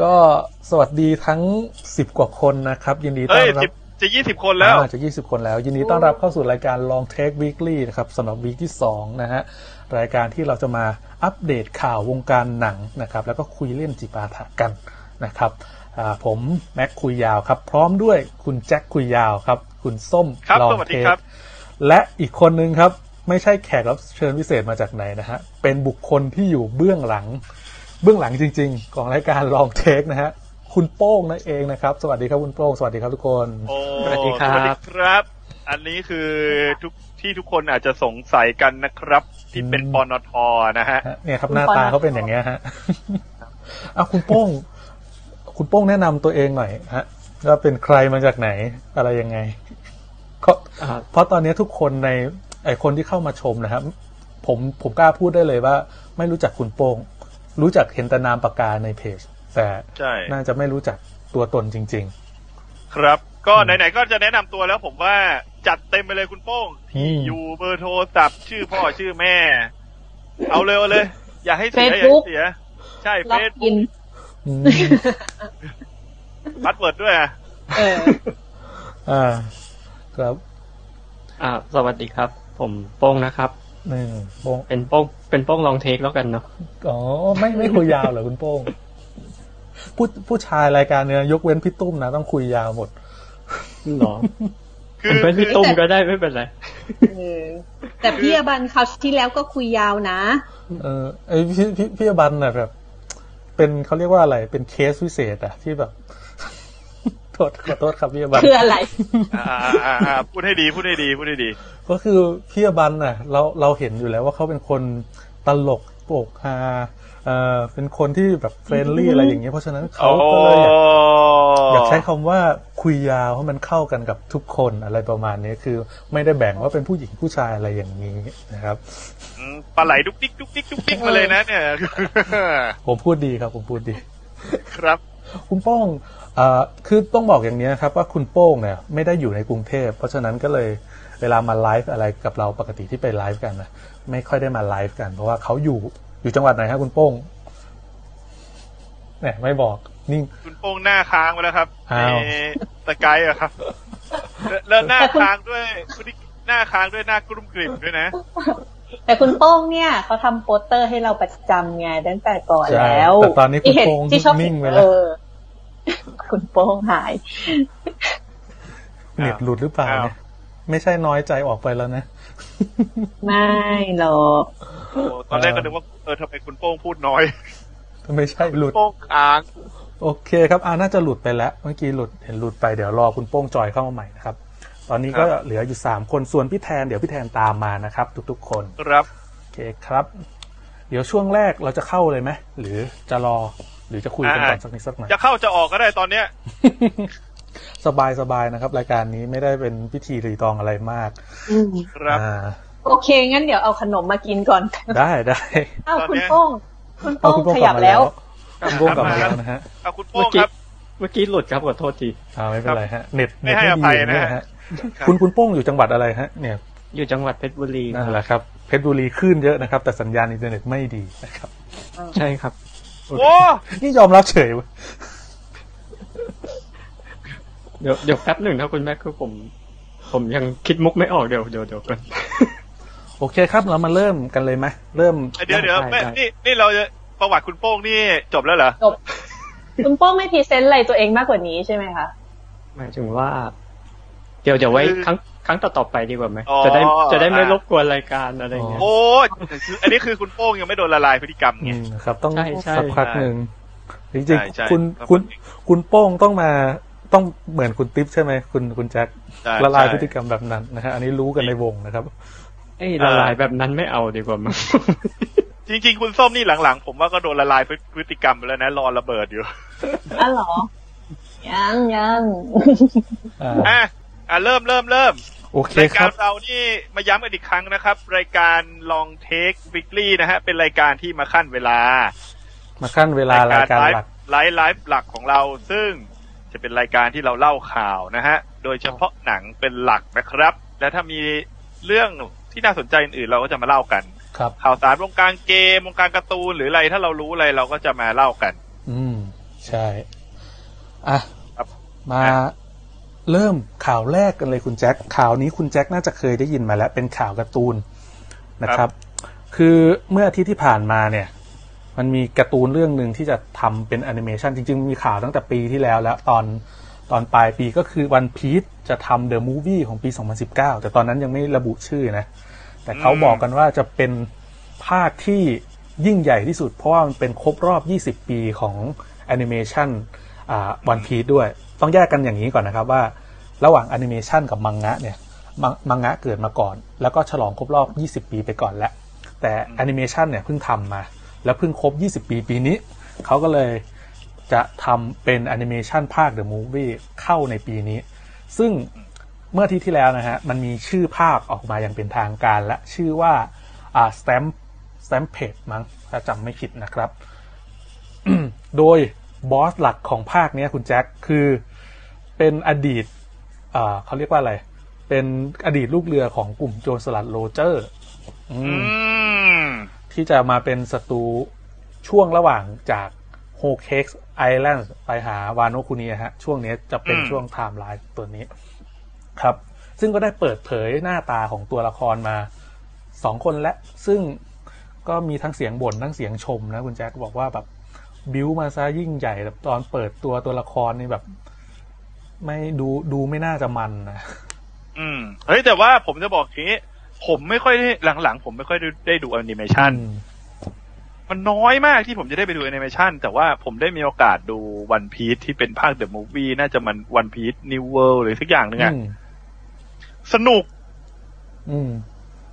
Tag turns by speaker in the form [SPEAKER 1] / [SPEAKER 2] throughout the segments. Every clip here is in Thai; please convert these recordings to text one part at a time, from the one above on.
[SPEAKER 1] ก็สวัสดีทั้งสิบกว่าคนนะครับ ยินดี
[SPEAKER 2] เอ้
[SPEAKER 1] ต้อย นรั
[SPEAKER 2] สิบบ จะยี่สิบคนแล้ว
[SPEAKER 1] อ่าจะยี่สิบคนแล้ว ยินดีต้อนรับเข้าสู่รายการ Long Take Weekly นะครับสำหรับวีคที่สองนะฮะรายการที่เราจะมาอัปเดตข่าววงการหนังนะครับ แล้วก็คุยเล่นจิปาถะกันนะครับอ่าผมแม็กคุยยาวครับ พร้อมด้วยคุณแจ็คคุยยาวครับ คุณส้ม
[SPEAKER 2] ครับ
[SPEAKER 1] ลอง
[SPEAKER 2] สวัสดี
[SPEAKER 1] เทค
[SPEAKER 2] ครับ
[SPEAKER 1] และอีกคนนึงครับ ไม่ใช่แขกรับเชิญพิเศษมาจากไหนนะฮะเป็นบุคคลที่อยู่เบื้องหลัง เบื้องหลังจริง ๆ ของรายการลองเทคนะฮะคุณโป้งนั่นเองนะครับ สวัสดีครับคุณโป้งสวัสดีครับทุกคน
[SPEAKER 2] โอ้
[SPEAKER 3] สวัสดีครับ
[SPEAKER 2] สวัสดีครับ อันนี้คือทุกที่ทุกคนอาจจะสงสัยกันนะครับ ที่เป็น
[SPEAKER 1] อืม
[SPEAKER 2] ปนทนะฮะ
[SPEAKER 1] ฮะเนี่ยครับหน้าตาเขาเป็นอย่างเงี้ยฮะ เอาคุณโป้ง คุณโป้งแนะนำตัวเองหน่อยฮะว่าเป็นใครมาจากไหนอะไรยังไงเพราะ
[SPEAKER 3] อ่า
[SPEAKER 1] เพราะตอนนี้ทุกคนในไอคนที่เข้ามาชมนะครับ ผมผมกล้าพูดได้เลยว่า ไม่รู้จักคุณโป้ง รู้จักเห็นแต่นามปากกาในเพจ แต่
[SPEAKER 2] ใช่
[SPEAKER 1] น่าจะไม่รู้จักตัวตนจริง
[SPEAKER 2] ครับ ก็
[SPEAKER 1] อืม
[SPEAKER 2] ไหนๆก็จะแนะนำตัวแล้วผมว่าจัดเต็มไปเลยคุณโป้ง
[SPEAKER 1] อื
[SPEAKER 2] ที่
[SPEAKER 1] ม
[SPEAKER 2] อยู่เบอร์โทรศัพท์ชื่อพ่อชื่อแม่ เอาเร็วเลย อย่าให้เสียอย่าให้
[SPEAKER 4] Facebook
[SPEAKER 2] เสีย ใช่
[SPEAKER 4] ล็อ
[SPEAKER 2] เฟซ
[SPEAKER 4] กอิน
[SPEAKER 1] ๆอืม
[SPEAKER 2] บัตเวิร์ดด้วยอะ
[SPEAKER 4] เออ
[SPEAKER 1] อ่าครับ
[SPEAKER 3] อ่าสวัสดีครับ ผมโป้งนะครับ
[SPEAKER 1] หนึ่งโป้ง
[SPEAKER 3] เป็นโป้งเป็นโป้งลองเทคแล้วกันเนาะ
[SPEAKER 1] อ๋อไม่ไม่คุยยาวเหรอคุณโป้งผู้ผู้ชายรายการเนี้ยยกเว้นพี่ตุ้มนะต้องคุยยาวหมด
[SPEAKER 3] หร อ
[SPEAKER 2] คื
[SPEAKER 3] ผม
[SPEAKER 2] อ
[SPEAKER 3] เป็น
[SPEAKER 2] คื
[SPEAKER 3] พี่
[SPEAKER 2] อ
[SPEAKER 3] ตุ้มก็ได้ไม่เป็นไร
[SPEAKER 4] เออ แต่พี่อบันคราวที่แล้วก็คุยยาวนะ
[SPEAKER 1] เออไอพี่พี่พี่อบันน่ะแบบ เป็นเขาเรียกว่าอะไร เป็นเคสพิเศษอะที่แบบ โทษขอโทษครับพี่อ บัน
[SPEAKER 4] คืออะไร
[SPEAKER 2] อ่าอ่าอ่าพูดให้ดีพูดให้ดีพูดให้ดี
[SPEAKER 1] ก็คือพี่อบันน่ะ เราเราเห็นอยู่แล้วว่าเขาเป็นคนตลกโปกฮาเออเป็นคนที่แบบเฟรนลี่อะไรอย่างเงี้ยเพราะฉะนั้นเขาก็เลยอยาก อยากใช้คำว่าคุยยาวให้มันเข้ากันกับทุกคนอะไรประมาณนี้คือ ไม่ได้แบ่งว่าเป็นผู้หญิงผู้ชายอะไรอย่างนี้นะครับ
[SPEAKER 2] อืมปลาไหลดุกดิกดุกดิกดุกดิกมาเลยนะเนี่ย
[SPEAKER 1] ผมพูดดีครับ ผมพูดดี
[SPEAKER 2] ครับ
[SPEAKER 1] คุณโป้งเอ่อคือต้องบอกอย่างนี้นะครับว่าคุณโป้งเนี่ยไม่ได้อยู่ในกรุงเทพเพราะฉะนั้นก็เลยเวลามาไลฟ์อะไรกับเราปกติที่ไปไลฟ์กันนะไม่ค่อยได้มาไลฟ์กันเพราะว่าเขาอยู่อยู่จังหวัดไหนครับคุณโป้งเนี่ยไม่บอกนิ่ง
[SPEAKER 2] คุณโป้งหน้าค้างไปแล้วครับ
[SPEAKER 1] อ้าว
[SPEAKER 2] ในสกายอะครับแล้วแล้วหน้าค้างด้วยคุณนี่หน้าค้างด้วยหน้ากลุ่มกลิ่มด้วยนะ
[SPEAKER 4] แต่คุณโป้งเนี่ยเขาทำโปสเตอร์ให้เราประจำไงตั้งแต่ก่อน
[SPEAKER 1] ใช่
[SPEAKER 4] แล้ว
[SPEAKER 1] แต่ตอนนี้คุณ
[SPEAKER 4] ที่เห็
[SPEAKER 1] โป้ง
[SPEAKER 4] ที่ชอบ
[SPEAKER 1] นิ่งไปแล้ว
[SPEAKER 4] เออ คุณโป้งหาย
[SPEAKER 1] เน็ตหลุดหรือเปล่า
[SPEAKER 2] อ้าว
[SPEAKER 1] เนี่ยไม่ใช่น้อยใจออกไปแล้วนะ
[SPEAKER 4] ไม่หรอก
[SPEAKER 2] โอ้ตอนแรกก็นึกว่าเออทำไมคุณโป้งพูดน้อย
[SPEAKER 1] ไม่ใช่หลุด
[SPEAKER 2] โป้งค้าง
[SPEAKER 1] โอเคครับอ่าน่าจะหลุดไปแล้ว เมื่อกี้หลุดเห็นหลุดไปเดี๋ยวรอคุณโป้งจอยเข้ามาใหม่นะครับ ตอนนี้ก็
[SPEAKER 2] ครับ
[SPEAKER 1] เหลืออยู่สามคนส่วนพี่แทนเดี๋ยวพี่แทนตามมานะครับ ทุกๆ คน
[SPEAKER 2] ครับ
[SPEAKER 1] โอเคครับ เดี๋ยวช่วงแรกเราจะเข้าเลยไหมหรือจะรอหรือจะคุยกันก่อน
[SPEAKER 2] อ่า
[SPEAKER 1] สักนิดสักหน่อย
[SPEAKER 2] จะเข้าจะออกก็ได้ตอนเนี้ย
[SPEAKER 1] สบายสบายนะครับ รายการนี้ไม่ได้เป็นพิธีรีตองอะไรมาก
[SPEAKER 2] ครับ
[SPEAKER 1] อ่า
[SPEAKER 4] โอเค งั้นเดี๋ยวเอาขนมมากินก่อน
[SPEAKER 1] ได้ได้
[SPEAKER 4] อ้าว
[SPEAKER 2] ตอน
[SPEAKER 4] คุ
[SPEAKER 2] เนี้
[SPEAKER 4] ณ
[SPEAKER 2] ย
[SPEAKER 4] โป้ง คุณ
[SPEAKER 1] เอา
[SPEAKER 4] โป้ง
[SPEAKER 1] คุณโป้งก
[SPEAKER 4] ข
[SPEAKER 1] ลั
[SPEAKER 4] ยั
[SPEAKER 1] บบ มา
[SPEAKER 4] แล้
[SPEAKER 1] แล้ว วคุณโป้งกลับมาแล้วนะฮะ
[SPEAKER 2] เอาคุณโป้
[SPEAKER 3] เมื่อง กี้
[SPEAKER 2] ครับ
[SPEAKER 3] เมื่อกี้หลุดครับขอโทษที
[SPEAKER 1] อ่าไม่เป็นไรฮะเน็ต
[SPEAKER 2] ไม่
[SPEAKER 1] เน็ต
[SPEAKER 2] ให้
[SPEAKER 1] ไม่ดี
[SPEAKER 2] อภัย
[SPEAKER 1] อย่างเงี้ย
[SPEAKER 2] นะฮะ
[SPEAKER 1] ฮะคุณคุณโป้งอยู่จังหวัดอะไรฮะเนี่ย
[SPEAKER 3] อยู่จังหวัดเพชรบุรี
[SPEAKER 1] นั่นแหละครับเพชรบุรีขึ้นเยอะนะครับ แต่สัญญาณอินเทอร์เน็ตไม่ดีนะครับ
[SPEAKER 3] ใช่ครับ
[SPEAKER 2] โอ้
[SPEAKER 1] นี่ยอมรับเฉยเว้ย
[SPEAKER 3] เดี๋ยวเดี๋ยวแป๊บหนึ่งนะคุณแม่คือผม ผมยังคิดมุกไม่ออกเดี๋ยวเดี๋ยวเดี๋ยวก่อน
[SPEAKER 1] โอเคครับ เรามาเริ่มกันเลยไหมเริ่ม
[SPEAKER 2] เดี๋ยวเดี๋ยว
[SPEAKER 3] ได้
[SPEAKER 2] ไม่
[SPEAKER 3] ได้
[SPEAKER 2] นี่นี่เราจะประวัติคุณโป้งนี่จบแล้วเหรอ
[SPEAKER 4] จบ คุณโป้งไม่พรีเซนต์อะไรตัวเองมากกว่านี้ใช่ไหมคะ
[SPEAKER 3] หมายถึงว่า เดี๋ยวเดี๋ยวไว้ครั้งครั้งต่อต่อๆไปดีกว่าไหมจะได้จะได้ไม่รบกวนรายการอะไรเงี้ ย
[SPEAKER 2] โอ้ยอันนี้คือคุณโป้งยังไม่โดนละลายพฤติกรรม
[SPEAKER 1] อื
[SPEAKER 2] ไง
[SPEAKER 1] มครับ ต้อง
[SPEAKER 3] ใช่ใช่
[SPEAKER 1] สักพักหนึ่งจริง
[SPEAKER 2] ใช่ใช่
[SPEAKER 1] ๆคุณ
[SPEAKER 2] ครับ
[SPEAKER 1] คุณคุณโป้งต้องมาต้องเหมือนคุณติ๊บใช่ไหมคุณคุณแจ็ค
[SPEAKER 2] ใช่
[SPEAKER 1] ละลายพฤ
[SPEAKER 2] ใช่
[SPEAKER 1] ติกรรมแบบนั้นนะฮะอันนี้รู้กันในวงนะครับ
[SPEAKER 3] ไอ้ยละลายแบบนั้นไม่เอาดีกว่ามั้ง
[SPEAKER 2] จริงๆ คุณส้มนี่หลังๆ ผมว่าก็โดนละลายพฤติกรรมไปแล้วนะ รอระเบิดอยู่
[SPEAKER 4] อ้าวเหรอ ยังยัง
[SPEAKER 1] อ่า
[SPEAKER 2] อ่ะอ่ะเริ่มเริ่มเริ่ม
[SPEAKER 1] โอเค
[SPEAKER 2] รายการ
[SPEAKER 1] คั
[SPEAKER 2] ร
[SPEAKER 1] บ
[SPEAKER 2] เรานี่มาย้ำกันอีกครั้งนะครับ รายการลองเทค w ิก k l y นะฮะ เป็นรายการที่มาขั้นเวลา
[SPEAKER 1] มาขั้นเวลารายการ
[SPEAKER 2] ไล
[SPEAKER 1] หลัก
[SPEAKER 2] ฟ์ไลฟ์ไลฟ์หลักของเรา ซึ่งจะเป็นรายการที่เราเล่าข่าวนะฮะ โดยเฉพาะหนังเป็นหลักนะครับ และถ้ามีเรื่องที่น่าสนใจอื่นๆเราก็จะมาเล่ากัน
[SPEAKER 1] ครับ
[SPEAKER 2] ข่าวสารวงการเกมวงการการ์ตูนหรืออะไรถ้าเรารู้อะไรเราก็จะมาเล่ากัน
[SPEAKER 1] อืม ใช่อ่ะ
[SPEAKER 2] ครับ
[SPEAKER 1] มาเริ่มข่าวแรกกันเลยคุณแจ็คข่าวนี้คุณแจ็คน่าจะเคยได้ยินมาแล้วเป็นข่าวการ์ตูนนะค
[SPEAKER 2] ครั
[SPEAKER 1] รับ
[SPEAKER 2] บ
[SPEAKER 1] คือเมื่ออาทิตย์ที่ผ่านมาเนี่ย มันมีการ์ตูนเรื่องหนึ่งที่จะทำเป็นแอนิเมชันจริง ๆ มีข่าวตั้งแต่ปีที่แล้วแล้วตอนตอนปลายปีก็คือวันพี e จะทำเดอะมูฟวี่ของปี 2019 แต่ตอนนั้นยังไม่ระบุชื่อนะ แต่เขา
[SPEAKER 2] อืม
[SPEAKER 1] บอกกันว่าจะเป็นภาคที่ยิ่งใหญ่ที่สุด เพราะว่ามันเป็นครบรอบ 20 ปีของแอนิเมชันอ่าวันพี e ด้วย ต้องแยกกันอย่างนี้ก่อนนะครับว่า ระหว่างแอนิเมชันกับมังงะเนี่ยมังมังงะเกิดมาก่อน แล้วก็ฉลองครบรอบ 20 ปีไปก่อนแล้ว แต่แอนิเมชันเนี่ยเพิ่งทำมา แล้วเพิ่งครบ 20 ปีปีนี้ เขาก็เลยจะทำเป็นแอนิเมชันภาค The Movie เข้าในปีนี้ ซึ่งเมื่ออาที่ที่แล้วนะฮะ มันมีชื่อภาคออกมาอย่างเป็นทางการและชื่อว่าอ่า Stamp Stampede มั้งถ้าจำไม่ผิดนะครับ โดยบอสหลักของภาคเนี้ยคุณแจ็คคือเป็นอดีต เอ่อเขาเรียกว่าอะไร เป็นอดีตลูกเรือของกลุ่มโจรสลัดโรเจอร์อื
[SPEAKER 2] อื
[SPEAKER 1] ม
[SPEAKER 2] ม
[SPEAKER 1] ที่จะมาเป็นศัตรูช่วงระหว่างจากโฮเคสไอแลนด์ไปหาวานโนคุนีฮะ ช่วงนี้จะเป็น
[SPEAKER 2] อืม
[SPEAKER 1] ช่วงไทม์ไลน์ตัวนี้ ครับ ซึ่งก็ได้เปิดเผยหน้าตาของตัวละครมาสองคนและ ซึ่งก็มีทั้งเสียงบ่นทั้งเสียงชมนะคุณแจ็คบอกว่าแบบบิวมาซะยิ่งใหญ่แบบตอนเปิดตัวตัวละครนี่แบบ ไม่ดูดูไม่น่าจะมันนะ
[SPEAKER 2] อืมเฮ้ยแต่ว่าผมจะบอกอย่างนี้ ผมไม่ค่อยได้หลังๆ ผมไม่ค่อยได้ได้ดูแอนิเมชันมันน้อยมากที่ผมจะได้ไปดูแอนิเมชันแต่ว่าผมได้มีโอกาสดูวันพี e ที่เป็นภาคเดอะมูฟวี่น่าจะมันวันพี e นิวเวิลด์หรือสักอย่างหนึ่งอะ
[SPEAKER 1] อืม
[SPEAKER 2] สนุก
[SPEAKER 1] อืม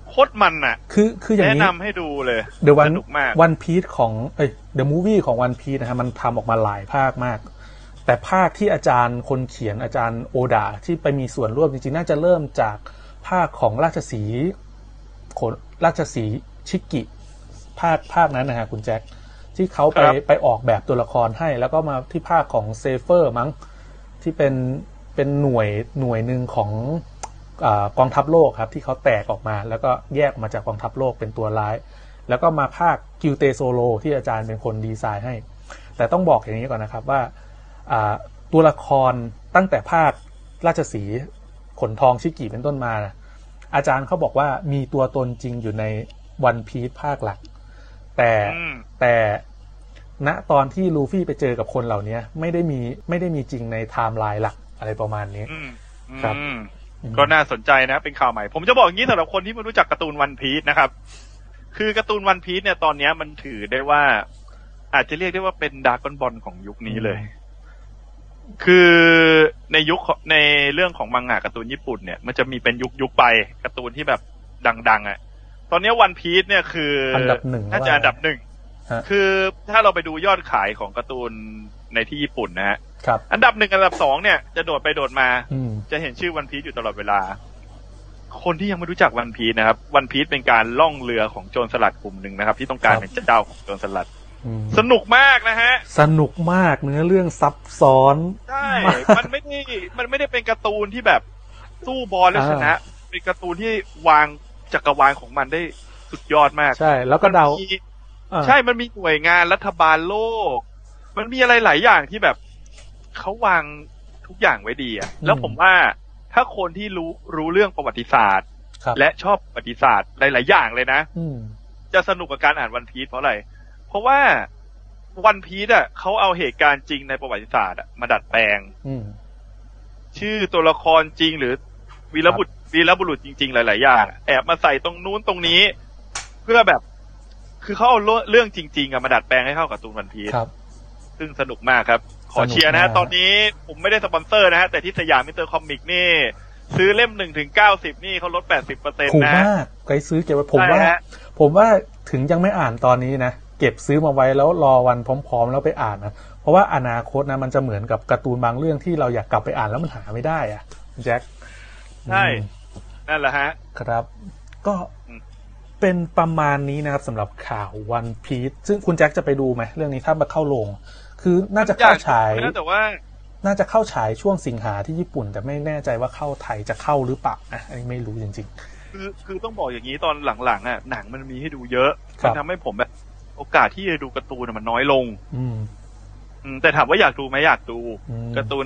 [SPEAKER 2] โคตรมันอะ
[SPEAKER 1] คือคืออย่าง
[SPEAKER 2] แนะ
[SPEAKER 1] นี้
[SPEAKER 2] นำให้ดูเลย
[SPEAKER 1] เดวัน
[SPEAKER 2] สนุกมาก
[SPEAKER 1] วันพีซของเอ้ยเดอะมูวี่ของวันพีซนะฮะมันทำออกมาหลายภาคมาก แต่ภาคที่อาจารย์คนเขียนอาจารย์โอดาที่ไปมีส่วนร่วมจริงๆ น่าจะเริ่มจากภาคของราชสีห์ขนราชสีห์ชิกิ ภาคภาคนั้นนะฮะคุณแจ็คที่เขาไป
[SPEAKER 2] ครับ
[SPEAKER 1] ไปออกแบบตัวละครให้ แล้วก็มาที่ภาคของเซเฟอร์มั้งที่เป็นเป็นหน่วยหน่วยหนึ่งของ อากองทัพโลกครับที่เขาแตกออกมา แล้วก็แยกออกมาจากกองทัพโลกเป็นตัวร้าย แล้วก็มาภาคกิวเตโซโลที่อาจารย์เป็นคนดีไซน์ให้ แต่ต้องบอกอย่างนี้ก่อนนะครับว่าอ่าตัวละครตั้งแต่ภาคราชสีห์ขนทองชิกิเป็นต้นมานะอาจารย์เขาบอกว่ามีตัวตนจริงอยู่ในวันพีซภาคหลัก แต่
[SPEAKER 2] อืม
[SPEAKER 1] แต่ณตอนที่ลูฟี่ไปเจอกับคนเหล่านี้ไม่ได้มีไม่ได้มีจริงในไทม์ไลน์หลักอะไรประมาณนี้
[SPEAKER 2] อืมอืม
[SPEAKER 1] ครับ
[SPEAKER 2] ก็น่าสนใจนะ เป็นข่าวใหม่ ผมจะบอกอย่างนี้สำหรับคนที่ไม่รู้จักการ์ตูนวันพีชนะครับ คือการ์ตูนวันพีชเนี่ยตอนเนี้ยมันถือได้ว่า อาจจะเรียกได้ว่าเป็นดรากอนบอลของยุคนี้เลย คือในยุคในเรื่องของมังงะการ์ตูนญี่ปุ่นเนี่ย มันจะมีเป็นยุคยุคๆไปการ์ตูนที่แบบดัง ๆอะ่ะ ตอนเนี้วันพีชเนี่ยคืออั
[SPEAKER 1] นดับหนึ่ง
[SPEAKER 2] น่าจะอันดับหนึ่ง
[SPEAKER 1] ฮะ
[SPEAKER 2] คือถ้าเราไปดูยอดขายของการ์ตูนในที่ญี่ปุ่นนะฮะ
[SPEAKER 1] ครับ
[SPEAKER 2] อันดับหนึ่งกับอันดับสองเนี่ยจะโดดไปโดดมา
[SPEAKER 1] อืม
[SPEAKER 2] จะเห็นชื่อวันพี e อยู่ตลอดเวลา คนที่ยังไม่รู้จักวันพี e นะครับ วันพี e เป็นการล่องเรือของโจรสลัดกลุ่มหนึ่งนะครับ ที่ต้องการ
[SPEAKER 1] ครับ
[SPEAKER 2] เป็นเจ้าของโจรสลัด
[SPEAKER 1] อืม
[SPEAKER 2] สนุกมากนะฮะ
[SPEAKER 1] สนุกมากเนื้อเรื่องซับซ้อน
[SPEAKER 2] ใช่
[SPEAKER 1] มาก
[SPEAKER 2] มันไม่ได้มันไม่ได้เป็นการ์ตูนที่แบบสู้บอลแล้ว
[SPEAKER 1] อ่า
[SPEAKER 2] ชนะ เป็นการ์ตูนที่วางจักรวาลของมันได้สุดยอดมาก
[SPEAKER 1] ใช่แล้วก็เดาม
[SPEAKER 2] มี
[SPEAKER 1] อ่า
[SPEAKER 2] ใช่ มันมีหน่วยงานรัฐบาลโลก มันมีอะไรหลายอย่างที่แบบเขาวางทุกอย่างไว้ดีอะแล้วผมว่าถ้าคนที่รู้รู้เรื่องประวัติศาสตร์
[SPEAKER 1] ครับ
[SPEAKER 2] และชอบประวัติศาสตร์หลาย ๆ อย่างเลยนะ
[SPEAKER 1] อืม
[SPEAKER 2] จะสนุกกับการอ่านวันพีซเพราะอะไร เพราะว่าวันพีซอ่ะเขาเอาเหตุการณ์จริงในประวัติศาสตร์อะมาดัดแปลง
[SPEAKER 1] อืม
[SPEAKER 2] ชื่อตัวละครจริงหรือวีรบุตรวีรบุรุษจริง ๆ หลาย ๆ อย่างอะแอบมาใส่ตรงนู้นตรงนี้ เพื่อแบบ คือเขาเอาเรื่องจริง ๆอะมาดัดแปลงให้เข้ากับตูนวันพีซ
[SPEAKER 1] ครับ
[SPEAKER 2] ซึ่งสนุกมากครับ ขอเชียร์
[SPEAKER 1] สนุ
[SPEAKER 2] นะฮะ
[SPEAKER 1] กมาก
[SPEAKER 2] ตอนนี้ผมไม่ได้สปอนเซอร์นะฮะแต่ที่สยามมิสเตอร์คอมิกนี่ ซื้อเล่มหนึ่งถึงเก้าสิบนี่เขาลดแปดสิบเปอร์เซ็นต์
[SPEAKER 1] ถูก
[SPEAKER 2] นะฮะ
[SPEAKER 1] มากไปซื้อเก็บไว้ผมว่า
[SPEAKER 2] ใช่ฮะ
[SPEAKER 1] ผมว่าถึงยังไม่อ่านตอนนี้นะ เก็บซื้อมาไว้แล้วรอวันพร้อม ๆ แล้วไปอ่านนะ เพราะว่าอนาคตนะมันจะเหมือนกับการ์ตูนบางเรื่องที่เราอยากกลับไปอ่านแล้วมันหาไม่ได้อะแจ็ค
[SPEAKER 2] ใช่
[SPEAKER 1] อืม
[SPEAKER 2] นั่นแหละฮะ
[SPEAKER 1] ครับก็
[SPEAKER 2] อืม
[SPEAKER 1] เป็นประมาณนี้นะครับสำหรับข่าววันพีซซึ่งคุณแจ็คจะไปดูไหมเรื่องนี้ถ้ามาเข้าลง คือน่าจะเข้าฉาย
[SPEAKER 2] นะแต่ว่า
[SPEAKER 1] น่าจะเข้าฉายช่วงสิงหาที่ญี่ปุ่น แต่ไม่แน่ใจว่าเข้าไทยจะเข้าหรือเปล่าอ่ะอันนี้ไม่รู้จริง
[SPEAKER 2] คือคือต้องบอกอย่างนี้ตอนหลังๆอ่ะหนังมันมีให้ดูเยอะ
[SPEAKER 1] ครั
[SPEAKER 2] มั
[SPEAKER 1] บ
[SPEAKER 2] นทำให้ผมแบบโอกาสที่จะดูการ์ตูนอะมันน้อยลง
[SPEAKER 1] ๆ อืม
[SPEAKER 2] อืมแต่ถามว่าอยากดูไหมอยากดู
[SPEAKER 1] อืม
[SPEAKER 2] การ์ตูน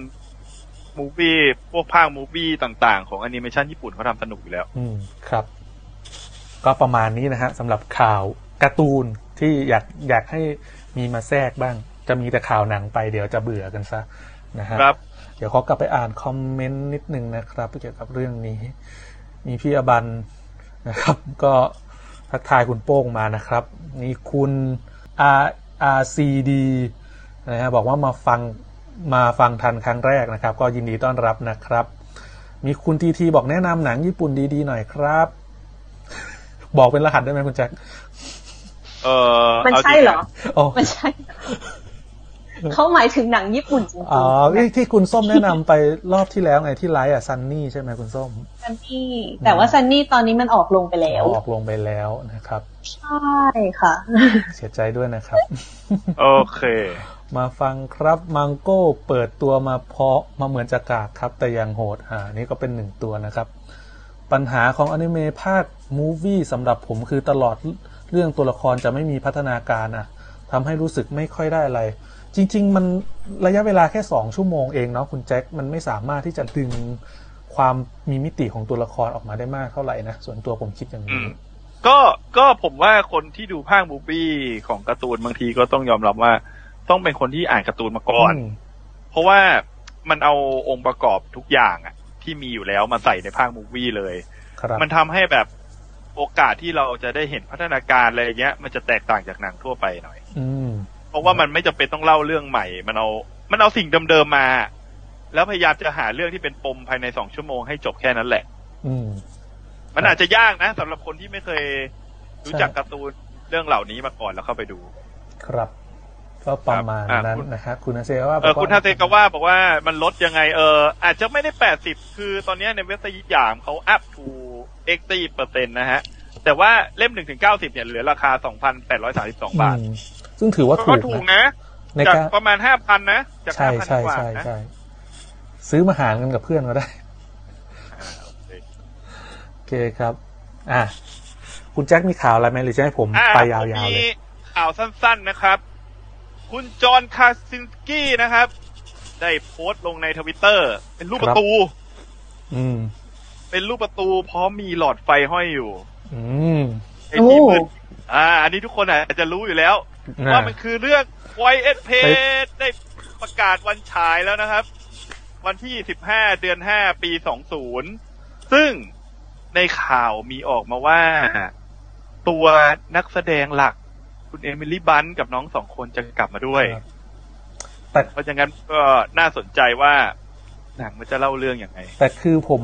[SPEAKER 2] มูฟี่พวกภาคมูฟี่ต่างๆ ของแอนิเมชันญี่ปุ่นเขาทำสนุกอยู่แล้ว
[SPEAKER 1] อืมครับ ก็ประมาณนี้นะฮะสำหรับข่าวการ์ตูนที่อยากอยากให้มีมาแทรกบ้าง จะมีแต่ข่าวหนังไปเดี๋ยวจะเบื่อกันซะนะฮะ
[SPEAKER 2] ครับ
[SPEAKER 1] เดี๋ยวขอกลับไปอ่านคอมเมนต์นิดหนึ่งนะครับเกี่ยวกับเรื่องนี้ มีพี่อบันนะครับ ก็ทักทายคุณโป้งมานะครับ มีคุณ R R C D นะฮะบอกว่ามาฟังมาฟังทันครั้งแรกนะครับ ก็ยินดีต้อนรับนะครับ มีคุณทีทีบอกแนะนำหนังญี่ปุ่นดีๆหน่อยครับ บอกเป็นรหัสได้ไหมคุณแจ็ค
[SPEAKER 2] เออ
[SPEAKER 4] มัน
[SPEAKER 2] าง
[SPEAKER 4] ใช่เหรอ
[SPEAKER 1] โอ้
[SPEAKER 4] มันใช่เขาหมายถึงหนังญี่ปุ่นจริง
[SPEAKER 1] อ๋อที่ที่คุณส้มแนะนำไปรอบที่แล้วไงที่ไลฟ์อ่ะซันนี่ใช่ไหมคุณส้ม
[SPEAKER 4] ๆซันนี่แต่ว่าซันนี่ตอนนี้มันออกลงไปแล้ว
[SPEAKER 1] ออกลงไปแล้วนะครับ
[SPEAKER 4] ใช่ค่ะ
[SPEAKER 1] เสียใจด้วยนะครับ
[SPEAKER 2] โอเค
[SPEAKER 1] มาฟังครับมังโก้เปิดตัวมาเพาะมาเหมือนจะกากครับ แต่ยังโหดอ่านี่ก็เป็นหนึ่งตัวนะครับ ปัญหาของอนิเมะภาคมูวี่สำหรับผมคือตลอดเรื่องตัวละครจะไม่มีพัฒนาการอ่ะทำให้รู้สึกไม่ค่อยได้อะไร จริง ๆ มันระยะเวลาแค่สองชั่วโมงเองเนาะคุณแจ็ค มันไม่สามารถที่จะดึงความมีมิติของตัวละครออกมาได้มากเท่าไหร่นะส่วนตัวผมคิดอย่าง
[SPEAKER 2] อื
[SPEAKER 1] นี้
[SPEAKER 2] ม ก็ก็ผมว่าคนที่ดูภาคมูฟี่ของการ์ตูนบางทีก็ต้องยอมรับว่า ต้องเป็นคนที่อ่านการ์ตูนมาก่อน
[SPEAKER 1] ม
[SPEAKER 2] เพราะว่ามันเอาองค์ประกอบทุกอย่างอะที่มีอยู่แล้วมาใส่ในภาคมูฟี่เลย
[SPEAKER 1] ครับ
[SPEAKER 2] มันทำให้แบบโอกาสที่เราจะได้เห็นพัฒนาการอะไรเงี้ย มันจะแตกต่างจากหนังทั่วไปหน่อย
[SPEAKER 1] อืม
[SPEAKER 2] เพราะว่ามันไม่จำเป็นต้องเล่าเรื่องใหม่ มันเอา มันเอาสิ่งเดิมๆมา แล้วพยายามจะหาเรื่องที่เป็นปมภายในสองชั่วโมงให้จบแค่นั้นแหละ
[SPEAKER 1] อืม
[SPEAKER 2] มันอาจจะยากนะสำหรับคนที่ไม่เคยรู้จัก
[SPEAKER 1] ใช่
[SPEAKER 2] การ์ตูนเรื่องเหล่านี้มาก่อนแล้วเข้าไปดู
[SPEAKER 1] ครับ ก็ประมาณ
[SPEAKER 2] ครับอ่ะ
[SPEAKER 1] นั้น
[SPEAKER 2] คุณ
[SPEAKER 1] นะฮะคุณอาเซว่า
[SPEAKER 2] เออคุณฮาเซกาว่าบอกว่ามันลดยังไง เอออาจจะไม่ได้แปดสิบคือตอนเนี้ยในเว็บไซต์ยิปยามเขาอัพทูเอ็กซ์เปอร์เซ็นต์นะฮะ แต่ว่าเล่มหนึ่งถึงเก้าสิบเนี่ยเหลือราคาสองพันแปดร้อยสาสิบสองบาท
[SPEAKER 1] อืมซึ่งถือว่าถู
[SPEAKER 2] ก็
[SPEAKER 1] ก
[SPEAKER 2] ถูก
[SPEAKER 1] นะ
[SPEAKER 2] นะ
[SPEAKER 1] ใน
[SPEAKER 2] จาก
[SPEAKER 1] การ
[SPEAKER 2] ประมาณห้าพันนะ จาก
[SPEAKER 1] ใช่
[SPEAKER 2] ห้าพัน
[SPEAKER 1] ใช่
[SPEAKER 2] กว่า
[SPEAKER 1] ใช่
[SPEAKER 2] นะ
[SPEAKER 1] ใช่ซื้อมาหารกันกับเพื่อนก็ได้ โอเคครับ อ่ะคุณแจ็คมีข่าวอะไรไหมหรือจะให้ผม
[SPEAKER 2] อ่ะ
[SPEAKER 1] ไปยาวๆ
[SPEAKER 2] มี
[SPEAKER 1] เลย
[SPEAKER 2] ข่าวสั้นๆนะครับ คุณจอห์นคาซินสกี้นะครับ ได้โพสต์ลงในทวิตเตอร์ เป็นรูปประตู
[SPEAKER 1] อืม
[SPEAKER 2] เป็นรูปประตูพร้อมมีหลอดไฟห้อยอยู่
[SPEAKER 1] อืม
[SPEAKER 2] ไอ้ที่
[SPEAKER 4] โอ้
[SPEAKER 2] มืดอ่า อันนี้ทุกคนอาจจะรู้อยู่แล้ว
[SPEAKER 1] ะ
[SPEAKER 2] ว่ามันคือเรื่อง Quiet
[SPEAKER 1] เฮ้
[SPEAKER 2] Page ได้ประกาศวันฉายแล้วนะครับ วันที่ 15 เดือน 5 ปี 20 ซึ่งในข่าวมีออกมาว่า ตัวนักแสดงหลัก คุณเอมิลี่บันกับน้องสองคนจะกลับมาด้วย
[SPEAKER 1] ครับ แต่
[SPEAKER 2] เพราะฉะนั้นก็น่าสนใจว่า หนังมันจะเล่าเรื่องอย่างไง
[SPEAKER 1] แต่คือผม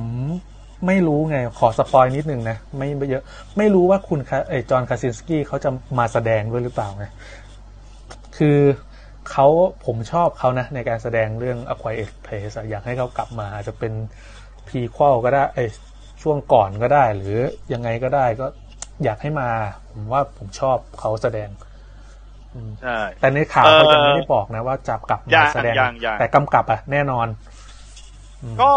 [SPEAKER 1] ไม่รู้ไง ขอสปอยนิดนึงนะ ไม่ไม่เยอะ ไม่รู้ว่าคุณคะเอยจอห์นคาซินสกี้เขาจะมาแสดงด้วยหรือเปล่าไง คือเขาผมชอบเขานะ ในการแสดงเรื่อง a q u i e t Place อะอยากให้เขากลับมาอาจจะเป็นพีควอลก็ได้เอยช่วงก่อนก็ได้ หรือยังไงก็ได้ก็อยากให้มา ผมว่าผมชอบเขาแสดง
[SPEAKER 2] ใช่
[SPEAKER 1] แต่ในข่าว
[SPEAKER 2] เอ่อ
[SPEAKER 1] เขาจะไม่ได้บอกนะ ว่าจับกลับ
[SPEAKER 2] ยั
[SPEAKER 1] มาง แสดง
[SPEAKER 2] ยังยัง
[SPEAKER 1] แต่กำกับอะแน่นอนอืม
[SPEAKER 2] ก็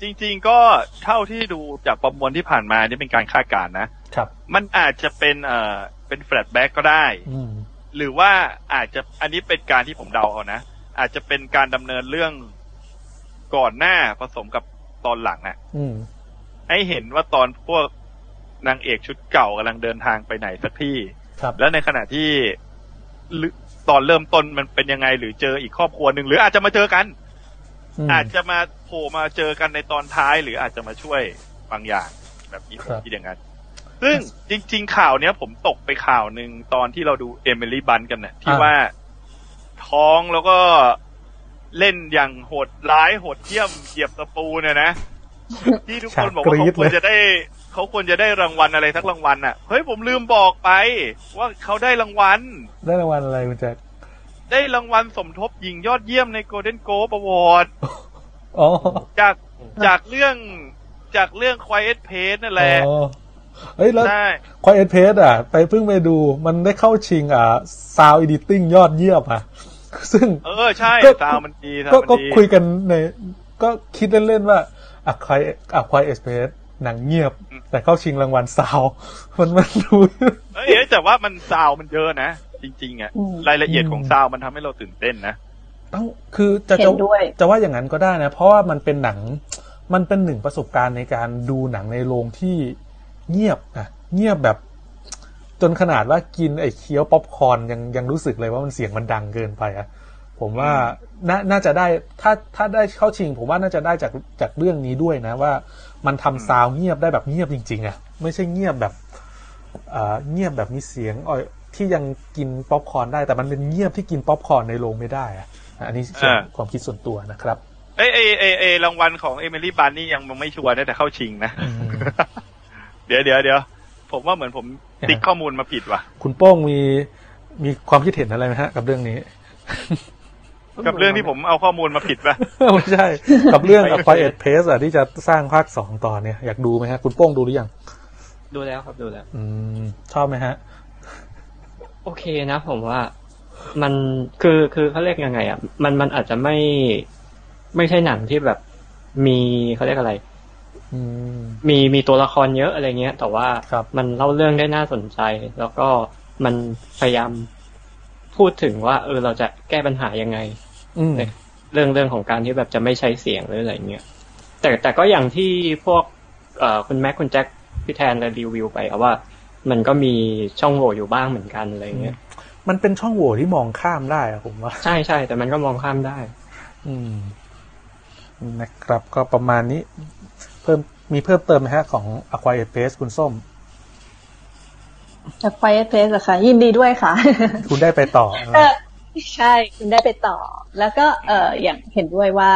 [SPEAKER 2] จริง ๆ ก็เท่าที่ดูจากประมวลที่ผ่านมานี่เป็นการคาดการณ์นะ
[SPEAKER 1] ครับ
[SPEAKER 2] มันอาจจะเป็นเอ่อเป็นแฟลชแบ็กก็ได้
[SPEAKER 1] อืม
[SPEAKER 2] หรือว่าอาจจะอันนี้เป็นการที่ผมเดาเอานะ อาจจะเป็นการดำเนินเรื่องก่อนหน้าผสมกับตอนหลังอะ
[SPEAKER 1] อืม
[SPEAKER 2] ให้เห็นว่าตอนพวกนางเอกชุดเก่ากำลังเดินทางไปไหนสักที่
[SPEAKER 1] ครับ
[SPEAKER 2] แล้วในขณะที่ลึตอนเริ่มต้นมันเป็นยังไง หรือเจออีกครอบครัวหนึ่งหรืออาจจะมาเจอกัน
[SPEAKER 1] อืม
[SPEAKER 2] อาจจะมาโผล่มาเจอกันในตอนท้ายหรืออาจจะมาช่วยบางอย่างแบบนี้
[SPEAKER 1] ค
[SPEAKER 2] ผ
[SPEAKER 1] รั
[SPEAKER 2] ม
[SPEAKER 1] บ
[SPEAKER 2] คิดอย่างนั้น ซึ่งจริง ๆ ข่าวเนี้ยผมตกไปข่าวหนึ่งตอนที่เราดูเอมิลี่บันกันเนี่ยที่ว่าท้องแล้วก็เล่นอย่างโหดร้ายโหดเที่ยมเหยียบตะปูเนี่ย นะ ที่ทุกคนบอกว่า
[SPEAKER 1] ฉากกรี๊ด
[SPEAKER 2] เขาควร
[SPEAKER 1] เลย
[SPEAKER 2] จะได้เขาควรจะได้รางวัลอะไรสักรางวัลอ่ะเฮ้ยผมลืมบอกไป ว่าเขาได้รางวัล
[SPEAKER 1] ได้รางวัลอะไรคุณแจ็ค
[SPEAKER 2] ได้รางวัลสมทบหญิงยอดเยี่ยมในโกลเด้นโกลบอวอร์ด
[SPEAKER 1] อ๋อ
[SPEAKER 2] จากจากเรื่องจากเรื่อง Quiet Place นั่นแหละ
[SPEAKER 1] อ๋อเฮ้ย แล้ว
[SPEAKER 2] ใช่
[SPEAKER 1] ควายเอ็ดเพสอ่ะ ไปเพิ่งไปดูมันได้เข้าชิงอ่ะซาวอีดิติ้งยอดเยี่ยมอ่ะ ซึ่ง
[SPEAKER 2] เออใช่
[SPEAKER 1] ก็
[SPEAKER 2] ซาวมันดีซาว
[SPEAKER 1] ก็
[SPEAKER 2] มั
[SPEAKER 1] ก็
[SPEAKER 2] นดี
[SPEAKER 1] คุยกันใน ก็คิดเล่น ๆ ว่าอะควายอะควายเอ็ดเพสหนังเงียบ แต่เข้าชิงรางวัลซาว มันมันดู
[SPEAKER 2] เอ้ยเอ้ยแต่ว่ามันซาวมันเยอะนะ จริงๆอ่ะ
[SPEAKER 4] อืม
[SPEAKER 2] รายละเอียดของ
[SPEAKER 1] อืม
[SPEAKER 2] ซาวมันทำให้เราตื่นเต้นนะ
[SPEAKER 1] ต้องคือจะ
[SPEAKER 4] เห็
[SPEAKER 1] จะ
[SPEAKER 4] นด้วย
[SPEAKER 1] จะว่าอย่างนั้นก็ได้นะ เพราะว่ามันเป็นหนัง มันเป็นหนึ่งประสบการณ์ในการดูหนังในโรงที่เงียบนะเงียบแบบ จนขนาดว่ากินไอ้เคี้ยวป๊อปคอร์นยังยังรู้สึกเลยว่ามันเสียงมันดังเกินไปอะผมว่าน่าน่าจะได้ถ้าถ้าได้เข้าชิง ผมว่าน่าจะได้จากจากเรื่องนี้ด้วยนะว่า มันทำซาวด์เงียบได้แบบเงียบจริง ๆอะไม่ใช่เงียบแบบ เอ่อเงียบแบบมีเสียงอ่อยที่ยังกินป๊อปคอร์นได้แต่มันเป็นเงียบที่กินป๊อปคอร์นในโรงไม่ได้อะอันนี้ส่วน
[SPEAKER 2] อ่า
[SPEAKER 1] ความคิดส่วนตัวนะครับ
[SPEAKER 2] เอ้ยเอ้ยเอ้ยเอ้ยรางวัลของเอมิลี่บานนี่ยังไม่ชัวร์นะแต่เข้าชิงนะ
[SPEAKER 1] อืม
[SPEAKER 2] เดี๋ยวเดี๋ยวเดี๋ยวผมว่าเหมือนผมติ๊กข้อมูลมาผิดว่ะ
[SPEAKER 1] คุณโป้งมีมีความคิดเห็นอะไรไหมฮะ กับเรื่องนี้
[SPEAKER 2] กับเรื่องที่ผมเอาข้อมูลมาผิดป่ะ
[SPEAKER 1] ไม่ใช่ กับเรื่อง a q u i e t Place อะที่จะสร้างภาคสองต่อเนี่ยอยากดูไหมฮะ คุณโป้งดูหรือยัง
[SPEAKER 3] ดูแล้วครับดูแล้ว
[SPEAKER 1] อืม ชอบไหมฮะ
[SPEAKER 3] โอเคนะผมว่ามันคือคือเขาเรียกยังไงอ่ะมันมันอาจจะไม่ไม่ใช่หนังที่แบบมีเขาเรียกอะไร
[SPEAKER 1] อืม
[SPEAKER 3] มีมีตัวละครเยอะอะไรเงี้ย แต่ว่า
[SPEAKER 1] ครับ
[SPEAKER 3] มันเล่าเรื่องได้น่าสนใจ แล้วก็มันพยายามพูดถึงว่า เออเราจะแก้ปัญหายังไง
[SPEAKER 1] อืม
[SPEAKER 3] เรื่องเรื่องของการที่แบบจะไม่ใช้เสียงหรืออะไรเงี้ยแต่แต่ก็อย่างที่พวกเอ่อคุณแม็กคุณแจ็คพี่แทนเลยรีวิวไปอะว่า มันก็มีช่องโหว่อยู่บ้างเหมือนกันอะไรเงี้ย
[SPEAKER 1] มันเป็นช่องโหว่ที่มองข้ามได้อะผมว่า
[SPEAKER 3] ใช่ใช่แต่มันก็มองข้ามได้
[SPEAKER 1] อืม นะครับ ก็ประมาณนี้ เพิ่มมีเพิ่มเติมไหมฮะของ a q u i e t Place คุณส้ม
[SPEAKER 4] จากไฟเพลสเหรอคะยินดีด้วยค่ะ
[SPEAKER 1] คุณได้ไป ต่อ
[SPEAKER 4] เออใช่คุณได้ไปต่อ แล้วก็เอออย่างเห็นด้วยว่า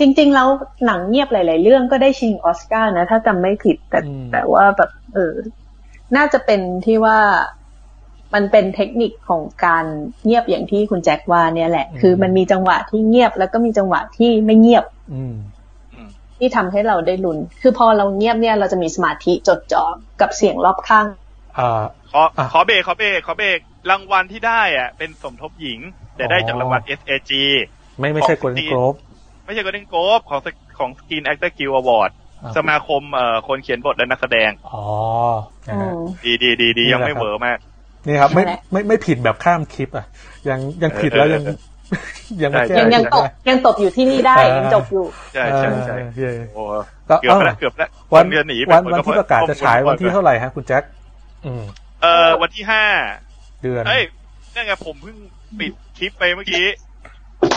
[SPEAKER 4] จริง ๆ แล้วหนังเงียบหลาย ๆ เรื่องก็ได้ชิงออสการ์นะ ถ้าจำไม่ผิดแต่แต่ว่าแบบเออน่าจะเป็นที่ว่ามันเป็นเทคนิคของการเงียบอย่างที่คุณแจ็คว่าเนี่ยแหละ คือมันมีจังหวะที่เงียบแล้วก็มีจังหวะที่ไม่เงียบ
[SPEAKER 1] อืม
[SPEAKER 4] ที่ทำให้เราได้ลุ้น คือพอเราเงียบเนี่ยเราจะมีสมาธิจดจ่อกับเสียงรอบข้าง
[SPEAKER 1] อ่า
[SPEAKER 2] ขอ
[SPEAKER 1] อ่ะ
[SPEAKER 2] ขอเบรกขอเบรกขอเบรกรางวัลที่ได้อ่ะ เป็นสมทบหญิง แต่ได้จากรางวัล SAG
[SPEAKER 1] ไม่ไม่ใช่ก o เ d e n น r o ฟ
[SPEAKER 2] ไม่ใช่ Golden Globe ของของ Screen Actor Guild Award
[SPEAKER 1] อ่า
[SPEAKER 2] สมาคมเอ่อคนเขียนบทและนักแสดง
[SPEAKER 1] อ๋อนะ
[SPEAKER 4] อื
[SPEAKER 1] ฮะ
[SPEAKER 4] ม
[SPEAKER 2] ดีดีดีดี
[SPEAKER 1] นี่
[SPEAKER 2] ยัง
[SPEAKER 1] แหละ
[SPEAKER 2] ไม่เวอร์มาก
[SPEAKER 1] นี่ครับไม่
[SPEAKER 4] นั่นแหละ
[SPEAKER 1] ไม่ไม่ผิดแบบข้ามคลิป อ่ะ ยังยังผิด
[SPEAKER 2] เออ
[SPEAKER 1] แล้วยัง
[SPEAKER 2] เออ
[SPEAKER 1] ยังไม่แก้
[SPEAKER 4] ยังยังต
[SPEAKER 1] ผิด
[SPEAKER 4] ก
[SPEAKER 1] ได้
[SPEAKER 4] ยังตกอยู่ที่นี่ได้
[SPEAKER 1] อ่ายั
[SPEAKER 4] ยังจบอยู่
[SPEAKER 2] ใช่ใช่ใช่
[SPEAKER 1] เออโอเค
[SPEAKER 2] โอ้
[SPEAKER 1] ก็
[SPEAKER 2] เกือบไป
[SPEAKER 1] เอ้า
[SPEAKER 2] แล้วเกือบไปแล้ว
[SPEAKER 1] วัน
[SPEAKER 2] เดือนหนีไป
[SPEAKER 1] วัน
[SPEAKER 2] ผม
[SPEAKER 1] วันที่ประกาศจะฉายวันที่เท่าไหร่ฮะคุณแจ็คอืม
[SPEAKER 2] เอ่อวันที่ห้า
[SPEAKER 1] เดือน
[SPEAKER 2] เอ้ยนั่นไงผมเพิ่งปิดคลิปไปเมื่อกี้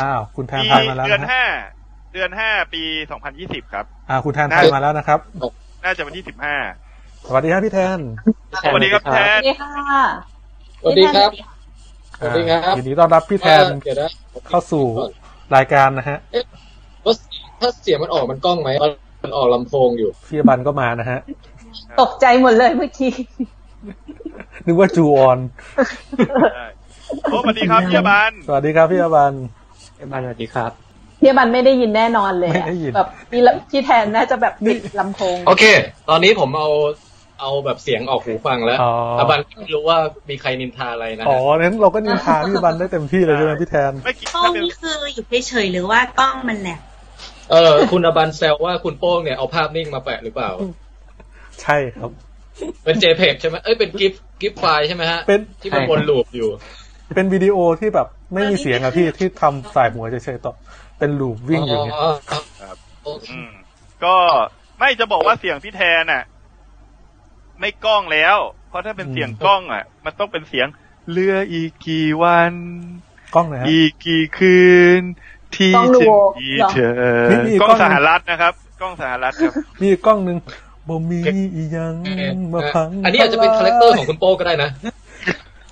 [SPEAKER 1] อ้าว คุณแทน
[SPEAKER 2] ปี
[SPEAKER 1] ทายมาแล้ว
[SPEAKER 2] เดือน
[SPEAKER 1] นะฮะ
[SPEAKER 2] ห้าเดือนห้าปีสองพันยี่สิบครับ
[SPEAKER 1] อ่า คุณแทนทายมาแล้วนะครับ
[SPEAKER 2] น่าจะวันที่สิบห้า
[SPEAKER 1] สวัสดีครับพี่แทน
[SPEAKER 2] สวัสดีครับแท
[SPEAKER 4] ส
[SPEAKER 2] น
[SPEAKER 4] วัสดีค่ะ
[SPEAKER 5] สวัสดีครับ สวัสดีครับ
[SPEAKER 1] อ่ายินดีต้อนรับพี่แท
[SPEAKER 5] เอ
[SPEAKER 1] น
[SPEAKER 5] อเดี๋ยวนะ
[SPEAKER 1] เข้าสู่รายการนะฮะ
[SPEAKER 5] ว่าเสียงถ้าเสียงมันออกมันกล้องไหมมันออกลำโพงอยู่
[SPEAKER 1] พี่บันก็มานะฮะ
[SPEAKER 4] ตกใจหมดเลยเมื่อกี้
[SPEAKER 1] นึกว่าจูออน
[SPEAKER 2] ได้โอ้สวัสดีครับเยี่ยบัน
[SPEAKER 1] สวัสดีครับพี่บัน
[SPEAKER 3] เอยบานสวัสดีครับ
[SPEAKER 4] เฮียบันไม่ได้ยินแน่นอนเลยอะ
[SPEAKER 1] ไม่ได้ยิน
[SPEAKER 4] แบบพี่ละพี่แทนน่าจะแบบปิดลำโพง
[SPEAKER 5] โอเค ตอนนี้ผมเอาเอาแบบเสียงออกหูฟังแล้ว
[SPEAKER 1] อ๋ออ
[SPEAKER 5] บันไม่รู้ว่ามีใครนินทาอะไรนะ
[SPEAKER 1] อ๋อ
[SPEAKER 5] ฮะ
[SPEAKER 1] นั้นเราก็นินทาพี่บันได้เต็มที่เลยใช่ไหมพี่แทน
[SPEAKER 2] ไม่คิด
[SPEAKER 6] กล้อง
[SPEAKER 2] ถ้าเป็น
[SPEAKER 6] นี่คืออยู่เฉยๆหรือว่ากล้องมันแหลก
[SPEAKER 5] เออ คุณอบันแซวว่าคุณโป้งเนี่ยเอาภาพนิ่งมาแปะหรือเปล่า
[SPEAKER 1] ใช่ครับ
[SPEAKER 5] เป็น JPEG ใช่ไหมเอ้ย เป็นกิฟกิฟไฟล์ใช่ไหมฮะ
[SPEAKER 1] เป็น
[SPEAKER 5] ที่มันวนลูปอยู่
[SPEAKER 1] เป็นวิดีโอที่แบบไม่มีเสียงอะพี่ที่ทำสายหัวเฉยๆต่อเป็นลูปวิ่งอยู่เนี่ย
[SPEAKER 5] อ๋อครับโอเค
[SPEAKER 2] อืมก็ไม่จะบอกว่าเสียงพี่แทนน่ะ ไม่กล้องแล้ว เพราะถ้าเป็นเสียงกล้องอ่ะ มันต้องเป็นเสียงเหลืออีกกี่วัน
[SPEAKER 1] กล้องนะฮะ
[SPEAKER 2] อีกกี่คืน ที่
[SPEAKER 4] กล้องดู
[SPEAKER 2] จะ
[SPEAKER 4] โว
[SPEAKER 2] มี
[SPEAKER 4] เหรอ
[SPEAKER 2] เธอ
[SPEAKER 1] นี่นี่
[SPEAKER 2] ก
[SPEAKER 1] กล้
[SPEAKER 2] ล้
[SPEAKER 1] อง
[SPEAKER 2] องสหรัฐนะครับ กล้องสหรัฐครับ
[SPEAKER 1] มีอีกกล้องหนึ่งบ่มีอีหยัง
[SPEAKER 5] เออ
[SPEAKER 1] มาพัง
[SPEAKER 5] อันนี้อาจจะเป็นคาแรคเตอร์ของคุณโป้ก็ได้นะ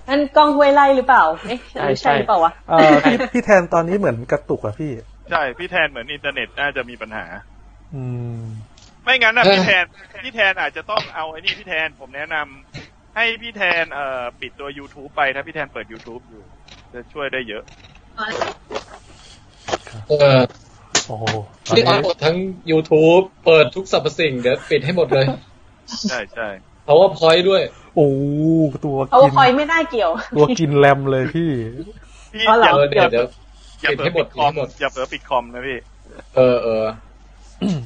[SPEAKER 4] นั่นกล้องห้วยไล่หรือเปล่าเอ๊ะ
[SPEAKER 3] ใช่ใช่
[SPEAKER 4] ใช่หรือเปล่าวะ
[SPEAKER 1] เอ่อพี่พี่แทนตอนนี้เหมือนกระตุกอะพี่
[SPEAKER 2] ใช่ พี่แทนเหมือนอินเทอร์เน็ตน่าจะมีปัญหา
[SPEAKER 1] อืม
[SPEAKER 2] ไม่งั้นนะ
[SPEAKER 5] เออ
[SPEAKER 2] พี่แทนพี่แทนอาจจะต้องเอาไอ้นี่พี่แทนผมแนะนำให้พี่แทนเอ่อปิดตัว YouTube ไปถ้าพี่แทนเปิด YouTube อยู่ จะช่วยได้เยอะ
[SPEAKER 5] เออ
[SPEAKER 1] โอ้โหตอน
[SPEAKER 5] นี่
[SPEAKER 1] นี้
[SPEAKER 5] เปิดทั้ง YouTube เปิดทุกสรรพสิ่ง เดี๋ยวปิดให้หมดเลย
[SPEAKER 2] ใช่ใช่
[SPEAKER 5] PowerPoint ด้วย
[SPEAKER 1] โอ้ตัว
[SPEAKER 4] เอา
[SPEAKER 1] กิน
[SPEAKER 4] คอยไม่น่าเกี่ยว
[SPEAKER 1] ตัวกินแรมเลยพี่
[SPEAKER 2] พี่
[SPEAKER 4] อ๋อเหร
[SPEAKER 2] อย่า
[SPEAKER 5] เออเดี๋ยวเดี๋ยว
[SPEAKER 2] อย่าเผลอปิดคอมอย่าเผลอปิดคอมนะพี่
[SPEAKER 5] เออเออ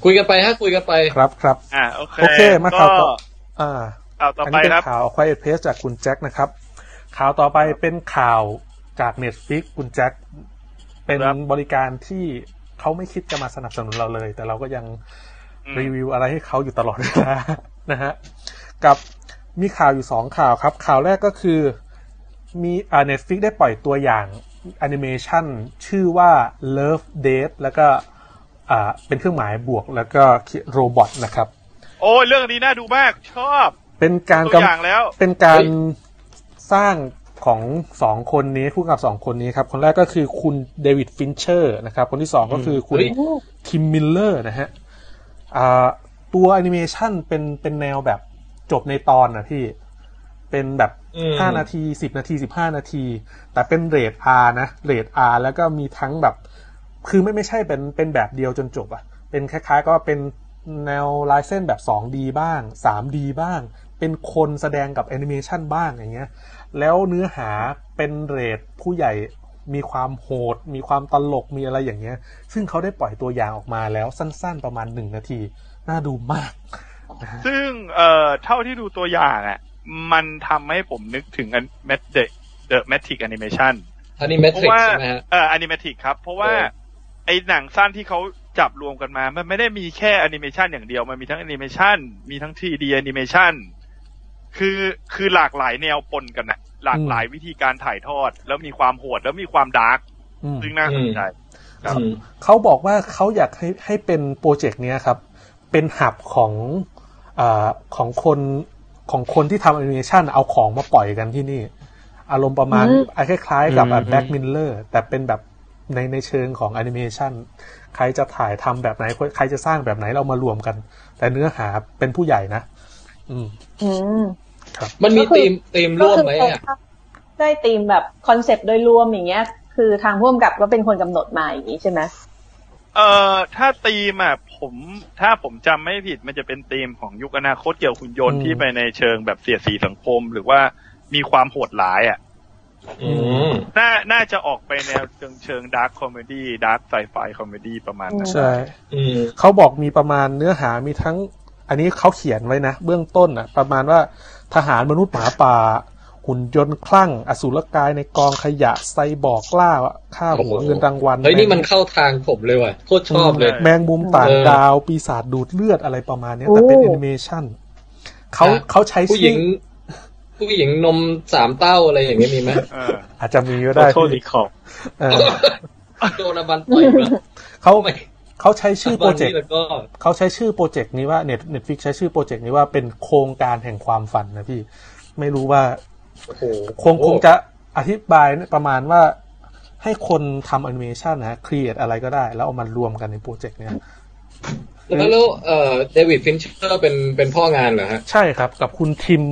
[SPEAKER 5] คุยกันไปฮะคุยกันไป
[SPEAKER 1] ครับครับ
[SPEAKER 2] อ่าโอเค
[SPEAKER 1] โอเคมา
[SPEAKER 2] ก็
[SPEAKER 1] ข่าวต่อ อ่า
[SPEAKER 2] ข่าวต่อ
[SPEAKER 1] อัน
[SPEAKER 2] ไป
[SPEAKER 1] นี้เป็
[SPEAKER 2] ครับ
[SPEAKER 1] นข่าว Quiet Place จากคุณแจ็คนะครับ ข่าวต่อไปเป็นข่าวจาก Netflix คุณแจ็ค เป็น
[SPEAKER 2] ครับ
[SPEAKER 1] บริการที่เขาไม่คิดจะมาสนับสนุนเราเลย แต่เราก็ยัง
[SPEAKER 2] อืม
[SPEAKER 1] รีวิวอะไรให้เขาอยู่ตลอดเวลา นะฮะ กับมีข่าวอยู่สองข่าวครับ ข่าวแรกก็คือมีอ่า Netflix ได้ปล่อยตัวอย่างแอนิเมชันชื่อว่า Love Date แล้วก็อ่าเป็นเครื่องหมายบวกแล้วก็โรบอทนะครับ
[SPEAKER 2] โอ้ยเรื่องนี้น่าดูมากชอบ
[SPEAKER 1] เป็นการ
[SPEAKER 2] ตัว
[SPEAKER 1] กำ
[SPEAKER 2] อย่างแล้ว
[SPEAKER 1] เป็นกา
[SPEAKER 7] เฮ้
[SPEAKER 1] ร
[SPEAKER 7] ย
[SPEAKER 1] สร้างของสองคนนี้ผู้กำกับสองคนนี้ครับ คนแรกก็คือคุณเดวิดฟินเชอร์นะครับ คนที่สองก็คือคุณ
[SPEAKER 7] เฮ้ย
[SPEAKER 1] ทิมมิลเลอร์นะฮะอ่าตัวแอนิเมชันเป็นเป็นแนวแบบจบในตอนนะพี่ เป็นแบบ
[SPEAKER 7] อืม
[SPEAKER 1] ห้านาทีสิบนาทีสิบห้านาที แต่เป็นเรท R นะเรท R แล้วก็มีทั้งแบบ คือไม่ไม่ใช่เป็นเป็นแบบเดียวจนจบอะเป็นคล้าย ๆ ก็เป็นแนวลายเส้นแบบ 2D บ้าง 3D บ้าง เป็นคนแสดงกับแอนิเมชันบ้างอย่างเงี้ย แล้วเนื้อหาเป็นเรทผู้ใหญ่มีความโหด มีความตลกมีอะไรอย่างเงี้ย ซึ่งเขาได้ปล่อยตัวอย่างออกมาแล้วสั้นๆประมาณ 1 นาที น่าดูมาก
[SPEAKER 2] ซึ่งเอ่อเท่าที่ดูตัวอย่างอ่ะ มันทำให้ผมนึกถึงอันแมทเดเดอะแมทริกแอนิเมชัน
[SPEAKER 7] อันนี้แม
[SPEAKER 2] เพ
[SPEAKER 7] ท
[SPEAKER 2] ราะ
[SPEAKER 7] ริก
[SPEAKER 2] ว่า
[SPEAKER 7] ใช่ไหมฮะ
[SPEAKER 2] เอ่อแอนิเมติกครับ เพราะว่า
[SPEAKER 7] เออ
[SPEAKER 2] ไอหนังสั้นที่เขาจับรวมกันมา มันไม่ได้มีแค่แอนิเมชันอย่างเดียว มันมีทั้งแอนิเมชันมีทั้ง 3D แอนิเมชันคือคือหลากหลายแนวปนกันนะหลากหลายวิธีการถ่ายทอด แล้วมีความโหดแล้วมีความดาร์ก
[SPEAKER 1] อืม
[SPEAKER 2] ซึ่งน่าสนใจ ครับ
[SPEAKER 7] อืม
[SPEAKER 1] เขาบอกว่าเขาอยากให้ให้เป็นโปรเจกต์เนี้ยครับ เป็นหับของอาของคนของคนที่ทำแอนิเมชันเอาของมาปล่อยกันที่นี่ อารมณ์ประมาณ
[SPEAKER 4] อืม
[SPEAKER 1] คล้ายๆ กับ
[SPEAKER 3] อืม
[SPEAKER 1] แบ็กมิลเลอร์แต่เป็นแบบในในเชิงของแอนิเมชันใครจะถ่ายทำแบบไหน ใครจะสร้างแบบไหนเรามารวมกัน แต่เนื้อหาเป็นผู้ใหญ่นะ อืม
[SPEAKER 4] อืม
[SPEAKER 7] มันมี
[SPEAKER 4] ก็คือ
[SPEAKER 7] ธีมธีมร่วมไหม
[SPEAKER 4] ก็
[SPEAKER 7] อ่ะ
[SPEAKER 4] คือได้ธีมแบบคอนเซปต์โดยรวมอย่างเงี้ย คือทางพ่วงกับก็เป็นคนกำหนดมาอย่างนี้ใช่ไหม
[SPEAKER 2] เอ่อถ้าธีมอ่ะผมถ้าผมจำไม่ผิดมันจะเป็นธีมของยุคอนาคตเกี่ยวกับหุ่นยนต์
[SPEAKER 1] อืม
[SPEAKER 2] ที่ไปในเชิงแบบเสียดสีสังคม หรือว่ามีความโหดร้ายอ่ะ
[SPEAKER 7] อืม
[SPEAKER 2] น่าน่าจะออกไปแนวเชิงเชิงดาร์คคอมเมดี้ดาร์คไซไฟคอมเมดี้ประมาณนั้น
[SPEAKER 1] ใช่
[SPEAKER 7] อืม
[SPEAKER 1] เขาบอกมีประมาณเนื้อหามีทั้ง อันนี้เขาเขียนไว้นะ เบื้องต้นนะประมาณว่าทหารมนุษย์หมาป่า หุ่นยนต์คลั่ง อสูรกายในกองขยะไซบอร์กล่าฆ่าหัว
[SPEAKER 7] โอ้โห
[SPEAKER 1] เงินรางวัล
[SPEAKER 7] เฮ้ยนี่มันเข้าทางผมเลยว่ะโคตรชอบเลย
[SPEAKER 1] แมงมุมต่างดาว ปีศาจดูดเลือดอะไรประมาณเนี้ยแต่เป็นแอนิเมชันเขา
[SPEAKER 7] อ่ะ
[SPEAKER 1] เขาใช้
[SPEAKER 7] ผู้หญิ
[SPEAKER 1] ชื่อง
[SPEAKER 7] ผู้หญิงนมสามเต้าอะไรอย่างเงี้ยมีไหม
[SPEAKER 2] เออ
[SPEAKER 1] อาจจะมีก็ได้
[SPEAKER 3] โทษดีขอบ
[SPEAKER 1] เอ อ
[SPEAKER 7] โดนอบันต่อยมา
[SPEAKER 1] เขา
[SPEAKER 7] ไม่
[SPEAKER 1] เขาใช้ชื่อโปรเจก
[SPEAKER 7] บันนี่
[SPEAKER 1] ต์
[SPEAKER 7] แล้วก็
[SPEAKER 1] เขาใช้ชื่อโปรเจกต์นี้ว่าเน็ตเน็ตฟิกใช้ชื่อโปรเจกต์นี้ว่าเป็นโครงการแห่งความฝันนะพี่ไม่รู้ว่า
[SPEAKER 7] โอ้โห
[SPEAKER 1] คงคงจะอธิบายประมาณว่าให้คนทำแอนิเมชันนะ ครีเอทอะไรก็ได้ แล้วเอามารวมกันในโปรเจกต์เนี้ย
[SPEAKER 7] แล้วแล้วเอ่อเดวิดฟินเชอร์เป็นเป็นพ่องานเหรอฮะ
[SPEAKER 1] ใช่ครับ กับคุณทิม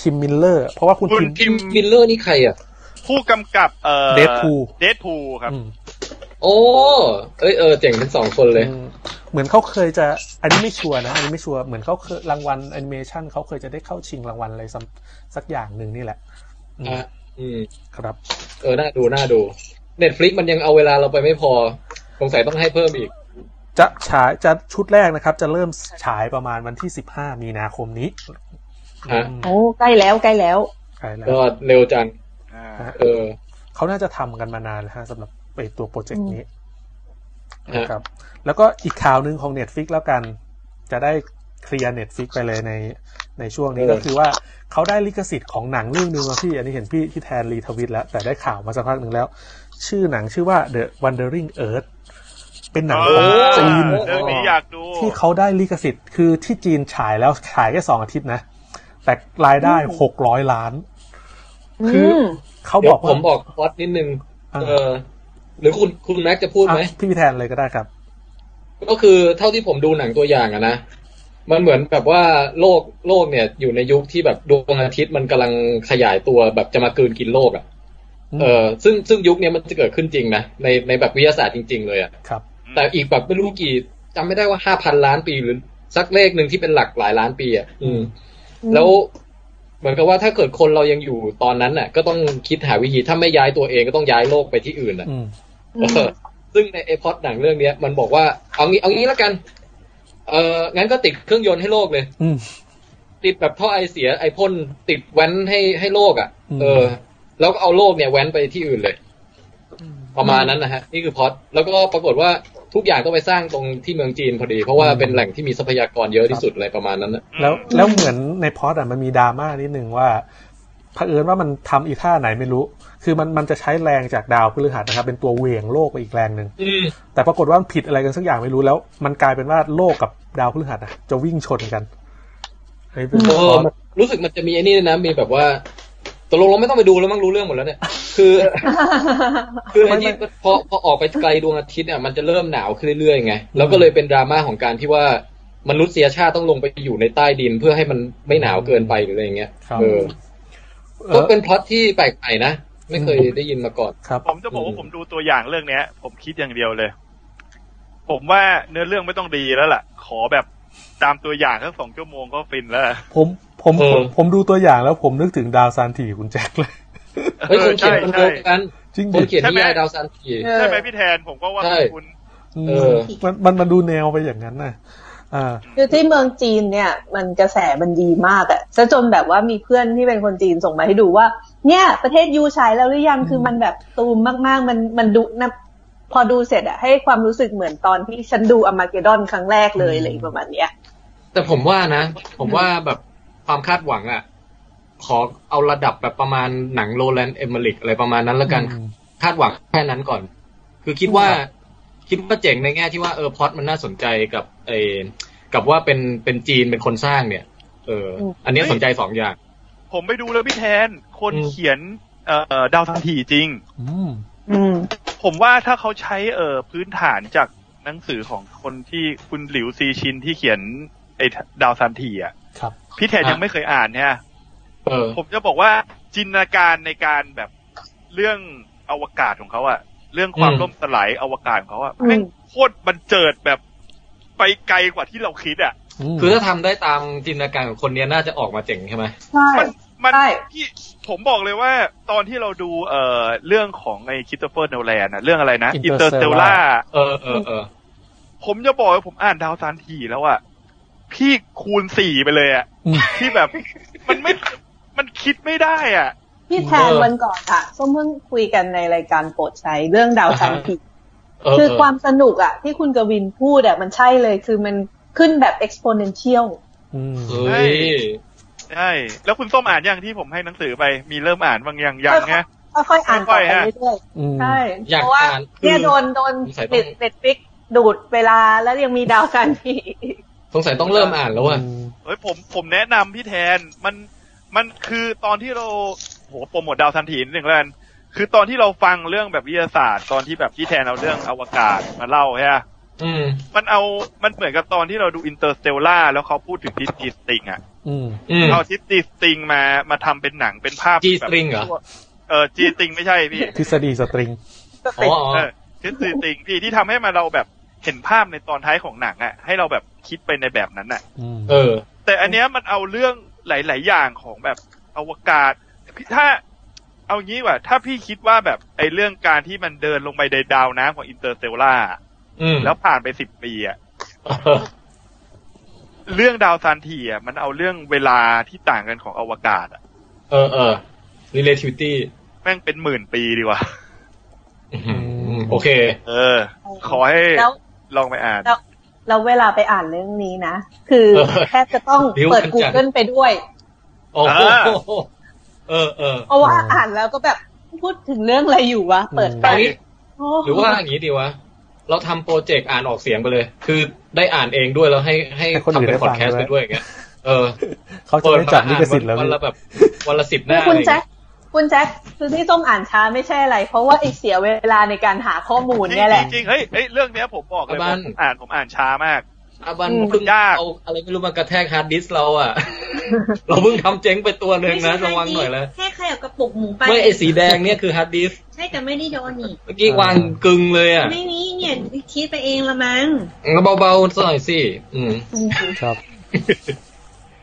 [SPEAKER 1] ทิมมิลเลอร์ เพราะว่าคุณ
[SPEAKER 2] คุณ
[SPEAKER 1] ทิม
[SPEAKER 2] ทิม
[SPEAKER 7] มิลเลอร์นี่ใครอ่ะ
[SPEAKER 2] ผู้กำกับเอ่อ
[SPEAKER 1] Deadpool
[SPEAKER 2] เดดพูครับ
[SPEAKER 1] อืม
[SPEAKER 7] โอ้เอ้ยเออเจ๋งทั้งสองคนเลย
[SPEAKER 1] อืมเหมือนเขาเคยจะอันนี้ไม่ชัวร์นะ อันนี้ไม่ชัวร์เหมือนเขาเคยรางวัลแอนิเมชันเขาเคยจะได้เข้าชิงรางวัลอะไรสักสักอย่างหนึ่งนี่แหละอืม
[SPEAKER 7] อ่ะ อืม
[SPEAKER 1] ครับ
[SPEAKER 7] เออ น่าดู น่าดู Netflix มันยังเอาเวลาเราไปไม่พอ สงสัยต้องให้เพิ่มอีก
[SPEAKER 1] จะฉายจะชุดแรกนะครับ จะเริ่มฉายประมาณวันที่ 15 มีนาคมนี้
[SPEAKER 7] ฮะ
[SPEAKER 1] อืม
[SPEAKER 4] โอ้ใกล้แล้วใกล้แล้ว
[SPEAKER 1] ใช่แล้ว
[SPEAKER 7] ก็เร็วจัง
[SPEAKER 2] อ่า
[SPEAKER 7] เออ
[SPEAKER 1] เขาน่าจะทำกันมานานแล้วฮะสำหรับไอ้ตัวโปรเจกต์นี้
[SPEAKER 7] อืม
[SPEAKER 1] นะครับ แล้วก็อีกข่าวหนึ่งของ Netflix แล้วกัน จะได้เคลียร์ Netflix ไปเลยในในช่วงนี้ก็คือว่าเขาได้ลิขสิทธิ์ของหนังเรื่องหนึ่งแล้วพี่ อันนี้เห็นพี่ที่แทนรีทวิตแล้ว แต่ได้ข่าวมาสักพักหนึ่งแล้ว ชื่อหนังชื่อว่า The Wandering Earth เป็นหนัง
[SPEAKER 2] เอ
[SPEAKER 1] ของ
[SPEAKER 2] อ
[SPEAKER 1] จีน
[SPEAKER 2] เรื่องนี้อยากดู
[SPEAKER 1] ที่เขาได้ลิขสิทธิ์คือที่จีนฉายแล้วฉายแค่สองอาทิตย์นะ แต่รายได้หกร้อยล้าน คืออ
[SPEAKER 4] ม
[SPEAKER 1] เขา
[SPEAKER 7] เดี๋
[SPEAKER 1] บ
[SPEAKER 7] ย
[SPEAKER 1] อ
[SPEAKER 7] ว
[SPEAKER 1] ก
[SPEAKER 7] ผ
[SPEAKER 1] ว่า
[SPEAKER 7] มบอกพอดนิดนึง
[SPEAKER 1] อ่า
[SPEAKER 7] เออ หรือคุณคุณแม็กจะพูดไหม
[SPEAKER 1] อ่ะพี่แทนเลยก็ได้ครับ
[SPEAKER 7] ก็คือเท่าที่ผมดูหนังตัวอย่างอะนะ มันเหมือนแบบว่าโลกโลกเนี่ย อยู่ในยุคที่แบบดวงอาทิตย์มันกำลังขยายตัวแบบจะมากลืนกินโลกอะ
[SPEAKER 1] อืม
[SPEAKER 7] เออ ซึ่งซึ่งยุคเนี้ยมันจะเกิดขึ้นจริงนะ ในในแบบวิทยาศาสตร์จริง ๆ เลยอะ
[SPEAKER 1] ครับ
[SPEAKER 7] แต่อีกแบบไม่รู้กี่จำไม่ได้ว่าห้าพันล้านปีหรือสักเลขหนึ่งที่เป็นหลักหลายล้านปีอ่ะอืม
[SPEAKER 4] อืม
[SPEAKER 7] แล้วเหมือนกับว่าถ้าเกิดคนเรายังอยู่ตอนนั้นน่ะ ก็ต้องคิดหาวิธีถ้าไม่ย้ายตัวเองก็ต้องย้ายโลกไปที่อื่นอ่ะ
[SPEAKER 1] อืม
[SPEAKER 7] เออซึ่งในไอพอดหนังเรื่องเนี้ยมันบอกว่าเอางี้เอางี้แล้วกัน เอองั้นก็ติดเครื่องยนต์ให้โลกเลย
[SPEAKER 1] อืม
[SPEAKER 7] ติดแบบท่อไอเสียไอพ่นติดแว้นให้ให้โลกอ่ะ
[SPEAKER 1] อืม
[SPEAKER 7] เออ แล้วก็เอาโลกเนี่ยแว้นไปที่อื่นเลย ประมาณนั้นนะฮะนี่คือพล็อตแล้วก็ปรากฏว่าทุกอย่างต้องไปสร้างตรงที่เมืองจีนพอดี เพราะว่าเป็นแหล่งที่มีทรัพยากรเยอะที่สุดอะไรประมาณนั้นนะ
[SPEAKER 1] แล้วแล้วเหมือนในพอดอ่ะมันมีดราม่านิดนึงว่าเผอิญว่ามันทำอีท่าไหนไม่รู้ คือมันมันจะใช้แรงจากดาวพฤหัสนะครับ เป็นตัวเหวี่ยงโลกไปอีกแรงหนึ่ง
[SPEAKER 7] อืม
[SPEAKER 1] แต่ปรากฏว่ามันผิดอะไรกันสักอย่างไม่รู้แล้ว มันกลายเป็นว่าโลกกับดาวพฤหัสอะจะวิ่งชนกันอันนี้เป็น
[SPEAKER 7] เอ
[SPEAKER 1] ข้
[SPEAKER 7] อ
[SPEAKER 1] อ
[SPEAKER 7] รู้สึกมันจะมีไอ้นี่ด้วยนะมีแบบว่าตกลงเราไม่ต้องไปดูแล้วมั้งรู้เรื่องหมดแล้วเนี่ย คือ คือไอ้ที่พอพอออกไปไกลดวงอาทิตย์เนี่ยมันจะเริ่มหนาวขึ้นเรื่อยๆไงแล้วก็เลยเป็นดราม่าของการที่ว่ามนุษยชาติต้องลงไปอยู่ในใต้ดินเพื่อให้มันไม่หนาวเกินไปหรืออะไรอย่างเงี้ย
[SPEAKER 1] ครับ
[SPEAKER 7] เออ
[SPEAKER 1] เอ
[SPEAKER 7] ก็
[SPEAKER 1] อ
[SPEAKER 7] เป็นพล็อตที่แปลกใหม่นะไม่เคยได้ยินมาก่อน
[SPEAKER 1] ครับ
[SPEAKER 2] ผมจะบอกว่าผมดูตัวอย่างเรื่องเนี้ย ผมคิดอย่างเดียวเลย ผมว่าเนื้อเรื่องไม่ต้องดีแล้วล่ะ ขอแบบตามตัวอย่างทั้งสองชั่วโมงก็ฟินแล้ว
[SPEAKER 1] ผมผม
[SPEAKER 7] เอ
[SPEAKER 1] ผ
[SPEAKER 7] อ
[SPEAKER 1] มผมดูตัวอย่างแล้วผมนึกถึงดาวซานทีคุณแจ็คเลย
[SPEAKER 7] เฮ้ยคนเขียน
[SPEAKER 2] ใช่
[SPEAKER 7] คนเดี
[SPEAKER 2] ใช่
[SPEAKER 7] ยวกัน
[SPEAKER 1] จริง
[SPEAKER 7] ค
[SPEAKER 1] ดิ
[SPEAKER 7] นเขียนนิยายดาวซันที
[SPEAKER 2] ใช่ไหมพี่แทนผมก็ว่า
[SPEAKER 7] ใช่
[SPEAKER 2] คุณ
[SPEAKER 1] เออมันมันมันดูแนวไปอย่างนั้นน่ะ อ่า
[SPEAKER 4] คือที่เมืองจีนเนี่ย มันกระแสมันดีมากอะซะจนแบบว่ามีเพื่อนที่เป็นคนจีนส่งมาให้ดูว่า เนี่ย ประเทศยูใช้แล้วหรือยังคือมันแบบตูมมากๆ มันมันดูนะพอดูเสร็จอะให้ความรู้สึกเหมือนตอนที่ฉันดูอมาเกดอนครั้งแรกเลย
[SPEAKER 1] อืม
[SPEAKER 4] อะไรประมาณเนี้ย
[SPEAKER 7] แต่ผมว่านะ ผมว่าแบบความคาดหวังอะขอเอาระดับแบบประมาณหนังโรแลนด์เอเมริกอะไรประมาณนั้นแล้วกัน
[SPEAKER 1] อืม
[SPEAKER 7] คาดหวังแค่นั้นก่อน คือคิดว่า คิดว่าเจ๋งในแง่ที่ว่าเออพล็อตมันน่าสนใจกับเออกับว่าเป็นเป็นจีนเป็นคนสร้างเนี่ย เออ
[SPEAKER 4] อืม
[SPEAKER 7] อันเนี้ยสนใจสองอย่าง
[SPEAKER 2] ผมไปดูแล้วพี่แทน คน
[SPEAKER 7] อืม
[SPEAKER 2] เขียนเอ่อดาวทันทีจริง
[SPEAKER 1] อืม
[SPEAKER 4] อืม
[SPEAKER 2] ผมว่าถ้าเขาใช้เอ่อพื้นฐานจากหนังสือของคนที่คุณหลิวซีชินที่เขียนไอ้ดาวซันทีอ่ะ
[SPEAKER 1] ครับ
[SPEAKER 2] พี่แทน
[SPEAKER 7] อ่ะ
[SPEAKER 2] ยังไม่เคยอ่านเนี่ย
[SPEAKER 7] เออ
[SPEAKER 2] ผมจะบอกว่าจินตนาการในการแบบเรื่องอวกาศของเขาอะเรื่องความ
[SPEAKER 7] อืม
[SPEAKER 2] ล่มสลายอวกาศของเขาอะ
[SPEAKER 4] อืม
[SPEAKER 2] แม่งโคตรบันเจิดแบบไปไกลกว่าที่เราคิดอะ
[SPEAKER 1] ม
[SPEAKER 7] คือถ้าทำได้ตามจินตนาการของคนเนี้ยน่าจะออกมาเจ๋งใช่ไหม
[SPEAKER 4] ใช่
[SPEAKER 2] มันมัน
[SPEAKER 4] ใช่
[SPEAKER 2] ที่ผมบอกเลยว่าตอนที่เราดูเอ่อเรื่องของไอ้คิตเฟอร์โนแลนอะเรื่องอะไรนะ อินเตอร์
[SPEAKER 1] Interstellar
[SPEAKER 2] เตลล่า
[SPEAKER 7] เออเออเออ
[SPEAKER 2] ผมจะบอกว่าผมอ่านดาวซานทีแล้วอะพี่คูณสี่ไปเลยอะ
[SPEAKER 1] อืม
[SPEAKER 2] ที่แบบ มันไม่มันคิดไม่ได้อะ
[SPEAKER 4] พี่แทนวันก่อนอะส้มเพิ่งคุยกันในรายการโปรดใช้เรื่องดาวซันที
[SPEAKER 7] เออ
[SPEAKER 4] คือ
[SPEAKER 7] เออ
[SPEAKER 4] ความสนุกอะที่คุณกวินพูดอะมันใช่เลยคือมันขึ้นแบบ exponential
[SPEAKER 1] อืม
[SPEAKER 7] เฮ้ย
[SPEAKER 2] ใช่แล้วคุณส้มอ่านยังที่ผมให้หนังสือไปมีเริ่มอ่านบางอย่างยังไง
[SPEAKER 4] ค่อยๆอ่านต่อไปเรื่อย
[SPEAKER 1] อืม
[SPEAKER 4] ๆใช่
[SPEAKER 7] อยาก
[SPEAKER 4] เพราะว่า
[SPEAKER 7] อ่านคือ
[SPEAKER 4] เนี่ยโดนโดน
[SPEAKER 7] สงสัยต้
[SPEAKER 4] เน็
[SPEAKER 7] อง
[SPEAKER 4] ตเน็ตฟิกดูดเวลาแล้วยังมีดาวซันที
[SPEAKER 7] สงสัยต้องเริ่มอ่านแล้วอ่ะ
[SPEAKER 1] ม
[SPEAKER 2] เฮ้ยผมผมแนะนำพี่แทนมันมันคือตอนที่เราโหโปรโมทดาวทันทีนิดหนึ่งแล้วกันคือตอนที่เราฟังเรื่องแบบวิทยาศาสตร์ ตอนที่แบบพี่แทนเอาเรื่องอวกาศมาเล่าใช่ไหม
[SPEAKER 7] อืม
[SPEAKER 2] มันเอามันเหมือนกับตอนที่เราดูอินเตอร์สเตลล่าแล้วเขาพูดถึงทิศจีสติงอ่ะ
[SPEAKER 1] อืม
[SPEAKER 7] อืม
[SPEAKER 2] เอาทิศจีสติงมามาทำเป็นหนังเป็นภาพ
[SPEAKER 7] G string เหรอ
[SPEAKER 2] เออจีสติงไม่ใช่พี่
[SPEAKER 1] ทฤษฎีสตริง
[SPEAKER 4] ก็
[SPEAKER 7] อ๋
[SPEAKER 4] เป็น
[SPEAKER 7] ออ๋อ
[SPEAKER 2] เออทิศจีสติงพี่ที่ทำให้มาเราแบบเห็นภาพในตอนท้ายของหนังอ่ะให้เราแบบคิดไปในแบบนั้นอ่ะ
[SPEAKER 1] อืม
[SPEAKER 7] เออ
[SPEAKER 2] แต่อันเนี้ยมันเอาเรื่องหลาย ๆ อย่างของแบบอวกาศพี่ถ้าเอางี้ดีกว่า ถ้าพี่คิดว่าแบบไอ้เรื่องการที่มันเดินลงไปในดาวน้ำของอินเตอร์สเตลล่า
[SPEAKER 7] อืม
[SPEAKER 2] แล้วผ่านไปสิบปีอะเรื่องดาวซานทีอะมันเอาเรื่องเวลาที่ต่างกันของอวกาศอะ
[SPEAKER 7] เออเออ relativity
[SPEAKER 2] แม่งเป็นหมื่นปีดีกว่า
[SPEAKER 1] ม
[SPEAKER 7] โอเค
[SPEAKER 2] เออ ขอให้
[SPEAKER 4] แล้ว
[SPEAKER 2] ลองไปอ่าน
[SPEAKER 4] เราเวลาไปอ่านเรื่องนี้นะ คือ
[SPEAKER 7] เออ
[SPEAKER 4] แทบจะต้อง
[SPEAKER 7] บิ้ว
[SPEAKER 4] เปิด
[SPEAKER 7] กันจัง
[SPEAKER 4] Google ไปด้วย
[SPEAKER 7] โอ้โห
[SPEAKER 2] อ่า
[SPEAKER 7] เออเออ
[SPEAKER 4] เพราะว่า
[SPEAKER 1] อืม
[SPEAKER 4] อ่านแล้วก็แบบพูดถึงเรื่องอะไรอยู่วะ เปิดไป
[SPEAKER 7] เอางี้
[SPEAKER 4] โอ้
[SPEAKER 7] หรือว่าอย่างนี้ดีวะ เราทำโปรเจกต์อ่านออกเสียงไปเลย คือได้อ่านเองด้วยแล้วให้ให้
[SPEAKER 1] ให้คนอื่น
[SPEAKER 7] ทำเป็น
[SPEAKER 1] ได้
[SPEAKER 7] พ
[SPEAKER 1] ฟั
[SPEAKER 7] อง ดแคสต์
[SPEAKER 1] ด้
[SPEAKER 7] ไป
[SPEAKER 1] วย
[SPEAKER 7] ด้วยอย่างเงี้ย เออ
[SPEAKER 1] เขาจะไม่จับลิขสิทธิ์แล้ว
[SPEAKER 7] วัน
[SPEAKER 1] พี่
[SPEAKER 7] ละแบบ วันละสิบห
[SPEAKER 4] นี่
[SPEAKER 7] น้า
[SPEAKER 4] คุณ
[SPEAKER 7] อะไร
[SPEAKER 4] แจ็ค
[SPEAKER 7] เงี้ย
[SPEAKER 4] คุณแจ็คคือที่ส้มอ่านช้าไม่ใช่อะไร เพราะว่าไอเสียเวลาในการหาข้อมูลเนี่ยแหละ
[SPEAKER 2] จริงๆเฮ้ยเฮ้ยเรื่องเนี้ยผมบอกเลยผมอ่านผมอ่านช้ามาก
[SPEAKER 7] อาบัน
[SPEAKER 4] อืม
[SPEAKER 7] เพิ่ง
[SPEAKER 2] ยาก
[SPEAKER 7] เอาอะไรไม่รู้มากระแทกฮาร์ดดิสก์เรา อ่ะ เราเพิ่งทำเจ๊งไปตัวหนึ่งนะระวังหน่อยเลย
[SPEAKER 6] แค่ใครเอากระปุกหมูไป
[SPEAKER 7] ไม่ไอสีแดงเนี่ยคือฮาร์ดดิสก์
[SPEAKER 6] ใช่แต่ไม่ได้โดนนี่
[SPEAKER 7] เมื่อกี้วางกึงเลยอ่ะ
[SPEAKER 6] ไม่มีเนี่ยคิดไปเองละมั้ง
[SPEAKER 7] เบาๆสักหน่อยสิอืม
[SPEAKER 1] ครับ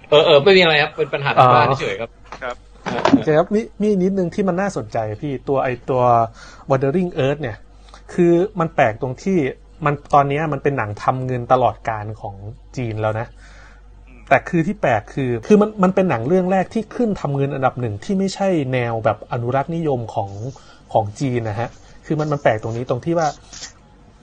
[SPEAKER 7] เออเออไม่มีอะไรครับ เป็นปัญหา
[SPEAKER 1] อ๋
[SPEAKER 7] ที่
[SPEAKER 1] อ
[SPEAKER 7] บ้านเฉยๆครับ
[SPEAKER 1] โอเคครับมีมีนิดนึงที่มันน่าสนใจพี่ตัวไอตัว Wandering Earth เนี่ย คือมันแปลกตรงที่มันตอนเนี้ยมันเป็นหนังทำเงินตลอดการของจีนแล้วนะ แต่คือที่แปลกคือคือมันมันเป็นหนังเรื่องแรกที่ขึ้นทำเงินอันดับหนึ่งที่ไม่ใช่แนวแบบอนุรักษ์นิยมของของจีนนะฮะ คือ คือมันมันแปลกตรงนี้ตรงที่ว่า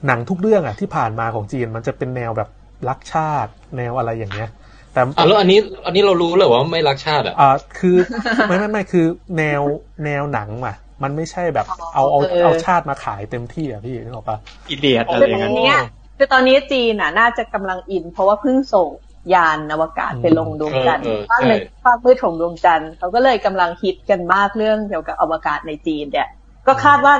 [SPEAKER 1] หนังทุกเรื่องอ่ะที่ผ่านมาของจีนมันจะเป็นแนวแบบรักชาติแนวอะไรอย่างเงี้ย แต่
[SPEAKER 7] อ่ะแล้วอันนี้อันนี้เรารู้เลยว่าไม่รักชาติอ่ะ
[SPEAKER 1] อ่าคือ ไม่ไม่ไม่คือแนวแนวหนังอ่ะ มันไม่ใช่แบบเอาเอา
[SPEAKER 4] เออ
[SPEAKER 1] เอาชาติมาขายเต็มที่อ่ะพี่นึกออกปะ
[SPEAKER 3] อิเดียดอะไรอ
[SPEAKER 4] คือต
[SPEAKER 3] ย่าง
[SPEAKER 4] อ
[SPEAKER 3] นั้น น
[SPEAKER 4] เนี้ยคือตอนนี้จีนน่ะน่าจะกำลังอิน เพราะว่าเพิ่งส่งยานอวกาศ
[SPEAKER 1] อืม
[SPEAKER 4] ไปลงดวงจันทร์
[SPEAKER 7] เออเออ
[SPEAKER 4] ภาคหนึ่ง
[SPEAKER 7] ใช่
[SPEAKER 4] ภาคมืดของดวงจันทร์เขาก็เลยกำลังฮิตกันมากเรื่องเกี่ยวกับอวกาศในจีนเนี่ยก็คาดว่า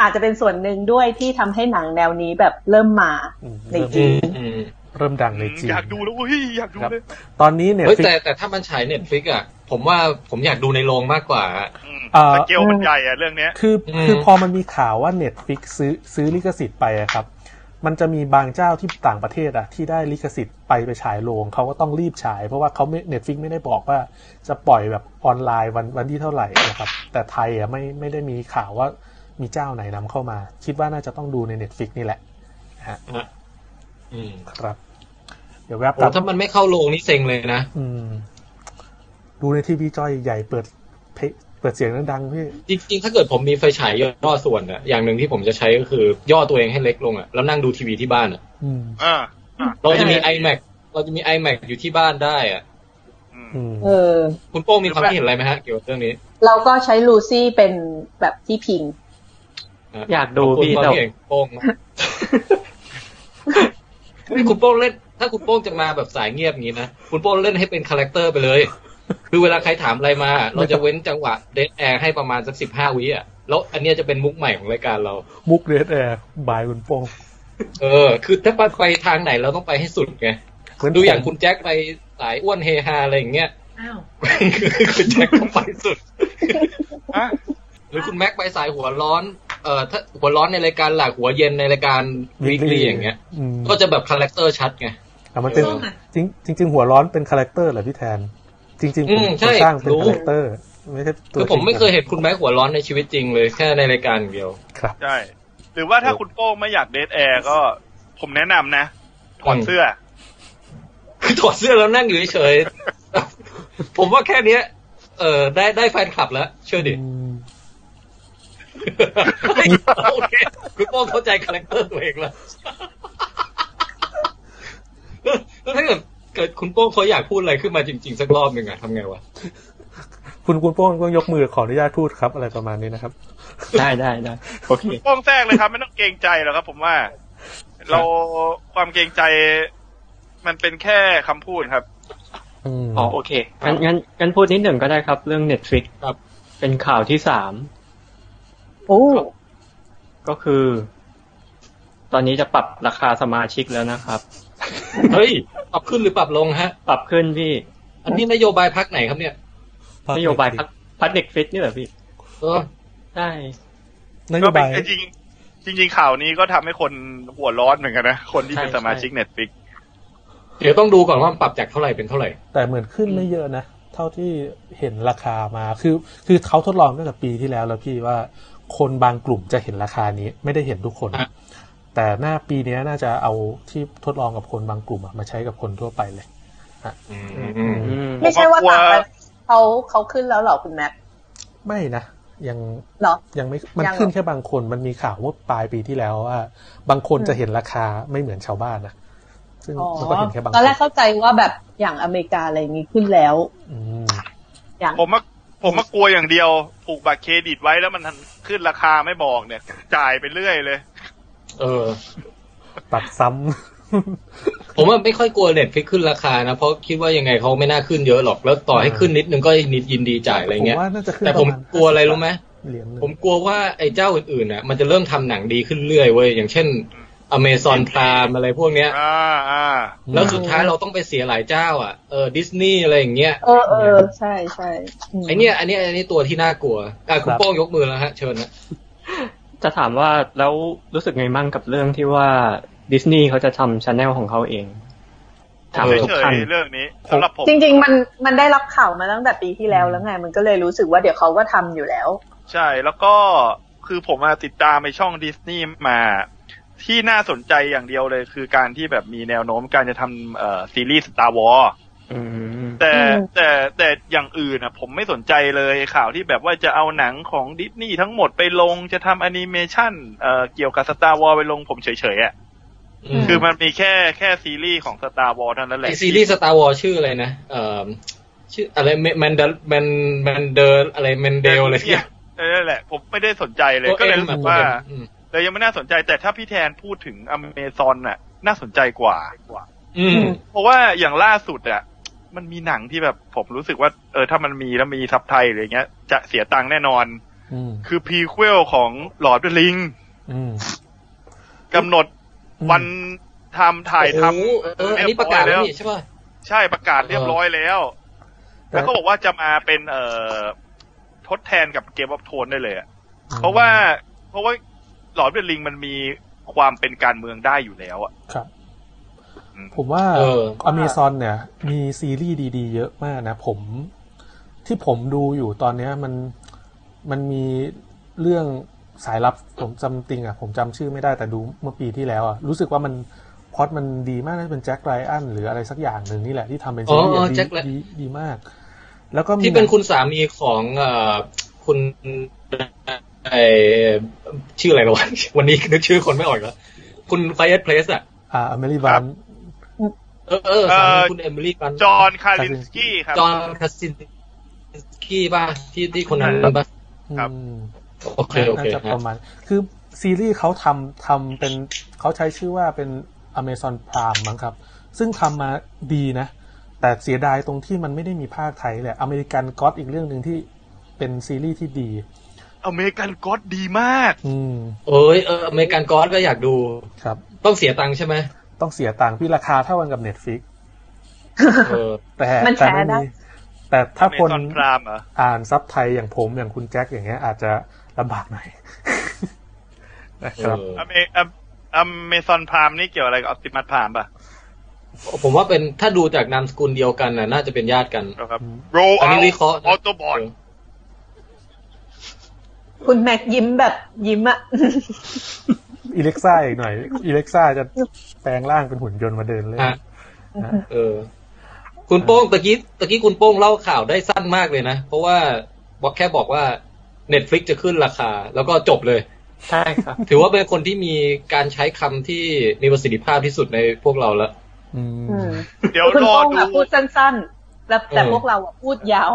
[SPEAKER 4] อาจจะเป็นส่วนหนึ่งด้วยที่ทำให้หนังแนวนี้แบบเริ่มมา
[SPEAKER 1] อืม
[SPEAKER 4] ใน
[SPEAKER 1] เริ่ม
[SPEAKER 4] จี
[SPEAKER 7] อื
[SPEAKER 4] น
[SPEAKER 7] มอืม
[SPEAKER 1] เริ่มดังในจีน
[SPEAKER 2] อยากดูแล้วเว้ยอยากดูเลย
[SPEAKER 1] ตอนนี้เนี่ย
[SPEAKER 7] เฮ้ยแต่แต่ถ้ามันฉายเน็ตฟลิกอ่ะ ผมว่าผมอยากดูในโรงมากกว่า
[SPEAKER 2] อืม
[SPEAKER 1] เอ่อ
[SPEAKER 2] สเกลมันใหญ่อะเรื่องเนี้ย
[SPEAKER 1] คือ
[SPEAKER 7] อืม
[SPEAKER 1] คือพอมันมีข่าวว่า Netflix ซื้อซื้อลิขสิทธิ์ไปอะครับ มันจะมีบางเจ้าที่ต่างประเทศอะที่ได้ลิขสิทธิ์ไปไปฉายโรงเขาก็ต้องรีบฉาย เพราะว่าเขาไม่ Netflix ไม่ได้บอกว่าจะปล่อยแบบออนไลน์วันวันที่เท่าไหร่นะครับ แต่ไทยอะไม่ไม่ได้มีข่าวว่ามีเจ้าไหนนำเข้ามา คิดว่าน่าจะต้องดูใน Netflix นี่แหละ
[SPEAKER 7] อืม
[SPEAKER 1] ครับ เดี๋ยวแวบ
[SPEAKER 7] โอ้
[SPEAKER 1] กลับ
[SPEAKER 7] ถ้ามันไม่เข้าโรงนี่เซ็งเลยนะ
[SPEAKER 1] อืม ดูในทีวีจอใหญ่ๆเปิดเพลงเปิดเสียงดังๆพี่
[SPEAKER 7] จริงๆ ถ้าเกิดผมมีไฟฉายย่อส่วนอะอย่างหนึ่งที่ผมจะใช้ก็คือย่อตัวเองให้เล็กลงอะแล้วนั่งดูทีวีที่บ้านอะ
[SPEAKER 1] อืม
[SPEAKER 2] อ่า
[SPEAKER 7] เราจะมี iMac เราจะมี iMac อยู่ที่บ้านได้อะ
[SPEAKER 2] อืม
[SPEAKER 1] อืม
[SPEAKER 4] เออ
[SPEAKER 7] คุณโป้งมีความคิดเห็นอะไรไหมฮะเกี่ยวกับเรื่องนี้
[SPEAKER 4] เราก็ใช้ลูซี่เป็นแบบที่พิง
[SPEAKER 7] ะ
[SPEAKER 3] อยากดู
[SPEAKER 7] ขบคุณ
[SPEAKER 3] พี่
[SPEAKER 7] ความ
[SPEAKER 3] แต่
[SPEAKER 7] คิดเห็นคุณโป้งมากนี่คุณโป้งเล่น ถ้าคุณโป้งจะมาแบบสายเงียบอย่างนี้นะคุณโป้งเล่นให้เป็นคาแรคเตอร์ไปเลย คือเวลาใครถามอะไรมา เราจะเว้นจังหวะเดทแอร์ให้ประมาณสักสิบห้าวิอะแล้วอันเนี้ยจะเป็นมุกใหม่ของรายการเรา
[SPEAKER 1] มุกเรดแอร์บายคุณโป้ง
[SPEAKER 7] เออ คือถ้าไปทางไหนเราต้องไปให้สุดไง ดูอย่างคุณแจ็คไปสายอ้วนเฮฮาอะไรอย่างเงี้ย
[SPEAKER 6] อ้าว
[SPEAKER 7] คือคุณแจ็คต้องไปสุด
[SPEAKER 2] อ่ะ
[SPEAKER 7] หรือคุณแม็กไปสายหัวร้อน เอ่อถ้าหัวร้อนในรายการหลักหัวเย็นในรายการวีคลีอย่างเงี้ย
[SPEAKER 1] ม
[SPEAKER 7] ก็จะแบบคาแรคเตอร์ชัดไง
[SPEAKER 1] แต่มันเป็น
[SPEAKER 6] ส้มอ่ะ
[SPEAKER 1] จริงจริง ๆ หัวร้อนเป็นคาแรคเตอร์เหรอพี่แทน จริงๆ
[SPEAKER 7] อื
[SPEAKER 1] ผม
[SPEAKER 7] มใช่
[SPEAKER 1] สร้างเป็น
[SPEAKER 7] รู้
[SPEAKER 1] คาแรคเตอร์ไม่ใช่ตัว
[SPEAKER 7] คือผมไม่เค
[SPEAKER 1] จ
[SPEAKER 7] ย
[SPEAKER 1] ริง
[SPEAKER 7] เห็นคุณแม็กหัวร้อนในชีวิตจริงเลยแค่ในรายการอย่างเดียว
[SPEAKER 1] ครับ
[SPEAKER 2] ใช่ หรือว่าถ้าคุณโป้งไม่อยากเดทแอร์ก็ผมแนะนำนะถอดเสื้อ
[SPEAKER 7] คือถอดเสื้อแล้วนั่งอยู่เฉยๆ ผมว่าแค่เนี้ย เออได้ได้แฟนคลับแล้ว เชื่อดิ โอเคคุณโป้งเข้าใจคาแรคเตอร์ตัวเองแล้วแล้วถ้าเกิดเกิดคุณโป้งเขาอยากพูดอะไรขึ้นมาจริง ๆ สักรอบหนึ่งอะทำไงวะ
[SPEAKER 1] คุณคุณโป้งก็ยกมือขออนุญาตพูดครับ อะไรประมาณนี้นะครับ
[SPEAKER 3] ได้ ได้ได้โอเค
[SPEAKER 2] โป้งแทรกเลยครับ ไม่ต้องเกรงใจหรอกครับ ผมว่า เราความเกรงใจ มันเป็นแค่คำพูดครับ
[SPEAKER 1] อืม
[SPEAKER 3] อ๋อโอเคงั้นงั้นงั้นพูดนิดหนึ่งก็ได้ครับ เรื่อง Netflix
[SPEAKER 7] ครับ
[SPEAKER 3] เป็นข่าวที่สาม
[SPEAKER 4] โอ้
[SPEAKER 3] ก็คือ ตอนนี้จะปรับราคาสมาชิกแล้วนะครับ
[SPEAKER 7] เฮ้ย ปรับขึ้นหรือปรับลงฮะ
[SPEAKER 3] ปรับขึ้นพี่
[SPEAKER 7] อันนี้นโยบายพักไหนครับเนี่ย
[SPEAKER 1] Public
[SPEAKER 3] นโยบายพักพักเด็กฟิตนี่เหรอพี่
[SPEAKER 7] เออ
[SPEAKER 3] ใช่
[SPEAKER 1] นโย
[SPEAKER 2] ก็เป็
[SPEAKER 1] บาน ย
[SPEAKER 2] จริงจริง ๆ ข่าวนี้ก็ทำให้คนหัวร้อนเหมือนกันนะ คนที่เป็น
[SPEAKER 3] ใช่
[SPEAKER 2] สมาชิกเน็ตฟิก
[SPEAKER 7] เดี๋ยวต้องดูก่อนว่ามันปรับจากเท่าไหร่เป็นเท่าไหร่
[SPEAKER 1] แต่เหมือนขึ้นไม่เยอะนะ เท่าที่เห็นราคามาคือ คือเขาทดลองตั้งแต่ปีที่แล้วแล้วพี่ว่าคนบางกลุ่มจะเห็นราคานี้ไม่ได้เห็นทุกคน
[SPEAKER 7] อ่ะ
[SPEAKER 1] แต่หน้าปีเนี้ยน่าจะเอาที่ทดลองกับคนบางกลุ่มอะมาใช้กับคนทั่วไปเลย
[SPEAKER 7] อืม
[SPEAKER 3] อืม
[SPEAKER 4] ไม่ใช่ว่าต่างประเทศเขาเขาขึ้นแล้วเหรอคุณแม็กซ์
[SPEAKER 1] ไม่นะยัง
[SPEAKER 4] เหรอ
[SPEAKER 1] ยังไม่ มัน
[SPEAKER 4] ยังเหรอ
[SPEAKER 1] ขึ้นแค่บางคน มันมีข่าวว่าปลายปีที่แล้วว่า บางคนจะเห็นราคาไม่เหมือนชาวบ้านนะ ซึ่ง
[SPEAKER 4] อ๋อ
[SPEAKER 1] มันก็เห็นแค่บาง
[SPEAKER 4] ต
[SPEAKER 1] ค
[SPEAKER 4] อน
[SPEAKER 1] น
[SPEAKER 4] แรกเข้าใจว่าแบบอย่างอเมริกาอะไรอย่างนี้ขึ้นแล้ว
[SPEAKER 1] อืม
[SPEAKER 4] อย่าง
[SPEAKER 2] ผมมาผมมากลัวอย่างเดียว ผูกบัตรเครดิตไว้แล้วมันขึ้นราคาไม่บอกเนี่ย จ่ายไปเรื่อยเลย
[SPEAKER 7] เออ
[SPEAKER 1] ตัดซ้ำ
[SPEAKER 7] ผมว่าไม่ค่อยกลัวเน็ตฟิกขึ้นราคานะ เพราะคิดว่ายังไงเขาไม่น่าขึ้นเยอะหรอก แล้วต่อให้ขึ้นนิดนึงก็นิดยินดีจ่ายอะไร
[SPEAKER 1] ผม
[SPEAKER 7] เงี้ย
[SPEAKER 1] ว่าน่าจะขึ้น
[SPEAKER 7] แต่ผม
[SPEAKER 1] ปาณ
[SPEAKER 7] กลัวอะไรรู้ไหม
[SPEAKER 1] เหรียญหนึ่ง
[SPEAKER 7] ผมกลัวว่าไอ้เจ้าอื่นๆน่ะมันจะเริ่มทำหนังดีขึ้นเรื่อยเว้ยอย่างเช่นอเมซอนพรามอะไรพวกเนี้ย
[SPEAKER 2] อ่าอ่า
[SPEAKER 7] แล้วสุดท้ายเราต้องไปเสียหลายเจ้า อ่ะเออดิสนีย์อะไรอย่างเงี้ย
[SPEAKER 4] เออเออใช่ใช่ม
[SPEAKER 7] ไอเนี้ยอันเนี้ยอันนี้ตัวที่น่ากลัวอ่ะคุณโป้งยกมือแล้วฮะเชิญนะ
[SPEAKER 3] จะถามว่าแล้วรู้สึกไงมั่งกับเรื่องที่ว่าดิสนีย์เขาจะทำชาแนลของเขาเอง ถามทุก
[SPEAKER 2] เฉย
[SPEAKER 3] ท่าน
[SPEAKER 2] ๆเรื่องนี้สำหรับผม
[SPEAKER 4] จริง ๆ มันมันได้รับข่าวมาตั้งแต่ปีที่แล้วแล้วไง มันก็เลยรู้สึกว่าเดี๋ยวเขาก็ทำอยู่แล้ว
[SPEAKER 2] ใช่แล้วก็คือผมมาติดตามไปช่องดิสนีย์มา ที่น่าสนใจอย่างเดียวเลย คือการที่แบบมีแนวโน้มการจะทำเอ่อซีรีส์ Star Wars
[SPEAKER 3] อืม
[SPEAKER 2] แต่
[SPEAKER 4] อืม
[SPEAKER 2] แต่แต่อย่างอื่นนะผมไม่สนใจเลยข่าวที่แบบว่าจะเอาหนังของดิสนีย์ทั้งหมดไปลงจะทำแอนิเมชันเอ่อเกี่ยวกับสตาร์วอลไปลงผมเฉยๆอ่ะ
[SPEAKER 7] อืม
[SPEAKER 2] คือมันมีแค่แค่ซีรีส์ของสตาร์วอลเท่านั้นแห
[SPEAKER 7] ไอ
[SPEAKER 2] ละ
[SPEAKER 7] ซีรีส์สตาร์วอลชื่ออะไรนะเอ่อชื่ออะไรแมนเดลแมนแมนเดอร์อะไรแมนเดลอะไร
[SPEAKER 2] เนี่
[SPEAKER 7] เนี่ย
[SPEAKER 2] ยเออนั่นแหละ ผมไม่ได้สนใจเลยก็เลยรู้สึกว่า
[SPEAKER 7] อืม
[SPEAKER 2] เลยยังไม่น่าสนใจแต่ถ้าพี่แทนพูดถึงอเมซอนน่ะ น่าสนใจกว่า
[SPEAKER 7] อืม
[SPEAKER 2] เพราะว่าอย่างล่าสุดอ่ะมันมีหนังที่แบบผมรู้สึกว่า เออถ้ามันมีแล้วมีซับไทยอะไรเงี้ย จะเสียตังค์แน่นอน
[SPEAKER 1] อืม
[SPEAKER 2] คือพีเควลของหลอดเดลิง
[SPEAKER 1] อืม
[SPEAKER 2] กำหนดวันทำถ่ายท
[SPEAKER 7] โอ้โหเอออันนี้ประกาศแล้วนี่ใช่ป่ะ
[SPEAKER 2] ำใช่ประกาศเรียบร้อยแล้ว
[SPEAKER 1] แต่
[SPEAKER 2] แล้วก็บอกว่าจะมาเป็นเอ่อทดแทนกับเกมออฟโทนได้เลยอะเพราะว่า เพราะว่าหลอดเดลิงมันมีความเป็นการเมืองได้อยู่แล้วอะ
[SPEAKER 1] ครับ ผมว่า
[SPEAKER 7] เออ
[SPEAKER 1] อเมซอนเนี่ย มีซีรีส์ดีๆ เยอะมากนะ ผม ที่ผมดูอยู่ตอนเนี้ยมันมันมีเรื่องสายลับผมจำติงอ่ะ ผมจำชื่อไม่ได้แต่ดูเมื่อปีที่แล้วอ่ะ รู้สึกว่ามันพล็อดมันดีมากน่าจะเป็นแจ็คไรอันหรืออะไรสักอย่างหนึ่งนี่แหละที่ทำเป็นซีรีส์
[SPEAKER 7] อ๋อ
[SPEAKER 1] อ่ะ
[SPEAKER 7] แจ็ค
[SPEAKER 1] ดี
[SPEAKER 7] ไร
[SPEAKER 1] ดีดีมาก แล้วก็มี
[SPEAKER 7] ที่เป็นคุณสามีของเอ่อคุณไอชื่ออะไรนะวะ วันนี้นึกชื่อคนไม่ออกอีกแล้ว คุณไฟเอสเพลสอ่ะ
[SPEAKER 1] อ่าอเมริบัน
[SPEAKER 7] เออเออสามีคุณเอมิลี่กัน
[SPEAKER 2] จอห์นคารินสกี้ครับ
[SPEAKER 7] จอห์นคาสินสกี้ป่ะที่ที่คนนั้นป่ะ
[SPEAKER 2] ครับ
[SPEAKER 1] อืม
[SPEAKER 7] โอเคโอเค
[SPEAKER 1] น่าจะ
[SPEAKER 7] ค
[SPEAKER 1] ป
[SPEAKER 7] รับ
[SPEAKER 1] ระมาณ คือซีรีส์เขาทำทำเป็นเขาใช้ชื่อว่าเป็น Amazon Prime มั้งครับ ซึ่งทำมาดีนะ แต่เสียดายตรงที่มันไม่ได้มีภาคไทยแหละอเมริกันก็อีกเรื่องหนึ่งที่เป็นซีรีส์ที่ดี
[SPEAKER 2] อเมริกันก็อดดีมาก
[SPEAKER 1] อืม
[SPEAKER 7] เอ้ยเอออเมริกันกอสก็อยากดู
[SPEAKER 1] ครับ
[SPEAKER 7] ต้องเสียตังค์ใช่ไหม
[SPEAKER 1] ต้องเสียตังค์พี่ราคาเท่ากันกับ Netflix
[SPEAKER 7] เออ
[SPEAKER 1] แต่
[SPEAKER 4] มันแช
[SPEAKER 1] แต่
[SPEAKER 4] ร์
[SPEAKER 1] ไม่
[SPEAKER 4] ได้
[SPEAKER 1] มีแต่ถ้า
[SPEAKER 2] อเม
[SPEAKER 1] คน
[SPEAKER 2] ซอนพรามเหรอ
[SPEAKER 1] อ่านซับไทยอย่างผมอย่างคุณแจ็คอย่างเงี้ยอาจจะลำบากหน่อย นะครับ
[SPEAKER 7] เออ
[SPEAKER 2] อเมออเมซอนพรามนี่เกี่ยวอะไรกับออ t ติมัสพรามป่ะ
[SPEAKER 7] ผมว่าเป็นถ้าดูจากนามสกุลเดียวกันน่ะน่าจะเป็นญาติกัน
[SPEAKER 2] ครับ
[SPEAKER 1] อืม
[SPEAKER 2] โร
[SPEAKER 7] อัน
[SPEAKER 2] เอา
[SPEAKER 7] นี้วิเคราะห์นะ
[SPEAKER 2] ออโตบอท
[SPEAKER 4] คุณแม็กยิ้มแบบยิ้มอะ
[SPEAKER 1] อิเล็กซ่าอีกหน่อยอิเล็กซ่าจะแปลงร่างเป็นหุ่นยนต์มาเดินเล่น
[SPEAKER 7] ฮะ
[SPEAKER 1] นะ
[SPEAKER 7] เออ คุณโป้งตะกี้ตะกี้คุณโป้งเล่าข่าวได้สั้นมากเลยนะ เพราะว่าบอกแค่บอกว่า Netflix จะขึ้นราคา แล้วก็จบเลย
[SPEAKER 3] ใช่ครับ
[SPEAKER 7] ถือว่าเป็นคนที่มีการใช้คำที่มีประสิทธิภาพที่สุดในพวกเราละ
[SPEAKER 1] อื
[SPEAKER 4] อื
[SPEAKER 1] ม
[SPEAKER 4] ม
[SPEAKER 2] เดี๋ยว
[SPEAKER 4] คุณ
[SPEAKER 2] รอ
[SPEAKER 4] โป้ง
[SPEAKER 2] ดู
[SPEAKER 4] อะพูดสั้นๆ แล้วแต่
[SPEAKER 7] เออ
[SPEAKER 4] พวกเราอะพูดยาว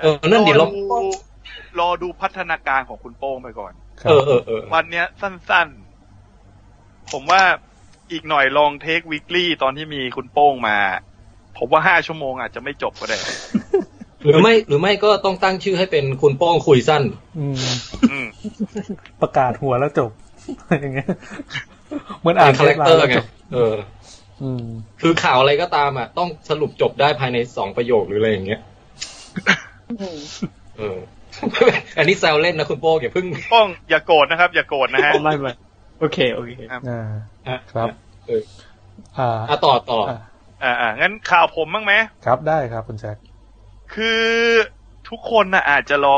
[SPEAKER 7] เออนั่นเดี๋ยวเรา
[SPEAKER 2] รอรอดูพัฒนาการของคุณโป้งไปก่อน
[SPEAKER 1] ครับ
[SPEAKER 7] เออเออเออ
[SPEAKER 2] วันเนี้ยสั้นๆ ผมว่าอีกหน่อยลองเทควิกลี่ตอนที่มีคุณโป้งมา ผมว่าห้าชั่วโมงอาจจะไม่จบก็ได้
[SPEAKER 7] หรือไม่หรือไม่ก็ต้องตั้งชื่อให้เป็นคุณโป้งคุยสั้น
[SPEAKER 1] ม
[SPEAKER 2] อืม
[SPEAKER 1] ประกาศหัวแล้วจบ อย่างเงี้ยเหมือนอ่าน
[SPEAKER 7] คาแรคเตอร์ไง
[SPEAKER 1] จบ
[SPEAKER 7] เออ
[SPEAKER 1] อืม
[SPEAKER 7] คือข่าวอะไรก็ตามอ่ะ ต้องสรุปจบได้ภายในสองประโยคหรืออะไรอย่างเงี้ย
[SPEAKER 4] อืม
[SPEAKER 7] เออ อันนี้แซวเล่นนะคุณโป้งอย่าเพิ่ง
[SPEAKER 2] โป้งอย่าโกรธนะครับ อย่าโกรธนะฮะ
[SPEAKER 3] ไม่ไม่โอเค โอเค
[SPEAKER 1] อ่า
[SPEAKER 7] ฮะ
[SPEAKER 1] ครับ
[SPEAKER 7] เออ
[SPEAKER 1] อ่า
[SPEAKER 7] อ่ะต่อต่อ
[SPEAKER 1] อ่า
[SPEAKER 2] อ่าๆงั้นข่าวผมบ้างไหม
[SPEAKER 1] ครับได้ครับคุณแจ็ค
[SPEAKER 2] คือทุกคนนะอาจจะรอ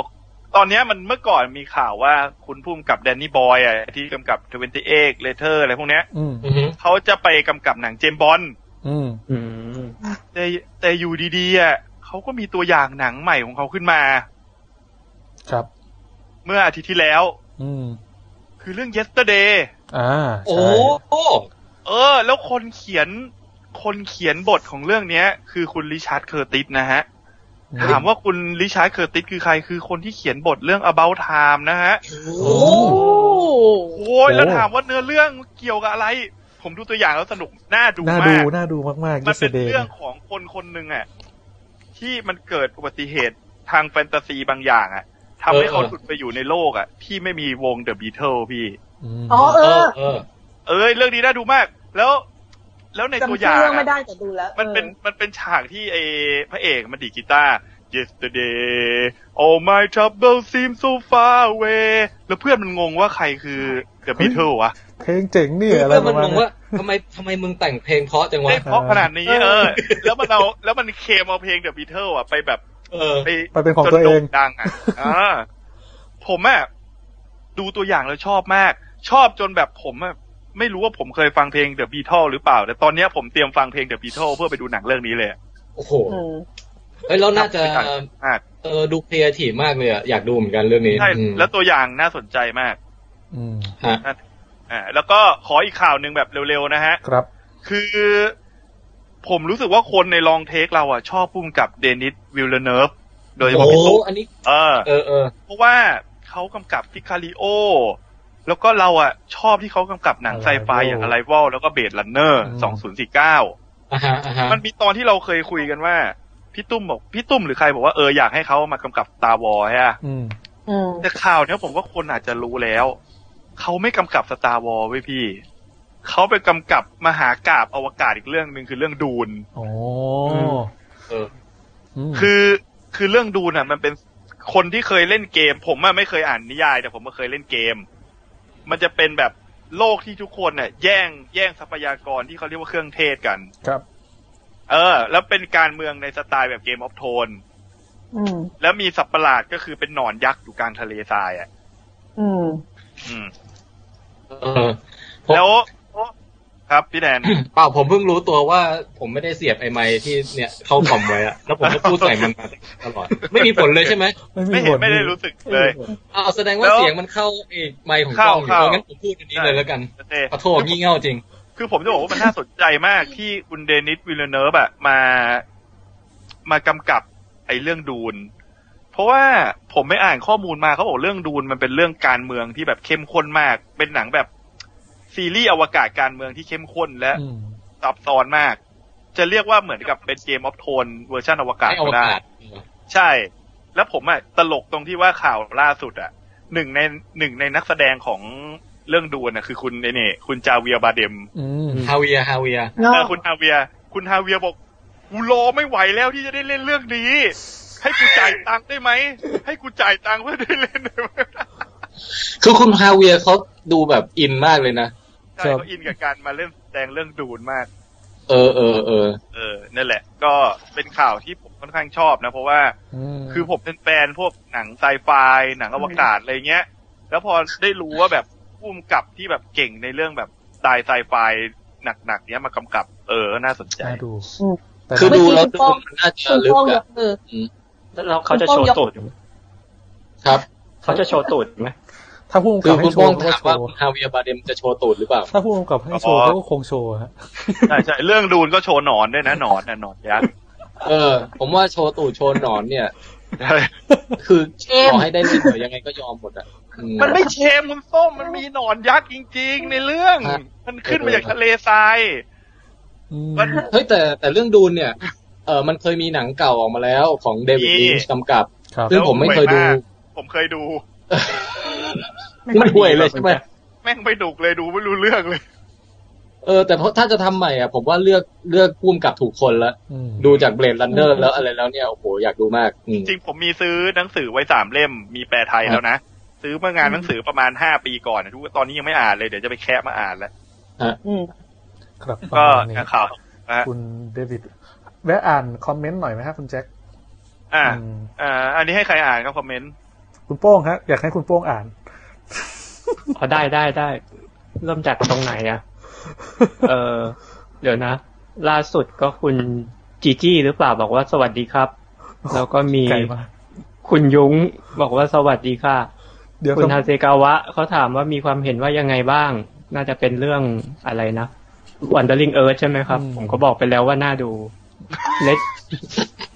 [SPEAKER 2] ตอนเนี้ยมันเมื่อก่อนมีข่าวว่าคุณพุ่มกับแดนนี่บอยอ่ะที่กำกับ t w e n t y e i g h t Later อะไรพวกเนี้ย
[SPEAKER 1] อืม
[SPEAKER 7] อือฮึ
[SPEAKER 2] เขาจะไปกำกับหนังเจมส์บอล
[SPEAKER 1] อืม
[SPEAKER 3] อืม
[SPEAKER 2] แต่แต่อยู่ดีๆอ่ะเขาก็มีตัวอย่างหนังใหม่ของเขาขึ้นมา
[SPEAKER 1] ครับ
[SPEAKER 2] เมื่ออาทิตย์ที่แล้ว
[SPEAKER 1] อืม
[SPEAKER 2] คือเรื่อง yesterday
[SPEAKER 1] อ่า
[SPEAKER 7] โอ้
[SPEAKER 1] ใช่
[SPEAKER 7] โอ้
[SPEAKER 2] เออ แล้วคนเขียนคนเขียนบทของเรื่องเนี้ย คือคุณริชาร์ดเคอร์ติสนะฮะ
[SPEAKER 1] อื
[SPEAKER 2] ถามว่าคุณริชาร์ดเคอร์ติสคือใครคือคนที่เขียนบทเรื่อง about time นะฮะ
[SPEAKER 7] โอ้
[SPEAKER 4] โอ้
[SPEAKER 2] โอ้ยแล้วถามว่าเนื้อเรื่องเกี่ยวกับอะไร ผมดูตัวอย่างแล้วสนุกน่าดู
[SPEAKER 1] น่าม
[SPEAKER 2] าก
[SPEAKER 1] ดูน่าดูมากๆ
[SPEAKER 2] มั
[SPEAKER 1] ยิ
[SPEAKER 2] น
[SPEAKER 1] ส
[SPEAKER 2] เป็น
[SPEAKER 1] เดย์
[SPEAKER 2] เรื่องของคนคนหนึ่งอ่ะที่มันเกิดอุบัติเหตุทางแฟนตาซีบางอย่างอ่ะทำให้เขาหลุดไปอยู่ในโลกอ่ะ ที่ไม่มีวงเดอะบีเทิลพี่
[SPEAKER 4] อ๋อเอ
[SPEAKER 7] เอ
[SPEAKER 4] อ
[SPEAKER 7] อเออ
[SPEAKER 2] เอ้ยเรื่องนี้น่าดูมาก แล้ว แล้วใน
[SPEAKER 4] จำ
[SPEAKER 2] ตัวอ
[SPEAKER 4] ชื่
[SPEAKER 2] ย่า
[SPEAKER 4] อง เรื่องไม่
[SPEAKER 2] อะ
[SPEAKER 4] ได้แต่ดูแล้ว
[SPEAKER 2] มันเป็นมันเป็นฉากที่ไอพระเอกมันดีดกีตาร์ yesterday all my troubles seem so far away แล้วเพื่อนมันงงว่าใครคือเดอะบีเทิลวะ
[SPEAKER 1] เพลงเจ๋งนี่
[SPEAKER 7] คือ
[SPEAKER 1] อะไร
[SPEAKER 7] เพื่อ
[SPEAKER 1] ป
[SPEAKER 7] น
[SPEAKER 1] ระมา
[SPEAKER 7] มัน
[SPEAKER 1] ณ
[SPEAKER 7] งง
[SPEAKER 1] เนี้
[SPEAKER 7] ว่าย ทำไมทำไมมึงแต่งเพลงเพราะจังวะ
[SPEAKER 2] ได้เพราะขนาดนี้เออ แล้วมันเอาแล้วมันเคลมเอาเพลงเดอะบีเทิลอ่ะไปแบบ
[SPEAKER 7] เออ
[SPEAKER 2] ไป
[SPEAKER 1] ไปเป็นของตัวเอง
[SPEAKER 2] จโด่ดัง อ่ะอ่าผมอ่ะดูตัวอย่างแล้วชอบมาก ชอบจนแบบผมอ่ะไม่รู้ว่าผมเคยฟังเพลงเดอะบีเทิลหรือเปล่า แต่ตอนเนี้ยผมเตรียมฟังเพลงเดอะบีเทิลเพื่อไปดูหนังเรื่องนี้เลย
[SPEAKER 7] โอ้โห
[SPEAKER 4] อืม
[SPEAKER 7] เฮ้ยแล้วน่าจะ
[SPEAKER 2] อ่ะ
[SPEAKER 7] เออดูครีเอทีฟมากเลยอะอยากดูเหมือนกันเรื่องนี้
[SPEAKER 2] ใช่
[SPEAKER 7] อืม
[SPEAKER 2] แล้วตัวอย่างน่าสนใจมาก
[SPEAKER 1] อืม
[SPEAKER 7] ฮะ
[SPEAKER 2] อ่าแล้วก็ขออีกข่าวหนึ่งแบบเร็วๆนะฮะ
[SPEAKER 1] ครับ
[SPEAKER 2] คือ ผมรู้สึกว่าคนในลองเทคเราอ่ะ ชอบพุ่มกับเดนิสวิลเลเนฟโดยเฉพาะ
[SPEAKER 7] โอ้
[SPEAKER 2] พี่ตุ๊ก
[SPEAKER 7] อันนี้
[SPEAKER 2] เออ
[SPEAKER 7] เออเออ
[SPEAKER 2] เพราะว่าเขากำกับพิคาริโอ แล้วก็เราอ่ะ ชอบที่เขากำกับหนังไซไฟ
[SPEAKER 1] Arrival
[SPEAKER 2] อย่างอะไรวอลแล้วก็เบดลันเนอร์
[SPEAKER 1] อืม
[SPEAKER 2] สองศูนย์สี่เก้า
[SPEAKER 7] อ่าฮะอ่าฮะ
[SPEAKER 2] มันมีตอนที่เราเคยคุยกันว่า พี่ตุ้มบอก พี่ตุ้มหรือใครบอกว่าเอออยากให้เขามากำกับตาวอฮะ
[SPEAKER 1] อืม
[SPEAKER 4] อืม
[SPEAKER 2] แต่ข่าวเนี้ยผมว่าคนอาจจะรู้แล้ว เขาไม่กำกับสตาร์วอลไว้ยพี่ เขาไปกำกับมหากาบอวกาศอีกเรื่องหนึ่งคือเรื่องดูน
[SPEAKER 1] โอ้
[SPEAKER 7] เออ
[SPEAKER 1] ม
[SPEAKER 2] คือคือเรื่องดูนอ่ะ มันเป็นคนที่เคยเล่นเกม ผมอะไม่เคยอ่านนิยาย แต่ผมก็เคยเล่นเกม มันจะเป็นแบบโลกที่ทุกคนเนี่ยแย่งแย่งทรัพยากรที่เขาเรียกว่าเครื่องเทศกัน
[SPEAKER 1] ครับ
[SPEAKER 2] เออ แล้วเป็นการเมืองในสไตล์แบบเกมออฟโทน
[SPEAKER 4] อืม
[SPEAKER 2] แล้วมีสัตว์ประหลาดก็คือเป็นหนอนยักษ์อยู่กลางทะเลทรายอ่ะ
[SPEAKER 4] อืม
[SPEAKER 2] อืม
[SPEAKER 7] เออ
[SPEAKER 2] แล้วครับพี่แดน
[SPEAKER 7] เปล่าผมเพิ่งรู้ตัวว่าผมไม่ได้เสียบไอไมค์ที่เนี่ยเข้าคอมไว้อะ แล้วผมก็พูดใส่มันมาตลอด ไม่มีผลเลยใช่ไหม
[SPEAKER 2] ไม่เห็นไม่ได้รู้สึกเลย
[SPEAKER 7] อ้าวแสดงว่าเสียงมันเข้าไอไมค์ของกล้องอยู่
[SPEAKER 2] เข้า
[SPEAKER 7] เอา
[SPEAKER 2] เข้า
[SPEAKER 7] งั้นผมพูดอันนี้เลยแล้วกัน
[SPEAKER 2] โอเค
[SPEAKER 7] ขอโทษงี่เง่าจริง
[SPEAKER 2] คือผมจะบอกว่ามันน่าสนใจมากที่คุณเดนิสวิลเลเนฟอะมามากำกับไอ้เรื่องดูน เพราะว่าผมไม่อ่านข้อมูลมาเขาบอกเรื่องดูนมันเป็นเรื่องการเมืองที่แบบเข้มข้นมาก เป็นหนังแบบซีรีส์อวกาศการเมืองที่เข้มข้นและ
[SPEAKER 1] อืม
[SPEAKER 2] ซับซ้อนมาก จะเรียกว่าเหมือนกับเป็นเกมออฟโทนเวอร์ชันอวกาศ
[SPEAKER 7] ให้อว
[SPEAKER 2] ก็ได้
[SPEAKER 7] กาศ
[SPEAKER 2] ใช่ แล้วผมอะตลกตรงที่ว่าข่าวล่าสุดอะหนึ่งในหนึ่งในนักแสดงของเรื่องดูนอะคือคุณไอ้นี่คุณจาเวียร์บาเดม
[SPEAKER 1] อืม
[SPEAKER 7] ฮาเวียฮาเวีย
[SPEAKER 2] เออคุณฮาเวียร์คุณฮาเวียร์บอกกูรอไม่ไหวแล้วที่จะได้เล่นเรื่องนี้ ให้กูจ่ายตังค์ได้ไหม ให้กูจ่ายตังค์เพื่อได้ เล่นได้ไหม
[SPEAKER 7] คือคุณฮาเวียเขาดูแบบอินมากเลยนะ
[SPEAKER 2] ใช่เขาอินกับการมาเล่นแสดงเรื่องดูนมาก
[SPEAKER 7] เออเออเออ
[SPEAKER 2] เออนั่นแหละ ก็เป็นข่าวที่ผมค่อนข้างชอบนะ เพราะว่า
[SPEAKER 1] ม
[SPEAKER 2] คือผมเป็นแฟนพวกหนังไซไฟหนังอวกาศอะไรเงี้ย แล้วพอได้รู้ว่าแบบพุ่มกับที่แบบเก่งในเรื่องแบบสไตล์ไซไฟหนักๆเนี้ยมากำกับ เออน่าสนใจ
[SPEAKER 1] น่าดู
[SPEAKER 4] อืม
[SPEAKER 1] แต่
[SPEAKER 7] คือดูแล้ว
[SPEAKER 4] เมื่
[SPEAKER 7] ดู
[SPEAKER 4] อกี้
[SPEAKER 7] มันน่าจะ
[SPEAKER 4] คุณ
[SPEAKER 7] ลึก
[SPEAKER 4] โป้งย
[SPEAKER 7] อะ
[SPEAKER 4] กมือ
[SPEAKER 3] แล้วเขาจะโชว์ตูดอยู่ไหม
[SPEAKER 7] ครับ
[SPEAKER 3] เขาจะโชว์ตูดไหม
[SPEAKER 1] ถ้าพุ่ง
[SPEAKER 7] คื
[SPEAKER 1] กั
[SPEAKER 7] อบ คุ
[SPEAKER 1] ให้
[SPEAKER 7] ณ
[SPEAKER 1] โช
[SPEAKER 7] โป้ง
[SPEAKER 1] ว์ก็
[SPEAKER 7] ถาม
[SPEAKER 1] โช
[SPEAKER 7] ว่า
[SPEAKER 1] ว์
[SPEAKER 7] คุณฮาเวียบาเดมจะโชว์ตูดหรือเปล่า
[SPEAKER 1] ถ้าพุ่งกับให้โชว์
[SPEAKER 2] อ๋อ
[SPEAKER 1] เขาก็คงโชว์ฮะ
[SPEAKER 2] ใช่ใช่เรื่องดูนก็โชว์หนอนด้วยนะหนอนนะหนอนยักษ์
[SPEAKER 7] เออ ผมว่าโชว์ตูดโชว์หนอนเนี่ย
[SPEAKER 2] ใช่
[SPEAKER 7] คือขอให้ได้เล่นเถอะยังไงก็ยอมหมดอ่ะอื
[SPEAKER 2] มันไม่เชมคุณส้มมันมีหนอนยักษ์จริง ๆ ในเรื่อง
[SPEAKER 7] ฮะ
[SPEAKER 2] มันขึ้นมาจากทะเลทราย
[SPEAKER 1] อืม
[SPEAKER 2] มัน
[SPEAKER 7] เฮ้ยแต่แต่เรื่องดูนเนี่ย เออมันเคยมีหนังเก่าออกมาแล้วของเดวิด
[SPEAKER 2] มี
[SPEAKER 7] ลินช์กำกับ
[SPEAKER 1] ครับ
[SPEAKER 7] ซึ่งผมไม่เคยดู
[SPEAKER 2] ผมเคยดู
[SPEAKER 7] มันห่วยเลยใช่ไหม
[SPEAKER 2] แม่งไม่ดุกเลยดูไม่รู้เรื่องเลย
[SPEAKER 7] เออแต่เพราะถ้าจะทำใหม่อ่ะ ผมว่าเลือกเลือกพุ่มกับถูกคนละ
[SPEAKER 1] อืม
[SPEAKER 7] ดูจากเบลดรันเนอร์แล้วอะไรแล้วเนี่ย โอ้โห อยากดูมากอืม
[SPEAKER 2] จริงผมมีซื้อหนังสือไว้สามเล่มมีแปลไทยแล้วนะ ซื้อเมื่องานหนังสือประมาณห้าปีก่อนนะทุกตอนนี้ยังไม่อ่านเลยเดี๋ยวจะไปแคะมาอ่านแล้ว
[SPEAKER 4] อืม
[SPEAKER 1] ครับประ
[SPEAKER 2] ก็
[SPEAKER 1] มาณนี้
[SPEAKER 2] ข่าวนะฮะ
[SPEAKER 1] คุณเดวิดแวะอ่านคอมเมนต์หน่อยไหมฮะคุณแจ็ค
[SPEAKER 2] อ่า
[SPEAKER 1] อืม
[SPEAKER 2] อ่าอันนี้ให้ใครอ่านครับคอมเมนต์
[SPEAKER 1] คุณโป้งฮะอยากให้คุณโป้งอ่าน
[SPEAKER 3] อ๋อได้ได้ได้เริ่มจากตรงไหนอ่ะ เออเดี๋ยวนะ ล่าสุดก็คุณจีจี้หรือเปล่าบอกว่าสวัสดีครับ แล้วก็มี
[SPEAKER 1] ไกลมาก
[SPEAKER 3] คุณยุ้งบอกว่าสวัสดีค่ะ
[SPEAKER 1] เดี๋ยว
[SPEAKER 3] คุณ
[SPEAKER 1] ค
[SPEAKER 3] ฮา
[SPEAKER 1] รับ
[SPEAKER 3] เซกาวะเขาถามว่ามีความเห็นว่ายังไงบ้าง น่าจะเป็นเรื่องอะไรนะวันเดอร์ลิงเอิร์ใช่ไหมครับ ผมก็บอกไปแล้วว่าน่าดูเลด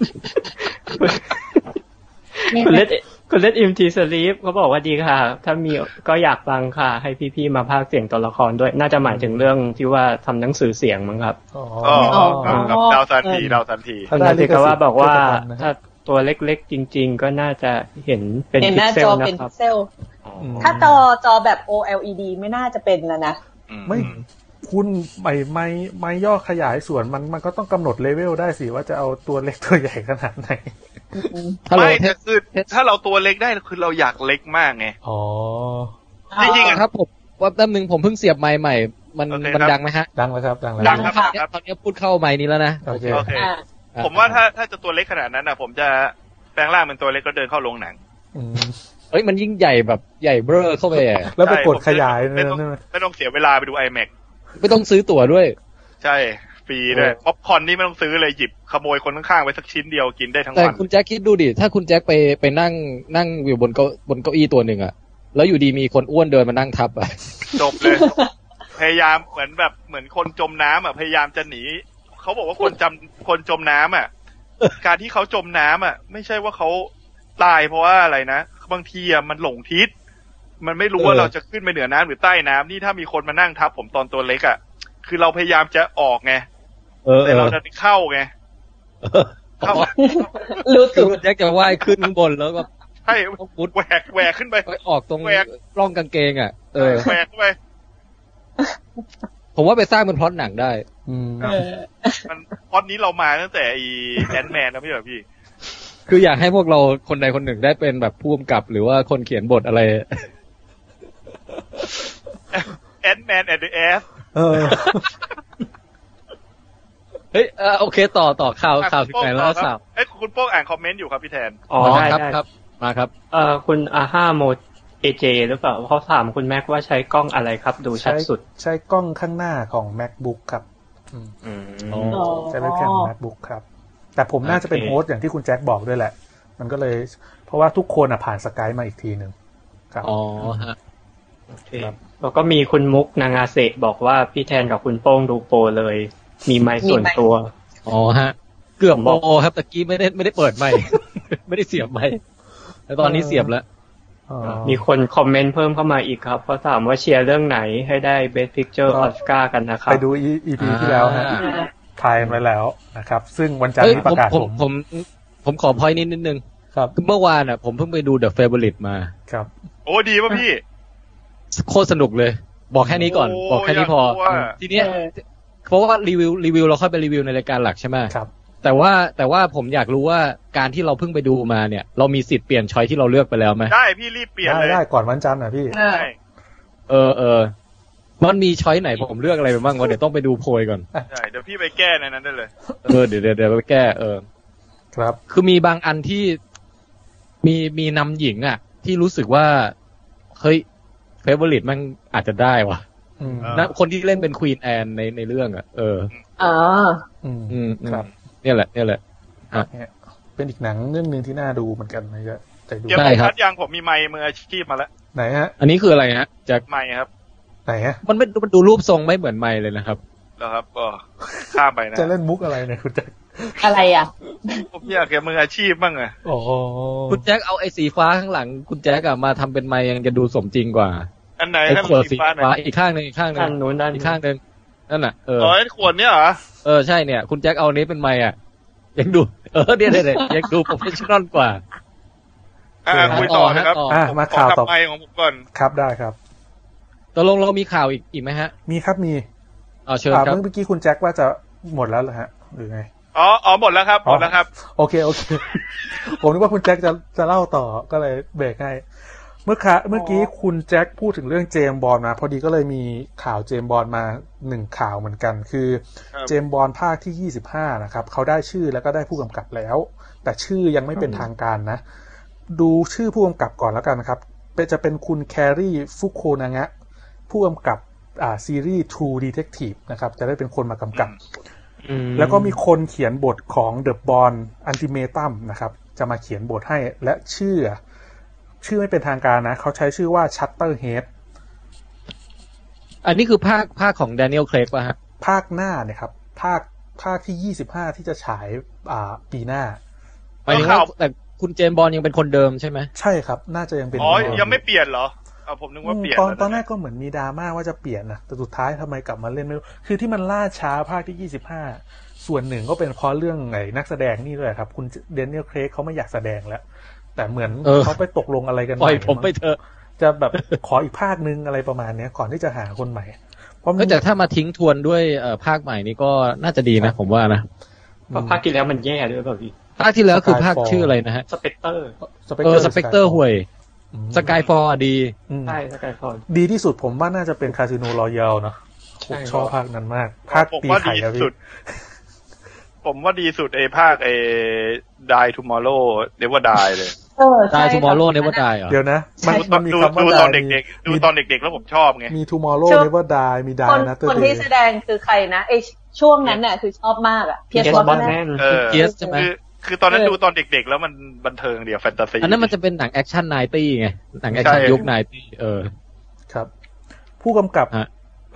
[SPEAKER 3] คุณเลดคุณเลดอิมทีสลีปเขาบอกว่าดีค่ะ ถ้ามีก็อยากฟังค่ะ ให้พี่ๆมาพากย์เสียงตัวละครด้วย น่าจะหมายถึงเรื่องที่ว่าทำหนังสือเสียงมั้งครับ
[SPEAKER 1] อ๋อ
[SPEAKER 2] ก็
[SPEAKER 4] อ๋อ
[SPEAKER 2] ครับครับดาวสันทีดาวสันที
[SPEAKER 1] ถ้า
[SPEAKER 3] คุณ
[SPEAKER 1] ได้
[SPEAKER 3] ฮาเซ
[SPEAKER 1] ลิขสิทธิ์
[SPEAKER 3] กาวะบอกว่า
[SPEAKER 1] ก็จะดังนะครับ
[SPEAKER 3] ถ้าตัวเล็กๆจริง ๆ ก็น่าจะเห็นเป็น
[SPEAKER 4] เห็น
[SPEAKER 3] พิก
[SPEAKER 4] หน้า
[SPEAKER 3] เซ
[SPEAKER 4] จ
[SPEAKER 3] ล
[SPEAKER 4] อ
[SPEAKER 3] นะ
[SPEAKER 4] เป็น
[SPEAKER 3] ครับ
[SPEAKER 4] เซล
[SPEAKER 2] อืม
[SPEAKER 4] ถ้าจอจอแบบ OLED ไม่น่าจะเป็นแล้วนะ
[SPEAKER 1] ไม่คุณไม่ไม่ไม่ย่อขยายส่วนมันมันก็ต้องกำหนดเลเวลได้สิว่าจะเอาตัวเล็กตัวใหญ่ขนาดไหน
[SPEAKER 2] ไม่แต่คือถ้าเราตัวเล็กได้คือเราอยากเล็กมากไง
[SPEAKER 1] อ๋อ
[SPEAKER 2] จริงๆอ่ะ
[SPEAKER 7] ครับผมว่าแป๊บนึงผมเพิ่งเสียบไมค์ใหม่ มัน
[SPEAKER 2] โอเค
[SPEAKER 7] มัน
[SPEAKER 2] ครับ
[SPEAKER 7] ดังไหมฮะ
[SPEAKER 1] ดังแล้วครับ ดังแล้ว
[SPEAKER 2] ดังครับดังค
[SPEAKER 7] เนี่ย
[SPEAKER 2] รับ
[SPEAKER 7] ตอนเนี้ยพูดเข้าไมค์นี้แล้วนะ
[SPEAKER 1] โอเค
[SPEAKER 2] โอเค
[SPEAKER 4] อ่า
[SPEAKER 2] ผมว่าถ้าถ้าจะตัวเล็กขนาดนั้นอ่ะ ผมจะแปลงร่างเป็นตัวเล็กก็เดินเข้าโรงหนัง
[SPEAKER 1] อืม
[SPEAKER 7] เอ้ยมันยิ่งใหญ่แบบใหญ่เบ้อเข้าไป อะ
[SPEAKER 1] แล้วไปกด
[SPEAKER 2] ใช่ผม
[SPEAKER 1] ขยาย
[SPEAKER 2] ไม่
[SPEAKER 1] เนี่ย
[SPEAKER 2] ต้อง
[SPEAKER 1] ใช่ไหม
[SPEAKER 2] ไม่ต้องเสียเวลาไปดู iMac
[SPEAKER 7] ไม่ต้องซื้อตั๋วด้วย
[SPEAKER 2] ใช่ ไป รีด้วยป๊อปคอร์นนี่ไม่ต้องซื้อเลยหยิบขโมยคนข้างๆไว้สักชิ้นเดียวกินได้ทั้ง
[SPEAKER 7] แต่
[SPEAKER 2] วัน
[SPEAKER 7] คุณแจ็คคิดดูดิ ถ้าคุณแจ็คไปไปนั่งนั่งอยู่บนเก้าบนเก้าอี้ตัวหนึ่งอะแล้วอยู่ดีมีคนอ้วนเดินมานั่งทับอะ
[SPEAKER 2] จบเลย พยายามเหมือนแบบเหมือนคนจมน้ำอ่ะพยายามจะหนีเขาบอกว่าคนจำคนจมน้ำอ่ะ การที่เขาจมน้ำอ่ะ ไม่ใช่ว่าเขาตายเพราะว่าอะไรนะบางทีอ่ะมันหลงทิศ มันไม่รู้ว่า
[SPEAKER 7] เออ
[SPEAKER 2] เราจะขึ้นไปเหนือน้ำหรือใต้น้ำนี่ถ้ามีคนมานั่งทับผมตอนตัวเล็กอ่ะคือเราพยายามจะออกไง
[SPEAKER 7] เออ
[SPEAKER 2] แต่เราจะเข้าไงเข้า
[SPEAKER 4] รู้
[SPEAKER 7] คื
[SPEAKER 4] สึ
[SPEAKER 7] อก คุณแจ็คจะว่ายขึ้นข้างบนแล้วก็
[SPEAKER 2] ใช่
[SPEAKER 7] ต้องมุด
[SPEAKER 2] แหวกแหวกขึ้นไป
[SPEAKER 7] ไปออกตรง
[SPEAKER 2] แหวก
[SPEAKER 7] ร่องกางเกงอะเออ
[SPEAKER 2] แหวกไป
[SPEAKER 7] ผมว่าไปสร้างเป็นพล็อตหนังได้
[SPEAKER 1] อืม
[SPEAKER 2] ครับ
[SPEAKER 4] เออ
[SPEAKER 2] มันตอนนี้เรามาตั้งแต่อีแอนแมนนะพี่แบบพี่
[SPEAKER 7] คืออยากให้พวกเราคนใดคนหนึ่งได้เป็นแบบผู้กำกับหรือว่าคนเขียนบทอะไร
[SPEAKER 2] แอนแมนแอนด์แอส
[SPEAKER 1] เออ
[SPEAKER 7] เฮ้ยเออโอเคต่อต่อข่าวข่าวถึงไหนแล้วสาว
[SPEAKER 2] เอ้ยคุณโป้งอ่านคอมเมนต์อยู่ครับพี่แทน
[SPEAKER 3] อ๋อได้
[SPEAKER 7] ครับ
[SPEAKER 3] ได้
[SPEAKER 7] ครับ มาครับ
[SPEAKER 3] เอ่อคุณอาห้าโมเอเจหรือเปล่าเขาถามคุณแม็กว่าใช้กล้องอะไรครับ ดูชัด
[SPEAKER 1] ใช้
[SPEAKER 3] สุด
[SPEAKER 1] ใช้กล้องข้างหน้าของ macbook ครับ
[SPEAKER 3] อืม
[SPEAKER 7] อ๋อ
[SPEAKER 4] อ๋อ
[SPEAKER 1] ใช้เว็บแคม macbook ครับ แต่ผมน่าจะเป็น
[SPEAKER 3] โอเค
[SPEAKER 1] โฮสต์อย่างที่คุณแจ็คบอกด้วยแหละ มันก็เลย เพราะว่าทุกคนอ่ะผ่านสกายมาอีกทีหนึ่งครับ
[SPEAKER 7] อ๋อฮะ
[SPEAKER 3] โอเค
[SPEAKER 1] ครับ
[SPEAKER 3] แล้วก็มีคุณมุกนางาเซะบอกว่าพี่แทนกับคุณโป้งดูโปรเลย มีไมค์ส่วนตัว
[SPEAKER 7] อ๋อฮะ เกือบโอครับตะกี้ไม่ได้ไม่ได้เปิดไม่ ไม่ได้เสียบไม่แต่ตอนนี้เสียบแล้ว
[SPEAKER 1] อ๋อ
[SPEAKER 3] มีคนคอมเมนต์เพิ่มเข้ามาอีกครับเขาถามว่าเชียร์เรื่องไหนให้ได้ Best Picture
[SPEAKER 1] ครับ
[SPEAKER 3] ออสการ์กันนะครับ
[SPEAKER 1] ไปดู EP ที่แล้วฮะ
[SPEAKER 7] อ่า
[SPEAKER 1] ทายไว้แล้วนะครับ ซึ่งวันจันทร์
[SPEAKER 7] เอ้ย
[SPEAKER 1] นี้
[SPEAKER 7] ผ
[SPEAKER 1] ป
[SPEAKER 7] ม
[SPEAKER 1] ระกาศ
[SPEAKER 7] ผ
[SPEAKER 1] ผม ม
[SPEAKER 7] ผมผมขอพอยนิดนิดนึง
[SPEAKER 1] ครับ
[SPEAKER 7] คือเมื่อวานอ่ะ ผมเพิ่งไปดูเดอะเฟเ r อริตมา
[SPEAKER 1] ครับ
[SPEAKER 2] โอ้ดีป่ะพี่
[SPEAKER 7] โคตรสนุกเลย บอกแค่นี้ก่อน
[SPEAKER 2] โอ้
[SPEAKER 7] บอกแค่นี้พอ
[SPEAKER 2] อยากรู้อะ
[SPEAKER 7] ทีเนี้ยเพราะว่ารีวิวรีวิวเราค่อยไปรีวิวในรายการหลักใช่ไหม
[SPEAKER 1] ครับ
[SPEAKER 7] แต่ว่าแต่ว่าผมอยากรู้ว่าการที่เราเพิ่งไปดูมาเนี่ย เรามีสิทธิ์เปลี่ยนช้อยที่เราเลือกไปแล้วไหม
[SPEAKER 2] ได้พี่รีบเปลี่ยน
[SPEAKER 1] ได้
[SPEAKER 2] เลย
[SPEAKER 1] ได้ก่อนวันจันทร์นะพี่
[SPEAKER 4] เออ
[SPEAKER 2] ใช่
[SPEAKER 7] เออเออ มันมีช้อยไหนผมเลือกอะไรไปบ้างวะเดี๋ยวต้องไปดูโพยก่อน
[SPEAKER 2] ใช่เดี๋ยวพี่ไปแก้ในนั้นได้เลย
[SPEAKER 7] เออเดี๋ยวเดี๋ยวเดี๋ยวไปแก้ เออ
[SPEAKER 1] ครับ
[SPEAKER 7] คือมีบางอันที่มีมีนำหญิงอ่ะ ที่รู้สึกว่า เฮ้ยเฟเวอริตมันอาจจะได้ว่ะ
[SPEAKER 1] อืม
[SPEAKER 2] เออ
[SPEAKER 7] นะคนที่เล่นเป็นควีนแอนในในเรื่องอ่ะ เออ
[SPEAKER 4] อ๋อ
[SPEAKER 1] อืม
[SPEAKER 7] อืมอืม
[SPEAKER 1] ครับ
[SPEAKER 7] เนี่ยแหละเนี่ยแหละ
[SPEAKER 1] เนี่ยเป็นอีกหนังเรื่องหนึ่งที่น่าดูเหมือนกันนะจะจะดู
[SPEAKER 2] เดี๋ยว
[SPEAKER 7] ได้
[SPEAKER 2] ผม
[SPEAKER 7] ครับ
[SPEAKER 2] คัดยังผมมีไมค์มืออาชีพมาแล้ว
[SPEAKER 1] ไหนฮะ
[SPEAKER 7] อันนี้คืออะไรฮะจาก
[SPEAKER 2] ไมค์ครับ
[SPEAKER 1] ไหนฮะ
[SPEAKER 7] มันไม่มันดูรูปทรงไม่เหมือนไมค์เลยนะครับ
[SPEAKER 2] แล้วครับก็ข้ามไปนะ
[SPEAKER 1] จะเล่นมุกอะไรเนี่ยคุณแจ็ค
[SPEAKER 4] อะไรอ่ะ
[SPEAKER 2] ผมอยากแกมืออาชีพบ้างอะ
[SPEAKER 1] โอ้
[SPEAKER 7] คุณแจ็คเอาไอ้สีฟ้าข้างหลัง คุณแจ็คอะมาทำเป็นไมค์ยังจะดูสมจริงกว่า
[SPEAKER 2] อันไหน
[SPEAKER 7] ไอ้
[SPEAKER 2] นั่น
[SPEAKER 7] ขวด
[SPEAKER 2] มัน
[SPEAKER 7] สี
[SPEAKER 2] สีฟ้าไหน
[SPEAKER 7] ฟ้าอีกข้างหนึ่งอีกข้างหนึ่
[SPEAKER 3] ด้าง นนู้นด้าน
[SPEAKER 7] อีก
[SPEAKER 3] นี้
[SPEAKER 7] ข้างหนึ่งนั่นน่ะเออ
[SPEAKER 2] อ๋อไอ้ขวดเนี่ยเหรอ
[SPEAKER 7] เออใช่เนี่ย คุณแจ็คเอาอันนี้เป็นไมค์อ่ะ ยังดู เออเดี๋ยวเดี๋ยวเดี๋ยวยังดูโปรเฟชชั่นอลกว่า
[SPEAKER 2] อ่ะ
[SPEAKER 7] ครับ
[SPEAKER 2] คุยต่อนะครับ
[SPEAKER 7] ต่อ
[SPEAKER 1] อ่ะมาข่าว
[SPEAKER 2] ขอก
[SPEAKER 1] ต่อ
[SPEAKER 2] ลั
[SPEAKER 1] บ
[SPEAKER 2] ไมค์ของผมก่อน
[SPEAKER 1] ครับได้ครับ
[SPEAKER 7] ตกลงเรามีข่าวอีกอีกไหมฮะ
[SPEAKER 1] มีครับมี
[SPEAKER 7] เอาเชิญ
[SPEAKER 1] อ่า
[SPEAKER 7] ครับ
[SPEAKER 1] เมื่อเมื่อกี้คุณแจ็คว่าจะหมดแล้วเหรอฮะหรือไง
[SPEAKER 2] อ๋ออ๋อหมดแล้วครับหมดแล้วครับ
[SPEAKER 1] โอเคโอเค ผมนึกว่าคุณแจ็คจะจะเล่าต่อก็เลยเบรกให้เมื่อค่ะเมื่อกี้คุณแจ็คพูดถึงเรื่องเจมส์บอลมา พอดีก็เลยมีข่าวเจมส์บอลมาหนึ่งข่าวเหมือนกัน คือ
[SPEAKER 2] ครับ
[SPEAKER 1] เจมส์บอลภาคที่ 25 นะครับ เขาได้ชื่อแล้วก็ได้ผู้กำกับแล้ว แต่ชื่อยังไม่เป็นทางการนะ ดูชื่อผู้กำกับก่อนแล้วกันนะครับเป็นจะเป็นคุณแครีฟุโคนางะผู้กำกับอ่าซีรีส์ True Detective นะครับจะได้เป็นคนมากำกับ
[SPEAKER 3] อื
[SPEAKER 1] แล้วก็มีคนเขียนบทของเดอะบอลอันติเมตัมนะครับ จะมาเขียนบทให้และชื่อ ชื่อไม่เป็นทางการนะ เขาใช้ชื่อว่าชัตเตอร์เฮด
[SPEAKER 7] อันนี้คือภาคภาคของแดเนียลเครกป่ะฮะ
[SPEAKER 1] ภาคหน้าเนี่ยครับภาคภาคที่ 25 ที่จะฉายอ่าปีหน้า
[SPEAKER 7] หมายถึงว่าแต่คุณเจมส์บอลยังเป็นคนเดิมใช่ไหม
[SPEAKER 1] ใช่ครับ น่าจะยังเป็น
[SPEAKER 2] อ๋อ
[SPEAKER 1] เดิ
[SPEAKER 2] ยังไม่เปลี่ยนเหรอเอาผมนึกว่าเปลี่ยน
[SPEAKER 1] ตอนตอนแร
[SPEAKER 2] แล้
[SPEAKER 1] ก
[SPEAKER 2] วะ
[SPEAKER 1] ก็เหมือนมีดราม่าว่าจะเปลี่ยนนะแต่สุดท้ายทำไมกลับมาเล่นไม่รู้คือที่มันล่าช้าภาคที่ 25 ส่วนหนึ่งก็เป็นเพราะเรื่องไอ้นักแสดงนี่ด้วยครับ คุณเดนเนียลเครกเขาไม่อยากแสดงแล้ว แต่เหมือน
[SPEAKER 7] เออ
[SPEAKER 1] เขาไปตกลงอะไรกันให
[SPEAKER 7] ปล่อยผม
[SPEAKER 1] มั้ง
[SPEAKER 7] ไปเถอะ
[SPEAKER 1] จะแบบ ขออีกภาคนึงอะไรประมาณเนี้ยก่อนที่จะหาคนใหม่ เพราะมั
[SPEAKER 7] เออแต่ถ้ามาทิ้งทวนด้วยเอ่อภาคใหม่นี้ก็น่าจะดีนะผมว่านะ
[SPEAKER 3] เพราะภาคที่แล้วมันแย่ด้วยเปล่าพี่
[SPEAKER 7] ภาคที่แล้วคือภาคชื่ออะไรนะฮะ
[SPEAKER 3] สเปกเตอร์
[SPEAKER 7] เออสเปกเตอร์ห่วย สกายฟอร์ดี
[SPEAKER 1] อืม
[SPEAKER 3] ใช่สกายพอร์
[SPEAKER 1] ดีที่สุดผมว่าน่าจะเป็นคาสิโนรอยัลเนาะ
[SPEAKER 3] ใช่
[SPEAKER 1] ผมชอบภาคนั้นมาก ภาค
[SPEAKER 2] ผม
[SPEAKER 1] ตี
[SPEAKER 2] ว่า
[SPEAKER 1] ไข่
[SPEAKER 2] ดี
[SPEAKER 1] ครับพี่
[SPEAKER 2] สุด ผมว่าดีสุดไอ้ภาคไอ้ Die Tomorrow เรียกว่า Die เลย
[SPEAKER 4] เออ
[SPEAKER 7] ตาย
[SPEAKER 4] ใช่
[SPEAKER 7] ทูมอลโล
[SPEAKER 4] ค่ะ
[SPEAKER 7] เนวอดายเหรอ
[SPEAKER 1] เดี๋ยวนะ มัน
[SPEAKER 2] ต
[SPEAKER 1] มั
[SPEAKER 2] อน น
[SPEAKER 1] มี
[SPEAKER 2] ดู
[SPEAKER 1] คำว่า
[SPEAKER 2] ดูตอนเด็กๆ
[SPEAKER 1] มี
[SPEAKER 2] ดูตอนเด็กๆ แล้วผมชอบไง
[SPEAKER 1] มี tomorrow
[SPEAKER 4] ชอบ
[SPEAKER 1] never die มี die
[SPEAKER 4] คน
[SPEAKER 1] นะตัว
[SPEAKER 4] คน
[SPEAKER 1] เอ
[SPEAKER 4] ที่
[SPEAKER 1] ง
[SPEAKER 4] แสดงคือใครนะไอช่วงนั้นน่ะคือชอบมากอะเพียร์
[SPEAKER 3] เจ
[SPEAKER 4] ส
[SPEAKER 3] ส
[SPEAKER 4] วอต
[SPEAKER 3] บอน
[SPEAKER 4] แม
[SPEAKER 3] แน่
[SPEAKER 4] น
[SPEAKER 3] น
[SPEAKER 2] เออ
[SPEAKER 7] เจสใช่ไหม
[SPEAKER 2] คือคือตอนนั้น
[SPEAKER 4] เออ
[SPEAKER 2] ดูตอนเด็กๆ แล้วมันบันเทิงเดียวแฟนตาซี
[SPEAKER 7] อันนั้นมันจะเป็นหนังแอคชั่นไนตี้ไงหนังแอคชั่น
[SPEAKER 2] ใช่
[SPEAKER 7] ยุคไนตี้เออ
[SPEAKER 1] ครับ ผู้กำกับ
[SPEAKER 7] ฮะ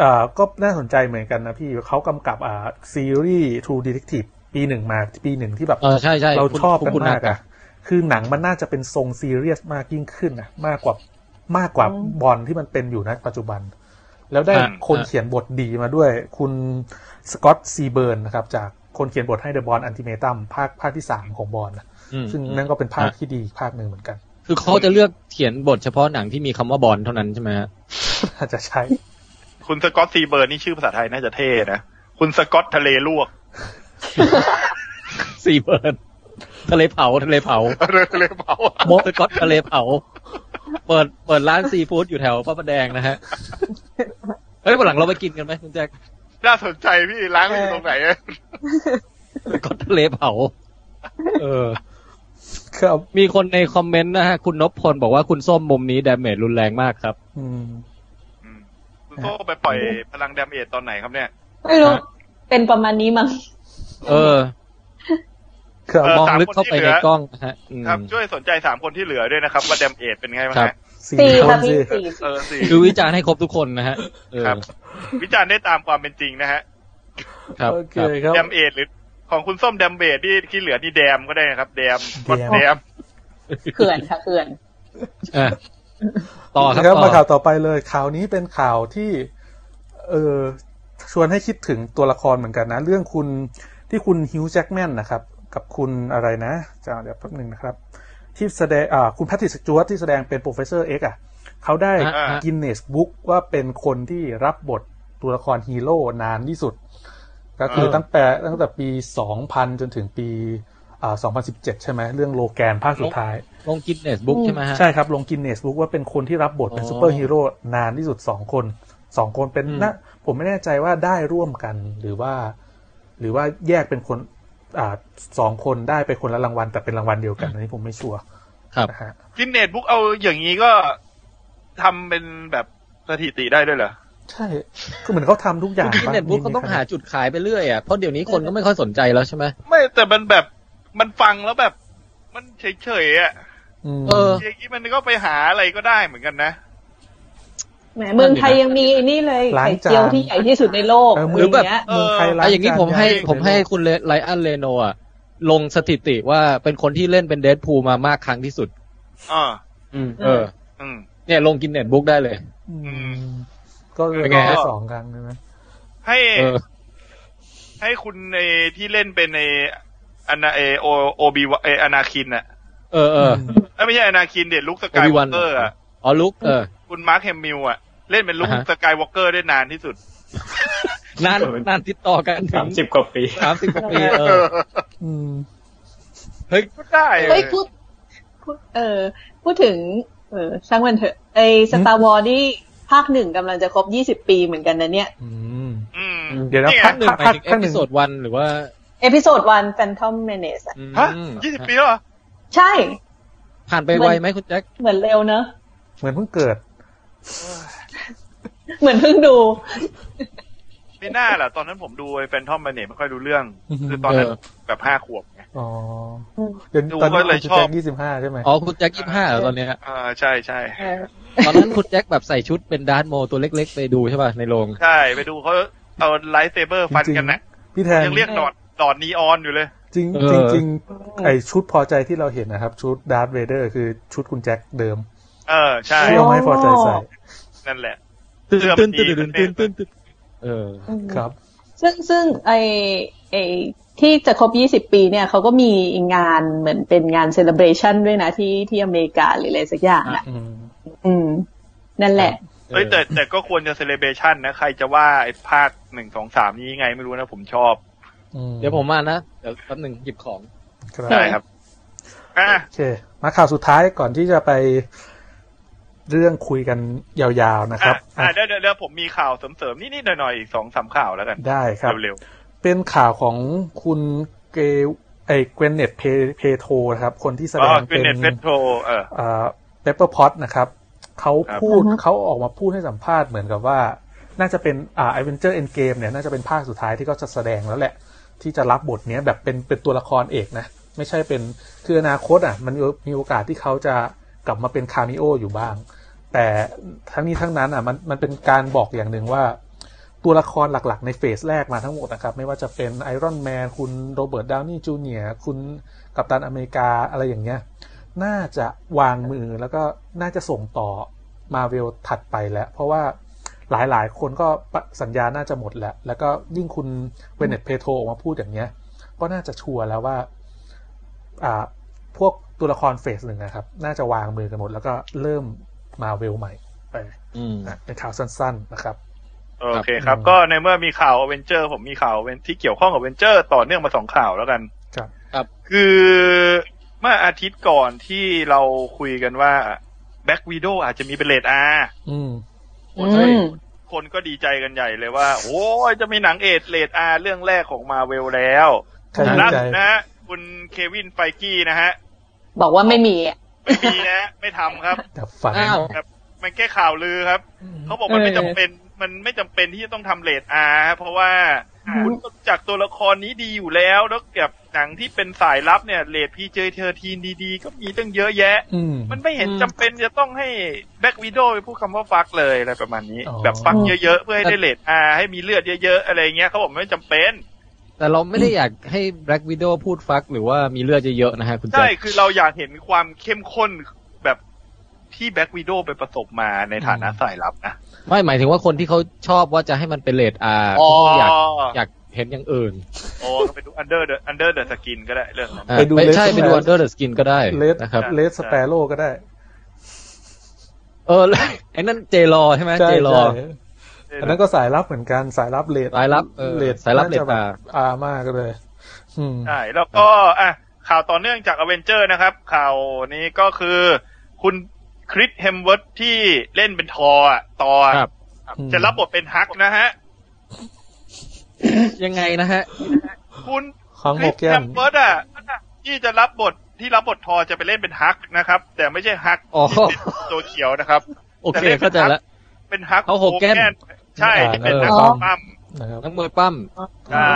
[SPEAKER 1] อ่าก็น่าสนใจเหมือนกันนะพี่เขากำกับอ่าซีรีส์ True Detective ปีหนึ่งมาปีหนึ่งที่แบบ
[SPEAKER 7] เออใช่ใช่
[SPEAKER 1] เรา
[SPEAKER 7] คุณ
[SPEAKER 1] ชอบกัน
[SPEAKER 7] คุณ
[SPEAKER 1] มากอะคือหนังมันน่าจะเป็นทรงซีเรียสมากยิ่งขึ้นนะมากกว่ามากกว่า
[SPEAKER 4] อืม
[SPEAKER 1] บอลที่มันเป็นอยู่นะปัจจุบัน แล้วได้
[SPEAKER 2] อ่า
[SPEAKER 1] คนเขียนบทดีมาด้วย คุณสกอตซีเบิร์นนะครับ จากคนเขียนบทให้เดอะบอลอันติเมตัมภาคภาคที่สามของบอลนะ
[SPEAKER 7] อืม
[SPEAKER 1] ซึ่งนั่นก็เป็นภาคที่ดีภาคหนึ่งเหมือนกัน
[SPEAKER 7] คือเขาจะเลือกเขียนบทเฉพาะหนังที่มีคำว่าบอลเท่านั้นใช่ไหมฮะ
[SPEAKER 1] น่าจะใช้
[SPEAKER 2] คุณสกอตซีเบิร์นนี่ชื่อภาษาไทยน่าจะเท่นะ คุณสกอตทะเลล วก
[SPEAKER 7] สี่เบิร์นทะเลเผาทะเลเผา
[SPEAKER 2] เรือทะเลเผา
[SPEAKER 7] โมสกอตทะเลเผา เปิดเปิดร้านซีฟู้ดอยู่แถวพระประแดงนะฮะ เฮ้ยวันหลังเราไปกินกันไหมคุณแจ็ค
[SPEAKER 2] น่าสนใจพี่ล้างมันอยู่ตรงไหนอะ
[SPEAKER 7] สกอตทะเลเผา
[SPEAKER 1] เออ ครับ
[SPEAKER 7] มีคนในคอมเมนต์นะฮะ คุณนพพลบอกว่าคุณส้มมุมนี้ ดาเมจรุนแรงมากครับ
[SPEAKER 1] อืม
[SPEAKER 2] อืมคุณโซ่ไปปล่อยพลังแดมเอจตอนไหนครับเนี่ย
[SPEAKER 4] ไม่รู้ เป็นประมาณนี้มั้ง
[SPEAKER 7] เออ
[SPEAKER 1] ครับ
[SPEAKER 2] เออ
[SPEAKER 7] มองลึกเข้าไปในกล้องนะฮะอืม
[SPEAKER 2] ครับ ช่วยสนใจสามคนที่เหลือด้วยนะครับ ว่าแดมเอจเป็นไงบ้าง
[SPEAKER 7] ครับ
[SPEAKER 2] ฮะ
[SPEAKER 1] สี่
[SPEAKER 4] สี่
[SPEAKER 1] ค
[SPEAKER 4] ค่ะ
[SPEAKER 1] น
[SPEAKER 4] พี่
[SPEAKER 1] สิ
[SPEAKER 4] สี่
[SPEAKER 2] เออสี่
[SPEAKER 7] คือวิจารณ์ให้ครบทุกคนนะฮะเออ
[SPEAKER 2] ครับ วิจารณ์ได้ตามความเป็นจริงนะฮะ
[SPEAKER 7] ครับ
[SPEAKER 1] โอเค
[SPEAKER 7] ค
[SPEAKER 1] ค
[SPEAKER 7] รับ
[SPEAKER 1] รับ
[SPEAKER 2] แดมเอจหรือของคุณส้มแดมเบดที่ที่เหลือนี่แดมก็ได้นะครับแดมวัด
[SPEAKER 1] แดม
[SPEAKER 2] แดม
[SPEAKER 4] เขื่อนค่ะเขื่อน
[SPEAKER 7] อ่ะต่อครับ
[SPEAKER 1] นะครับมา
[SPEAKER 7] ต่
[SPEAKER 1] ข่า
[SPEAKER 7] อ
[SPEAKER 1] วต่อไปเลยข่าวนี้เป็นข่าวที่ เออชวนให้คิดถึงตัวละครเหมือนกันนะ เรื่องคุณที่คุณฮิวจ์แจ็คแมนนะครับ กับคุณอะไรนะจะเดี๋ยวแป๊บหนึ่งนะครับ ที่แสดงอ่าคุณแพทริกสจวตที่แสดงเป็นโปรเฟสเซอร์เอ็กอ่ะเขาได้
[SPEAKER 7] ฮะฮะ
[SPEAKER 1] กินเนสบุ๊กว่าเป็นคนที่รับบทตัวละครฮีโร่นานที่สุด ก็คือ
[SPEAKER 2] เออ
[SPEAKER 1] ตั้งแต่ตั้งแต่ปี 2000 จนถึงปีอ่า2017 ใช่ไหมเรื่องโลแกนภาคสุดท้าย
[SPEAKER 7] ลงกินเนสบุ๊กใช่ไหมฮะ
[SPEAKER 1] ใช่ครับ ลงกินเนสบุ๊กว่าเป็นคนที่รับบทเป็น
[SPEAKER 7] อ๋อ
[SPEAKER 1] ซูเปอร์ฮีโร่นานที่สุดสองคนสองคนเป็น
[SPEAKER 7] อืม
[SPEAKER 1] นะผมไม่แน่ใจว่าได้ร่วมกันหรือว่า หรือว่าแยกเป็นคนอ่าสองคนได้ไปคนละรางวัลแต่เป็นรางวัลเดียวกันอันนี้ผมไม่ชัวร์
[SPEAKER 7] ครับ
[SPEAKER 1] นะฮะ
[SPEAKER 2] กินเนตบุ๊กเอาอย่างนี้ก็ทำเป็นแบบสถิติได้ด้วยเหรอ
[SPEAKER 1] ใช่คือเหมือนเขาทำทุกอย่าง
[SPEAKER 7] กินเนสบุ๊ก
[SPEAKER 1] ปะ
[SPEAKER 7] ก็ต้อง
[SPEAKER 1] มี
[SPEAKER 7] หา
[SPEAKER 1] คะแ
[SPEAKER 7] จุดขายไปเรื่อยอ่ะเพราะเดี๋ยวนี้คนก็ไม่ค่อยสนใจแล้วใช่ไหม
[SPEAKER 2] ไม่แต่มันแบบมันฟังแล้วแบบ มันเฉยๆอ่ะ
[SPEAKER 1] อืม
[SPEAKER 7] เออ
[SPEAKER 2] อย่างนี้มันก็ไปหาอะไรก็ได้เหมือนกันนะ
[SPEAKER 4] แหมเมืองไทยยังมีไอ้นี่เลยไข่เจียวที่ใหญ่ที่สุดในโลก
[SPEAKER 1] เออ
[SPEAKER 4] ห
[SPEAKER 1] มื
[SPEAKER 4] รือ อ
[SPEAKER 1] แบ
[SPEAKER 4] แบบ บ
[SPEAKER 2] เออ
[SPEAKER 1] มือใครล้
[SPEAKER 7] อะอย่างนี้
[SPEAKER 1] จ
[SPEAKER 7] ผมให้
[SPEAKER 1] ยาก
[SPEAKER 7] ผมให้คุณเลไลอันเลโนอ่ะ ลงสถิติว่าเป็นคนที่เล่นเป็นเดดพูมามากครั้งที่สุด
[SPEAKER 2] อ่า
[SPEAKER 7] เออ
[SPEAKER 2] อืม
[SPEAKER 7] เนี่ยลงกินเน็ตบุ๊กได้เลย
[SPEAKER 1] อื
[SPEAKER 2] อื
[SPEAKER 1] ม
[SPEAKER 2] ม
[SPEAKER 1] ก็เลย
[SPEAKER 7] เป็นไงฮะ
[SPEAKER 1] ได้สองครั้งใช่ไหม
[SPEAKER 2] ให้
[SPEAKER 7] เออ
[SPEAKER 2] ให้คุณในที่เล่นเป็นในอนาเอโอโอบีเออนาคินอ่ะ
[SPEAKER 7] เออเออ
[SPEAKER 2] เอ้ยไม่ใช่อนาคินเด็ดลุก
[SPEAKER 7] โอก
[SPEAKER 2] สาย
[SPEAKER 7] บิ
[SPEAKER 2] ว
[SPEAKER 7] วั
[SPEAKER 2] อน ล์กเกอร์อ่ะ
[SPEAKER 7] อ๋อลุกเออ
[SPEAKER 2] คุณมาร์คแฮมมิลอ่ะ เล่นเป็นลุก
[SPEAKER 7] อ่าฮะ
[SPEAKER 2] สกายวอล์กเกอร์ได้นานที่สุด
[SPEAKER 7] นานนานติดต่อกันถึ
[SPEAKER 3] สาม
[SPEAKER 7] ง
[SPEAKER 3] สิบกว่าปี
[SPEAKER 7] สามสิบกว่าปีเออ
[SPEAKER 1] อืม
[SPEAKER 2] ก็ได้
[SPEAKER 4] เฮ้ยพูดพูดเออพูดถึง เออช่างมันเถอะไอสตาร์วอลนี่ภาคหนึ่งกำลังจะครบยี่สิบปีเหมือนกันนะเนี่ย
[SPEAKER 1] อืม
[SPEAKER 2] อืม
[SPEAKER 1] เดี๋ยวนะ
[SPEAKER 2] นี่ไง
[SPEAKER 1] พัก
[SPEAKER 7] หนึ่งหมายถึงเอพิโซดวันหรือว่า
[SPEAKER 4] เอพิโซดวัน Phantom Menace อะ
[SPEAKER 7] อืม
[SPEAKER 2] ฮะยี่สิบปีแล้วเหรอ
[SPEAKER 4] ใช่
[SPEAKER 7] ผ่านไปไวไหมคุณแจ็ค
[SPEAKER 4] เหมือนเร็วเนอะ
[SPEAKER 1] เหมือนเพิ่งเกิด
[SPEAKER 4] เหมือนเพิ่งดู
[SPEAKER 2] ไม่น่าล่ะ ตอนนั้นผมดูไอ้แฟนทอมมาเนี่ยไม่ค่อยรู้เรื่อง
[SPEAKER 1] อือฮึ
[SPEAKER 2] คือตอนนั้นแบบห้าขวบไง
[SPEAKER 1] อ๋อเดี๋ยวนี้
[SPEAKER 2] ดู
[SPEAKER 1] ตอนนี้
[SPEAKER 2] ก็เลย
[SPEAKER 1] คุณ
[SPEAKER 2] ชอบ
[SPEAKER 1] แจ็คยี่สิบห้าใช่ไหม
[SPEAKER 7] อ๋อคุณแจ็คยี่ห้าตอนเนี้ย
[SPEAKER 2] อ่าใช่ใช่
[SPEAKER 4] เออ
[SPEAKER 7] ตอนนั้นคุณแจ็คแบบใส่ชุดเป็นดาร์ธโมตัวเล็ก ๆ ไปดูใช่ป่ะในโรง
[SPEAKER 2] ใช่ ไปดูเขาเอาไลท์เซเบอร์ฟันกันนะ
[SPEAKER 1] พี่แทน
[SPEAKER 2] ยังเรียกดอดดอดนีออนอยู่เลย
[SPEAKER 1] จริงจริงจริงไอชุดพอใจที่เราเห็นนะครับ ชุดดาร์ธเวเดอร์คือชุดคุณแจ็คเดิม
[SPEAKER 2] เออ ใช่
[SPEAKER 1] ที่เอาให้พอใจใส่
[SPEAKER 2] นั่นแหละ
[SPEAKER 7] ตื่น
[SPEAKER 2] เรื่อง
[SPEAKER 7] ตื่น
[SPEAKER 2] ดี
[SPEAKER 7] ตื่นตื่นตื่นตื่นตื่นเออ
[SPEAKER 4] อืม
[SPEAKER 1] ครับ
[SPEAKER 4] ซึ่งซึ่งไอไอที่จะครบยี่สิบปีเนี่ยเขาก็มีงานเหมือนเป็นงานเซเลบรชันด้วยนะที่ที่อเมริกาหรืออะไรสักอย่างอ่ะ
[SPEAKER 1] อืม
[SPEAKER 4] อืม นั่นแหละ
[SPEAKER 2] เอ้ยแต่แต่ก็ควรจะเซเลบ a ชันนะ ใครจะว่าไอ้ภาคหนึ่งสองสามนี้ยังไงไม่รู้นะผมชอบ
[SPEAKER 1] อื
[SPEAKER 7] เดี๋ยวผมมานะ เดี๋ยวแป๊บหนึ่งหยิบของ
[SPEAKER 1] ครับ
[SPEAKER 2] ได้ครับ อ่ะ
[SPEAKER 1] โอเค มาข่าวสุดท้ายก่อนที่จะไปเรื่องคุยกันยาวๆนะครับ
[SPEAKER 2] อ่ะ
[SPEAKER 1] อ่ะ
[SPEAKER 2] เดี๋ยวเดี๋ยวเดี๋ยวผมมีข่าวเสริมๆนิดๆหน่อยๆอีกสองสามข่าวแล้วกัน
[SPEAKER 1] ได้ครับ
[SPEAKER 2] เร็ว
[SPEAKER 1] เป็นข่าวของคุณเก ไอ้เกวนเน็ตเพเพโทนะครับ คนที่แสด
[SPEAKER 2] อ๋อง เก
[SPEAKER 1] เป็น
[SPEAKER 2] เน็ตเฟสโทรเออ
[SPEAKER 1] เปเปอร์พอตนะครับเขา
[SPEAKER 2] ครับ
[SPEAKER 1] พูด
[SPEAKER 4] อือฮึ
[SPEAKER 1] เขาออกมาพูดให้สัมภาษณ์เหมือนกับว่า น่าจะเป็นอ่าไอเวนเจอร์เอ็นเกมเนี่ย น่าจะเป็นภาคสุดท้ายที่เขาจะแสดงแล้วแหละ ที่จะรับบทเนี้ยแบบเป็นเป็นตัวละครเอกนะ ไม่ใช่เป็นคืออนาคตอ่ะ มันมีมีโอกาสที่เขาจะกลับมาเป็นคาเมโออยู่บ้าง แต่ทั้งนี้ทั้งนั้นอ่ะมันมันเป็นการบอกอย่างหนึ่งว่า ตัวละครหลักๆ ในเฟสแรกมาทั้งหมดนะครับ ไม่ว่าจะเป็นไอรอนแมนคุณโรเบิร์ตดาวนี่จูเนียร์คุณกัปตันอเมริกาอะไรอย่างเงี้ย น่าจะวางมือแล้วก็น่าจะส่งต่อมาเวลถัดไปแล้ว เพราะว่าหลายๆ คนก็สัญญาน่าจะหมดแล้ว แล้วก็ยิ่งคุณเวเนตเพโทรออกมาพูดอย่างเงี้ย ก็น่าจะชัวร์แล้วว่า อ่า พวกตัวละครเฟสหนึ่งนะครับ น่าจะวางมือกันหมด แล้วก็เริ่มมาเวลใหม่ไป
[SPEAKER 7] อืม
[SPEAKER 1] นะเป็นข่าวสั้น ๆนะครับ
[SPEAKER 2] โอเคครับ
[SPEAKER 1] อืม
[SPEAKER 2] ก็ในเมื่อมีข่าวเวนเจอร์ผมมีข่าว Aven- ที่เกี่ยวข้องกับเวนเจอร์ต่อเนื่องมาสองข่าวแล้วกัน
[SPEAKER 1] ครับ
[SPEAKER 2] คือเมื่ออาทิตย์ก่อนที่เราคุยกันว่าแบ็กวีโดอาจจะมีเป็นเลดอา
[SPEAKER 1] อืม
[SPEAKER 4] อืม
[SPEAKER 2] คนก็ดีใจกันใหญ่เลยว่า โอ้ยจะมีหนังเอทเลดอาเรื่องแรกของมาเวลแล้ว
[SPEAKER 1] ใครดี
[SPEAKER 2] ล่า
[SPEAKER 1] ใจ
[SPEAKER 2] สุดนะฮะคุณเควินไฟกี้นะฮะ
[SPEAKER 4] บอกว่าไม่มีอะ
[SPEAKER 2] ไม่มีนะ ไม่ทำครับ
[SPEAKER 1] แต่ฝัน
[SPEAKER 7] อ้าว
[SPEAKER 2] มันแก้ข่าวลือครับ เขาบอกมันไม่จำเป็น มันไม่จำเป็นที่จะต้องทำเลดอาเพราะว่าคุณก็รู้จากตัวละครนี้ดีอยู่แล้ว แล้วกับหนังที่เป็นสายลับเนี่ยเลดพีเจเธอทีนดีๆ ก็มีตั้งเยอะแยะ
[SPEAKER 1] อืม
[SPEAKER 2] มันไม่เห็นจำเป็นจะต้องให้แบ็กวิดโดไปพูดคำว่าฟักเลยอะไรประมาณนี้
[SPEAKER 1] อ๋อ
[SPEAKER 2] แบบฟักเยอะๆ เพื่อให้ได้เลดอาให้มีเลือดเยอะๆ อะไรเงี้ยเขาบอกไม่จำเป็น
[SPEAKER 7] แต่เราไม่ได้อยากให้ Black Widow พูดฟักหรือว่ามีเลือดเยอะๆนะฮะคุณแจ็
[SPEAKER 2] ใช่
[SPEAKER 7] ค
[SPEAKER 2] คือเราอยากเห็นความเข้มข้นแบบที่แบ็กวิดโดไปประสบมาในฐานะสายลับนะ
[SPEAKER 7] ไม่หมายถึงว่าคนที่เขาชอบว่าจะให้มันเป็นเลดอาร์อยากอยากเห็นอย่างอื่น
[SPEAKER 2] โอ้ก็ไปดูอันเดอร์อันเดอร์เดอะสกินก็ได้เรื่องนั้น
[SPEAKER 7] อ่ะ
[SPEAKER 1] ไปดู
[SPEAKER 7] ไม่
[SPEAKER 1] Red
[SPEAKER 7] ใช่ไปดู
[SPEAKER 1] Sparrow
[SPEAKER 7] Under the Skin ก็ได้
[SPEAKER 1] เลส
[SPEAKER 7] นะครับ
[SPEAKER 1] เลสสเปโร่ก็ได้
[SPEAKER 7] เอ อแล้วไอ้นั่นเจรอใช่ไหม
[SPEAKER 1] ใช่
[SPEAKER 7] เจรอ
[SPEAKER 1] ใช่อันนั้นก็สายลับเหมือนกันสายลับเลส
[SPEAKER 7] สายลับเออ
[SPEAKER 1] เลส
[SPEAKER 7] สายลับเลส
[SPEAKER 1] น่จะแบบ
[SPEAKER 7] อ่า
[SPEAKER 1] อามากเลย อืม
[SPEAKER 2] ใช่แล้วก็อ่ะข่าวต่อเนื่องจากอเวนเจอร์นะครับ ข่าวนี้ก็คือคุณคริสเฮมเวิร์ดที่เล่นเป็นทอร์อะตอร์อะ
[SPEAKER 7] ครับ
[SPEAKER 1] อืม
[SPEAKER 2] จะรับบทเป็นฮักนะฮะ
[SPEAKER 7] ยังไงนะฮะ
[SPEAKER 2] คุณ
[SPEAKER 1] ครั้ง
[SPEAKER 2] ค
[SPEAKER 1] ห
[SPEAKER 2] ริส
[SPEAKER 1] กแก้
[SPEAKER 2] เฮ
[SPEAKER 1] ม
[SPEAKER 2] มเวิร์ดอ่ะที่จะรับบทที่รับบททอร์จะไปเล่นเป็นฮักนะครับ แต่ไม่ใช่ฮัก
[SPEAKER 7] อ๋อ
[SPEAKER 2] ที่เป็นตัวเขียวนะครับ
[SPEAKER 7] โอเค
[SPEAKER 2] แต่เล่นเป็น
[SPEAKER 7] เข้าใจละ
[SPEAKER 2] เป็นฮัก
[SPEAKER 7] เขาโฮแกน
[SPEAKER 2] ใช่เป็นนัก
[SPEAKER 7] ออ
[SPEAKER 2] ปั้ม
[SPEAKER 1] นะครับ
[SPEAKER 7] นักมวยปั้ม
[SPEAKER 2] ใช่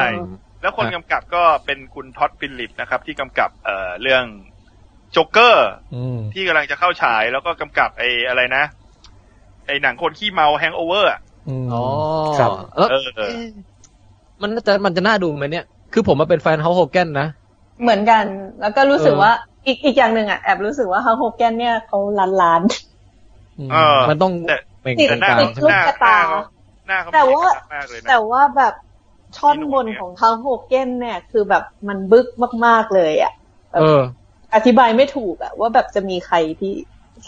[SPEAKER 2] แล้วคนกำกับก็เป็นคุณท็อดฟิลลิปนะครับ ที่กำกับเอ่อเรื่องโจ๊กเกอร์
[SPEAKER 1] อืม
[SPEAKER 2] ที่กำลังจะเข้าฉายแล้วก็กำกับไอ้อะไรนะ ไอ้หนังคนขี้เมาแฮงโอเวอร์
[SPEAKER 1] อืม
[SPEAKER 7] อ๋อ
[SPEAKER 1] ครับ
[SPEAKER 7] แล้ว
[SPEAKER 2] เออ
[SPEAKER 7] มันน่าจะมันจะน่าดูไหมเนี่ย คือผมมาเป็นแฟนเฮาโฮแกนนะ
[SPEAKER 4] เหมือนกัน แล้วก็รู้สึก
[SPEAKER 7] เออ
[SPEAKER 4] ว่าอีกอีกอย่างหนึ่งอ่ะแอบรู้สึกว่าฮาโฮแกนเนี่ยเขาล้านล้านๆ
[SPEAKER 1] ม
[SPEAKER 2] เออ
[SPEAKER 7] มันต้อง
[SPEAKER 2] แต่
[SPEAKER 7] เปล่ง
[SPEAKER 4] ติด
[SPEAKER 2] แต่หน้า
[SPEAKER 7] ต่าง
[SPEAKER 2] เขา
[SPEAKER 7] ๆใช่
[SPEAKER 4] รู
[SPEAKER 7] ไห
[SPEAKER 2] ห
[SPEAKER 4] ป
[SPEAKER 7] ม
[SPEAKER 2] น้า
[SPEAKER 4] ชะตา
[SPEAKER 2] เขาหน้าเขา
[SPEAKER 4] แต่ว่า
[SPEAKER 2] ไม่ได้ขนดมากเลยนะ
[SPEAKER 4] แต่ว่าแบบช่อนบนของทางโฮเก้นเนี่ย คือแบบมันบึกมาก ๆ เลยอ่ะ
[SPEAKER 7] เออ
[SPEAKER 4] อธิบายไม่ถูกอ่ะ ว่าแบบจะมีใครที่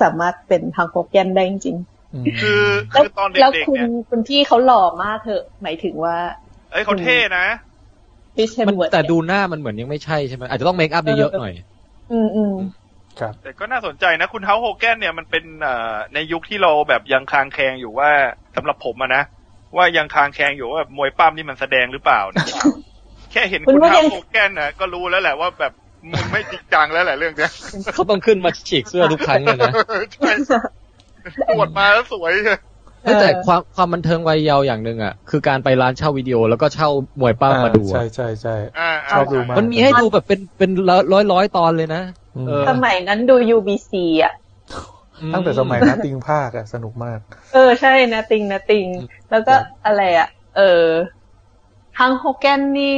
[SPEAKER 4] สามารถเป็นทางโฮเก้นได้จริง
[SPEAKER 1] ม
[SPEAKER 2] คือ
[SPEAKER 4] ๆแล้ว
[SPEAKER 2] คือตอนเ
[SPEAKER 4] แล้ว
[SPEAKER 2] ด็กๆ
[SPEAKER 4] คุณ
[SPEAKER 2] เนี่ย
[SPEAKER 4] คุณพี่เขาหล่อมากเถอะหมายถึงว่า
[SPEAKER 2] เอ้ยเขาเท่นะ
[SPEAKER 4] พิชเชน
[SPEAKER 7] มัน
[SPEAKER 4] เวิร์ด
[SPEAKER 7] แต่ดูหน้ามันเหมือนยังไม่ใช่ใช่ไหมอาจจะต้องเมคอัพเยอะๆหน่อย
[SPEAKER 4] อืมอืม
[SPEAKER 1] ครับ
[SPEAKER 2] แต่ก็น่าสนใจนะ คุณเฮาโฮแกนเนี่ยมันเป็นเอ่อในยุคที่เราแบบยังคลางแคลงอยู่ว่าสำหรับผมอะนะว่ายังคลางแคลงอยู่ว่าแบบมวยปั้มนี่มันแสดงหรือเป ล่านะ แค่เห็นคุณเฮาโฮแกนนะก็รู้แล้วแหละว่าแบบมึงไม่จริงจังแล้วแหละเรื่องเนี้ย
[SPEAKER 7] เขาต้องขึ้นมาฉีกเสื้อทุกครั้งเลยนะ
[SPEAKER 2] ใช่ตรวจมาแล้วสวย
[SPEAKER 7] เอ้ยแต่ความความบันเทิงวัยเยาว์อย่างหนึ่งอ่ะ คือการไปร้านเช่าวิดีโอแล้วก็เช่ามวยป้ามาดู
[SPEAKER 1] ใช่
[SPEAKER 7] อะ
[SPEAKER 1] ใช่ใช่
[SPEAKER 2] อ่า
[SPEAKER 1] ชอบดูมาก
[SPEAKER 7] มันมีให้ดูแบบเป็นเป็นร้อยร้อยๆตอนเลยนะ
[SPEAKER 1] อืม
[SPEAKER 7] เออ
[SPEAKER 4] สมัยนั้นดู UBC อ่ะ
[SPEAKER 1] ตั้งแต่สมัยนะติงภาคอะสนุกมาก
[SPEAKER 4] เออใช่นะติงนะติง แล้วก็อะไรอ่ะ เออทางโฮเก้นนี่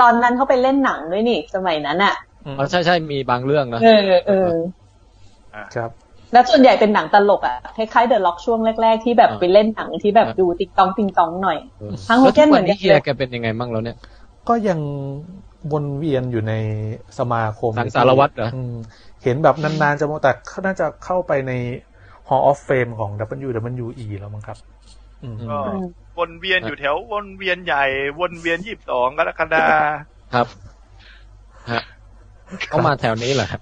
[SPEAKER 4] ตอนนั้นเขาไปเล่นหนังด้วยนี่ สมัยนั้นอ่ะ
[SPEAKER 7] อ๋อใช่ใช่มีบางเรื่องนะ
[SPEAKER 4] เออเออ
[SPEAKER 1] ครับ
[SPEAKER 4] แล้วส่วนใหญ่เป็นหนังตลกอะคล้ายๆเดอะล็อกช่วงแรก ๆ ที่แบบ
[SPEAKER 7] อ่า
[SPEAKER 4] ไปเล่นหนังที่แบบดูติ๊กตองติ๊งตองหน่อย ทั้ง
[SPEAKER 7] แล้
[SPEAKER 4] Hokkien
[SPEAKER 7] วทุ
[SPEAKER 4] เหมื
[SPEAKER 7] วั
[SPEAKER 4] อนกัน
[SPEAKER 7] นี้เฮียแกเป็นยังไงบ้างแล้วเนี่ย
[SPEAKER 1] ก็ยังวนเวียนอยู่ในสมาคม
[SPEAKER 7] สังสารวัตรเหรออื
[SPEAKER 1] มเห็นแบบนานๆจะมองแต่น่าจะเข้าไปใน Hall of Fame ของ WWE แล้วมั้งครับ อืม
[SPEAKER 2] ก็
[SPEAKER 4] อืม
[SPEAKER 2] วนเวียนอยู่แถววนเวียนใหญ่ วนเวียนยี่สิบสองกรกฎา
[SPEAKER 7] ครับฮะเขามาแถวนี้เหรอครับ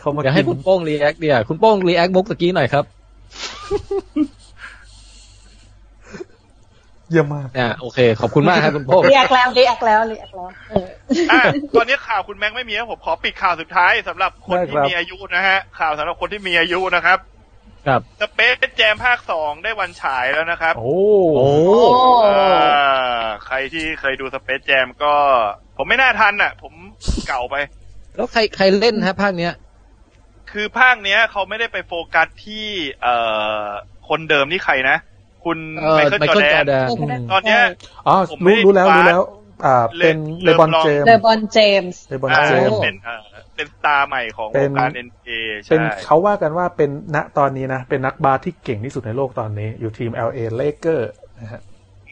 [SPEAKER 1] เขามา
[SPEAKER 7] เดี๋ยวให้
[SPEAKER 1] กิ
[SPEAKER 7] คุณโป้งรีแอคเดียวคุณโป้งรีแอคมุกตะกี้หน่อยครับ
[SPEAKER 1] เยี่ยมมาก
[SPEAKER 7] อ่าโอเค ขอบคุณมากครับคุณพ่อ
[SPEAKER 4] เรียกแล้วเรียกแล้วเรียกแล้วเออ
[SPEAKER 2] อ่ะตอนนี้ข่าวคุณแม็กไม่มีครับผมขอปิดข่าวสุดท้ายสำหรับคนที่มีอายุนะฮะ ข่าวสำหรับคนที่มีอายุนะครับ
[SPEAKER 7] ครับ
[SPEAKER 2] สเปซแจมภาคสองได้วันฉายแล้วนะครับ
[SPEAKER 1] โอ้
[SPEAKER 7] โอ้
[SPEAKER 2] อ่าใครที่เคยดูสเปซแจมก็ ผมไม่น่าทันอ่ะ ผมเก่าไป
[SPEAKER 7] แล้วใครใครเล่นฮะภาคเนี้ย
[SPEAKER 2] คือภาคเนี้ยเขาไม่ได้ไปโฟกัสที่เอ่อคนเดิมนี่ใครนะ คุณ
[SPEAKER 7] เออ
[SPEAKER 2] ไมเคิลจอ
[SPEAKER 7] ไมเคิล
[SPEAKER 2] แด
[SPEAKER 7] จอน แดน
[SPEAKER 2] ตอนเนี้ย
[SPEAKER 1] อ๋อ
[SPEAKER 2] ผมไม่
[SPEAKER 1] รู้รู้แล้วรู้แล้ว อ่า
[SPEAKER 2] เล
[SPEAKER 1] เป็นเลบอน
[SPEAKER 2] เลบอน
[SPEAKER 1] เจมส์
[SPEAKER 4] เลบอนเจมส์
[SPEAKER 1] เลบอนเจมส์
[SPEAKER 2] อ่าเป็นเอ่อเป็นสตาร์ใหม่ของ
[SPEAKER 1] เป็
[SPEAKER 2] วน งการ NBA
[SPEAKER 1] เป็
[SPEAKER 2] ใช่
[SPEAKER 1] นเขาว่ากันว่าเป็นณตอนนี้นะ เป็นนักบาสที่เก่งที่สุดในโลกตอนนี้ อยู่ทีม LA l a k e r นะฮะ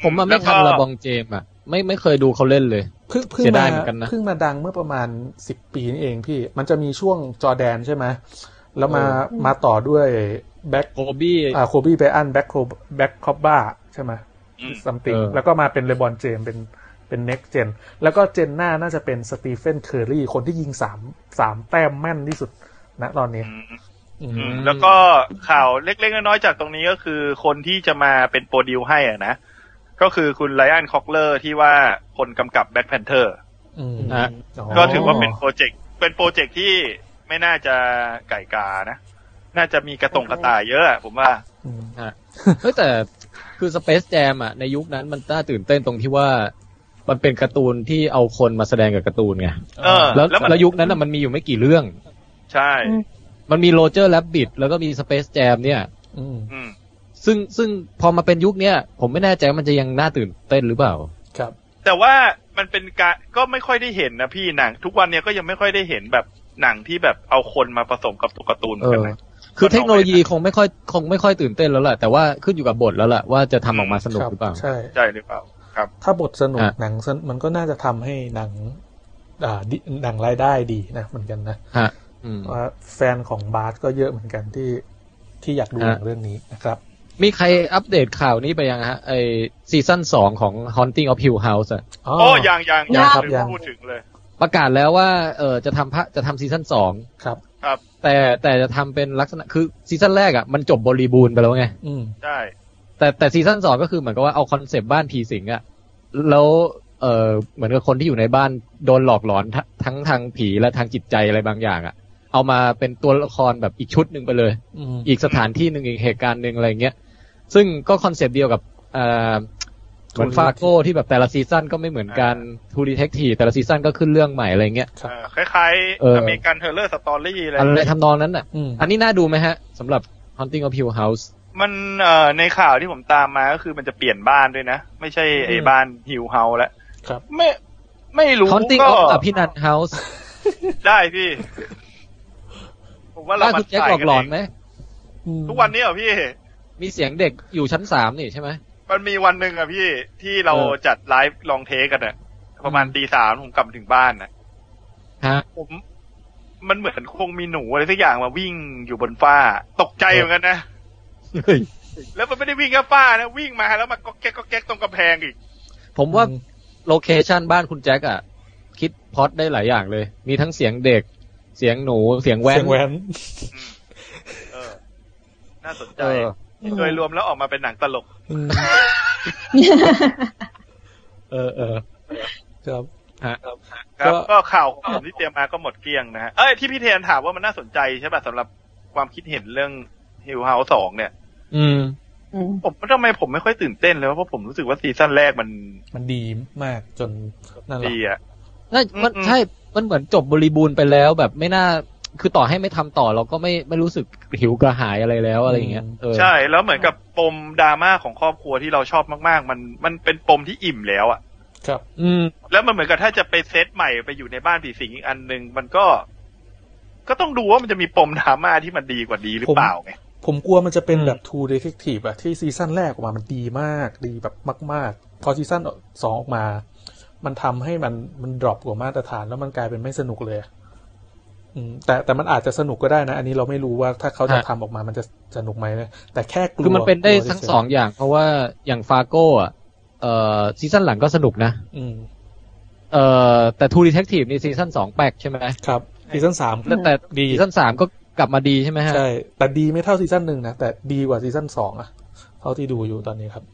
[SPEAKER 7] ผมมันไม่ทันระบองเจมส์อ่ะ ไม่ไม่เคยดูเขาเล่นเลย
[SPEAKER 1] เพิ่งเพิ่ง
[SPEAKER 7] เสีย
[SPEAKER 1] มา
[SPEAKER 7] ดายเหมือนกันนะ
[SPEAKER 1] เพิ่งมาดังเมื่อประมาณสิบปีนี่เองพี่ มันจะมีช่วงจอร์แดนใช่ไหมแล้วมา
[SPEAKER 7] เออ
[SPEAKER 1] มาต่อด้วยแบ็ค
[SPEAKER 7] โคบี้
[SPEAKER 1] อ่าโคบี้ไบอันแบ็คโคแบ็คคอบบ้าใช่ไหม
[SPEAKER 2] อืม
[SPEAKER 1] ซัมติง
[SPEAKER 7] เออ
[SPEAKER 1] แล้วก็มาเป็นเลบอนเจมส์เป็นเป็นเน็กเจนแล้วก็เจนหน้าน่าจะเป็นสตีเฟนเคอร์รีคนที่ยิงสามสามแต้มแม่นที่สุดนะตอนนี้
[SPEAKER 2] อื
[SPEAKER 7] อืม
[SPEAKER 2] มแล้วก็ข่าวเล็กๆน้อยๆจากตรงนี้ก็คือคนที่จะมาเป็นโปรดิวให้อ่ะนะ ก็คือคุณไลออนคอกเลอร์ที่ว่าคนกำกับแบ็คแพนเทอร์
[SPEAKER 1] อืม
[SPEAKER 7] ฮะ
[SPEAKER 2] ก็ถือว่าเป็นโปรเจกต์เป็นโปรเจกต์ที่ไม่น่าจะไก่กานะ น่าจะมีกระตงกระต่ายเยอะอะผมว่า
[SPEAKER 1] อืม
[SPEAKER 7] เฮ้ยแต่คือ Space Jam อ่ะในยุคนั้นมันน่าตื่นเต้นตรงที่ว่า มันเป็นการ์ตูนที่เอาคนมาแสดงกับการ์ตูนไง
[SPEAKER 2] เออ
[SPEAKER 7] แล้ว
[SPEAKER 2] แล้วมัน
[SPEAKER 7] แล้วยุคนั้นอ่ะมันมีอยู่ไม่กี่เรื่อง
[SPEAKER 2] ใช่
[SPEAKER 7] มันมีโรเจอร์แ b บบิทแล้วก็มี Space Jam เนี่ย
[SPEAKER 1] อืม
[SPEAKER 2] อืม
[SPEAKER 7] ซึ่งซึ่งพอมาเป็นยุคเนี้ยผมไม่แน่ใจว่ามันจะยังน่าตื่นเต้นหรือเปล่า
[SPEAKER 1] ครับ
[SPEAKER 2] แต่ว่ามันเป็นการก็ไม่ค่อยได้เห็นนะพี่หนัง ทุกวันเนี้ยก็ยังไม่ค่อยได้เห็นแบบหนังที่แบบเอาคนมาผสมกับตัวการ์ตูนเหมื
[SPEAKER 7] เอ
[SPEAKER 2] อนกัน
[SPEAKER 7] อ
[SPEAKER 2] นะ
[SPEAKER 7] คือเทคโนโลยีคงไม่ค่อยคงไม่ค่อยตื่นเต้นแล้วแหละแต่ว่าขึ้นอยู่กับบทแล้วแหละว่าจะทำออกมาสนุก
[SPEAKER 1] ครั
[SPEAKER 7] หรือเปล่า
[SPEAKER 1] ใช่
[SPEAKER 2] ใช่หรือเปล่า ครับ
[SPEAKER 1] ถ้าบทสนุก
[SPEAKER 7] อ่ะ
[SPEAKER 1] หนังสนมันก็น่าจะทำให้หนัง อ่าดิหนังรายได้ดีนะเหมือนกันนะ
[SPEAKER 7] ฮะอืม
[SPEAKER 1] ว่าแฟนของบาสก็เยอะเหมือนกันที่ที่อยากดู
[SPEAKER 7] ฮะ
[SPEAKER 1] หนังเรื่องนี้นะครับ
[SPEAKER 7] มีใครอัปเดตข่าวนี้ไปยังฮะไอซีซั่นสองของ Haunting of Hill House อะ
[SPEAKER 2] โอ้ยังยัง
[SPEAKER 1] ยังครับ
[SPEAKER 2] ไม่
[SPEAKER 1] ยัง
[SPEAKER 2] พูดถึงเลย
[SPEAKER 7] ประกาศแล้วว่า เออจะทำพระจะทำซีซั่นสอง
[SPEAKER 1] ครับ
[SPEAKER 7] แต่แต่จะทำเป็นลักษณะคือซีซั่นแรกอะ่ะมันจบบริบูรณ์ไปแล้วไง
[SPEAKER 1] อืม
[SPEAKER 2] ใช่
[SPEAKER 7] แต่แต่ซีซั่นสองก็คือเหมือนกับว่าเอาคอนเซปต์บ้านผีสิงอะ่ะแล้วเออเหมือนกับคนที่อยู่ในบ้านโดนหลอกหลอนทะทั้งทางผีและทางจิตใจอะไรบางอย่างอะ่ะ เอามาเป็นตัวละครแบบอีกชุดหนึ่งไปเลย
[SPEAKER 1] อืม
[SPEAKER 7] อีกสถานที่หนึ่งอีกเหตุการณ์หนึ่งอะไรเงี้ย ซึ่งก็คอนเซปต์เดียวกับเอ่อเหมือนฟาโก้ที่แบบแต่ละซีซั่นก็ไม่เหมือนกันทูดีเทคทีแต่ละซีซั่นก็ขึ้นเรื่องใหม่อะไรเงี้ย
[SPEAKER 2] เอ่อคล้าย
[SPEAKER 7] เออ
[SPEAKER 2] ๆ
[SPEAKER 7] อ
[SPEAKER 2] อเมริกันเทอร์เลอร์สตอรี่อะไร
[SPEAKER 7] อะไรทำนองนั้นน่ะ
[SPEAKER 1] อืม
[SPEAKER 7] อันนี้น่าดูไหมฮะสำหรับ Hunting of Hill House
[SPEAKER 2] มันเอ่อในข่าวที่ผมตามมาก็คือมันจะเปลี่ยนบ้านด้วยนะ ไม่ใช่ไอ้บ้านฮิวเฮาแล้ว
[SPEAKER 1] ครับ
[SPEAKER 2] ไม่ไม่รู้
[SPEAKER 7] Hunting
[SPEAKER 2] ก็
[SPEAKER 7] of อภินันท์ House
[SPEAKER 2] ได้พี่ ผมว่าเรา
[SPEAKER 7] ล่า
[SPEAKER 2] มา
[SPEAKER 7] สุดแจ็ค
[SPEAKER 2] ถ่าย
[SPEAKER 7] หลอก
[SPEAKER 2] กัน
[SPEAKER 7] หลอน
[SPEAKER 2] เอง
[SPEAKER 7] ไหม
[SPEAKER 1] อืม
[SPEAKER 2] ทุกวันนี้เหรอพี่
[SPEAKER 7] มีเสียงเด็กอยู่ชั้นสามนี่ใช่ไหม
[SPEAKER 2] มันมีวันหนึ่งอะพี่ที่เรา
[SPEAKER 7] เออ
[SPEAKER 2] จัดไลฟ์ลองเทคกันอะประมาณตีสามผมกลับมาถึงบ้านนะ
[SPEAKER 7] ฮะ
[SPEAKER 2] ผม มันเหมือนคงมีหนูอะไรสักอย่างมาวิ่งอยู่บนฝ้า ตกใจเหมือนกันนะ แล้วมันไม่ได้วิ่งแค่ฝ้านะวิ่งมาแล้วมาก็แก๊กก็แก๊กตรงกำแพงอีก
[SPEAKER 7] ผมว่าโลเคชันบ้านคุณแจ็คอะคิดพล็อดได้หลายอย่างเลย มีทั้งเสียงเด็ก เสียงหนูเสียงแว่
[SPEAKER 1] เสี
[SPEAKER 7] น
[SPEAKER 1] ยงแหวน
[SPEAKER 2] เออ น่าสนใจ
[SPEAKER 7] เออ
[SPEAKER 2] โดยรวมแล้วออกมาเป็นหนังตลก
[SPEAKER 1] อื ม
[SPEAKER 7] เออเออ
[SPEAKER 1] ครับ
[SPEAKER 2] ครั
[SPEAKER 1] ก็
[SPEAKER 2] บ ก็ข่าวของผมที่เตรียมมาก็หมดเกลี้ยงนะฮะ เอ้ยที่พี่เทนถามว่ามันน่าสนใจใช่ป่ะสำหรับความคิดเห็นเรื่องฮิวเฮาสองเนี่ย
[SPEAKER 7] อืม
[SPEAKER 4] อืม
[SPEAKER 2] ผมทำไมผมไม่ค่อยตื่นเต้นเลยเพราะผมรู้สึกว่าซีซั่นแรกมัน
[SPEAKER 1] มันดีมากจนนั่นแหละ
[SPEAKER 2] ดีอ่ะ
[SPEAKER 7] น่ามัน
[SPEAKER 2] อืม
[SPEAKER 7] ใช่ มันเหมือนจบบริบูรณ์ไปแล้วแบบไม่น่า คือต่อให้ไม่ทำต่อเราก็ไม่ไม่รู้สึกหิวกระหายอะไรแล้วอะไรอย่างเงี้ยเออ
[SPEAKER 2] ใช่ แล้วเหมือนกับปมดราม่าของครอบครัวที่เราชอบมากๆ มันมันเป็นปมที่อิ่มแล้วอ่ะ
[SPEAKER 1] ครับ
[SPEAKER 7] อืม
[SPEAKER 2] แล้วมันเหมือนกับถ้าจะไปเซตใหม่ไปอยู่ในบ้านผีสิงอีกอันหนึ่งมันก็ ก็ต้องดูว่ามันจะมีปมดราม่าที่มันดีกว่าดีหรือเปล่าไง
[SPEAKER 1] ผมกลัวมันจะเป็น
[SPEAKER 2] อืม
[SPEAKER 1] แบบ Two Detective อะที่ซีซั่นแรกออกมามันดีมากดีแบบมาก ๆ พอซีซั่นสองออกมา มันทำให้มันมันดรอปกว่ามาตรฐานแล้วมันกลายเป็นไม่สนุกเลยอะอืมแต่แต่มันอาจจะสนุกก็ได้นะ อันนี้เราไม่รู้ว่าถ้าเขาจะ
[SPEAKER 7] ฮะ
[SPEAKER 1] ทำออกมามันจะสนุกไหมนะแต่แค่กลัว
[SPEAKER 7] คือมันเป็นได้
[SPEAKER 1] กลัว
[SPEAKER 7] ทั้ง
[SPEAKER 1] ฉยๆ
[SPEAKER 7] สองอย่าง เพราะว่าอย่างฟาโก้อะเอ่อซีซั่นหลังก็สนุกนะ
[SPEAKER 1] อืม
[SPEAKER 7] เอ่อแต่ทูดีเทคทีฟในซีซั่นสองแปลกใช่ไหม
[SPEAKER 1] ครับซีซั่นสาม
[SPEAKER 7] แต่แต่
[SPEAKER 1] ดี
[SPEAKER 7] ซีซั่นสามก็กลับมาดีใช่ไหมฮะ
[SPEAKER 1] ใช่แต่ดีไม่เท่าซีซั่นหนึ่งนะแต่ดีกว่าซีซั่นสองอะเท่าที่ดูอยู่ตอนนี้ครับ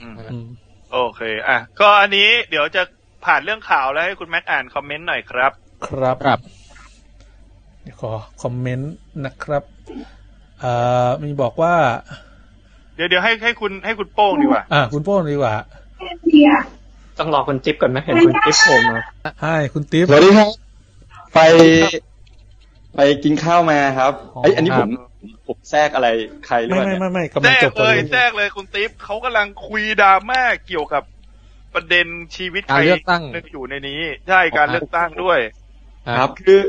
[SPEAKER 2] อืม
[SPEAKER 1] อืม
[SPEAKER 2] โอเค อ่ะ ก็อันนี้เดี๋ยวจะผ่านเรื่องข่าวแล้วให้คุณแม็กอ่านคอมเมนต์หน่อยครับ
[SPEAKER 1] ครับ
[SPEAKER 7] ครับ
[SPEAKER 1] เดี๋ยวขอคอมเมนต์นะครับเอ่อมีบอกว่า
[SPEAKER 2] เดี๋ยวเดี๋ยวให้ให้คุณให้คุณโป้งดีกว่า
[SPEAKER 1] อ่าคุณโป้งดีกว่า
[SPEAKER 3] ต้องรอคุณจิ๊บก่อนไหมเห็นคุณจิ๊บโผล่มา
[SPEAKER 1] ให้คุณติ๊บ
[SPEAKER 8] สวัสดีครับ ไป ไปกินข้าวมาครับ
[SPEAKER 1] อ๋อ
[SPEAKER 8] ไอยอันนี้
[SPEAKER 7] ค
[SPEAKER 8] ผ
[SPEAKER 7] รับ
[SPEAKER 8] มผมแทรกอะไรใครหรือ
[SPEAKER 1] ไม่
[SPEAKER 8] เปล่า
[SPEAKER 1] ไม่
[SPEAKER 8] เนี่ย
[SPEAKER 1] ไม่ไม่กำลั
[SPEAKER 2] แทรง
[SPEAKER 1] จ
[SPEAKER 2] ก
[SPEAKER 1] บพ
[SPEAKER 2] เล
[SPEAKER 1] อย ดี
[SPEAKER 2] แทรกเลยคุณติ๊บเขากำลังคุยดราม่าเกี่ยวกับประเด็นชีวิตใคร
[SPEAKER 7] การเลือกตั้ง
[SPEAKER 2] หนึ่งอยู่ในนี้ ใช่การเลือกตั้งด้วย
[SPEAKER 8] ครับ คือ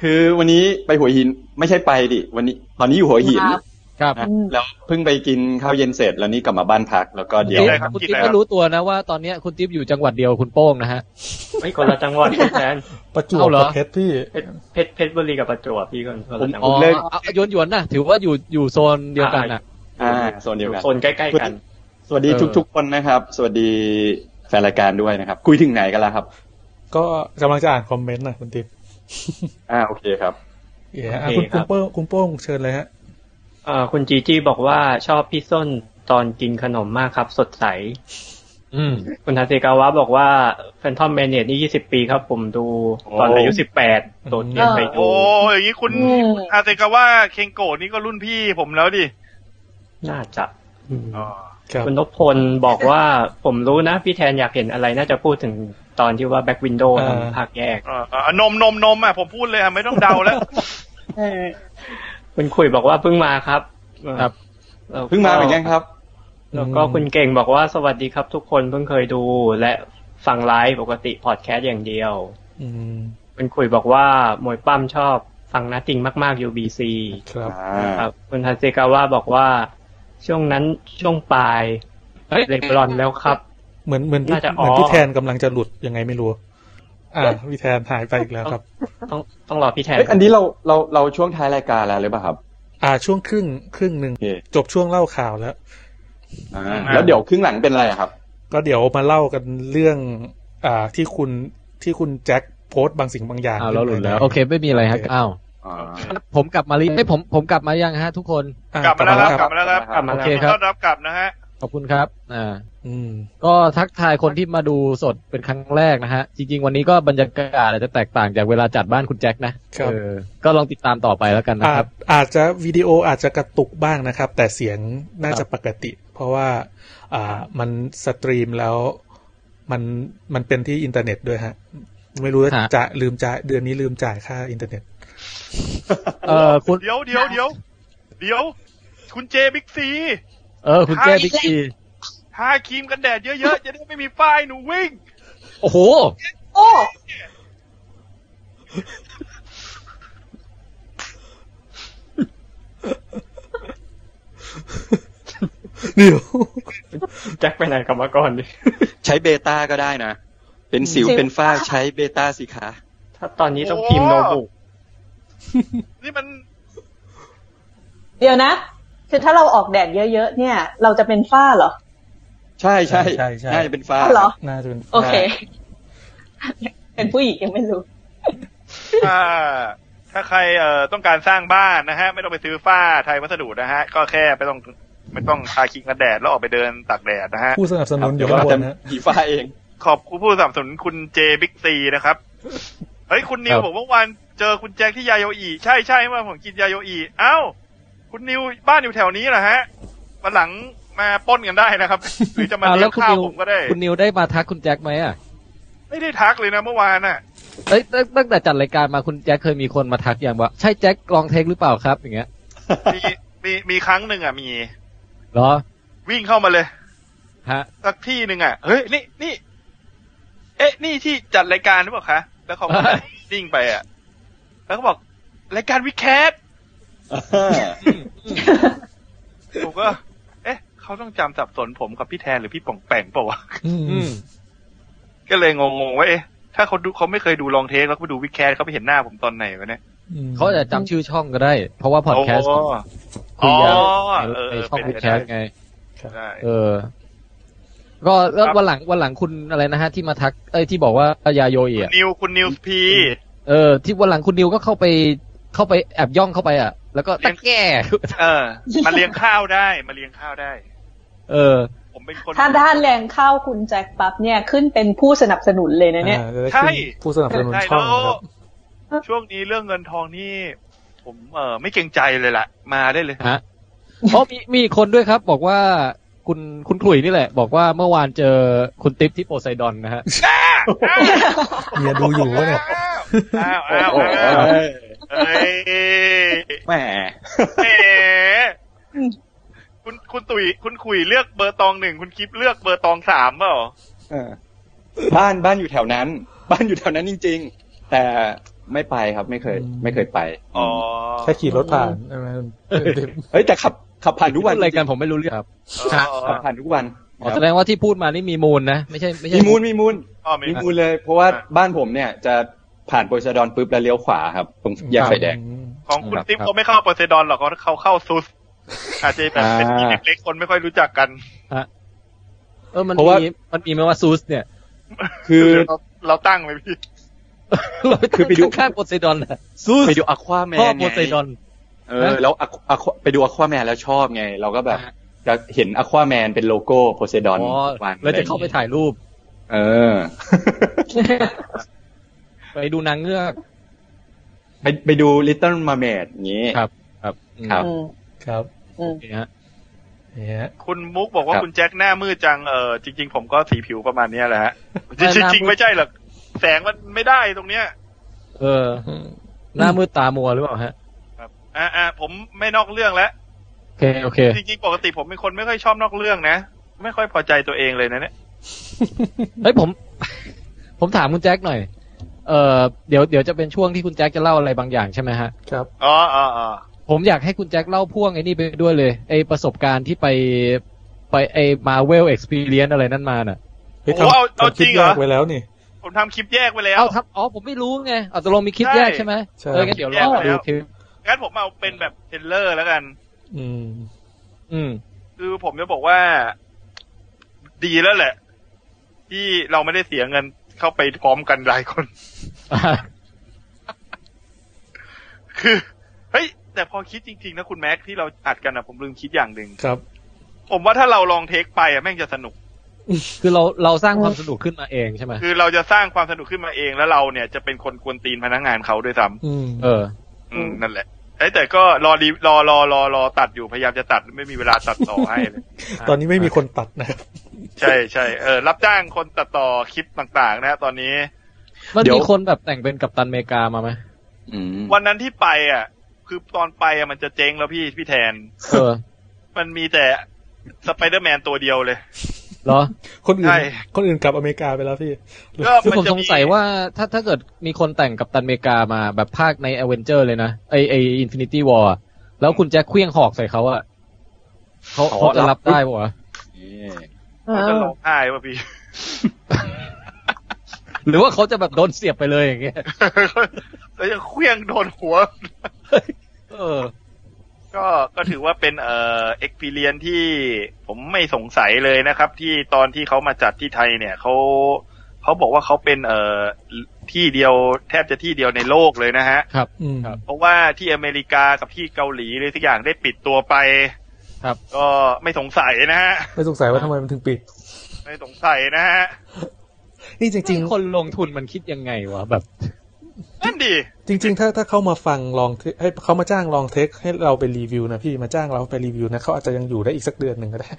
[SPEAKER 8] คือวันนี้ไปหัวหินไม่ใช่ไปดิวันนี้ตอนนี้อยู่หัวหิน
[SPEAKER 4] ครับ
[SPEAKER 7] ครับ
[SPEAKER 8] นะแล้วเพิ่งไปกินข้าวเย็นเสร็จแล้วนี่กลับมาบ้านพักแล้วก็เดี๋ยว
[SPEAKER 2] ได้ครับ
[SPEAKER 7] คุณ
[SPEAKER 2] กิน
[SPEAKER 7] ติ๊บ
[SPEAKER 2] ได้ครับ
[SPEAKER 7] ไม่รู้ตัวนะว่าตอนเนี้ยคุณติ๊บอยู่จังหวัดเดียวคุณโป้งนะฮะ
[SPEAKER 3] ไม่คนละจังหวัดพี่แทน
[SPEAKER 1] ประจวบ
[SPEAKER 7] เอาเหรอ
[SPEAKER 1] กับเพชรพี่
[SPEAKER 3] เพชรเพชรเพชรบุรีกับประจวบพี่คนคนละจังห
[SPEAKER 8] ผ
[SPEAKER 7] อ๋อ
[SPEAKER 8] ม
[SPEAKER 3] วัด
[SPEAKER 8] เลิก
[SPEAKER 7] เอาเอาโยนๆนะถือว่าอยู่อยู่โซนเดียวกันนะ
[SPEAKER 8] อ่าโซน
[SPEAKER 3] อ
[SPEAKER 8] เดียว
[SPEAKER 3] ยู่
[SPEAKER 8] กัน
[SPEAKER 3] โซนใกล้ๆกัน
[SPEAKER 8] สวัสดี
[SPEAKER 7] เออ
[SPEAKER 8] ทุก ๆ คนนะครับ สวัสดีแฟนรายการด้วยนะครับ คุยถึงไหนกันแล้วครับ
[SPEAKER 1] ก็กำลังจะอ่านคอมเมนต์นะคุณติ๊บ
[SPEAKER 8] อ่าโอเคครับ
[SPEAKER 1] เดี๋ยวอ่ะ
[SPEAKER 3] โอเค
[SPEAKER 1] คุณ
[SPEAKER 3] ครั
[SPEAKER 1] คุณ
[SPEAKER 3] บ
[SPEAKER 1] โป้งคุณโป้งเชิญเลยฮะ
[SPEAKER 3] เอ่อคุณจีจี้บอกว่าชอบพี่ส้นตอนกินขนมมากครับ สดใส
[SPEAKER 1] อืม
[SPEAKER 3] คุณทาเซกาวะบอกว่าแฟนทอมแมเน e นี่ 20 ปีครับ ผมดูตอน
[SPEAKER 8] โอ้
[SPEAKER 3] อายุ 18 โดดเรียนไปดู
[SPEAKER 2] โอ้อย่างนี้คุณ
[SPEAKER 4] อืม
[SPEAKER 2] อาเซกาว่าเคงโกะนี่ก็รุ่นพี่ผมแล้วดิ
[SPEAKER 3] น่าจะอืม
[SPEAKER 1] ครับ
[SPEAKER 3] คุณนพพลบอกว่าผมรู้นะ พี่แทนอยากเห็นอะไรน่าจะพูดถึงตอนที่ว่าแบ็กวินโดว์
[SPEAKER 1] อ่า
[SPEAKER 3] ทำภาคแยก
[SPEAKER 2] เอ่อเอ่อนมนมนมอ่ะผมพูดเลยอ่ะไม่ต้องเดาแล้ว
[SPEAKER 4] เออ
[SPEAKER 3] คุณคุยบอกว่าเพิ่งมาครับ
[SPEAKER 7] ครับ
[SPEAKER 3] แล้วก็
[SPEAKER 8] เพิ่งมาเหมือนกันครับ
[SPEAKER 3] แล้วก็คุณเก่งบอกว่าสวัสดีครับทุกคนเพิ่งเคยดูและฟังไลฟ์ปกติพอดแคสต์อย่างเดียว
[SPEAKER 1] อืม
[SPEAKER 3] คุณคุยบอกว่ามวยปั้มชอบฟังนัตติงมาก ๆ UBC
[SPEAKER 1] ครับ
[SPEAKER 8] อ่า
[SPEAKER 3] ครับคุณฮาเซกาวะบอกว่าช่วงนั้นช่วงปลาย
[SPEAKER 7] เฮ้ย
[SPEAKER 3] เลบรอนแล้วครับ
[SPEAKER 1] เหมือนเหมือนพี่
[SPEAKER 3] น่าจะ
[SPEAKER 1] เหมือน
[SPEAKER 3] อ๋อ
[SPEAKER 1] พี่แทนกำลังจะหลุดยังไงไม่รู้ อ่าพี่แทนหายไปอีกแล้วครับ
[SPEAKER 3] ต้องต้องรอพี่แทน
[SPEAKER 8] เอ้ยอันนี้เราเราเราช่วงท้ายรายการแล้วหรือเปล่าครับ
[SPEAKER 1] อ่าช่วงครึ่งครึ่งหนึ่ง
[SPEAKER 8] โอเค
[SPEAKER 1] จบช่วงเล่าข่าวแล้ว
[SPEAKER 8] อ่าแล้วเดี๋ยวครึ่งหลังเป็นอะไรอะครับ
[SPEAKER 1] ก็เดี๋ยวมาเล่ากันเรื่อง อ่าที่คุณที่คุณแจ็คโพสต์บางสิ่งบางอย่าง
[SPEAKER 7] อ้าวเราหลุดแล้ว
[SPEAKER 1] ขึ้นไปนะ
[SPEAKER 7] โอเคไม่มีอะไรฮะอ้าว
[SPEAKER 8] อ่า
[SPEAKER 7] ผมกลับมาลิเอ้ยผมผมกลับมายังฮะทุกคน
[SPEAKER 1] อ่ะ
[SPEAKER 2] กลับมาแล้วครับกลับมาแล้วครับ
[SPEAKER 3] กลับมา
[SPEAKER 7] โอ
[SPEAKER 3] แล้ว
[SPEAKER 7] เค
[SPEAKER 2] ต้อนรับกลับนะฮะ
[SPEAKER 7] ขอบคุณครับอ่า
[SPEAKER 1] อืม
[SPEAKER 7] ก็ทักทายคนที่มาดูสดเป็นครั้งแรกนะฮะ จริง ๆ วันนี้ก็บรรยากาศอาจจะแตกต่างจากเวลาจัดบ้านคุณแจ็คนะครับ เออก็ลองติดตามต่อไปแล้วกันนะ
[SPEAKER 1] อา
[SPEAKER 7] ครั
[SPEAKER 1] จ
[SPEAKER 7] บ
[SPEAKER 1] อาจจะวิดีโออาจจะกระตุกบ้างนะครับ แต่เสียงน่าจะปกติ เพราะว่า อ่ามันสตรีมแล้ว มันมันเป็นที่อินเทอร์เน็ตด้วยฮะ ไม่รู้ว่า
[SPEAKER 7] ฮะ
[SPEAKER 1] จะลืมจ่ายเดือนนี้ลืมจ่ายค่าอินเทอร์เน็ต
[SPEAKER 7] เออคุณ
[SPEAKER 2] เดี๋ยวเดี๋ยวเดี๋ยวเดี๋ยว คุณเจบิ๊กซี
[SPEAKER 7] เออคุณแก้บิ๊กซี
[SPEAKER 2] ทาครีมกันแดดเยอะๆ จะได้ไม่มีฝ้ายหนูวิ่ง
[SPEAKER 7] โอ้โห
[SPEAKER 4] โอ้
[SPEAKER 1] เดี๋ยว
[SPEAKER 3] แจ็คไปไหนกลับมาก่อนดิ
[SPEAKER 8] ใช้เบต้าก็ได้นะ เป็นสิว
[SPEAKER 4] สิว
[SPEAKER 8] เป็นฝ้าใช้เบต้าสิคะ
[SPEAKER 3] ถ้าตอนนี้ต้องพิมพ์โนบุ
[SPEAKER 2] นี่มัน
[SPEAKER 4] เดี๋ยวนะ คือถ้าเราออกแดดเยอะๆเนี่ย เราจะเป็นฝ้าเหรอ
[SPEAKER 8] ใช่ใช่
[SPEAKER 1] ใช่ใช่
[SPEAKER 8] น่าจะเป็นฝ้า
[SPEAKER 4] อ้าวเหรอ
[SPEAKER 1] น่าจะเป็น
[SPEAKER 4] โอเค เป็นผู้หญิงยังไม่รู้
[SPEAKER 2] อ่าถ้าใครเอ่อต้องการสร้างบ้านนะฮะ ไม่ต้องไปซื้อฝ้าไทยวัสดุนะฮะ ก็แค่ไม่ต้องไม่ต้องทาครีมกันแดดแล้วออกไปเดินตากแดดนะฮะ
[SPEAKER 1] ผู้สนับสนุ
[SPEAKER 8] ครับ
[SPEAKER 1] นอ
[SPEAKER 8] เดี๋ย
[SPEAKER 1] ยู่
[SPEAKER 8] ว
[SPEAKER 1] ข้า
[SPEAKER 8] เรา
[SPEAKER 1] งบ
[SPEAKER 8] จะ
[SPEAKER 1] นนะ
[SPEAKER 8] มีฝ้าเอง
[SPEAKER 2] ขอบคุณผู้สนับสนุนคุณเจบิ๊กซี นะครับ เฮ้ย คุณนิ
[SPEAKER 7] คว
[SPEAKER 2] บ
[SPEAKER 7] รับ
[SPEAKER 2] อกว่าวันเจอคุณแจ็คที่ยาโยอีใช่ใช่เมื่อวานผมกินยาโยอีเอ้า คุณนิวบ้านอยู่แถวนี้เหรอฮะวันหลังมาปล้นกันได้นะครับ หรือจะมา
[SPEAKER 7] อ้าว
[SPEAKER 2] เลี้
[SPEAKER 7] แล้
[SPEAKER 2] ยว ง
[SPEAKER 7] คุณ
[SPEAKER 2] ข้าว
[SPEAKER 7] นิว
[SPEAKER 2] ผมก็ได้
[SPEAKER 7] คุณนิวได้มาทักคุณแจ็คไหมอ่ะ
[SPEAKER 2] ไม่ได้ทักเลยนะเมื่อวานน่ะ
[SPEAKER 7] เอ้ยตั้งตั้งแต่จัดรายการมาคุณแจ็คเคยมีคนมาทักอย่างว่าใช่แจ็คลองเทคหรือเปล่าครับอย่างเงี้ย
[SPEAKER 2] มีมีมีครั้งหนึ่งอ่ะมี
[SPEAKER 7] เหรอ
[SPEAKER 2] วิ่งเข้ามาเลย
[SPEAKER 7] ฮะ
[SPEAKER 2] สักที่หนึ่งอ่ะ เฮ้ย นี่นี่ เอ๊ะ นี่ที่จัดรายการหรือเปล่าคะ แล้วเขาก็ วิ่งไปอ่ะ แล้วก็บอกรายการวิแคท ผมก็ เอ๊ะ เขาต้องจำสับสนผมกับพี่แทนหรือพี่ป่องแป่งเปล่าวะ
[SPEAKER 1] อืม
[SPEAKER 2] ก็เลยงงๆว่าเอ๊ะ ถ้าเขาดูเขาไม่เคยดูลองเทคแล้วเขาไปดูวิแคทเขาไปเห็นหน้าผมตอนไหนวะเนี่ย
[SPEAKER 7] เขาอาจจะจำชื่อช่องก็ได้ เพราะว่าพอดแคสต์
[SPEAKER 2] อ๋อ
[SPEAKER 7] คุยยาว
[SPEAKER 2] อ๋อ
[SPEAKER 7] ใน
[SPEAKER 2] เออ
[SPEAKER 7] ในช่อง
[SPEAKER 2] เป็น
[SPEAKER 7] พอด
[SPEAKER 2] ไป
[SPEAKER 7] แค
[SPEAKER 2] ได้
[SPEAKER 7] สต์ไง
[SPEAKER 2] ใช่
[SPEAKER 7] เออ ก็แล้ว
[SPEAKER 2] ครับ
[SPEAKER 7] วันหลังวันหลังคุณอะไรนะฮะที่มาทักเอ้ยที่บอกว่ายาโยเอี
[SPEAKER 2] คุณ
[SPEAKER 7] ย
[SPEAKER 2] นิวคุณนิวพี
[SPEAKER 7] เออที่วันหลังคุณนิวก็เข้าไปเข้าไปแอบย่องเข้าไปอ่ะ แล้วก็ตะแก่
[SPEAKER 2] เออ มาเลี้ยงข้าวได้ มาเลี้ยงข้าวได้
[SPEAKER 7] เออ
[SPEAKER 2] โอ ผมเป็นคน
[SPEAKER 4] ถ้าด้านแรงเข้าคุณแจ็คปั๊บเนี่ยขึ้นเป็นผู้สนับสนุนเลยนะเนี่ย
[SPEAKER 1] อ่าจะได้
[SPEAKER 2] ใช่
[SPEAKER 1] ขึ้นผู้สนับสนุน
[SPEAKER 2] ใช่
[SPEAKER 1] ช่องนะค
[SPEAKER 2] แล้
[SPEAKER 1] ว รับ
[SPEAKER 2] ช่วงนี้เรื่องเงินทองนี่ ผมเออไม่เกรงใจเลยแหละมาได้เลย
[SPEAKER 7] ฮะเพราะมีมีอีกคนด้วยครับ บอกว่าคุณคุณขลุ่ยนี่แหละ บอกว่าเมื่อวานเจอคุณติ๊บที่โปไซดอนนะฮะ
[SPEAKER 1] เมียดูอยู่วะเนี่ย
[SPEAKER 2] อ้าวอ้าว
[SPEAKER 8] โอ้
[SPEAKER 2] อ้าวย เอ้ย
[SPEAKER 8] แหม
[SPEAKER 2] เอ๋คุณคุณตุ๋ยคุณคุยเลือกเบอร์ตองหนึ่งคุณคลิปเลือกเบอร์ตองสามเปล่า
[SPEAKER 8] เออบ้านบ้านอยู่แถวนั้น บ้านอยู่แถวนั้นจริง ๆ แต่ไม่ไปครับไม่เคย
[SPEAKER 1] อืม
[SPEAKER 8] ไม่เคยไป
[SPEAKER 2] อ๋อ
[SPEAKER 1] แค่ขี่รถผ่านใช่ไหม
[SPEAKER 8] เฮ้ยแต่ขับขับผ่านทุกวัน
[SPEAKER 7] อะไรายกัน
[SPEAKER 8] จง
[SPEAKER 7] ผมไม่รู้เรื่องครับ
[SPEAKER 2] อ๋อ
[SPEAKER 8] ๆขับผ่านทุกวัน
[SPEAKER 7] อ๋อแสดงว่าที่พูดมานี่มีมูลนะ ไม่ใช่ไม่ใช่
[SPEAKER 8] มีมูลมีมูล
[SPEAKER 2] อ๋อมี
[SPEAKER 8] มีมูลเลย เพราะว่าบ้านผมเนี่ยจะผ่านโปรชดอนปุ๊บแล้วเลี้ยวขวาครับ ตรงแยกไฟแดง
[SPEAKER 1] อืม
[SPEAKER 2] ของคุณติ๊บเขาไม่เข้าเปอร์เซดอนหรอกเขาเขาเข้าซุสอาจจะแบบเป็นทีมเล็กๆคนไม่ค่อยรู้จักกัน
[SPEAKER 7] เออมัน
[SPEAKER 8] เพราะว่า
[SPEAKER 7] มีมันมีไหมว่าซูสเนี่ย
[SPEAKER 8] คือ
[SPEAKER 2] เราเราตั้งเลยพี่
[SPEAKER 7] เราไป
[SPEAKER 8] คือไปดู
[SPEAKER 7] ตั้งข้างๆโปไซดอนนะซูส
[SPEAKER 8] ไปดูอควาแมน
[SPEAKER 7] พ่อโป
[SPEAKER 8] ไง
[SPEAKER 7] ไซดอน
[SPEAKER 8] เออแล้ว Aqu- Aqu- ไปดูอควาแมนแล้วชอบไง เราก็แบบจะเห็นอควาแมนเป็นโลโก้โพเซดอน
[SPEAKER 7] อ๋อ แล้วจะเข้าไปถ่ายรูป
[SPEAKER 8] เออ
[SPEAKER 7] ไปดูนางเงือก
[SPEAKER 8] ไปไปดู Little Mermaid อย่างนี้
[SPEAKER 7] ครับ ครับ
[SPEAKER 8] ครับ
[SPEAKER 4] อืม
[SPEAKER 1] ครับ
[SPEAKER 4] อืม
[SPEAKER 7] นี่ฮะ
[SPEAKER 1] เนี่ย
[SPEAKER 2] คุณมุกบอกว่า
[SPEAKER 8] ครับ
[SPEAKER 2] คุณแจ็คหน้ามืดจังเออจริง ๆ ผมก็สีผิวประมาณเนี้ยแหละฮะจริงๆจริงๆไม่ใช่หรอกแสงมันไม่ได้ตรงเนี้ย
[SPEAKER 7] เออ หน้ามืดตามัวหรือเปล่าฮะ
[SPEAKER 2] ครับอ่าอ่าผมไม่นอกเรื่องแล้ว
[SPEAKER 7] โอเค โอเค
[SPEAKER 2] จริงๆปกติผมเป็นคนไม่ค่อยชอบนอกเรื่องนะ ไม่ค่อยพอใจตัวเองเลยนะเนี่ย
[SPEAKER 7] เฮ้ยผม ผมถามคุณแจ็คหน่อย เออเดี๋ยวเดี๋ยวจะเป็นช่วงที่คุณแจ็คจะเล่าอะไรบางอย่างใช่ไหมฮะ
[SPEAKER 1] ครับ
[SPEAKER 2] อ๋ออ๋ออ๋อ
[SPEAKER 7] ผมอยากให้คุณแจ็คเล่าพ่วงไอ้นี่ไปด้วยเลย ไอประสบการณ์ที่ไปไปไอมาเวลเอ็กซ์เพรียนอะไรนั่นมาน่ะ
[SPEAKER 1] เฮ้ย
[SPEAKER 2] โอ้เอา
[SPEAKER 1] ทำ
[SPEAKER 2] เอา
[SPEAKER 1] ทำ
[SPEAKER 2] จ
[SPEAKER 1] คิด
[SPEAKER 2] ริง
[SPEAKER 1] แย
[SPEAKER 2] เหรอก
[SPEAKER 1] ไว้แล้วนี่
[SPEAKER 2] ผมทำคลิปแยกไปแล้ว
[SPEAKER 7] เอาทับอ๋อ ผมไม่รู้ไงเอาตกลงมีคลิปแยกใช่ไหม
[SPEAKER 1] ใช่
[SPEAKER 7] เอองั้นเดี๋ยวรอดูคลิป
[SPEAKER 2] งั้นผมเอาเป็นแบบเทรลเลอร์แล้วกัน
[SPEAKER 1] อืม
[SPEAKER 7] อืม
[SPEAKER 2] คือผมจะบอกว่า ดีแล้วแหละ ที่เราไม่ได้เสียเงินเข้าไปพร้อมกันหลายคน คือเฮ้ย แต่พอคิดจริงๆนะคุณแม็กที่เราอัดกันนะผมลืมคิดอย่างหนึ่ง
[SPEAKER 1] ครับ
[SPEAKER 2] ผมว่าถ้าเราลองเทคไปอะแม่งจะสนุก
[SPEAKER 7] คือเราเราสร้างความสนุกขึ้นมาเองใช่ไหม
[SPEAKER 2] คือเราจะสร้างความสนุกขึ้นมาเองแล้วเราเนี่ยจะเป็นคนกวนตีนพนักงานเขาด้วยซ้
[SPEAKER 1] อืม
[SPEAKER 7] เออ
[SPEAKER 2] ำอืมนั่นแหละเอ้ยแต่ก็รอดีรอรอรอรอตัดอยู่พยายามจะตัดไม่มีเวลาตัดต่อให้เลย
[SPEAKER 1] ตอนนี้ไม่มีคนตัดนะครับ
[SPEAKER 2] ใช่ใช่เออรับจ้างคนตัดต่อคลิปต่างๆ นะฮะตอนนี้
[SPEAKER 7] มัน
[SPEAKER 8] เดี๋ยว
[SPEAKER 7] มีคนแบบแต่งเป็นกัปตันอเมริกามาไหม
[SPEAKER 8] อืม
[SPEAKER 2] วันนั้นที่ไปอ่ะ คือตอนไปอ่ะมันจะเจ๊งแล้วพี่พี่แทน
[SPEAKER 7] เออ
[SPEAKER 2] มันมีแต่สไปเดอร์แมนตัวเดียวเลย
[SPEAKER 7] เหรอ
[SPEAKER 1] คนอื่น
[SPEAKER 2] ใช่
[SPEAKER 1] คนอื่นกลับอเมริกาไปแล้วพี่
[SPEAKER 2] ก็
[SPEAKER 7] คือผม
[SPEAKER 2] นจะ
[SPEAKER 7] สงสัยว่าถ้าถ้าเกิดมีคนแต่งกัปตันอเมริกามาแบบภาคในเอเวนเจอร์เลยนะ ไอไออินฟินิตี้วอร์แล้วคุณแจ็คเคลี้ยงหอกใส่เขาอะเขา
[SPEAKER 8] อ๋อ
[SPEAKER 7] เขาจะรับได้ปะว ะ
[SPEAKER 8] นี่
[SPEAKER 2] เขาจะร้องไห้ป่ะ พี่
[SPEAKER 7] หรือว่าเขาจะแบบโดนเสียบไปเลยอย่างเงี้ย
[SPEAKER 2] แล้วยังเคลี้ยงโดนหัว
[SPEAKER 7] เออ
[SPEAKER 2] ก็ก็ถือว่าเป็นเอ่อเอ็กเพรียนที่ผมไม่สงสัยเลยนะครับ ที่ตอนที่เขามาจัดที่ไทยเนี่ยเขาเขาบอกว่าเขาเป็นเอ่อที่เดียวแทบจะที่เดียวในโลกเลยนะฮะ
[SPEAKER 7] ครับ
[SPEAKER 1] อืม
[SPEAKER 7] ครับ
[SPEAKER 2] เพราะว่าที่อเมริกากับที่เกาหลีเลยทุกอย่างได้ปิดตัวไป
[SPEAKER 7] ครับ
[SPEAKER 2] ก็ไม่สงสัยนะฮะ
[SPEAKER 1] ไม่สงสัยว่าทำไมมันถึงปิด
[SPEAKER 2] ไม่สงสัยนะฮะ
[SPEAKER 1] นี่จ
[SPEAKER 7] จริ
[SPEAKER 1] ริ
[SPEAKER 7] ง
[SPEAKER 1] ง
[SPEAKER 7] คนลงทุนมันคิดยังไงวะแบบ
[SPEAKER 2] นั่นดิ
[SPEAKER 1] ๆ จริง ๆ ถ้าถ้าเขามาฟังลองเทคให้เขามาจ้างลองเทคให้เราไปรีวิวนะพี่มาจ้างเราไปรีวิวนะเขาอาจจะยังอยู่ได้อีกสักเดือนหนึ่ง ก็ได้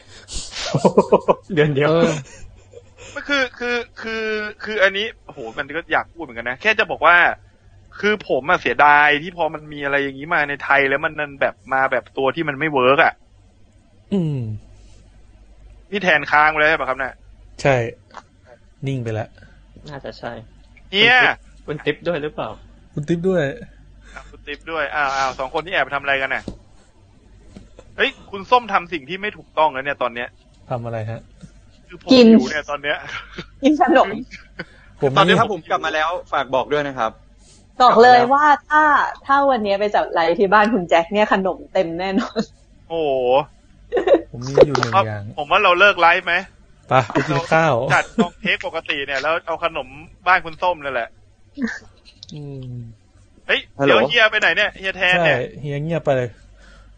[SPEAKER 8] เดือนเดียว
[SPEAKER 7] เออ
[SPEAKER 2] มันคือคือคือคืออันนี้โอ้โหมันก็อยากพูดเหมือนกันนะ แค่จะบอกว่า คือผมอะเสียดายที่พอมันมีอะไรอย่างนี้มาในไทยแล้วมันนั่นแบบมาแบบตัวที่มันไม่เวิร์กอะ
[SPEAKER 1] อืม
[SPEAKER 2] นี่แทนค้างไปแล้วใช่ปะครับเนี่ย
[SPEAKER 1] ใช่ นิ่งไปแล้ว
[SPEAKER 3] น่าจะใช่
[SPEAKER 2] เฮีย
[SPEAKER 3] คุณติ๊บด้วยหรือเปล่า
[SPEAKER 1] คุณติ๊บด้วย
[SPEAKER 2] อ่ะคุณติ๊บด้วยอ้าวอ้าวสองคนที่แอบไปทำอะไรกันน่ะเฮ้ยคุณส้มทำสิ่งที่ไม่ถูกต้องแล้วเนี่ยตอนเนี้ย
[SPEAKER 1] ทำอะไรฮะ
[SPEAKER 2] คือผม
[SPEAKER 4] กิน
[SPEAKER 2] อยู่เนี่ยตอนเนี้ย
[SPEAKER 4] กินขนม
[SPEAKER 1] ผม
[SPEAKER 8] ตอนนี้
[SPEAKER 1] ไม่
[SPEAKER 8] ถ้าผมกลับมาแล้วฝากบอกด้วยนะครับ
[SPEAKER 4] บอกเลยว่าถ้าถ้าวันนี้ไปจับไลฟ์ที่บ้านคุณแจ็คเนี่ยขนมเต็มแน่นอน
[SPEAKER 2] โอ้โห
[SPEAKER 1] ผมมีอยู่หนึ่ง
[SPEAKER 2] ครับ
[SPEAKER 1] อย่าง
[SPEAKER 2] ผมว่าเราเลิกไลฟ์ไหม
[SPEAKER 1] ไปไปกินข้าว
[SPEAKER 2] จัดลองเทคปกติเนี่ย แล้วเอาขนมบ้านคุณส้มนั่นแหละ
[SPEAKER 1] อืม
[SPEAKER 2] เฮ้ย
[SPEAKER 8] ฮัลโหล
[SPEAKER 2] เดี๋ยวเฮียไปไหนเนี่ย เฮียแทน
[SPEAKER 1] ใช่
[SPEAKER 2] เนี่ย
[SPEAKER 1] เฮียเงียบไปเลย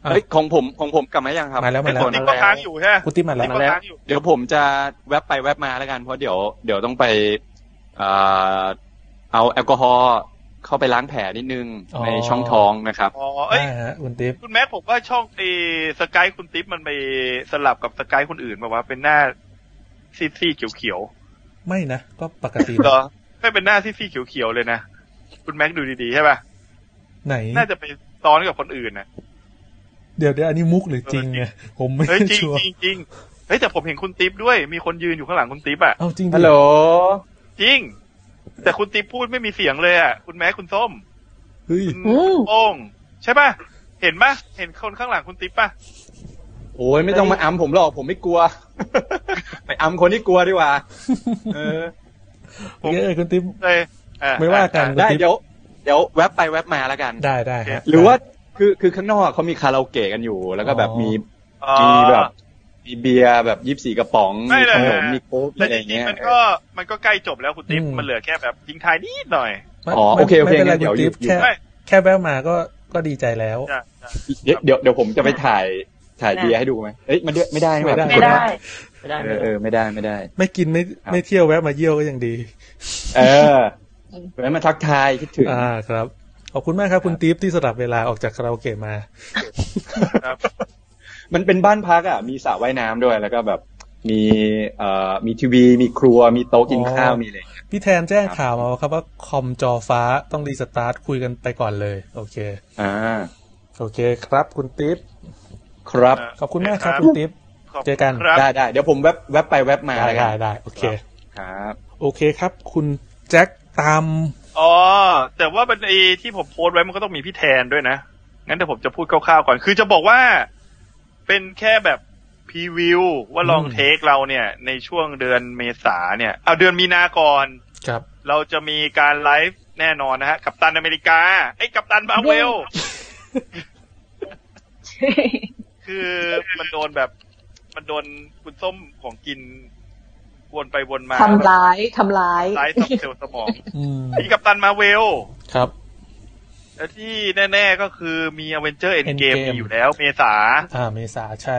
[SPEAKER 1] อ่ะ
[SPEAKER 8] เฮ้ยของผมของผมกลับมายังครับ
[SPEAKER 1] มาแล้วมาแล้ว
[SPEAKER 8] ไอ้คน
[SPEAKER 2] ติ๊กก็ค้างอยู่ใช่ไหม
[SPEAKER 1] กูติ๊กมาแล้ว
[SPEAKER 2] ติ๊กก็ค้างอยู่
[SPEAKER 8] เดี๋ยวผมจะแวบไปแวบมาแล้วกันเพราะเดี๋ยวเดี๋ยวต้องไปอ่าเอาแอลกอฮอล์เข้าไปล้างแผลนิดนึง
[SPEAKER 1] อ๋อ
[SPEAKER 8] ในช่องท้องนะครับ
[SPEAKER 2] อ๋อ เอ้ย
[SPEAKER 1] ได้ฮะคุณติ๊บ
[SPEAKER 2] คุณแม็กผมว่าช่องตีสกายคุณติ๊บมันไปสลับกับสกายคนอื่นมาว่าเป็นหน้าซีซีเขียว
[SPEAKER 1] ไม่นะก็ปกติ
[SPEAKER 2] ๆเหรอ ไม่เป็นหน้าซีซีเขียวๆเลยนะ คุณแม็กดูดีๆใช่ป่ะ
[SPEAKER 1] ไหน
[SPEAKER 2] น่าจะไปซ้อนกับคนอื่นนะ
[SPEAKER 1] เดี๋ยวเดี๋ยวอันนี้มุกหรือจริงไงผมไม่
[SPEAKER 2] เฮ้ยจริง
[SPEAKER 1] ชัวร์
[SPEAKER 2] จริงจริงเฮ้ยแต่ผมเห็นคุณติ๊บด้วย มีคนยืนอยู่ข้างหลังคุณติ๊บอ่ะ
[SPEAKER 1] เอาจริงดิ
[SPEAKER 8] ฮัลโหล
[SPEAKER 2] จริง แต่คุณติ๊บพูดไม่มีเสียงเลยอ่ะ คุณแม็กคุณส้ม
[SPEAKER 1] เฮ้ย
[SPEAKER 2] คุณโอ่งใช่ป่ะ เห็นป่ะ เห็นคนข้างหลังคุณติ๊บป่ะ
[SPEAKER 8] โอ้ยไม่ต้องมาอ้ํผมหรอกผมไม่กลัว ไปอ้ํคนที่กลัวดีกว่า เออ
[SPEAKER 2] ผม
[SPEAKER 1] เอ้ยคุณติ๊บ
[SPEAKER 2] เลยอ่ะ
[SPEAKER 1] ไม่ว่ากัน
[SPEAKER 8] ได้เดี๋ยวเดี๋ยวแวบไปแวบมาแล้วกัน
[SPEAKER 1] ได้ได้ฮะ
[SPEAKER 8] หรือว่าคือคือข้างนอกเขามีคาราโอเกะกันอยู่ แล้วก็แบบมี
[SPEAKER 2] อ่ะ
[SPEAKER 8] มีแบบมีเบียร์แบบยี่สี่กระป๋อง
[SPEAKER 2] ไม่
[SPEAKER 8] มี
[SPEAKER 2] เลย
[SPEAKER 8] ขนมมีโค้กมี
[SPEAKER 2] แต่
[SPEAKER 8] อะไร
[SPEAKER 2] จ
[SPEAKER 8] อย่าง
[SPEAKER 2] ริง
[SPEAKER 8] เงี้ย
[SPEAKER 2] ๆมันก็มันก็ใกล้จบแล้วคุณติ๊บ
[SPEAKER 1] อืม
[SPEAKER 2] มันเหลือแค่แบบทิ้งท้ายนิดหน่อย
[SPEAKER 1] ไม่
[SPEAKER 8] อ๋อโอเคโอเค
[SPEAKER 1] ไม่ป็นไร
[SPEAKER 8] งั้นเดี๋ยว
[SPEAKER 1] คุณติ๊บ
[SPEAKER 8] อยู่
[SPEAKER 1] แค่
[SPEAKER 2] ไม่
[SPEAKER 1] แค่แวะมาก็ก็ดีใจแล้ว
[SPEAKER 2] ใช่ใช่
[SPEAKER 8] เดี๋ยวเดี๋ยวเดี๋ยวผมจะไปถ่ายถ่ายเบียร์ให้ดูไหมเอ้ยมันด้วยไม่ได้นี่หว่า
[SPEAKER 1] ไม่
[SPEAKER 4] ไม่
[SPEAKER 1] ได้
[SPEAKER 4] ได้
[SPEAKER 3] ไม่ได้
[SPEAKER 8] เอ
[SPEAKER 3] ไม่
[SPEAKER 8] อเอ
[SPEAKER 3] ได้
[SPEAKER 8] อไม่ได้ไม่ได้
[SPEAKER 1] ไม่กินไม่
[SPEAKER 8] ครับ
[SPEAKER 1] ไม่เที่ยวแวะมาเยี่ยวก็ยังดี
[SPEAKER 8] เอ อแวะมาทักทายคิดถึง
[SPEAKER 1] อ่าครับขอบคุณมากครับคุณติ๊บที่สลับเวลาออกจากคาราโอเกะมา
[SPEAKER 2] ครับ
[SPEAKER 8] มันเป็นบ้านพักอ่ะมีสระว่ายน้ำด้วยแล้วก็แบบมีเอ่อมีทีวีมีครัวมีโต๊ะกินข้าวมีอะไรอย่างเงี้ย
[SPEAKER 1] พี่แทนแจ้งข่าวมาว่าครับว่าคอมจอฟ้าต้องรีสตาร์ทคุยกันไปก่อนเลย โอเค
[SPEAKER 8] อ่า
[SPEAKER 1] โอเคครับคุณติ๊บ
[SPEAKER 8] ครับ
[SPEAKER 1] ขอบคุณมากครับคุณติ๊บ
[SPEAKER 2] ขบคุณ
[SPEAKER 1] เจอกัน
[SPEAKER 2] ครับ
[SPEAKER 8] ได้ได้เดี๋ยวผมแวบแวบไปแวบมา
[SPEAKER 1] ได้
[SPEAKER 8] แล้วกั
[SPEAKER 1] ได้
[SPEAKER 8] น
[SPEAKER 1] ได้โอเค
[SPEAKER 8] ครับ
[SPEAKER 1] โอเคครับ คุณแจ็คตาม
[SPEAKER 2] อ๋อ แต่ว่าบันไอที่ผมโพสต์ไว้มันก็ต้องมีพี่แทนด้วยนะ งั้นแต่ผมจะพูดคร่าวๆก่อน คือจะบอกว่าเป็นแค่แบบพรีวิวว่าลอง
[SPEAKER 1] อืม
[SPEAKER 2] เทคเราเนี่ย ในช่วงเดือนเมษาเนี่ยเอาเดือนมีนาก่อน
[SPEAKER 1] ครับ
[SPEAKER 2] เราจะมีการไลฟ์แน่นอนนะฮะ กับตันอเมริกาไอ้ยกับตันมาเวล คือมันโดนแบบ มันโดนคุณส้มของกินวนไปวนมา
[SPEAKER 4] ทำร้ายทำร้าย
[SPEAKER 2] ร้ายต่อเซลล์สมอง
[SPEAKER 1] อืม
[SPEAKER 2] มีกับตันมาเวล
[SPEAKER 1] ครับ
[SPEAKER 2] แล้วที่แน่ๆก็คือมีอเวนเจอร์เอ็นเกม
[SPEAKER 1] Endgame
[SPEAKER 2] มีอยู่แล้วเมษา
[SPEAKER 1] อ่าเมษาใช่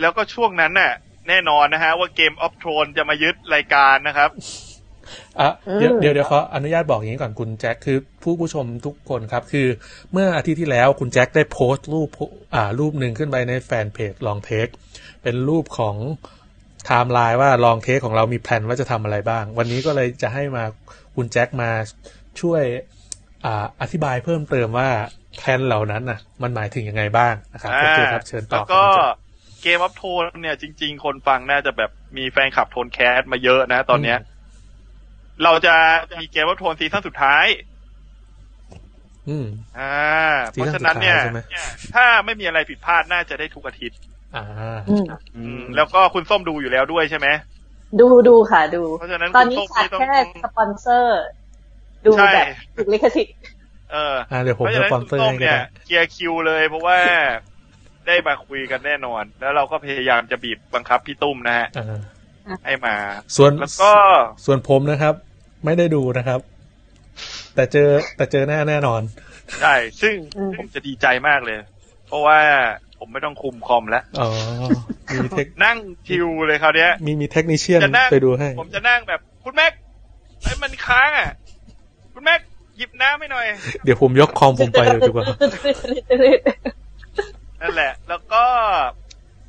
[SPEAKER 2] แล้วก็ช่วงนั้นน่ะ แน่นอนนะฮะว่าเกมออฟทรอนจะมายึดรายการนะครับ
[SPEAKER 1] อ่ะเดี๋ยว
[SPEAKER 4] อืม
[SPEAKER 1] เดี๋ยวเดี๋ยวขออนุญาตบอกอย่างนี้ก่อนคุณแจ็คคือผู้ผู้ชมทุกคนครับ คือเมื่ออาทิตย์ที่แล้วคุณแจ็คได้โพสต์รูปอ่ารูปหนึ่งขึ้นไปในแฟนเพจลองเทค เป็นรูปของไทม์ไลน์ว่าลองเทคของเรามีแผนว่าจะทำอะไรบ้าง วันนี้ก็เลยจะให้มาคุณแจ็คมาช่วยอ่าอธิบายเพิ่มเติมว่าแผนเหล่านั้นน่ะ มันหมายถึงยังไงบ้างนะครับโอเคครับเชิญต่อ
[SPEAKER 2] แล้วก็
[SPEAKER 1] คุณแจ็ค
[SPEAKER 2] เกมอัพโทนเนี่ยจริง ๆ คนฟังน่าจะแบบมีแฟนคลับโทนแคสมาเยอะนะตอนเนี้ย เราจะมีเกมอัพโทนซีซั่นสุดท้าย
[SPEAKER 1] อืม
[SPEAKER 2] อ่า
[SPEAKER 1] ซี
[SPEAKER 2] เพราะ
[SPEAKER 1] ซั่น
[SPEAKER 2] ฉะนั้นเนี่ย
[SPEAKER 1] สุดท้ายใช่ไหม
[SPEAKER 2] ถ้าไม่มีอะไรผิดพลาดน่าจะได้ทุกอาทิตย์
[SPEAKER 1] อ่า
[SPEAKER 4] อืม
[SPEAKER 2] อืม แล้วก็คุณส้มดูอยู่แล้วด้วยใช่ไหม
[SPEAKER 4] ดูดูค่ะดู
[SPEAKER 2] เพราะฉะนั้น
[SPEAKER 4] ตอนนี้
[SPEAKER 2] คุณส้ม
[SPEAKER 4] ขาด
[SPEAKER 2] ไม่ต้อง
[SPEAKER 4] แค่สปอนเซอร์ ดู
[SPEAKER 2] ใช่
[SPEAKER 4] แบบถูกลิขสิทธิ์
[SPEAKER 2] เออ
[SPEAKER 1] อ่าเดี๋ยวผม
[SPEAKER 2] เพราะ
[SPEAKER 1] จะ
[SPEAKER 2] ฉะนั้น
[SPEAKER 1] สปอน
[SPEAKER 2] คุณ
[SPEAKER 1] เซอร์
[SPEAKER 2] ส้ม
[SPEAKER 1] ให้ก็
[SPEAKER 2] เนี่ย
[SPEAKER 1] ได้
[SPEAKER 2] เคลียร์คิวเลยเพราะว่าได้มาคุยกันแน่นอน แล้วเราก็พยายามจะบีบบังคับพี่ตุ้มนะฮะ
[SPEAKER 1] อ่า
[SPEAKER 2] ให้มา
[SPEAKER 1] ส่วน
[SPEAKER 2] แล้วก็
[SPEAKER 1] ส่วนผมนะครับ ไม่ได้ดูนะครับ แต่เจอแต่เจอหน้าแน่นอน
[SPEAKER 2] ใช่ซึ่งผมจะดีใจมากเลย เพราะว่าผมไม่ต้องคุมคอมแล้ว
[SPEAKER 1] อ๋อ มีเทค
[SPEAKER 2] นั่งชิวเลยคราวเนี้ย
[SPEAKER 1] มีมีเทคนิเชียน
[SPEAKER 2] จะนั่ง
[SPEAKER 1] ไปดูให้
[SPEAKER 2] ผมจะนั่งแบบคุณแม็กไอ้ยมันค้างอ่ะ คุณแม็กหยิบน้ำให้หน่อย
[SPEAKER 1] เดี๋ยวผมยกคอมผมไปเลยดี กว่า
[SPEAKER 2] นั่นแหละ แล้วก็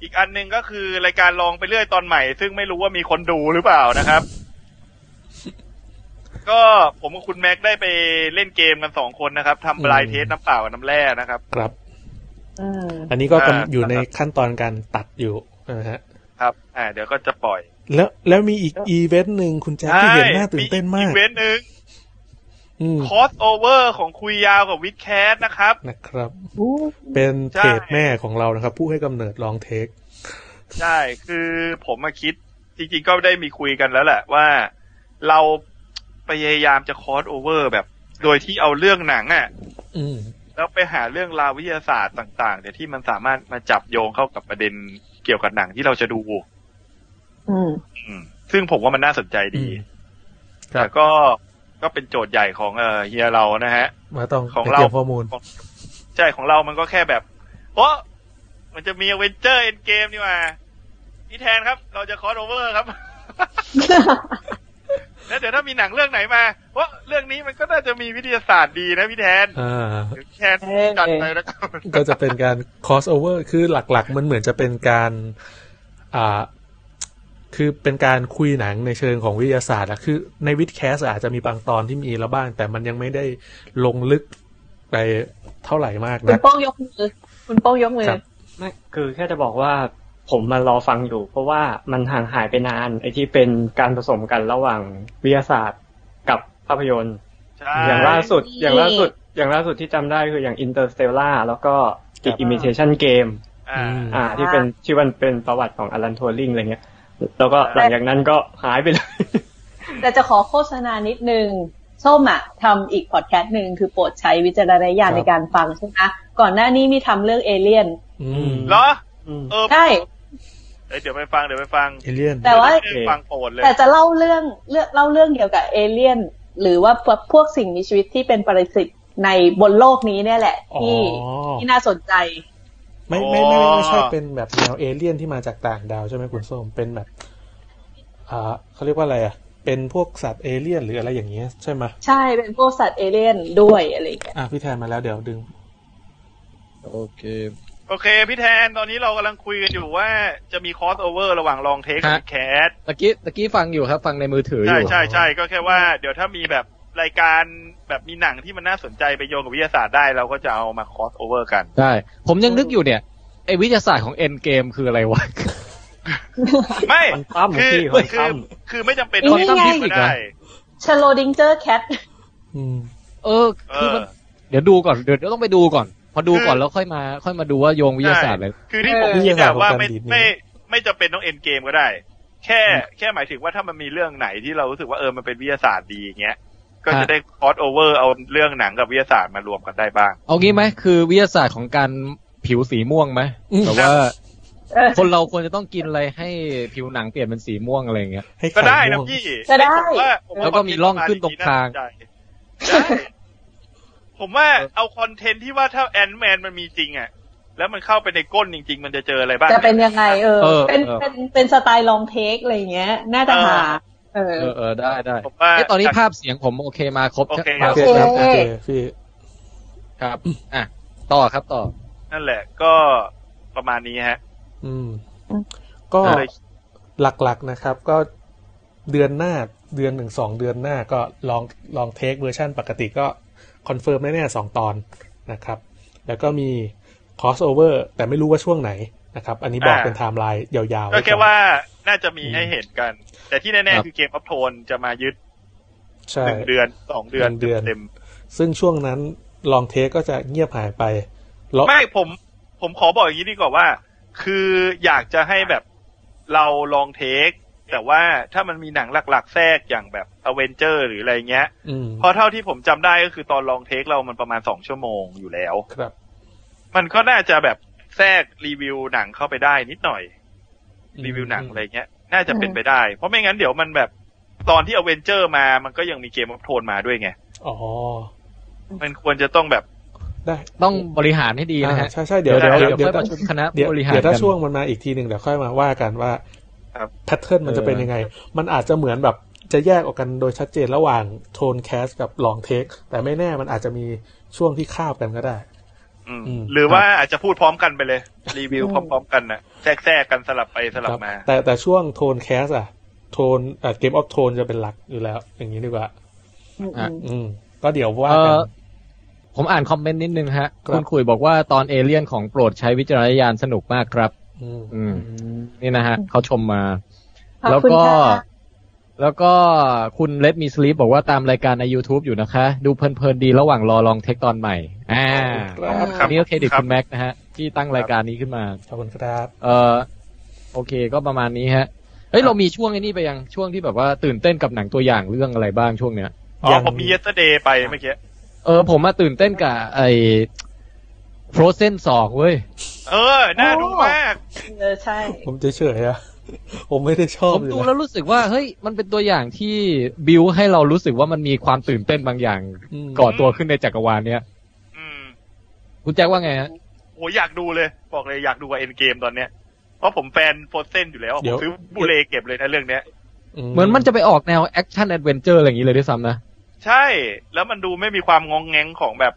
[SPEAKER 2] อีกอันหนึ่งก็คือรายการลองไปเรื่อยตอนใหม่ ซึ่งไม่รู้ว่ามีคนดูหรือเปล่านะครับ ก็ผมกับคุณแม็กได้ไปเล่นเกมกันสองคนนะครับทำบลาย
[SPEAKER 1] อืม
[SPEAKER 2] เทสน้ำเปล่ากับน้ำแร่นะครับ
[SPEAKER 1] ครับ
[SPEAKER 4] อืม
[SPEAKER 1] อันนี้ก็กำ
[SPEAKER 2] อ่า
[SPEAKER 1] อยู่ในขั้นตอนการตัดอยู่นะฮะ
[SPEAKER 2] ครับ อ่า เดี๋ยวก็จะปล่อย
[SPEAKER 1] แล้วแล้วมีอีกอีเวนต์หนึ่งคุณแจ็คที่เห็นหน้าตื่นเต้นมา
[SPEAKER 2] อี
[SPEAKER 1] ก
[SPEAKER 2] เวนต์หนึ่ง
[SPEAKER 1] อืม
[SPEAKER 2] คอสโอเวอร์ของคุยยาวกับวิดแคสนะครับ
[SPEAKER 1] นะครับ เป็นเพจแม่ของเรานะครับ ผู้ให้กำเนิดลองเทค
[SPEAKER 2] ใช่ คือผมมาคิด จริงๆ ก็ได้มีคุยกันแล้วแหละว่าเราพยายามจะคอสโอเวอร์แบบ โดยที่เอาเรื่องหนังอ่ะ
[SPEAKER 1] อืม
[SPEAKER 2] แล้วไปหาเรื่องราววิทยาศาสตร์ต่างๆเนี่ยที่มันสามารถมาจับโยงเข้ากับประเด็นเกี่ยวกับหนังที่เราจะดู
[SPEAKER 4] อืม
[SPEAKER 2] อืม ซึ่งผมว่ามันน่าสนใจดี
[SPEAKER 1] อืม
[SPEAKER 2] แต่ก็ก็เป็นโจทย์ใหญ่ของเอ่อเฮียเรานะฮะ
[SPEAKER 1] มาต้อง
[SPEAKER 2] ของ
[SPEAKER 1] ไป
[SPEAKER 2] เรา
[SPEAKER 1] เตรียมข้อมูล
[SPEAKER 2] ใช่ของเรามันก็แค่แบบ โอ้มันจะมีเวนเจอร์เอ็นเกมนี่มาพี่แทนครับ เราจะคอสโอเวอร์ครับ แล้วเดี๋ยวถ้ามีหนังเรื่องไหนมาโอ้เรื่องนี้มันก็น่าจะมีวิทยาศาสตร์ดีนะพี่แทน
[SPEAKER 1] อ่า
[SPEAKER 2] เดี๋ยวพี่แทนจัดไปแล้วกัน
[SPEAKER 1] ก็จะเป็นการ cross over คือหลักๆ มันเหมือนจะเป็นการอ่าคือเป็นการคุยหนังในเชิงของวิทยาศาสตร์อะคือในวิดแคสอาจจะมีบางตอนที่มีแล้วบ้าง แต่มันยังไม่ได้ลงลึกไปเท่าไหร่มาก
[SPEAKER 4] คุณ
[SPEAKER 1] นะ
[SPEAKER 4] โป้งยกมือ คุณโป้งยกมือ
[SPEAKER 1] ครับ
[SPEAKER 3] ไม่คือแค่จะบอกว่าผมมารอฟังอยู่ เพราะว่ามันห่างหายไปนานไอ้ที่เป็นการผสมกันระหว่างวิทยาศาสตร์กับภาพยนตร์
[SPEAKER 2] ใช่
[SPEAKER 3] อย่างล่าสุด
[SPEAKER 6] นี่
[SPEAKER 3] อย่างล่าสุดอย่างล่าสุดที่จำได้คืออย่าง Interstellar แล้วก็ The
[SPEAKER 1] ครับ
[SPEAKER 3] Imitation Game
[SPEAKER 2] อ่า
[SPEAKER 3] อ่า ที่เป็นที่มันเป็นประวัติของอลันทัวริงอะไรเงี้ย แล้วก็หลังจากนั้นก็หายไปเลย
[SPEAKER 4] แต่จะขอโฆษณานิดนึงส้มอะทำอีกพอดแคสต์หนึ่งคือโปรดใช้วิจารณญา
[SPEAKER 1] ค
[SPEAKER 4] ณ
[SPEAKER 1] รับ
[SPEAKER 4] ในการฟังใช่ไหมก่อนหน้านี้มีทำเรื่องเอเลี่ยน
[SPEAKER 1] อืม
[SPEAKER 2] เหรอ
[SPEAKER 3] อืม
[SPEAKER 2] เออ
[SPEAKER 4] ใช่
[SPEAKER 2] เอ้ยเดี๋ยวไปฟังเดี๋ยวไปฟัง
[SPEAKER 1] เอเลี่ยน
[SPEAKER 4] แต่ว่า
[SPEAKER 2] เดี๋ยได้ฟังโปรดเลย
[SPEAKER 4] แต่จะเล่าเรื่องเรื่องเล่าเรื่องเกี่ยวกับเอเลี่ยน หรือว่าพวกพวกสิ่งมีชีวิตที่เป็นปรสิตในบนโลกนี้เนี่ยแหละ ที่
[SPEAKER 1] อ๋อ
[SPEAKER 4] ที่น่าสนใจ
[SPEAKER 1] ไม่ไม่ไม่ไม่ใช่เป็นแบบแนวเอเลี่ยนที่มาจากต่างดาวใช่ไหมคุณส้มเป็นแบบ อ่าเขาเรียกว่าอะไรอ่ะ เป็นพวกสัตว์เอเลี่ยนหรืออะไรอย่างเงี้ยใช่ไหม
[SPEAKER 4] ใช่เป็นพวกสัตว์เอเลี่ยนด้วยอะไรอย่างเงี้ย
[SPEAKER 1] อ่ะพี่แทนมาแล้วเดี๋ยวดึง
[SPEAKER 7] โอเค
[SPEAKER 2] โอเค พี่แทนตอนนี้เรากำลังคุยกันอยู่ว่าจะมีคอสโอเวอร์ระหว่างลองเทคกับ
[SPEAKER 7] ฮะ
[SPEAKER 2] บิ๊กแคท
[SPEAKER 7] ตะกี้ตะกี้ฟังอยู่ครับ ฟังในมือถืออ
[SPEAKER 2] ใช่
[SPEAKER 7] ยู่
[SPEAKER 2] ใช่ใช่ก็แค่ว่าเดี๋ยวถ้ามีแบบรายการแบบมีหนังที่มันน่าสนใจไปโยงกับวิทยาศาสตร์ได้เราก็จะเอามาคอสโอเวอร์กัน
[SPEAKER 7] ใช่ผมยังนึกอยู่เนี่ยไอวิทยาศาสตร์ของเอ็นเกมคืออะไรวะ
[SPEAKER 2] ไม่
[SPEAKER 3] มันปั้ม
[SPEAKER 2] คือ
[SPEAKER 3] พี่
[SPEAKER 2] คือ
[SPEAKER 3] มัน
[SPEAKER 2] คื
[SPEAKER 3] ปั้
[SPEAKER 2] อ
[SPEAKER 3] ม
[SPEAKER 2] คือไม่จำเป็น
[SPEAKER 7] นี่ไง
[SPEAKER 2] คิดก็ได้
[SPEAKER 4] ชโลดิงเจอร์แคท
[SPEAKER 1] อืม
[SPEAKER 7] เออ
[SPEAKER 2] เอ
[SPEAKER 7] คือ
[SPEAKER 2] อ
[SPEAKER 7] มันเดี๋ยวดูก่อนเดี๋ยวต้องไปดูก่อน พอดูก่อน
[SPEAKER 2] คือ
[SPEAKER 7] แล้วค่อยมา ค่อยมาดูว่าโยงวิทยาศาสตร์เลย
[SPEAKER 2] คือที่ผ
[SPEAKER 1] เอ
[SPEAKER 2] ม
[SPEAKER 1] อ
[SPEAKER 2] คิดอะว่า
[SPEAKER 1] วิทยาศาสตร์ของ
[SPEAKER 2] ไม่
[SPEAKER 1] การดีดนิ้ว
[SPEAKER 2] ไม่ไม่จำเป็นต้องเอ็นเกมก็ได้ แค่แค่หมายถึงว่าถ้ามันมีเรื่องไหนที่เรารู้สึกว่าเออมันเป็นวิทยาศาสตร์ดีอย่างเงี้ยก็จะ
[SPEAKER 7] ฮะ
[SPEAKER 2] ได้คอสโอเวอร์เอาเรื่องหนังกับวิทยาศาสตร์มารวมกันได้บ้าง
[SPEAKER 7] เอางี้ไหมคือวิทยาศาสตร์ของการผิวสีม่วงไหม
[SPEAKER 1] อืม
[SPEAKER 7] แต่ว่า
[SPEAKER 4] เออ
[SPEAKER 7] คนเราควรจะต้องกินอะไรให้ผิวหนังเปลี่ยนเป็นสีม่วงอะไรอย่างเงี้ย
[SPEAKER 1] ให้
[SPEAKER 2] ก็ได้
[SPEAKER 1] ข่
[SPEAKER 2] นะ
[SPEAKER 1] ม่วง
[SPEAKER 2] พี่
[SPEAKER 4] ก็ได้
[SPEAKER 2] ผมว่าผม
[SPEAKER 7] แล้วก็มีร่องขึ้นตรงคาง
[SPEAKER 2] ได้ ผมว่าเอาคอนเทนต์ที่ว่าถ้าแอนแมนมันมีจริงอ่ะ แล้วมันเข้าไปในก้นจริง ๆ มันจะเจออะไรบ้าง
[SPEAKER 4] จะเป็นยังไงเออ
[SPEAKER 7] เออ
[SPEAKER 4] เป็น
[SPEAKER 7] เออ
[SPEAKER 4] เป็นเป็นสไตล์ลองเทคอะไรอย่างเงี้ย น่าจะหา เออ
[SPEAKER 7] เออเออได้ได้
[SPEAKER 2] ผมว่า
[SPEAKER 7] เอ๊ะตอนนี้ภาพเสียงผมโอเคมาครบ
[SPEAKER 2] โอเค
[SPEAKER 7] มา
[SPEAKER 1] โอ
[SPEAKER 7] ค
[SPEAKER 1] เค
[SPEAKER 7] รบ
[SPEAKER 1] ค
[SPEAKER 7] แล้
[SPEAKER 1] รับ
[SPEAKER 7] ว
[SPEAKER 1] โอเคพี่
[SPEAKER 7] ครับอ่ะต่อครับต่อ
[SPEAKER 2] นั่นแหละ ก็ประมาณนี้ฮะ
[SPEAKER 1] อืม ก็
[SPEAKER 2] อะไร
[SPEAKER 1] หลักๆนะครับ ก็เดือนหน้าเดือนหนึ่งสองเดือนหน้าก็ลองลองเทคเวอร์ชันปกติก็คอนเฟิร์มแน่ๆสองตอนนะครับ แล้วก็มีคอสโอเวอร์แต่ไม่รู้ว่าช่วงไหนนะครับ อันนี้บอกเป็นไทม์ไลน์ยาวๆ
[SPEAKER 2] ก็
[SPEAKER 1] ไว้อน
[SPEAKER 2] แค่ว่าน่าจะมีให้เห็นกัน แต่ที่แน่
[SPEAKER 7] ครับ
[SPEAKER 2] ๆคือเกมอัพโทนจะมายึด
[SPEAKER 1] ใช่
[SPEAKER 2] หนึ่งเดือนสองเดือ
[SPEAKER 1] ห
[SPEAKER 2] น
[SPEAKER 1] นึ่งเดือน
[SPEAKER 2] เต็ม
[SPEAKER 1] ซึ่งช่วงนั้นลองเทคก็จะเงียบหายไปแล้ว
[SPEAKER 2] ๆไม่ผม ผมขอบอกอย่างนี้ดีกว่าว่า คืออยากจะให้แบบเราลองเทค แต่ว่าถ้ามันมีหนังหลัก ๆ แทรกอย่างแบบอเวนเจอร์หรืออะไรเงี้ย
[SPEAKER 1] อืม
[SPEAKER 2] เพราะเท่าที่ผมจำได้ก็คือตอนลองเทคเรามันประมาณสองชั่วโมงอยู่แล้ว
[SPEAKER 1] ครับ
[SPEAKER 2] มันก็น่าจะแบบแทรกรีวิวหนังเข้าไปได้นิดหน่อย รีวิวหนังอะไรเงี้ย น่าจะเป็นไปได้ เพราะไม่งั้นเดี๋ยวมันแบบตอนที่อเวนเจอร์มามันก็ยังมีเกมอัพโทนมาด้วยไง
[SPEAKER 1] อ๋อ
[SPEAKER 2] มันควรจะต้องแบบ
[SPEAKER 1] ได้
[SPEAKER 7] ต้องบริหารให้ดีนะฮะ
[SPEAKER 1] อ่าใช่ใช่เดี๋ยว
[SPEAKER 7] เดี๋ยว
[SPEAKER 1] เดี๋ยว
[SPEAKER 7] เดี๋ยว
[SPEAKER 1] เดี๋ยว
[SPEAKER 7] ค่อยประชุมคณะ
[SPEAKER 1] เดี๋ยว
[SPEAKER 7] บริหาร
[SPEAKER 1] เดี๋ยวถ้า
[SPEAKER 7] กัน
[SPEAKER 1] ช่วงมันมาอีกทีหนึ่งเดี๋ยวค่อยมาว่ากันว่า
[SPEAKER 2] ครับ
[SPEAKER 1] แพทเทิร์นมันจะเป็นยังไง มันอาจจะเหมือนแบบจะแยกออกกันโดยชัดเจนระหว่างโทนแคสกับลองเทคแต่ไม่แน่มันอาจจะมีช่วงที่คาบกันก็ได้
[SPEAKER 2] อืม
[SPEAKER 1] อืม
[SPEAKER 2] หรือว่าอาจจะพูดพร้อมกันไปเลย รีวิวพร้อมๆกันนะแทรกแทรกกันสลับไปสลั
[SPEAKER 1] ครับ บ
[SPEAKER 2] มา
[SPEAKER 1] แต่แต่ช่วงโทนแคสอะโทนเกมออฟโทนจะเป็นหลักอยู่แล้ว อย่างนี้ดีกว่า
[SPEAKER 7] อ่ะ
[SPEAKER 1] อืม ก็เดี๋ยวว่ากัน
[SPEAKER 7] เอ่อผมอ่านคอมเมนต์นิดนึงฮะ
[SPEAKER 1] ครับ
[SPEAKER 7] คุณคุยบอกว่าตอนเอเลี่ยนของโปรดใช้วิจารณญาณสนุกมากครับ
[SPEAKER 1] ม
[SPEAKER 7] อืม นี่นะฮะเขาชมมา
[SPEAKER 4] ขอบ
[SPEAKER 7] แล้ว
[SPEAKER 4] คุณ
[SPEAKER 7] ก็
[SPEAKER 4] ค่ะ
[SPEAKER 7] แล้วก็คุณเล m มีสลีปบอกว่าตามรายการใน YouTube อยู่นะคะ ดูเพลินๆดีระหว่างรอลองเทคตอนใหม่ อ่า
[SPEAKER 1] ครับ
[SPEAKER 2] ครับ
[SPEAKER 7] อันนี่ก็เครดิตคุณแม็กซ์นะฮะ ที่ตั้งรายการนี้ขึ้นมา
[SPEAKER 1] ขอบคุณครับ
[SPEAKER 7] เออโอเคก็ประมาณนี้ฮะ เฮ้ย เรามีช่วงไอ้นี่ไปยังช่วงที่แบบว่าตื่นเต้นกับหนังตัวอย่างเรื่องอะไรบ้างช่วงเนี้ย
[SPEAKER 2] อ๋อ
[SPEAKER 1] ยัง
[SPEAKER 2] ผมมี yesterday ไปเมื่อกี้
[SPEAKER 7] เออผมมาตื่นเต้นกับไอ้ Frozen สองเว้ย
[SPEAKER 2] เออ น่าดูมาก
[SPEAKER 4] เออใช่
[SPEAKER 1] ผมเฉยๆอะ ผมไม่ได้ชอบ
[SPEAKER 7] ผม
[SPEAKER 1] อยู่
[SPEAKER 7] ดูแล้วรู้สึกว่า เฮ้ย มันเป็นตัวอย่างที่บิวให้เรารู้สึกว่ามันมีความตื่นเต้นบางอย่าง
[SPEAKER 1] อืม
[SPEAKER 7] ก่อตัวขึ้นในจักรวาลเนี้ย
[SPEAKER 2] อืม
[SPEAKER 7] คุณแจ็คว่าไงฮะ
[SPEAKER 2] โอ้ยอยากดูเลย บอกเลยอยากดูว่าเอ็นเกมตอนเนี้ย เพราะผมแฟนโฟสเซนอยู่แล้ว
[SPEAKER 1] เดี๋
[SPEAKER 2] ผม
[SPEAKER 1] ยว
[SPEAKER 2] ซื้อบูเลเก็บเลยนะเรื่องเนี้ย
[SPEAKER 7] เหมือนมันจะไปออกแนวแอคชั่นแอดเวนเจอร์อะไรอย่างนี้เลยด้วยซ้ำนะ
[SPEAKER 2] ใช่ แล้วมันดูไม่มีความงองแงงของแบบ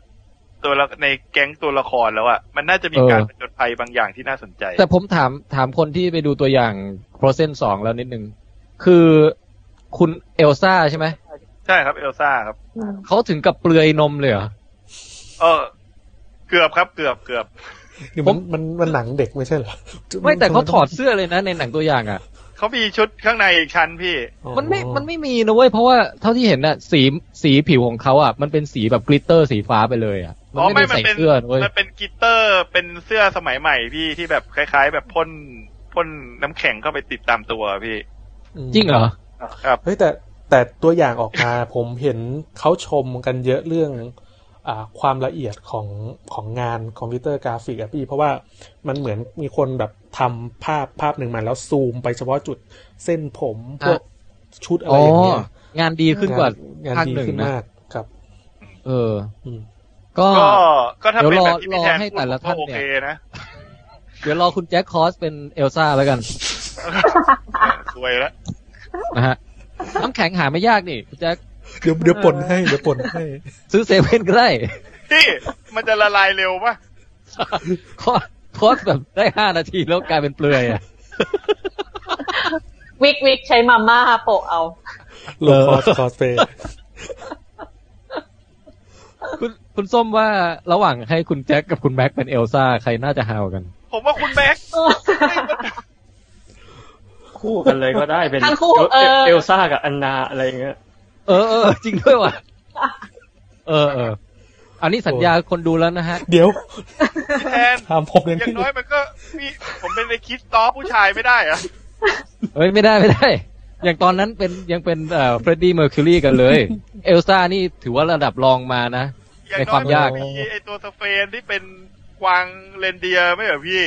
[SPEAKER 2] ตัวละในแก๊งตัวละครแล้วอะมันน่าจะมี
[SPEAKER 7] เออ
[SPEAKER 2] การผจญภัยบางอย่างที่น่าสนใจ
[SPEAKER 7] แต่ผมถามถามคนที่ไปดูตัวอย่าง p r o c e n 2แล้วนิดนึง คือคุณเอลซ่าใช่ไหม
[SPEAKER 2] ใช่ครับเอลซ่าครับ
[SPEAKER 7] เขาถึงกับเปลือยนมเลยเหรอ
[SPEAKER 2] เออ เกือบครับเกือบเกือบ
[SPEAKER 1] นี่
[SPEAKER 7] ผ
[SPEAKER 1] มัน
[SPEAKER 7] ม
[SPEAKER 1] มันมันหนังเด็กไม่ใช่เหรอ
[SPEAKER 7] ไม่แต่เขาถอดเสื้อเลยนะในหนังตัวอย่างอ่ะ
[SPEAKER 2] เขามีชุดข้างในอีกชั้นพี่
[SPEAKER 1] อ๋อ
[SPEAKER 7] มันไม่มันไม่มีนะเว้ย เพราะว่าเท่าที่เห็นน่ะ สีสีผิวของเขาอ่ะ มันเป็นสีแบบกลิตเตอร์สีฟ้าไปเลยอ่ะ มัน
[SPEAKER 2] อ๋อ
[SPEAKER 7] ไม่
[SPEAKER 2] ไม่
[SPEAKER 7] ได้
[SPEAKER 2] มัน
[SPEAKER 7] ใส่
[SPEAKER 2] เป็น
[SPEAKER 7] เสื้อนะเว้ย
[SPEAKER 2] มันเป็นกลิตเตอร์เป็นเสื้อสมัยใหม่พี่ที่แบบคล้าย ๆ แบบพ่นพ่นน้ำแข็งเข้าไปติดตามตัวพี่
[SPEAKER 1] อืม
[SPEAKER 7] จริงเหรอ
[SPEAKER 2] ครับ
[SPEAKER 1] เฮ้ยแต่แต่ตัวอย่างออกมา ผมเห็นเขาชมกันเยอะเรื่องอ่าความละเอียดของของงานคอมพิวเตอร์กราฟิกอะพี่เพราะว่ามันเหมือนมีคนแบบทำภาพภาพหนึ่งมาแล้วซูมไปเฉพาะจุดเส้นผมพวก
[SPEAKER 7] อ่ะ
[SPEAKER 1] ชุดอะ
[SPEAKER 7] อ๋
[SPEAKER 1] ไร
[SPEAKER 7] อ
[SPEAKER 1] อย่างเงี้ย
[SPEAKER 7] งานดีขึ้นกว่าง
[SPEAKER 1] าน
[SPEAKER 7] ภาค
[SPEAKER 1] ดี
[SPEAKER 7] หนึ่ง
[SPEAKER 1] ขึ้น
[SPEAKER 7] นะ
[SPEAKER 1] มากครับ
[SPEAKER 7] เออ
[SPEAKER 1] อืม
[SPEAKER 7] ก็
[SPEAKER 2] ก็ก็ถ้าเป็นแบบที่
[SPEAKER 7] เดี๋
[SPEAKER 2] พี่
[SPEAKER 7] ยวรอ
[SPEAKER 2] แทน
[SPEAKER 7] รอให้
[SPEAKER 2] พูด
[SPEAKER 7] แต่ละ
[SPEAKER 2] ก็
[SPEAKER 7] ท่าน
[SPEAKER 2] โอ
[SPEAKER 7] เนี่ย
[SPEAKER 2] เคนะ
[SPEAKER 7] เดี๋ยวรอคุณแจ็คคอสเป็นเอลซ่าแล้วกัน
[SPEAKER 2] สวยแล้ว
[SPEAKER 7] นะฮะ น้ำแข็งหาไม่ยากนี่คุณแจ็ค
[SPEAKER 1] เดี๋ยวเดี๋ยวปนให้เดี๋ยวปนให้
[SPEAKER 7] ซื้อเซเว่นก็ได้
[SPEAKER 2] พี่มันจะละลายเร็วปะ
[SPEAKER 7] คอสคอสแบบได้ห้านาทีแล้วกลายเป็นเปลือยอ่ะ
[SPEAKER 4] วิกวิกใช้มาม่าโปะเอา
[SPEAKER 1] โลคอสคอสเพย์
[SPEAKER 7] คุณคุณส้มว่าระหว่างให้คุณแจ็คกับคุณแม็กเป็นเอลซ่าใครน่าจะฮาวกัน
[SPEAKER 2] ผมว่าคุณแม็กซ์
[SPEAKER 3] คู่กันเลยก็ได้เป็น
[SPEAKER 4] ทั้งคู่
[SPEAKER 3] เอล
[SPEAKER 4] เออ
[SPEAKER 3] เอลซ่ากับอันนาอะไรอย่างเงี้ย
[SPEAKER 7] เออเออจริงด้วยว่ะ เออเอออันนี้สัญญาคนดูแล้วนะฮะ
[SPEAKER 1] เดี๋ยว
[SPEAKER 2] พี่แทน
[SPEAKER 1] ถามผมยัง
[SPEAKER 2] อย่า
[SPEAKER 1] พี่
[SPEAKER 2] งน้อยมันก็มีผมเป็นในคิดต้อผู้ชายไม่ได้เหรอะ
[SPEAKER 7] เอ้ยไม่ได้ไม่ได้ อย่างตอนนั้นเป็นยังเป็นเอ่อเฟรดดี้เมอร์คิวรีกันเลย เอลซ่านี่ถือว่าระดับรองมานะ
[SPEAKER 2] อย่าง
[SPEAKER 7] ใน
[SPEAKER 2] น้
[SPEAKER 7] ค
[SPEAKER 2] อ
[SPEAKER 7] วาย ม
[SPEAKER 2] มัน
[SPEAKER 7] ยาก
[SPEAKER 2] ก็มีไอตัวสเฟนที่เป็นกวางเรนเดียร์ไม่เหรอพี่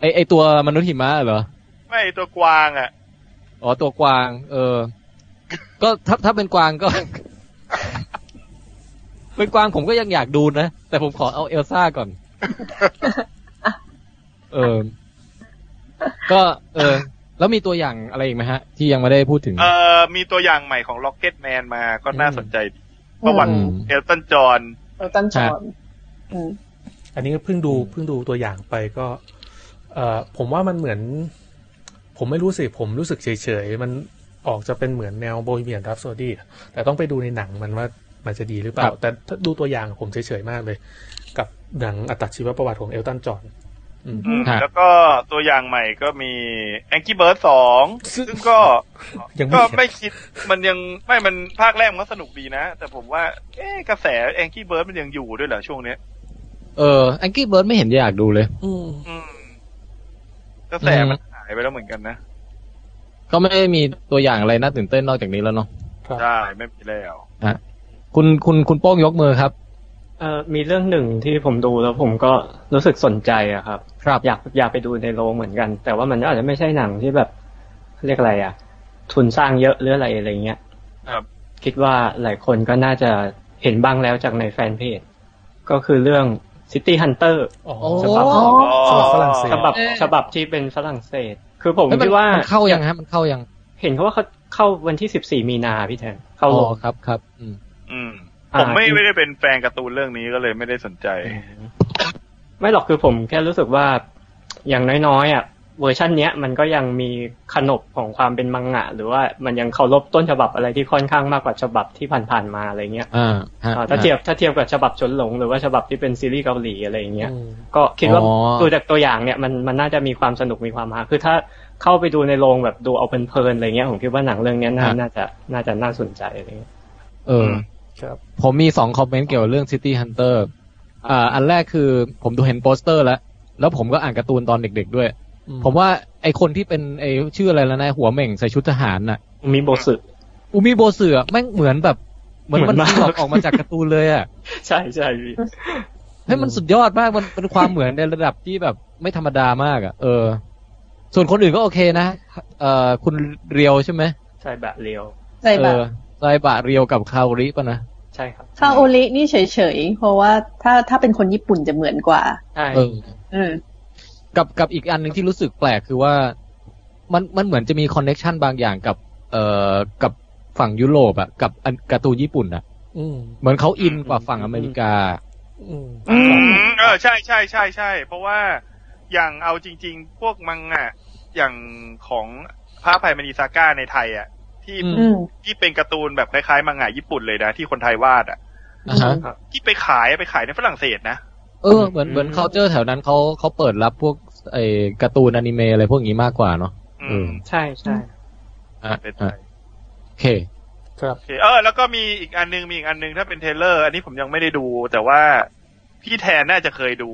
[SPEAKER 7] ไอไอตัวมนุษย์หิมะเหรอ
[SPEAKER 2] ไม่ไอ้ตัวกวางอ่ะ
[SPEAKER 7] อ๋อตัวกวาง เออ ก็ถ้าถ้าเป็นกวางก็ เป็นกวางผมก็ยังอยากดูนะ แต่ผมขอเอาเอลซ่าก่อน เออ ก็ เออ แล้วมีตัวอย่างอะไรอีกไหมฮะ ที่ยังไม่ได้พูดถึง
[SPEAKER 2] เอ่อมีตัวอย่างใหม่ของ Rocket Man มาก็น่าสนใจดี
[SPEAKER 4] อืม
[SPEAKER 2] ประวัติ
[SPEAKER 7] อืม
[SPEAKER 2] เอลตันจอห์น
[SPEAKER 4] เออตันช
[SPEAKER 7] ครั
[SPEAKER 4] อบ นอืม
[SPEAKER 1] อันนี้ก็เพิ่งดูเพิ่งดูตัวอย่างไปก็ เอ่อผมว่ามันเหมือน ผมไม่รู้สิ ผมรู้สึกเฉยๆ มันออกจะเป็นเหมือนแนวโบฮีเมียนรับโซดี้แต่ต้องไปดูในหนังมันว่ามันจะดีหรือเปล่า แต่ถ้าดูตัวอย่างผมเฉยๆ มากเลย กับหนังอัตชีวประวัติของเอลตันจอห์น
[SPEAKER 2] อืม
[SPEAKER 7] ครับ
[SPEAKER 2] แล้วก็ตัวอย่างใหม่ก็มี Angry Bird 2 ซึ่งก็
[SPEAKER 1] ยังไม่
[SPEAKER 2] ก็
[SPEAKER 1] เห็น
[SPEAKER 2] ไม่คิดมันยังไม่มันภาคแรกมันก็สนุกดีนะ แต่ผมว่า เอ๊ะกระแส Angry Bird มันยังอยู่ด้วยเหรอช่วงเนี้ย
[SPEAKER 7] เออแองกี้เบิร์ดไม่เห็นจะอยากดูเลย
[SPEAKER 1] อืม
[SPEAKER 2] อืมกระแสมันหายไปแล้วเหมือนกันนะ
[SPEAKER 7] ก็ไม่ได้มีตัวอย่างอะไรน่าตื่นเต้นนอกจากนี้แล้วเนาะ
[SPEAKER 1] ครับ
[SPEAKER 2] ใช่ไม่มีแล้ว
[SPEAKER 7] คุณคุณคุณโป้งยกมือครับ
[SPEAKER 3] เออมีเรื่องหนึ่งที่ผมดูแล้วผมก็รู้สึกสนใจอะครับ
[SPEAKER 7] ครับ
[SPEAKER 3] อยากอยากไปดูในโรงเหมือนกัน แต่ว่ามันอาจจะไม่ใช่หนังที่แบบเรียกอะไรอะทุนสร้างเยอะหรืออะไรอะไรเงี้ย
[SPEAKER 2] ครับ
[SPEAKER 3] คิดว่าหลายคนก็น่าจะเห็นบ้างแล้วจากในแฟนเพจ ก็คือเรื่อง City Hunter
[SPEAKER 1] อ๋อ
[SPEAKER 7] โอ้
[SPEAKER 1] ฉบับฉบับฝรั่งเศส
[SPEAKER 3] ฉบับ
[SPEAKER 7] เอ๊ะ
[SPEAKER 3] ฉบับที่เป็นฝรั่งเศส คือผม
[SPEAKER 7] เอ้ยน
[SPEAKER 3] คิดว่าน
[SPEAKER 7] เข้ายังฮะ มันเข้ายัง
[SPEAKER 3] เห็นเขาว่าเขาเข้าวันที่สิบสี่มีนาพี่แทนเข้า
[SPEAKER 7] อ๋
[SPEAKER 3] โร
[SPEAKER 7] อง ครับครับอืม
[SPEAKER 2] อืม
[SPEAKER 3] อ่า
[SPEAKER 2] ผมไม่ไม่ได้เป็นแฟนการ์ตูนเรื่องนี้ก็เลยไม่ได้สนใจ
[SPEAKER 3] ไม่หรอกคือผมแค่รู้สึกว่าอย่างน้อยๆอ่ะเวอร์ชันเนี้ยมันก็ยังมีขนบของความเป็นมังงะ หรือว่ามันยังเคารพต้นฉบับอะไรที่ค่อนข้างมากกว่าฉบับที่ผ่านๆมาอะไรเงี้ย
[SPEAKER 7] อ่าฮะ
[SPEAKER 3] อ่าถ้าเทียบถ้าเทียบกับฉบับชนหลง หรือว่าฉบับที่เป็นซีรีส์เกาหลีอะไรเงี้ย
[SPEAKER 1] อืม
[SPEAKER 3] ก็คิดว่า
[SPEAKER 7] อ๋อ
[SPEAKER 3] ดูจากตัวอย่างเนี่ยมันมันน่าจะมีความสนุกมีความฮาคือถ้าเข้าไปดูในโรงแบบดูเอาเพลินๆอะไรเงี้ยผมคิดว่าหนังเรื่องเนี้ยน่าน่าจะน่าจะน่าสนใจอะไรเงี้ย
[SPEAKER 7] เออ
[SPEAKER 1] ครับ
[SPEAKER 7] ผมมีสองคอมเมนต์เกี่ยวกับเรื่อง City Hunter อ่า อันแรกคือผมดูเห็นโปสเตอร์แล้ว แล้วผมก็อ่านการ์ตูนตอนเด็กๆด้วย
[SPEAKER 1] อื
[SPEAKER 7] ผมว่าไอคนที่เป็นไอชื่ออะไรแล้วนะหัวเหม่งใส่ชุดทหารน่ะ
[SPEAKER 3] มีโบสึ
[SPEAKER 7] อูมิโบเสือะแม่งเหมือนแบบ เหมือน
[SPEAKER 3] เหมื
[SPEAKER 7] มั
[SPEAKER 3] อน นมาก
[SPEAKER 7] หลอกออกมาจากการ์ตูนเลยอ่ะ
[SPEAKER 3] ใช่ใช่พี่
[SPEAKER 7] เฮ้ยมันสุดยอดมากมันเป็นความเหมือนในระดับที่แบบไม่ธรรมดามากอ่ะ เออ ส่วนคนอื่นก็โอเคนะ เอ่อคุณเรียวใช่ไหม
[SPEAKER 3] ใช่แบบเรียว
[SPEAKER 4] ใช่
[SPEAKER 7] เอ
[SPEAKER 4] แบบ
[SPEAKER 7] อไซบะเรียวกับคาวริปะนะ
[SPEAKER 3] ใ ช่ครับ
[SPEAKER 4] คาโอรินี่เฉยๆ เพราะว่าถ้าถ้าเป็นคนญี่ปุ่นจะเหมือนกว่า
[SPEAKER 3] ใช่
[SPEAKER 7] เออ
[SPEAKER 4] อืม
[SPEAKER 7] กับกับอีกอันหนึ่งที่รู้สึกแปลกคือว่ามันมันเหมือนจะมีคอนเน็ชันบางอย่างกับ เอ่อกับฝั่งยุโรปอะกับอันการ์ตูนญี่ปุ่นอะ
[SPEAKER 1] อืม
[SPEAKER 7] เหมือนเขาอินกว่าฝั่งอเมริกา
[SPEAKER 1] อืม
[SPEAKER 2] อืมเออใช่ใช่ใช่ใช่เพราะว่าอย่างเอาจริง ๆ พวกมังงะอย่างของพระอภัยมณีซาก้าในไทยอ่ะ ที่
[SPEAKER 4] อืม
[SPEAKER 2] ที่เป็นการ์ตูนแบบคล้ายๆมังงะญี่ปุ่นเลยนะ ที่คนไทยวาดอ่ะ
[SPEAKER 7] อ่าฮะ
[SPEAKER 2] ที่ไปขายไปขายในฝรั่งเศสนะ
[SPEAKER 7] เออเหมือนเหมือน c u เจอร์แถวนั้นเขาเขาเปิดรับพวกไอ้การ์ตูนอนิเมะอะไรพวกนี้มากกว่าเนาะ
[SPEAKER 2] อื
[SPEAKER 7] อื
[SPEAKER 2] ม
[SPEAKER 7] ม
[SPEAKER 3] ใช่ใช่
[SPEAKER 7] อ่ะ
[SPEAKER 2] เป็นไป
[SPEAKER 7] อ่ะโอเค
[SPEAKER 1] ครับ
[SPEAKER 2] โอเคเออแล้วก็มีอีกอันนึงมีอีกอันนึงถ้าเป็นเทรลเลอร์ อันนี้ผมยังไม่ได้ดู แต่ว่าพี่แทนน่าจะเคยดู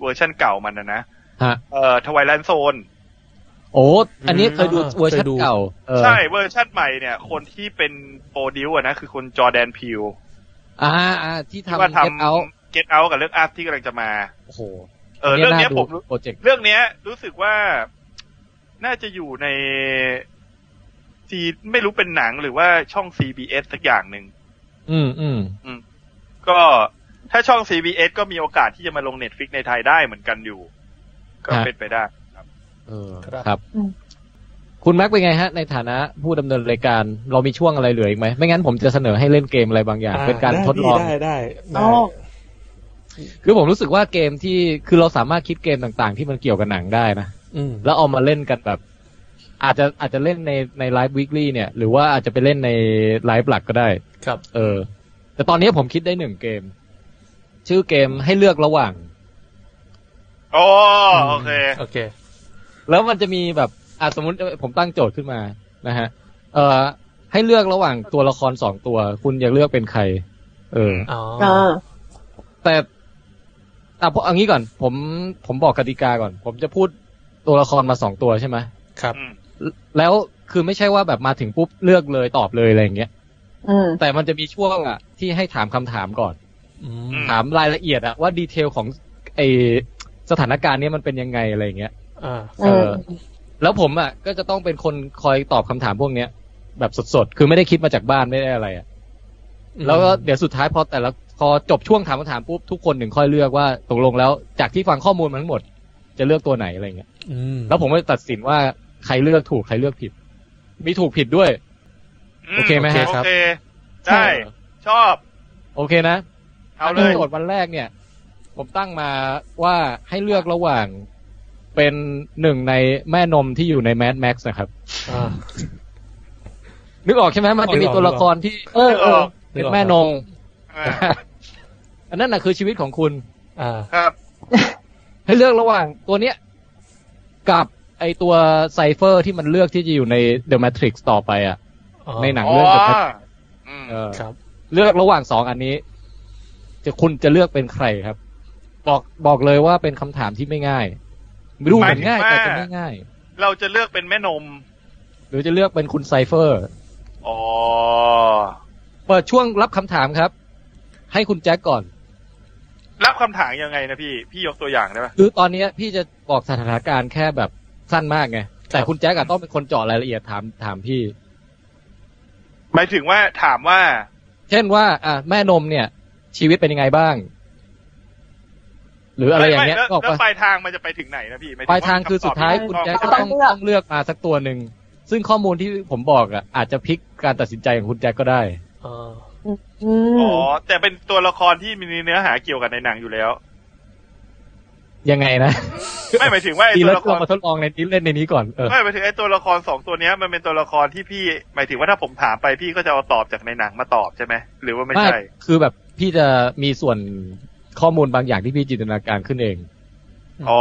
[SPEAKER 2] เวอร์ชั่นเก่ามันนะนะ
[SPEAKER 7] ฮะ
[SPEAKER 2] เอ่อทวายแลนโซน
[SPEAKER 7] โอ้อันนี้เคยดูเวอร์ชันเก่าเออ
[SPEAKER 2] ใช่เวอร์ชั่นใหม่เนี่ย คนที่เป็นโปรดิวอะนะคือคุณจอร์แดนพิว
[SPEAKER 7] อ่าอ่าที่
[SPEAKER 2] ที่
[SPEAKER 7] ทำ
[SPEAKER 2] ว่าท
[SPEAKER 7] เก็ตเอา
[SPEAKER 2] ำเก็ตเอากับเรื่องอาร์ตที่กำลังจะมา
[SPEAKER 7] โอ้โห
[SPEAKER 2] เออเรื่องเนี้ย
[SPEAKER 7] าดู
[SPEAKER 2] ผม
[SPEAKER 7] โปรเจกต์
[SPEAKER 2] เรื่องเนี้ย รู้สึกว่าน่าจะอยู่ในซีไม่รู้เป็นหนังหรือว่าช่อง CBS สักอย่างหนึ่ง
[SPEAKER 7] อืมอืม
[SPEAKER 2] ก็ถ้าช่อง CBS ก็มีโอกาสที่จะมาลง Netflix ในไทยได้เหมือนกันอยู่ ก็เป็นไปได้
[SPEAKER 7] เออครับ คุณแม็กเป็นไงฮะ ในฐานะผู้ดำเนินรายการเรามีช่วงอะไรเหลืออีกไหม ไม่งั้นผมจะเสนอให้เล่นเกมอะไรบางอย่าง เป็นการทดลอง
[SPEAKER 1] ได้ได้ได้
[SPEAKER 4] อ๋อ
[SPEAKER 7] คือผมรู้สึกว่าเกมที่คือเราสามารถคิดเกมต่างๆ ที่มันเกี่ยวกับหนังได้นะ
[SPEAKER 1] อืม
[SPEAKER 7] แล้วเอามาเล่นกันแบบ อาจจะอาจจะเล่นในในไลฟ์วีคลี่เนี่ย หรือว่าอาจจะไปเล่นในไลฟ์หลักก็ได้
[SPEAKER 1] ครับ
[SPEAKER 7] เออ แต่ตอนนี้ผมคิดได้หนึ่งเกม ชื่อเกมให้เลือกระหว่าง
[SPEAKER 2] โอ้โอเค
[SPEAKER 1] โอเค
[SPEAKER 7] แล้วมันจะมีแบบอ่ะสมมติผมตั้งโจทย์ขึ้นมานะฮะ เอ่อ ให้เลือกระหว่างตัวละครสองตัว คุณอยากเลือกเป็นใคร เออ
[SPEAKER 1] อ๋อ
[SPEAKER 4] อ่า
[SPEAKER 7] แต่อ่ะเพราะเอันนี้ก่อน ผมผมบอกกติกาก่อน ผมจะพูดตัวละครมาสองตัวใช่ไหม
[SPEAKER 1] ครับ
[SPEAKER 2] อืม
[SPEAKER 7] แล้วคือไม่ใช่ว่าแบบมาถึงปุ๊บเลือกเลยตอบเลยอะไรอย่างเงี้ย
[SPEAKER 4] อืม
[SPEAKER 7] แต่มันจะมีช่วงอ่ะที่ให้ถามคำถามก่อน
[SPEAKER 1] อืม
[SPEAKER 7] ถามรายละเอียดอะว่าดีเทลของไอสถานการณ์เนี้ยมันเป็นยังไงอะไรอย่างเงี้ย
[SPEAKER 1] อ่า
[SPEAKER 7] เออ แล้วผมอ่ะก็จะต้องเป็นคนคอยตอบคำถามพวกเนี้ย แบบสดๆ คือไม่ได้คิดมาจากบ้านไม่ได้อะไรอะแล้วก็เดี๋ยวสุดท้ายพอแต่ละพอจบช่วงถามคำถามปุ๊บทุกคนถึงค่อยเลือกว่าตกลงแล้วจากที่ฟังข้อมูลมาทั้งหมด จะเลือกตัวไหนอะไรอย่างเงี้ย
[SPEAKER 1] อืม
[SPEAKER 7] แล้วผมก็จะตัดสินว่าใครเลือกถูกใครเลือกผิด มีถูกผิดด้วย โอเคไหมฮะ
[SPEAKER 2] โอเค ได้ ชอบ
[SPEAKER 7] โอเคนะ
[SPEAKER 2] เอาเลย
[SPEAKER 7] โจทย์วันแรกเนี่ย ผมตั้งมาว่าให้เลือกระหว่างเป็นหนึ่งในแม่นมที่อยู่ในแม d แม็กซ์นะครับ
[SPEAKER 1] อ่า
[SPEAKER 7] นึกออกใช่ไหมมันจะมี
[SPEAKER 1] นึกออก
[SPEAKER 7] ตัวละครที่เออ
[SPEAKER 2] นึกออก
[SPEAKER 7] เป็นแม่นม
[SPEAKER 2] อ่า
[SPEAKER 7] อันนั้นน่ะคือชีวิตของคุณ
[SPEAKER 1] อ่า
[SPEAKER 2] ครับ
[SPEAKER 7] ให้เลือกระหว่างตัวเนี้ย กับไอตัวไซเฟอร์ที่มันเลือกที่จะอยู่ใน The Matrix ต่อไปอ่ะ
[SPEAKER 1] อ๋อ
[SPEAKER 7] ในหนัง
[SPEAKER 2] อ๋อ
[SPEAKER 7] เรื่อง The Matrix
[SPEAKER 2] อืม
[SPEAKER 7] เออ
[SPEAKER 1] ครับ
[SPEAKER 7] เลือกระหว่างสองอันนี้ จะคุณจะเลือกเป็นใครครับ บอกบอกเลยว่าเป็นคำถามที่ไม่ง่ายดูเหมือนง่ายแต่จะไม่ง่าย
[SPEAKER 2] เราจะเลือกเป็นแม่นม
[SPEAKER 7] หรือจะเลือกเป็นคุณไซเฟอร์
[SPEAKER 2] อ๋อ
[SPEAKER 7] เปิดช่วงรับคำถามครับ ให้คุณแจ็คก่อน
[SPEAKER 2] รับคำถามยังไงนะพี่ พี่ยกตัวอย่างได้ปะ
[SPEAKER 7] คือตอนเนี้ยพี่จะบอกสถานการณ์แค่แบบสั้นมากไง แต่คุณแจ็คอะต้องเป็นคนเจาะรายละเอียดถามถามพี่
[SPEAKER 2] หมายถึงว่าถามว่า
[SPEAKER 7] เช่นว่า อ่ะแม่นมเนี่ย ชีวิตเป็นยังไงบ้าง หรืออะไรอย่างเงี้ย
[SPEAKER 2] ม่ม่
[SPEAKER 7] ก็ออก
[SPEAKER 2] แล้วแล้วป
[SPEAKER 7] ปะ
[SPEAKER 2] ลายทางมันจะไปถึงไหนนะพี่หมถึ
[SPEAKER 7] ปลายทางคือ
[SPEAKER 2] ว่ำต
[SPEAKER 7] สุ
[SPEAKER 2] บ
[SPEAKER 7] ดท้าย
[SPEAKER 2] ที่
[SPEAKER 7] คุณ
[SPEAKER 2] ถูก
[SPEAKER 7] แจ็ค
[SPEAKER 2] ต้
[SPEAKER 7] ก็
[SPEAKER 2] อง
[SPEAKER 7] ต้องต้องเลือกมาสักตัวหนึ่ง ซึ่งข้อมูลที่ผมบอกอะอาจจะพลิกการตัดสินใจของคุณแจ็คก็ได้
[SPEAKER 1] อ่า
[SPEAKER 4] อืม
[SPEAKER 2] อ๋อ แต่เป็นตัวละครที่มีเนื้อหาเกี่ยวกับในหนังอยู่แล้ว
[SPEAKER 7] ยังไงนะ
[SPEAKER 2] ไม่หมายถึงว่าไอ้
[SPEAKER 7] ดี
[SPEAKER 2] ตั
[SPEAKER 7] แล้ว ว
[SPEAKER 2] ละค
[SPEAKER 7] เรา
[SPEAKER 2] ร
[SPEAKER 7] มาทดลองในนี้เล่นในนี้ก่อนเออ
[SPEAKER 2] ไม่หมายถึงไอ้ตัวละครสองตัวเนี้ยมันเป็นตัวละครที่พี่ หมายถึงว่าถ้าผมถามไปพี่ก็จะเอาตอบจากในหนังมาตอบใช่ไหมหรือว่าไม่ใช่
[SPEAKER 7] คือแบบพี่จะมีส่วนข้อมูลบางอย่างที่พี่จินตนาการขึ้นเอง
[SPEAKER 2] อ๋อ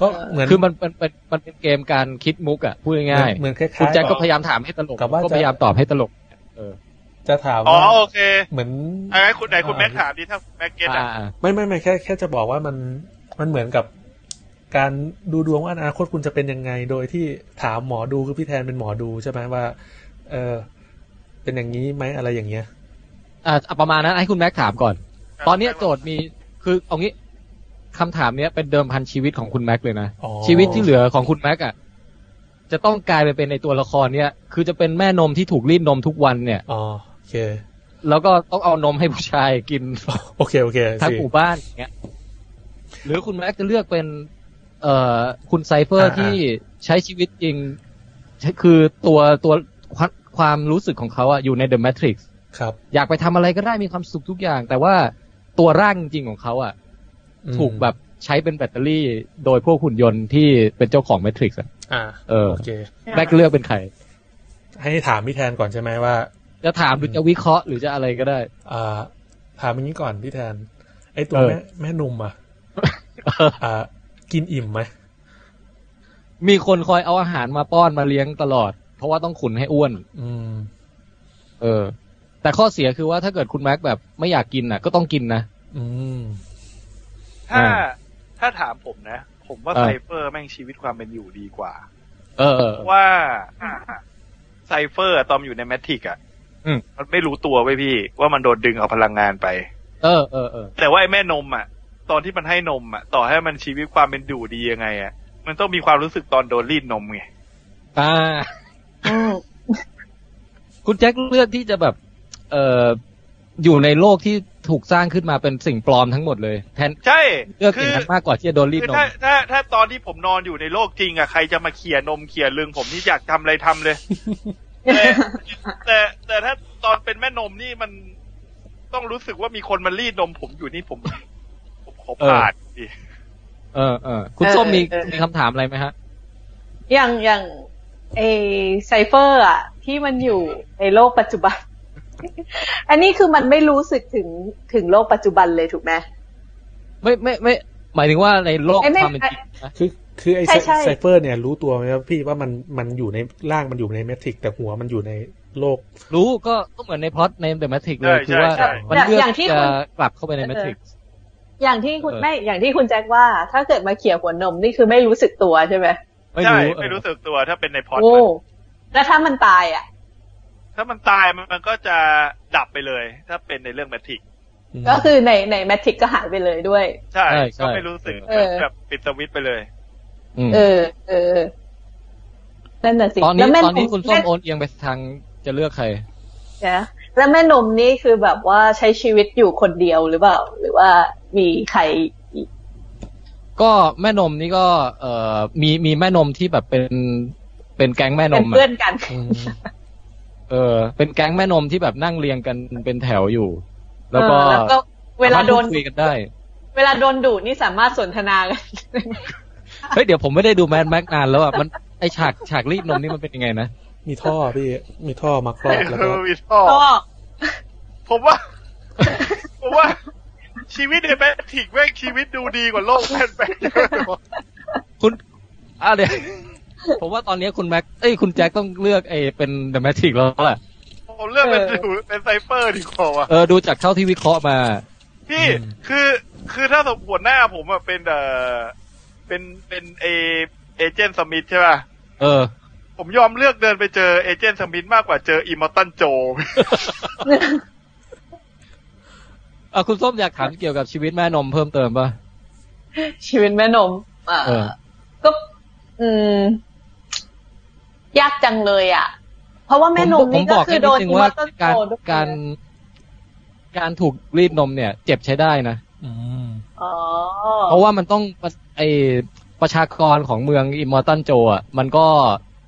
[SPEAKER 1] ก็เหมือน
[SPEAKER 7] คือมันเป็นเป็นมันเป็นเกมการคิดมุกอ่ะพูดง่าย
[SPEAKER 1] เหมือนคล้ายๆ
[SPEAKER 7] ๆคุณแจ็คก็พยายามถามให้ตลก
[SPEAKER 1] กับว่า
[SPEAKER 7] ก็
[SPEAKER 1] จะ
[SPEAKER 7] พยายามตอบให้ตลก เออ
[SPEAKER 1] จะถาม
[SPEAKER 2] อ๋อ
[SPEAKER 1] ว่า
[SPEAKER 2] โอเค
[SPEAKER 1] เหมือน
[SPEAKER 2] อันนั้นคุณไหนคุณแม็กถามดิถ้าแม็กเก็ต
[SPEAKER 7] อ่า
[SPEAKER 2] อ่ะ
[SPEAKER 1] ไม่ไม่ไม่แค่แค่จะบอกว่ามันมันเหมือนกับการดูดวงว่าอนาคตคุณจะเป็นยังไง โดยที่ถามหมอดูคือพี่แทนเป็นหมอดูใช่ไหมว่า เออเป็นอย่างนี้ไหมอะไรอย่างเงี้ย
[SPEAKER 7] อ่าอ่ะประมาณนั้นให้คุณแม็กถามก่อน ตอนเนี้ยโจทย์มีคือเอางี้คำถามเนี้ยเป็นเดิมพันชีวิตของคุณแม็กเลยนะ
[SPEAKER 1] อ๋อ
[SPEAKER 7] ชีวิตที่เหลือของคุณแม็กอ่ะจะต้องกลายไปเป็นในตัวละครเนี้ยคือจะเป็นแม่นมที่ถูกรีดนมทุกวันเนี่ย
[SPEAKER 1] อ๋อโอเค
[SPEAKER 7] แล้วก็ต้องเอานมให้ผู้ชายกิน
[SPEAKER 1] โอเคโอเค
[SPEAKER 7] ทั้ง
[SPEAKER 1] สิ
[SPEAKER 7] หมู่บ้านอย่างเงี้ย หรือคุณแม็กจะเลือกเป็น เอ่อคุณไซเฟอร์
[SPEAKER 1] อ่า
[SPEAKER 7] ที่ใช้ชีวิตจริง คือตัวตัวความความรู้สึกของเขาอะอยู่ในเดอะแมทริกซ์
[SPEAKER 1] ครับ
[SPEAKER 7] อยากไปทำอะไรก็ได้มีความสุขทุกอย่าง แต่ว่าตัวร่างจริงๆของเขาอะ
[SPEAKER 1] อืม
[SPEAKER 7] ถูกแบบใช้เป็นแบตเตอรี่ โดยพวกหุ่นยนต์ที่เป็นเจ้าของแมทริกซ์อะ
[SPEAKER 1] อ่า
[SPEAKER 7] เออ
[SPEAKER 1] โอเค
[SPEAKER 7] แม็กเลือกเป็นใคร
[SPEAKER 1] ให้ถามพี่แทนก่อนใช่ไหมว่า
[SPEAKER 7] จะถามหรือจะวิเคราะห์หรือจะอะไรก็ได้
[SPEAKER 1] อ่าถามอย่างนี้ก่อนพี่แทน ไอตัว
[SPEAKER 7] เออ
[SPEAKER 1] แม่แม่หนุ่มอ่ะอ่า กินอิ่มไหม
[SPEAKER 7] มีคนคอยเอาอาหารมาป้อนมาเลี้ยงตลอด เพราะว่าต้องขุนให้อ้วน
[SPEAKER 1] อืม
[SPEAKER 7] เออ แต่ข้อเสียคือว่าถ้าเกิดคุณแม็กแบบไม่อยากกินน่ะ ก็ต้องกินนะ
[SPEAKER 1] อืม
[SPEAKER 2] ถ้า
[SPEAKER 7] อ่า
[SPEAKER 2] ถ้าถามผมนะ ผมว่า
[SPEAKER 7] เออ
[SPEAKER 2] ไซเฟอร์แม่งชีวิตความเป็นอยู่ดีกว่า
[SPEAKER 7] เออเออ
[SPEAKER 2] ว่าไซเฟอร์อะตอนอยู่ในแมทริกซ์อ่ะ
[SPEAKER 7] อืม
[SPEAKER 2] มันไม่รู้ตัวไว้ยพี่ ว่ามันโดนดึงเอาพลังงานไป
[SPEAKER 7] เออเออเออ
[SPEAKER 2] แต่ว่าไอ้แม่นมอ่ะ ตอนที่มันให้นมอ่ะ ต่อให้มันชีวิตความเป็นอยู่ดียังไงอ่ะ มันต้องมีความรู้สึกตอนโดนรีดนมไง
[SPEAKER 7] อ่า
[SPEAKER 4] อืม
[SPEAKER 7] คุณแจ็คเลือกที่จะแบบ เอออยู่ในโลกที่ถูกสร้างขึ้นมาเป็นสิ่งปลอมทั้งหมดเลย แทน
[SPEAKER 2] ใช่
[SPEAKER 7] เลือก
[SPEAKER 2] คื
[SPEAKER 7] สิ่ง
[SPEAKER 2] อ
[SPEAKER 7] นั้นมากกว่าที่จะโดนรีด
[SPEAKER 2] คือน
[SPEAKER 7] ม
[SPEAKER 2] ถ้าถ้าถ้าตอนที่ผมนอนอยู่ในโลกจริงอ่ะใครจะมาเขี่ยนมเขี่ยลึงผมนี่อยากทำอะไรทำเลย แต่แต่แต่ถ้าตอนเป็นแม่นมนี่มันต้องรู้สึกว่ามีคนมารีดนมผมอยู่นี่ผมผมขอผ่านดิ
[SPEAKER 7] เออเออคุณส้มมีมีคำถามอะไรไหมฮะ
[SPEAKER 4] อย่างอย่างไอไซเฟอร์อะที่มันอยู่ในโลกปัจจุบัน อันนี้คือมันไม่รู้สึกถึงถึงโลกปัจจุบันเลยถูกไหม
[SPEAKER 7] ไม่ไม่ไม่ หมายถึงว่าในโลก
[SPEAKER 4] ไอ้ไม่
[SPEAKER 7] ความเป็นจริงนะ
[SPEAKER 1] คือคือไอ
[SPEAKER 4] ใช่ใช่
[SPEAKER 1] ไซเฟอร์เนี่ยรู้ตัวไหมว่าพี่ว่ามันมันอยู่ในร่างมันอยู่ในเมทริกซ์แต่หัวมันอยู่ในโลก
[SPEAKER 7] รู้ก็ก็เหมือนในพล็อตในเดอะแมทริกเลยคือว่า
[SPEAKER 4] ใช่ใช่
[SPEAKER 7] มันเลือก
[SPEAKER 4] อย่างที่
[SPEAKER 7] จะ
[SPEAKER 4] คุณ
[SPEAKER 7] กลับเข้าไปในแมทริก
[SPEAKER 4] อย่างที่คุณ
[SPEAKER 7] เออ
[SPEAKER 4] ไม่อย่างที่คุณแจ็คว่า ถ้าเกิดมาเขี่ยหัวนมนี่คือไม่รู้สึกตัวใช่ไหม
[SPEAKER 7] ไม่
[SPEAKER 2] ใช่
[SPEAKER 7] รู้เอ
[SPEAKER 2] ไม่
[SPEAKER 7] อ
[SPEAKER 2] รู้สึกตัวถ้าเป็นในพอด
[SPEAKER 4] โอ้แล้วถ้ามันตายอ่ะ
[SPEAKER 2] ถ้ามันตายมันมันก็จะดับไปเลย ถ้าเป็นในเรื่องแมทริก
[SPEAKER 4] ก็คือในในแมทริกก็หายไปเลยด้วย
[SPEAKER 2] ใช่
[SPEAKER 7] ใช่ใช่
[SPEAKER 2] ก็ไม่รู้สึก
[SPEAKER 4] เออ
[SPEAKER 2] แบบปิดสวิตช์ไปเลย
[SPEAKER 7] ม
[SPEAKER 4] เออ เออเออนั่นน่ะสิ
[SPEAKER 7] ตอนนี้
[SPEAKER 4] แล้วแม่
[SPEAKER 7] ตอนนี้คุณส้ม
[SPEAKER 4] แ
[SPEAKER 7] โอนเอียงไปทางจะเลือกใคร
[SPEAKER 4] นะแล้วแม่นมนี่คือแบบว่าใช้ชีวิตอยู่คนเดียวหรือเปล่า หรือว่ามีใครอีก
[SPEAKER 7] ก็แม่นมนี่ก็เอ่อมีมีแม่นมที่แบบเป็นเป็นแก๊งแม่น
[SPEAKER 4] เป็น
[SPEAKER 7] ม
[SPEAKER 4] เพื่อ
[SPEAKER 7] อะ
[SPEAKER 4] นกัน
[SPEAKER 7] เออ เป็นแก๊งแม่นมที่แบบนั่งเรียงกันเป็นแถวอยู่ แล้วก็
[SPEAKER 4] เออแล้วก็เวลาโดน
[SPEAKER 7] สมรถพูคุยกันได้
[SPEAKER 4] เวลาโดนดุนี่สามารถสนทนากัน
[SPEAKER 7] เฮ้ยเดี๋ยวผมไม่ได้ดูแมนแม็กนานแล้วอ่ะมันไอฉากฉากรีดนมนี่มันเป็นยังไงนะ
[SPEAKER 1] มีท่อพี่ มีท่อมาครอบแล้วก็
[SPEAKER 2] มีท่อ
[SPEAKER 4] ก็
[SPEAKER 2] ผมว่า ผมว่า ชีวิตในแมทริกซ์แม่งชีวิตดูดีกว่าโลกแมนแบงค์
[SPEAKER 7] คุณอ่ะเดี๋ยว ผมว่าตอนนี้คุณแม็กเอ้ยคุณแจ็คต้องเลือกไอเป็นเดอะแมทริกแล้วแหละ
[SPEAKER 2] ผมเลือกเป็นดูเป็นไซเฟอร์ดีกว่าว่ะ
[SPEAKER 7] เออดูจากเท่าที่วิเคราะห์มา
[SPEAKER 2] พี่
[SPEAKER 1] อืม
[SPEAKER 2] คือคือถ้าสมหัวหน้าผมอะเป็นเอ่อเป็นเป็นเอเอเจนต์สมิธใช่ป่ะ
[SPEAKER 7] เออ
[SPEAKER 2] ผมยอมเลือกเดินไปเจอเอเจนต์สมิธมากกว่าเจออิมมอร์ตันโจ
[SPEAKER 7] อ่ะคุณส้มอยากถามเกี่ยวกับชีวิตแม่นมเพิ่มเติมป่ะ
[SPEAKER 4] ชีวิตแม่นมเอ่อ
[SPEAKER 7] เออ
[SPEAKER 4] ก็ อืม ยากจังเลยอ่ะ เพราะว่าแม่นม
[SPEAKER 7] ผ
[SPEAKER 4] นี่
[SPEAKER 7] ม
[SPEAKER 4] ก็
[SPEAKER 7] บอก
[SPEAKER 4] คือ
[SPEAKER 7] ด
[SPEAKER 4] โดน
[SPEAKER 7] นึง
[SPEAKER 4] อีม
[SPEAKER 7] ว่า
[SPEAKER 4] อต้น
[SPEAKER 7] การ
[SPEAKER 4] โตด้วย
[SPEAKER 7] การ การถูกรีดนมเนี่ย เจ็บใช้ได้นะ
[SPEAKER 1] อืม
[SPEAKER 4] อ๋อ
[SPEAKER 7] เพราะว่ามันต้องไอประชากรของเมืองอิมมอร์ตันโจอ่ะมันก็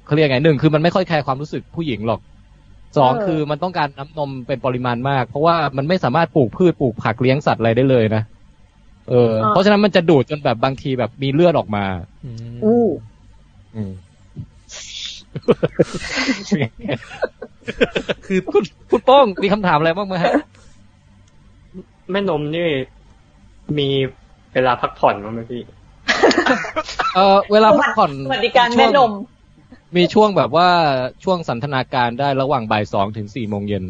[SPEAKER 7] เขาเรียกไงหนึ่งคือมันไม่ค่อยแคร์ความรู้สึกผู้หญิงหรอกสอง
[SPEAKER 4] เออ
[SPEAKER 7] คือมันต้องการน้ำนมเป็นปริมาณมาก เพราะว่ามันไม่สามารถปลูกพืชปลูกผักเลี้ยงสัตว์อะไรได้เลยนะเออ เพราะฉะนั้นมันจะดูดจนแบบบางทีแบบมีเลือดออกมา
[SPEAKER 1] อื
[SPEAKER 4] อู้
[SPEAKER 1] ม
[SPEAKER 7] อืม
[SPEAKER 1] คือ
[SPEAKER 7] คุณคุณโป้งมีคำถามอะไรบ้างไหมฮะ
[SPEAKER 3] แม่นมนี่มีเวลาพักผ่อนมั้างไหมพี่
[SPEAKER 7] เออเวลาพักผ่อน
[SPEAKER 4] สวัสดิการแม่นม
[SPEAKER 7] มีช่วงแบบว่าช่วงสันทนาการได้ระหว่างบ่ายสองถึงสี่โมงเย็น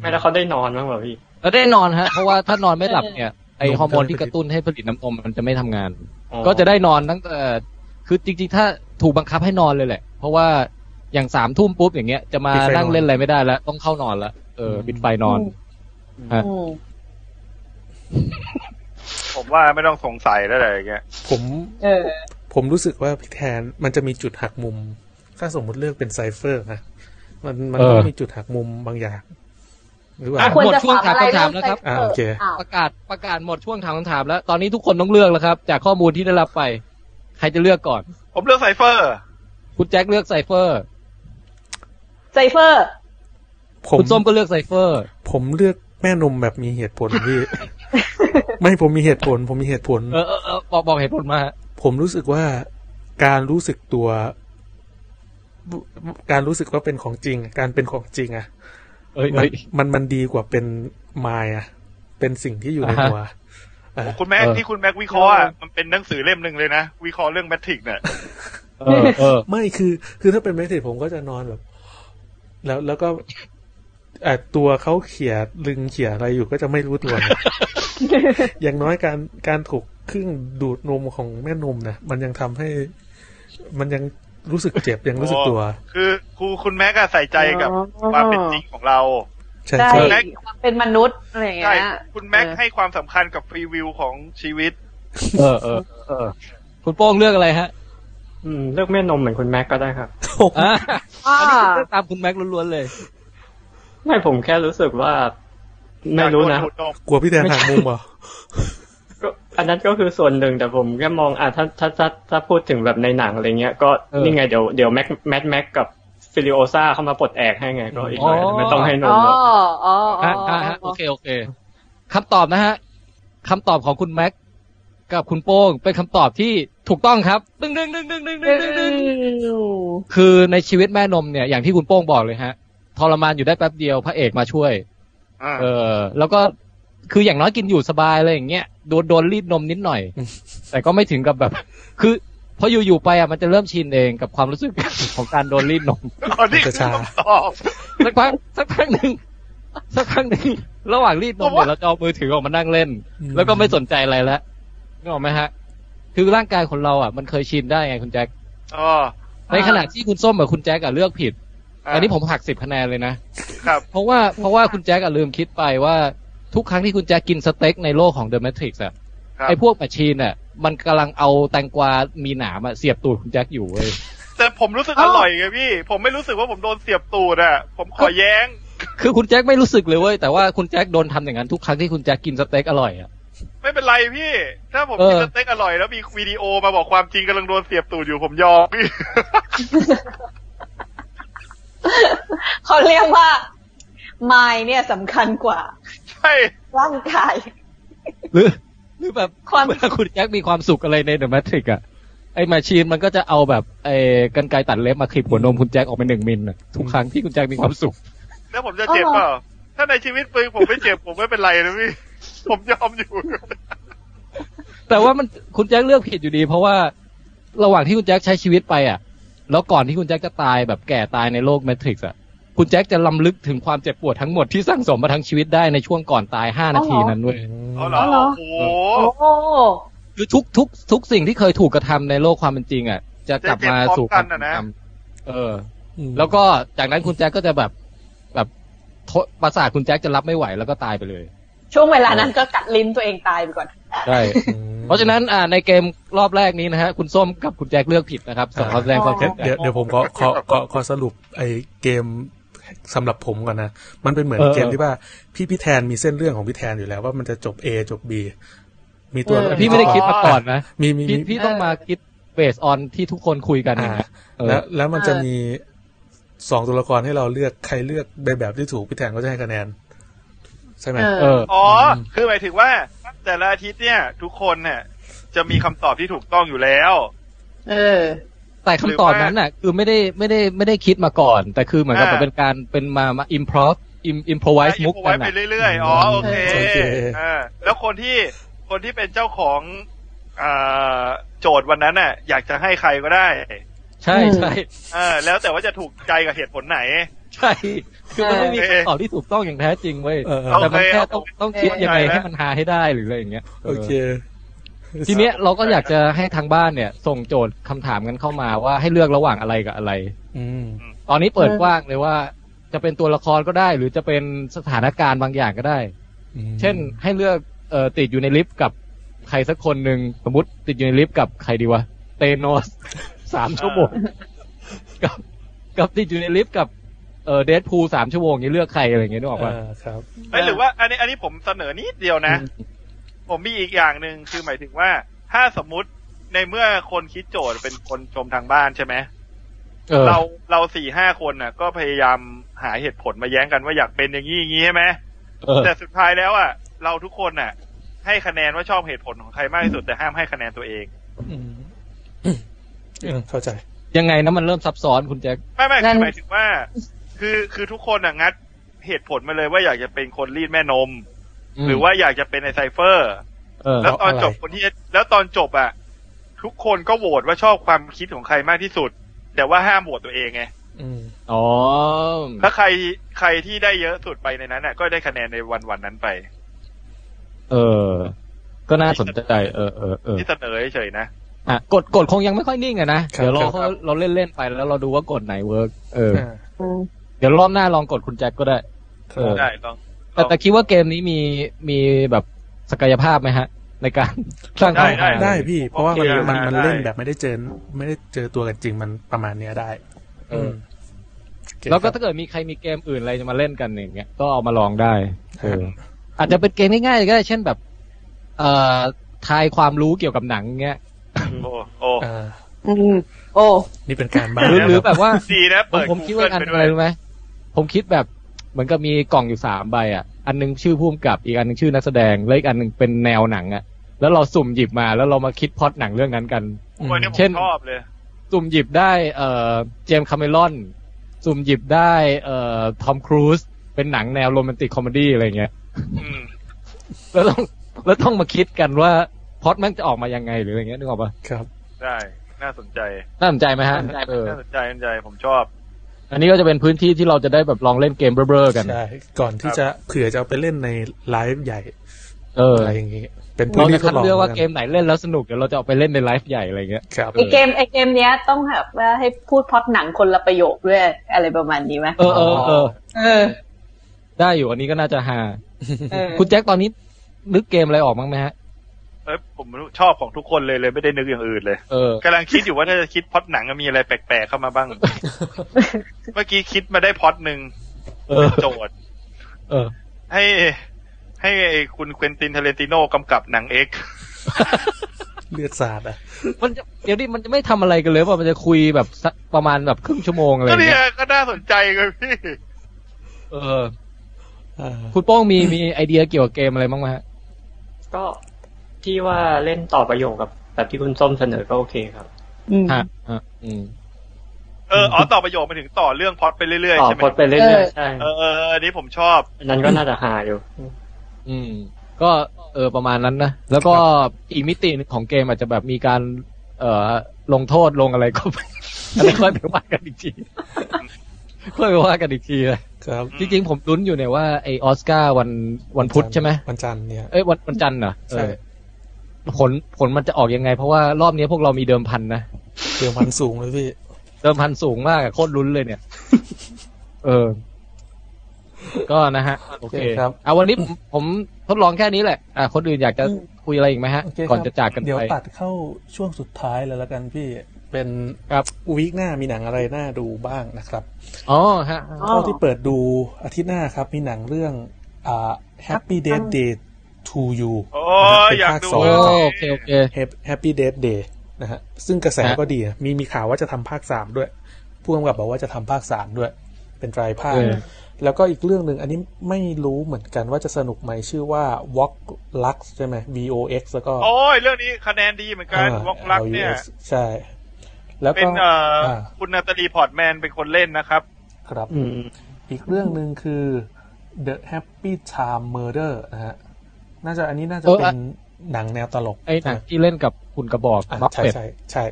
[SPEAKER 3] ไม่แล้วเขาได้นอนบ้างเหรอพี่
[SPEAKER 7] แล้วได้นอนฮะ เพราะว่าถ้านอนไม่หลับเนี่ยไอฮอร์โมนที่กระตุ้นให้ผลิตน้ำนมมันจะไม่ทำงาน
[SPEAKER 3] อ๋อ
[SPEAKER 7] ก็จะได้นอนตั้งแต่คือจริงๆ ถ้าถูกบังคับให้นอนเลยแหละ เพราะว่าอย่างสามทุ่มปุ๊บอย่างเงี้ยจะมานั่งเล่นอะไรไม่ได้แล้ว ต้องเข้านอนละเออปิดไฟนอน ฮะ
[SPEAKER 4] อืม
[SPEAKER 2] ผมว่าไม่ต้องสงสัยแล้วอะไรอย่างเงี้ย
[SPEAKER 1] ผม
[SPEAKER 4] เออ
[SPEAKER 1] ผมรู้สึกว่าพี่แทนมันจะมีจุดหักมุม ถ้าสมมติเลือกเป็นไซเฟอร์นะมันมัน
[SPEAKER 7] เออ
[SPEAKER 1] ต้องมีจุดหักมุมบางอย่าง หรือเปล่า
[SPEAKER 7] อ่ะ
[SPEAKER 4] ควรจะ
[SPEAKER 7] หมดช่วง
[SPEAKER 4] ถามอะไร
[SPEAKER 7] ถามคำถามแล้วครับ
[SPEAKER 1] อ่าโอเค
[SPEAKER 4] อ้าว
[SPEAKER 7] ประกาศประกาศหมดช่วงถามคำถามแล้ว ตอนนี้ทุกคนต้องเลือกแล้วครับ จากข้อมูลที่ได้รับไป ใครจะเลือกก่อน
[SPEAKER 2] ผมเลือกไซเฟอร์
[SPEAKER 7] คุณแจ็คเลือกไซเฟอร์
[SPEAKER 4] ไซเฟอร์
[SPEAKER 1] ผม
[SPEAKER 7] คุณส้มก็เลือกไซเฟอร์
[SPEAKER 1] ผมเลือกแม่นมแบบมีเหตุผล พี่ ไม่ผมมีเหตุผล ผมมีเหตุผล
[SPEAKER 7] เออเออเออบอกบอกเหตุผลมาฮะ
[SPEAKER 1] ผมรู้สึกว่าการรู้สึกตัว การรู้สึกว่าเป็นของจริง การเป็นของจริงอะ
[SPEAKER 7] เอ้ย
[SPEAKER 1] มั
[SPEAKER 7] เอ้
[SPEAKER 1] น
[SPEAKER 7] ย
[SPEAKER 1] มันมันดีกว่าเป็นมายอะเป็นสิ่งที่อยู่ใน
[SPEAKER 7] อ่าฮะ
[SPEAKER 1] หัวอ่ะ
[SPEAKER 2] คุณแม็ก
[SPEAKER 7] เออ
[SPEAKER 2] ที่คุณแม็กวิเคราะห์อะมันเป็นหนังสือเล่มหนึ่งเลยนะ วิเคราะห์เรื่องแมทริกซ์เนี่ย
[SPEAKER 7] เออเออ
[SPEAKER 1] ไม่คือ คือถ้าเป็นเมทิดผมก็จะนอนแบบ แล้วแล้วก็เอ่อตัวเขาเขี่ยลึงเขี่ยอะไรอยู่ก็จะไม่รู้ตัว นะ อย่างน้อยการการถูกครึ่งดูดนมของแม่นมนะมันยังทำให้ มันยังรู้สึกเจ็บยังรู้สึกตัว
[SPEAKER 2] คือครูคุณแม็กอะใส่ใจกับความเป็นจริงของเรา
[SPEAKER 1] ใช่
[SPEAKER 4] ได้
[SPEAKER 1] ใช่
[SPEAKER 4] ความเป็นมนุษย์อะไรอย่าง
[SPEAKER 2] ใช่
[SPEAKER 4] เงี้ย
[SPEAKER 2] คุณแม็ก
[SPEAKER 4] เออ
[SPEAKER 2] ให้ความสำคัญกับฟรีวิวของชีวิต
[SPEAKER 7] เออเออเออ คุณโป้งเลือกอะไรฮะ
[SPEAKER 3] อืมเลือกแม่นมเหมือนคุณแม็กก็ได้ครับ
[SPEAKER 7] อ่ะ
[SPEAKER 4] อ่า
[SPEAKER 7] อันนี้คือเลือกตามคุณแม็กซ์ล้วนๆเลย
[SPEAKER 3] ไม่ผมแค่รู้สึกว่า ไม่รู้นะ
[SPEAKER 1] กลัวพี่แทนหักมุมเหรอ
[SPEAKER 3] ก็อันนั้นก็คือส่วนหนึ่งแต่ผมแค่มองอ่ะถ้าถ้าถ้าถ้าพูดถึงแบบในหนังอะไรเงี้ยก็
[SPEAKER 7] เออ
[SPEAKER 3] นี่ไงเดี๋ยวเดี๋ยวแม็กแมทแม็กกับฟิลิโอซาเข้ามาปลดแอกให้ไงก็อีกหน่อย
[SPEAKER 7] อ๋อ
[SPEAKER 3] ไม่ต้องให้น
[SPEAKER 4] อ๋
[SPEAKER 3] ม
[SPEAKER 4] อ
[SPEAKER 3] แล้ว
[SPEAKER 4] อ๋ออ๋
[SPEAKER 7] ฮะ
[SPEAKER 4] อ
[SPEAKER 7] ฮะโอเคโอเคคำตอบนะฮะคำตอบของคุณแม็กซ์กับคุณโป้งเป็นคำตอบที่ถูกต้องครับดึงดึงดึงดึงดึงดึงดึงดึงคือในชีวิตแม่นมเนี่ยอย่างที่คุณโป้งบอกเลยฮะทรมานอยู่ได้แป๊บเดียวพระเอกมาช่วย เออ แล้วก็คืออย่างน้อยกินอยู่สบายอะไรอย่างเงี้ยโดนโดนรีดนมนิดหน่อย
[SPEAKER 1] อืม
[SPEAKER 7] แต่ก็ไม่ถึงกับแบบ คือพออยู่ๆไปอ่ะมันจะเริ่มชินเองกับความรู้สึก ของการโดนรีดนม
[SPEAKER 2] ตอนนี้คือคำตอบ
[SPEAKER 7] สักพักสักพักหนึ่งสักพักหนึ่งระหว่างรีดนมเนี่ยเราจะเอามือถือออกมานั่งเล่น
[SPEAKER 1] อืม
[SPEAKER 7] แล้วก็ไม่สนใจอะไรแล้วนึกออกไหมฮะ คือร่างกายของเราอ่ะมันเคยชินได้ไงคุณแจ็ค
[SPEAKER 2] อ๋อ
[SPEAKER 7] ในขณะที่คุณส้มกับคุณแจ็คอ่ะเลือกผิด
[SPEAKER 2] ะ
[SPEAKER 7] อันนี้ผมหักสิบคะแนนเลยนะ
[SPEAKER 2] ครับ
[SPEAKER 7] เพราะว่าเพราะว่าคุณแจ็คอะลืมคิดไปว่าทุกครั้งที่คุณแจ็คกินสเต็กในโลกของเดอะแมทริกซ์อะ
[SPEAKER 2] ครับ
[SPEAKER 7] ไอพวกแมชชีนอะมันกำลังเอาแตงกวามีหนามอะเสียบตูดคุณแจ็คอยู่เว้ย
[SPEAKER 2] แต่ผมรู้สึกอร่อยไงพี่ ผมไม่รู้สึกว่าผมโดนเสียบตูดอะผมขอแย้ง
[SPEAKER 7] คือคุณแจ็คไม่รู้สึกเลยเว้ยแต่ว่าคุณแจ็คโดนทำอย่างนั้นทุกครั้งที่คุณแจ็คกินสเต็กอร่อยอะ
[SPEAKER 2] ไม่เป็นไรพี่ ถ้าผม
[SPEAKER 7] เออ
[SPEAKER 2] กินสเต็กอร่อยแล้วมีวิดีโอมาบอกความจริงกำลังโดนเสียบตูดอยู่ผมยอมพี่
[SPEAKER 4] เขาเรียกว่าไมเนี่ยสำคัญกว่า
[SPEAKER 2] ใช่
[SPEAKER 4] ร่างกาย
[SPEAKER 7] หรือหรือแบบ
[SPEAKER 4] ความ
[SPEAKER 7] เวลาคุณแจ็คมีความสุขอะไรในเดอะแมทริกซ์อะไอแมชชีนมันก็จะเอาแบบไอกันไกรตัดเล็บมาคลิปหัวนมคุณแจ็คออกไปหนึ่งมิลอะทุกครั้งที่คุณแจ็คมีความสุข
[SPEAKER 2] แล้วผมจะเจ็บเปล่า ถ้าในชีวิตปึงผมไม่เจ็บผมไม่เป็นไรนะพี่ ผมยอมอยู่
[SPEAKER 7] แต่ว่ามันคุณแจ็คเลือกผิดอยู่ดี เพราะว่าระหว่างที่คุณแจ็คใช้ชีวิตไปอ่ะ แล้วก่อนที่คุณแจ็คจะตายแบบแก่ตายในโลกแมทริกซ์อ่ะคุณแจ็คจะลำลึกถึงความเจ็บปวดทั้งหมดที่สั่งสมมาทั้งชีวิตได้ในช่วงก่อนตาย 5 นาทีนั้นด้วย
[SPEAKER 2] เอาเหรอ
[SPEAKER 4] เอาเหรอ
[SPEAKER 2] โอ้โห
[SPEAKER 4] โอ้
[SPEAKER 7] คือทุกทุกทุกสิ่งที่เคยถูกกระทำในโลกความเป็นจริงอ่ะ จะกลับมาสู่ความเป็นธรรมเออ แล้วก็จากนั้นคุณแจ็คก็จะแบบแบบทนประสาทคุณแจ็คจะรับไม่ไหวแล้วก็ตายไปเลย
[SPEAKER 4] ช่วงเวลานั้นก็กัดลิ้นตัวเองตายไปก่อน
[SPEAKER 7] ใช่เพราะฉะนั้นอ่าในเกมรอบแรกนี้นะฮะคุณส้มกับคุณแจ็คเลือกผิดนะครับสองคำแสดงความ
[SPEAKER 1] เดี๋ยวน
[SPEAKER 7] เห็ใจ
[SPEAKER 1] เดี๋ยวเดี๋ยวผมขอขอขอขอสรุปไอ้เกมสำหรับผมก่อนนะ มันเป็นเหมือน
[SPEAKER 7] เออ
[SPEAKER 1] เกมที่ว่า พี่พี่แทนมีเส้นเรื่องของพี่แทนอยู่แล้วว่ามันจะจบ A จบ B มีตัว
[SPEAKER 4] เออ
[SPEAKER 7] พี่ไม่ได้คิดมาก่อนนะ
[SPEAKER 1] มีมี
[SPEAKER 7] พี่
[SPEAKER 1] มี
[SPEAKER 7] พี่ต้องมาคิดเบสออนที่ทุกคนคุยกัน
[SPEAKER 1] อ่า
[SPEAKER 7] นะฮะเออ
[SPEAKER 1] แล้วแล้วมันจะมีสองตัวละครให้เราเลือกใครเลือกในแบบที่ถูกพี่แทนก็จะให้คะแนน ใช่ไหม
[SPEAKER 7] เออ
[SPEAKER 2] อ๋อ คือหมายถึงว่า แต่ละอาทิตย์เนี่ย ทุกคนเนี่ย จะมีคำตอบที่ถูกต้องอยู่แล้ว
[SPEAKER 4] เออ
[SPEAKER 7] แต่คำตอบนั้นน่ะ คือไม่ได้ไม่ได้ไม่ได้คิดมาก่อน แต่คือเหมือนกับ
[SPEAKER 2] อ่า
[SPEAKER 7] แบบเป็นการเป็นมามาอิมพรอฟอิมอิมพรไวส์มุก
[SPEAKER 2] ให้
[SPEAKER 7] กั
[SPEAKER 2] ไว้
[SPEAKER 7] น
[SPEAKER 2] ไป
[SPEAKER 7] น่ะ
[SPEAKER 2] เรื่อยๆ อ๋อ โอเค
[SPEAKER 1] โอเค
[SPEAKER 2] อ่าแล้วคนที่ คนที่เป็นเจ้าของอ่าโจทย์วันนั้นน่ะ อยากจะให้ใครก็ได้
[SPEAKER 7] ใช่ใช่
[SPEAKER 2] เออแล้วแต่ว่าจะถูกใจกับเหตุผลไหน
[SPEAKER 7] ใช่คือมันไม่มี
[SPEAKER 2] โอเค
[SPEAKER 7] คำตอบที่ถูกต้องอย่างแท้จริงเว้ย
[SPEAKER 1] เออเออ
[SPEAKER 7] แต่มันแค่
[SPEAKER 2] โอเค
[SPEAKER 7] ต้องต้องคิดยังไง
[SPEAKER 2] เข้าใจแล้ว
[SPEAKER 7] ให้มันหาให้ได้หรืออะไรอย่างเงี้ยเอ
[SPEAKER 1] โอ
[SPEAKER 7] อ
[SPEAKER 1] เค
[SPEAKER 7] ทีเนี้ยเราก็อยากจะให้ทางบ้านเนี่ย ส่งโจทย์คำถามกันเข้ามาว่าให้เลือกระหว่างอะไรกับอะไร
[SPEAKER 1] อืม
[SPEAKER 7] ตอนนี้เปิดกว้างเลยว่า จะเป็นตัวละครก็ได้ หรือจะเป็นสถานการณ์บางอย่างก็ได้
[SPEAKER 1] อืม
[SPEAKER 7] เช่นให้เลือกเอ่อติดอยู่ในลิฟต์กับใครสักคนหนึ่งสมมติติดอยู่ในลิฟต์กับใครดีวะ เตโนส สามชั่วโมงกับกับติดอยู่ในลิฟต์กับ เออเดทพูสามชั่วโมงนี้เลือกใครอะไรอย่างเงี้ยนึกออกป่ะ
[SPEAKER 1] เออครับ
[SPEAKER 2] เอ้ยหรือว่าอันนี้อันนี้ผมเสนอนิดเดียวนะ ผมมีอีกอย่างหนึ่งคือหมายถึงว่า ถ้าสมมุติในเมื่อคนคิดโจทย์เป็นคนชมทางบ้านใช่ไหม
[SPEAKER 7] เออ
[SPEAKER 2] เราเราสี่ห้าคนน่ะ ก็พยายามหาเหตุผลมาแย้งกันว่าอยากเป็นอย่างนี้อย่างนี้ใช่ไหม
[SPEAKER 7] เออ
[SPEAKER 2] แต่สุดท้ายแล้วอ่ะเราทุกคนน่ะ ให้คะแนนว่าชอบเหตุผลของใครมากที่สุดแต่ห้ามให้คะแนนตัวเอง
[SPEAKER 1] อืมอืมเข้าใจ
[SPEAKER 7] ยังไงนะมันเริ่มซับซ้อนคุณแจ็ค
[SPEAKER 2] ไม่ไม่
[SPEAKER 4] นั่
[SPEAKER 2] คื
[SPEAKER 4] น
[SPEAKER 2] อหมายถึงว่า คือคือทุกคนน่ะงัดเหตุผลมาเลยว่าอยากจะเป็นคนรีดแม่นม หรือว่าอยากจะเป็นไอไซเฟอร์
[SPEAKER 7] เออ
[SPEAKER 2] แล้วตอน
[SPEAKER 1] เอาอะไร
[SPEAKER 2] จบคนที่แล้วตอนจบอ่ะ ทุกคนก็โหวตว่าชอบความคิดของใครมากที่สุด แต่ว่าห้ามโหวตตัวเองไง
[SPEAKER 1] อืม
[SPEAKER 7] อ๋อ
[SPEAKER 2] ถ้าใครใครที่ได้เยอะสุดไปในนั้นน่ะ ก็ได้คะแนนในวันวันนั้นไป
[SPEAKER 7] เออ ก็น่าสนใจ เออเออเออ
[SPEAKER 2] ที่เสนอเฉยๆนะ
[SPEAKER 7] อ่ะกดกดคงยังไม่ค่อยนิ่งอะนะ
[SPEAKER 1] ครับ
[SPEAKER 7] เดี๋ยวเรา
[SPEAKER 1] ครับ
[SPEAKER 7] เราเล่นเล่นๆไปแล้วเราดูว่ากดไหนเวิร์กเออ
[SPEAKER 1] อ่า
[SPEAKER 4] อืม
[SPEAKER 7] เดี๋ยวรอบหน้าลองกดคุณแจ็คก็ได้
[SPEAKER 1] ค
[SPEAKER 7] เอ
[SPEAKER 1] รับ
[SPEAKER 7] อ
[SPEAKER 2] ได้ลอง
[SPEAKER 7] แต่แต่คิดว่าเกมนี้มีมีแบบศักยภาพไหมฮะ ในการ สร้าง
[SPEAKER 2] ได้
[SPEAKER 7] ค
[SPEAKER 2] ได้
[SPEAKER 7] วามหา
[SPEAKER 1] ได้พี่ เพราะว่ามัน
[SPEAKER 2] โอเค
[SPEAKER 1] มันมันเล่น
[SPEAKER 2] ได้
[SPEAKER 1] แบบไม่ได้เจอไม่ได้เจอตัวกันจริงมันประมาณเนี้ยได้
[SPEAKER 7] เออ
[SPEAKER 1] อื
[SPEAKER 7] อ
[SPEAKER 1] มโอเค
[SPEAKER 7] แล้ว
[SPEAKER 1] ค
[SPEAKER 7] ก็
[SPEAKER 1] รับ
[SPEAKER 7] ถ้าเกิดมีใครมีเกมอื่นอะไรจะมาเล่นกันอย่างเงี้ยก็เอามาลองได้ เอ
[SPEAKER 1] ค
[SPEAKER 7] อ
[SPEAKER 1] รับ
[SPEAKER 7] อาจจะเป็นเกมง่ายๆก็ได้เช่นแบบ เอ่อทายความรู้เกี่ยวกับหนังเงี้ย
[SPEAKER 2] โอ้โอ้
[SPEAKER 1] อ่า
[SPEAKER 4] อืมโอ้
[SPEAKER 1] นี่เป็นการบ้าน
[SPEAKER 7] หรือหรือแบบว่า
[SPEAKER 2] ดีนะ
[SPEAKER 7] ผม
[SPEAKER 2] เปิด
[SPEAKER 7] ผมคิดว่า
[SPEAKER 2] Google
[SPEAKER 7] อัน
[SPEAKER 2] ไปด้
[SPEAKER 7] อะ
[SPEAKER 2] ว
[SPEAKER 7] ไร
[SPEAKER 2] ย
[SPEAKER 7] รู้ไหมผมคิดแบบเหมือนกับมีกล่องอยู่สามใบอ่ะ อันหนึงชื่อผู้กำกับอีกอันหนึงชื่อนักแสดงแล้วอีกอันหนึงเป็นแนวหนังอ่ะ แล้วเราสุ่มหยิบมาแล้วเรามาคิดพล็อตหนังเรื่องนั้นกัน
[SPEAKER 2] โอ้ยเนี่ยผ
[SPEAKER 7] เช่
[SPEAKER 2] ม
[SPEAKER 7] น
[SPEAKER 2] ชอบเลย
[SPEAKER 7] สุ่มหยิบได้เอ่อเจมส์คาเมรอน สุ่มหยิบได้เอ่อทอมครูซเป็นหนังแนวโรแมนติกคอมเมดี้อะไรเงี้ย
[SPEAKER 2] อืม
[SPEAKER 7] แล้วต้องแล้วต้องมาคิดกันว่าพล็อตมันจะออกมายังไงหรืออะไรเงี้ยนึกออกปะ
[SPEAKER 1] ครับ
[SPEAKER 2] ได้น่าสนใจ
[SPEAKER 7] น่าสนใจไหมฮะเออ
[SPEAKER 2] น่าสนใจน่าสนใจผมชอบ
[SPEAKER 7] อันนี้ก็จะเป็นพื้นที่ที่เราจะได้แบบลองเล่นเกมเบ้อๆกัน
[SPEAKER 1] ใช่ ก่อนที่จะเผื่อจะเอาไปเล่นในไลฟ์ใหญ่
[SPEAKER 7] เออ
[SPEAKER 1] อะไรอย่างนี้ เป็นพื้น
[SPEAKER 7] เรา
[SPEAKER 1] ที่
[SPEAKER 7] จะ
[SPEAKER 1] ท
[SPEAKER 7] คั
[SPEAKER 1] ด
[SPEAKER 7] ด
[SPEAKER 1] ลอง
[SPEAKER 7] เลือกว่าเก
[SPEAKER 1] กัน
[SPEAKER 7] มไหนเล่นแล้วสนุกเดี๋ยวเราจะเอาไปเล่นในไลฟ์ใหญ่อะไรเงี้ย
[SPEAKER 1] ครับ
[SPEAKER 4] ไอเกมไอเกมเนี้ยต้องแบบว่าให้พูดพล็อดหนังคนละประโยคด้วยอะไรประมาณนี้ไหม
[SPEAKER 7] เออเออเออ
[SPEAKER 4] เออ
[SPEAKER 7] ได้อยู่อันนี้ก็น่าจะฮา
[SPEAKER 4] เออ
[SPEAKER 7] คุณแจ็คตอนนี้นึกเกมอะไรออกบ้างไหมฮะ
[SPEAKER 2] เอ้ยผมไม่รู้ชอบของทุกคนเลยเลยไม่ได้นึกอย่างอื่นเลย
[SPEAKER 7] เออ
[SPEAKER 2] กำลังคิดอยู่ว่าถ้าจะคิดพล็อดหนังมีอะไรแปลกๆเข้ามา บ้าง เมื่อกี้คิดมาได้พล็อดหนึ่ง
[SPEAKER 7] เออ
[SPEAKER 2] โจทย์
[SPEAKER 7] เออ
[SPEAKER 2] ให้ให้ไอ้คุณเควินตินเทเลนติโนกำกับหนังเอก
[SPEAKER 1] เลือดสาดอ่ะ
[SPEAKER 7] มันจะเดี๋ยวนี้มันจะไม่ทำอะไรกันเลยว่ามันจะคุยแบบสักประมาณแบบครึ่งชั่วโมงอะไร
[SPEAKER 2] ก็เนี่ย
[SPEAKER 7] เงี้ย
[SPEAKER 2] ก็น่าสนใจเลยพี่
[SPEAKER 7] เออ คุณโป้งมีมีไอเดียเกี่ยวกับเกมอะไรบ้างไหมฮะ
[SPEAKER 3] ก็ที่ว่าเล่นต่อประโยคกับแบบที่คุณส้มเสนอก็โอเคครับ
[SPEAKER 4] อืม
[SPEAKER 7] ฮะอ่ะอืม
[SPEAKER 2] เอออ๋อต่อประโยคไปถึงต่อเรื่องพล็อดไปเรื่อยๆ
[SPEAKER 3] ต่อ
[SPEAKER 2] ใช่ไหม
[SPEAKER 3] พดไปเรื่
[SPEAKER 4] เอ
[SPEAKER 3] อย
[SPEAKER 4] อ
[SPEAKER 3] ๆใช่
[SPEAKER 2] เออเออเอออันนี้ผมชอบ
[SPEAKER 3] อันนั้นก็น่าจะหาอยู่
[SPEAKER 7] อืม ก็เออประมาณนั้นนะ แล้วก็อีกมิติหนึ่งของเกมอาจจะแบบมีการ เอ่อลงโทษลงอะไรก็ไปอันนี้ค่อยไป ว่ากันอีก ที ค่อยไปว่ากันอีกทีนะ
[SPEAKER 1] ครับ
[SPEAKER 7] จริงๆ ผมลุ้นอยู่เนี่ยว่าไอออสการ์วันวันพุธใช่ไหม
[SPEAKER 1] วันจันทร์เนี่ย
[SPEAKER 7] เอ้ยวันวันจันทร์เหรอ
[SPEAKER 1] ใช่
[SPEAKER 7] เออผลผลมันจะออกยังไง เพราะว่ารอบนี้พวกเรามีเดิมพันนะ
[SPEAKER 1] เดือนพันสูงเลยพี่
[SPEAKER 7] เดิมพันสูงมากอะโคตรลุ้นเลย เนี่ย เออ ก็นะฮะ โอ
[SPEAKER 1] โอ
[SPEAKER 7] เค
[SPEAKER 1] เคครับ
[SPEAKER 7] เอาวันนี้ผมผมทดลองแค่นี้แหละ อ่ะคนอื่นอยากจะ
[SPEAKER 4] อืม
[SPEAKER 7] คุยอะไรอีกไหมฮะ
[SPEAKER 1] โเค
[SPEAKER 7] ก่อ
[SPEAKER 1] ค
[SPEAKER 7] น
[SPEAKER 1] รับ
[SPEAKER 7] จะจากกัน
[SPEAKER 1] เดี๋ยว
[SPEAKER 7] ไป
[SPEAKER 1] ตัดเข้าช่วงสุดท้ายเลยละกันพี่ เป็น
[SPEAKER 7] ครับ
[SPEAKER 1] วีคหน้ามีหนังอะไรน่าดูบ้างนะครับ
[SPEAKER 7] อ๋อฮะ
[SPEAKER 4] อ๋อ
[SPEAKER 1] เท่าที่เปิดดูอาทิตย์หน้าครับ มีหนังเรื่องอ่า Happy Death Day to You
[SPEAKER 2] โอ้
[SPEAKER 1] นะครับเป็น
[SPEAKER 2] อยาก
[SPEAKER 1] ภาค
[SPEAKER 2] ดู
[SPEAKER 1] สอง
[SPEAKER 7] โอ้โอเคโอเค
[SPEAKER 1] Hap- Happy Death Day นะฮะซึ่งกระแส
[SPEAKER 7] ฮะ
[SPEAKER 1] ก็ดีนะมีมีข่าวว่าจะทำภาคสามด้วยผู้กำกับบอกว่าจะทำภาคสามด้วย เป็นไตรภาค
[SPEAKER 7] เออ
[SPEAKER 1] แล้วก็อีกเรื่องหนึ่งอันนี้ไม่รู้เหมือนกันว่าจะสนุกไหมชื่อว่า Walk Lux ใช่ไหม V O X แล้วก็
[SPEAKER 2] โอ้ยเรื่องนี้คะแนนดีเหมือนกันวอกลักเนี่ย
[SPEAKER 1] LUX ใช่ แล้ว
[SPEAKER 2] เป็
[SPEAKER 1] ก็
[SPEAKER 2] นเอ่ออา คุณนาตาลีพอร์ตแมนเป็นคนเล่นนะครับ
[SPEAKER 1] ครับ
[SPEAKER 3] อืม
[SPEAKER 1] อีกเรื่องหนึ่งคือ The Happy Time Murder นะฮะ น่าจะอันนี้น่าจะ
[SPEAKER 7] เออ
[SPEAKER 1] เป็
[SPEAKER 7] อ่ะ
[SPEAKER 1] นหนังแนวตลก
[SPEAKER 7] ไอหนังที่เล่นกับคุณกระบอก
[SPEAKER 1] อ่ะ
[SPEAKER 7] บัฟ
[SPEAKER 1] ใช่
[SPEAKER 7] เฟต
[SPEAKER 1] ใช่ใช่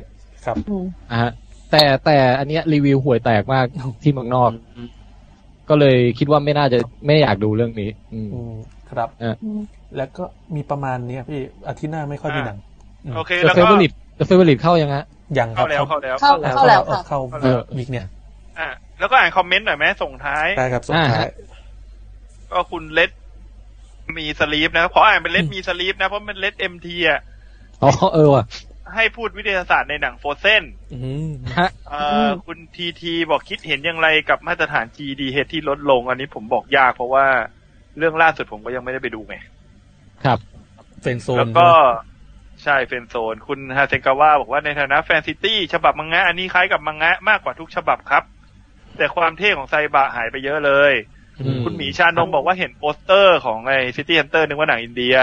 [SPEAKER 1] ครับ
[SPEAKER 4] อืม
[SPEAKER 7] อ่ะฮะแต่แต่อันเนี้ยรีวิวห่วยแตกมาก ที่เมืองนอก ก็เลยคิดว่าไม่น่าจะไม่อยากดูเรื่องนี้ อืม
[SPEAKER 1] อืมครับ
[SPEAKER 7] เออ
[SPEAKER 1] แล้วก็มีประมาณเนี้ยพี่อาทิตย์หน้าไม่ค่อยมีหนัง
[SPEAKER 2] โอเค
[SPEAKER 7] The
[SPEAKER 2] แล้วก็
[SPEAKER 7] Favorite The Favorite เข้ายังฮะ
[SPEAKER 1] ยังครั
[SPEAKER 2] เข้า
[SPEAKER 1] บ
[SPEAKER 2] แล้วเข้าแล้ว
[SPEAKER 4] เข้าเข้าแล้ว
[SPEAKER 1] เออ
[SPEAKER 4] ค่ะ
[SPEAKER 1] เข้า
[SPEAKER 7] เออ
[SPEAKER 1] วิกเนี่ย
[SPEAKER 2] อ่ะแล้วก็อ่านคอมเมนต์หน่อยไหมส่งท้าย
[SPEAKER 1] ได้ครับสุดท้าย
[SPEAKER 2] ก็คุณเลดมีสลีปนะครับขออ่านเป็นเลดมีสลีปนะ เพราะมันเลดเอ็มทีอ่ะ
[SPEAKER 7] อ๋อเออว่ะ
[SPEAKER 2] ให้พูดวิทยาศาสตร์ในหนังโฟเซน
[SPEAKER 1] อืม
[SPEAKER 7] ฮะ
[SPEAKER 2] เอ่อคุณทีทีบอกคิดเห็นอย่างไรกับมาตรฐาน GDH ที่ลดลง อันนี้ผมบอกยากเพราะว่าเรื่องล่าสุดผมก็ยังไม่ได้ไปดูไง
[SPEAKER 7] ครับ
[SPEAKER 1] เป็นโซน
[SPEAKER 2] แล้วก็ใช่เฟรนด์โซน คุณฮาเซงกาวะบอกว่าในฐานะแฟนซิตี้ฉบับมังงะ อันนี้คล้ายกับมังงะมากกว่าทุกฉบับครับ แต่ความเท่ของไซบะหายไปเยอะเลย
[SPEAKER 7] อืม
[SPEAKER 2] คุณหมีชานมบอกว่าเห็นโปสเตอร์ของไอ้ซิตี้ฮันเตอร์นึกว่าหนังอินเดีย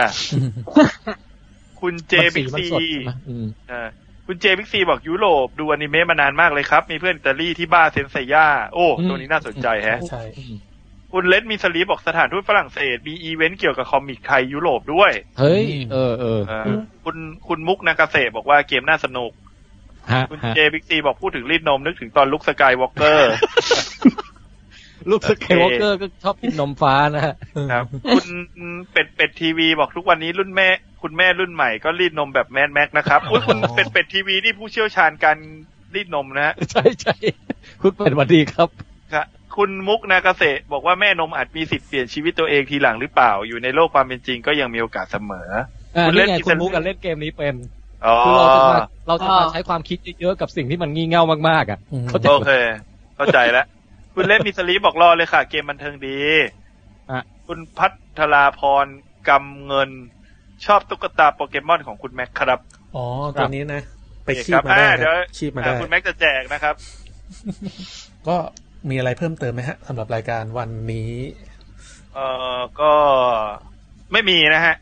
[SPEAKER 2] คุณเจ
[SPEAKER 7] มัน
[SPEAKER 2] บิก
[SPEAKER 7] สีมัน
[SPEAKER 2] ซี
[SPEAKER 7] สดนะอืม
[SPEAKER 2] เออคุณเจบิกซีบอกยุโรปดูอนิเมะมานานมากเลยครับ มีเพื่อนอิตาลีที่บ้าเซนเซย่าโอ้ตัวนี้น่าสนใจแฮะ
[SPEAKER 1] ใช่
[SPEAKER 2] คุณเลดมีสลีปบอกสถานทูตฝรั่งเศสมีอีเวนต์เกี่ยวกับคอมิกไทยยุโรปด้วย
[SPEAKER 7] เฮ้ย เออเออ
[SPEAKER 2] เออคุณคุณมุกนากาเสะบอกว่าเกมน่าสนุก
[SPEAKER 7] ฮะ
[SPEAKER 2] คุณ
[SPEAKER 7] ฮะ
[SPEAKER 2] เจบิ๊กซีบอกพูดถึงรีดนมนึกถึงตอนลุกสกายวอล์กเกอร์
[SPEAKER 7] ลูกสเกวอลเกอร์ก็ชอบกินนมฟ้านะฮ ะ
[SPEAKER 2] ครับ คุณเป็ดเป็ดทีวีบอกทุกวันนี้รุ่นแม่ คุณแม่รุ่นใหม่ก็รีดนมแบบแมนแม็กนะครับอุ้ยคุณเป็ดเป็ดทีวีนี่ผู้เชี่ยวชาญการรีดนมนะฮะ
[SPEAKER 7] ใช่ใช่คุณเป็นสวัสดีครับ
[SPEAKER 2] ครับคุณมุกนากาเสะบอกว่าแม่นมอาจมีสิทธิ์เปลี่ยนชีวิตตัวเองทีหลังหรือเปล่า อยู่ในโลกความเป็นจริงก็ยังมีโอกาสเสมอ
[SPEAKER 7] อ่า
[SPEAKER 2] คุณเล่
[SPEAKER 7] นี่
[SPEAKER 2] น
[SPEAKER 7] ไง
[SPEAKER 2] กี่
[SPEAKER 7] คุณมุก
[SPEAKER 2] เซน
[SPEAKER 7] กันเล่นเกมนี้เป็น
[SPEAKER 2] อ๋อ
[SPEAKER 7] คือเราจะมาเราจะมา
[SPEAKER 4] อ๋อ
[SPEAKER 7] ใช้ความคิดเยอะๆกับสิ่งที่มันงี่เง่ามากๆอ่ะเขาใจ
[SPEAKER 2] โอ
[SPEAKER 7] ปะ
[SPEAKER 2] เค เข้าใจแล้ว คุณเล่นมีสลีปบอกรอเลยค่ะ เกมบันเทิงดี
[SPEAKER 7] อ่ะ
[SPEAKER 2] คุณพัทราพรกำเงิน ชอบตุ๊กตาโปเกมอนของคุณแม็กครับ
[SPEAKER 1] อ๋อตัวนี้นะ ไปคีบ
[SPEAKER 2] ครับ
[SPEAKER 1] มาได้
[SPEAKER 2] อ่ะเดี๋ยว
[SPEAKER 1] ครับคีบมา
[SPEAKER 2] อ่ะ
[SPEAKER 1] ได้
[SPEAKER 2] คุณแม็กจะแจกนะครับ
[SPEAKER 1] ก็มีอะไรเพิ่มเติมไหมฮะสำหรับรายการวันนี้
[SPEAKER 2] เอ่อก็ไม่มีนะฮะ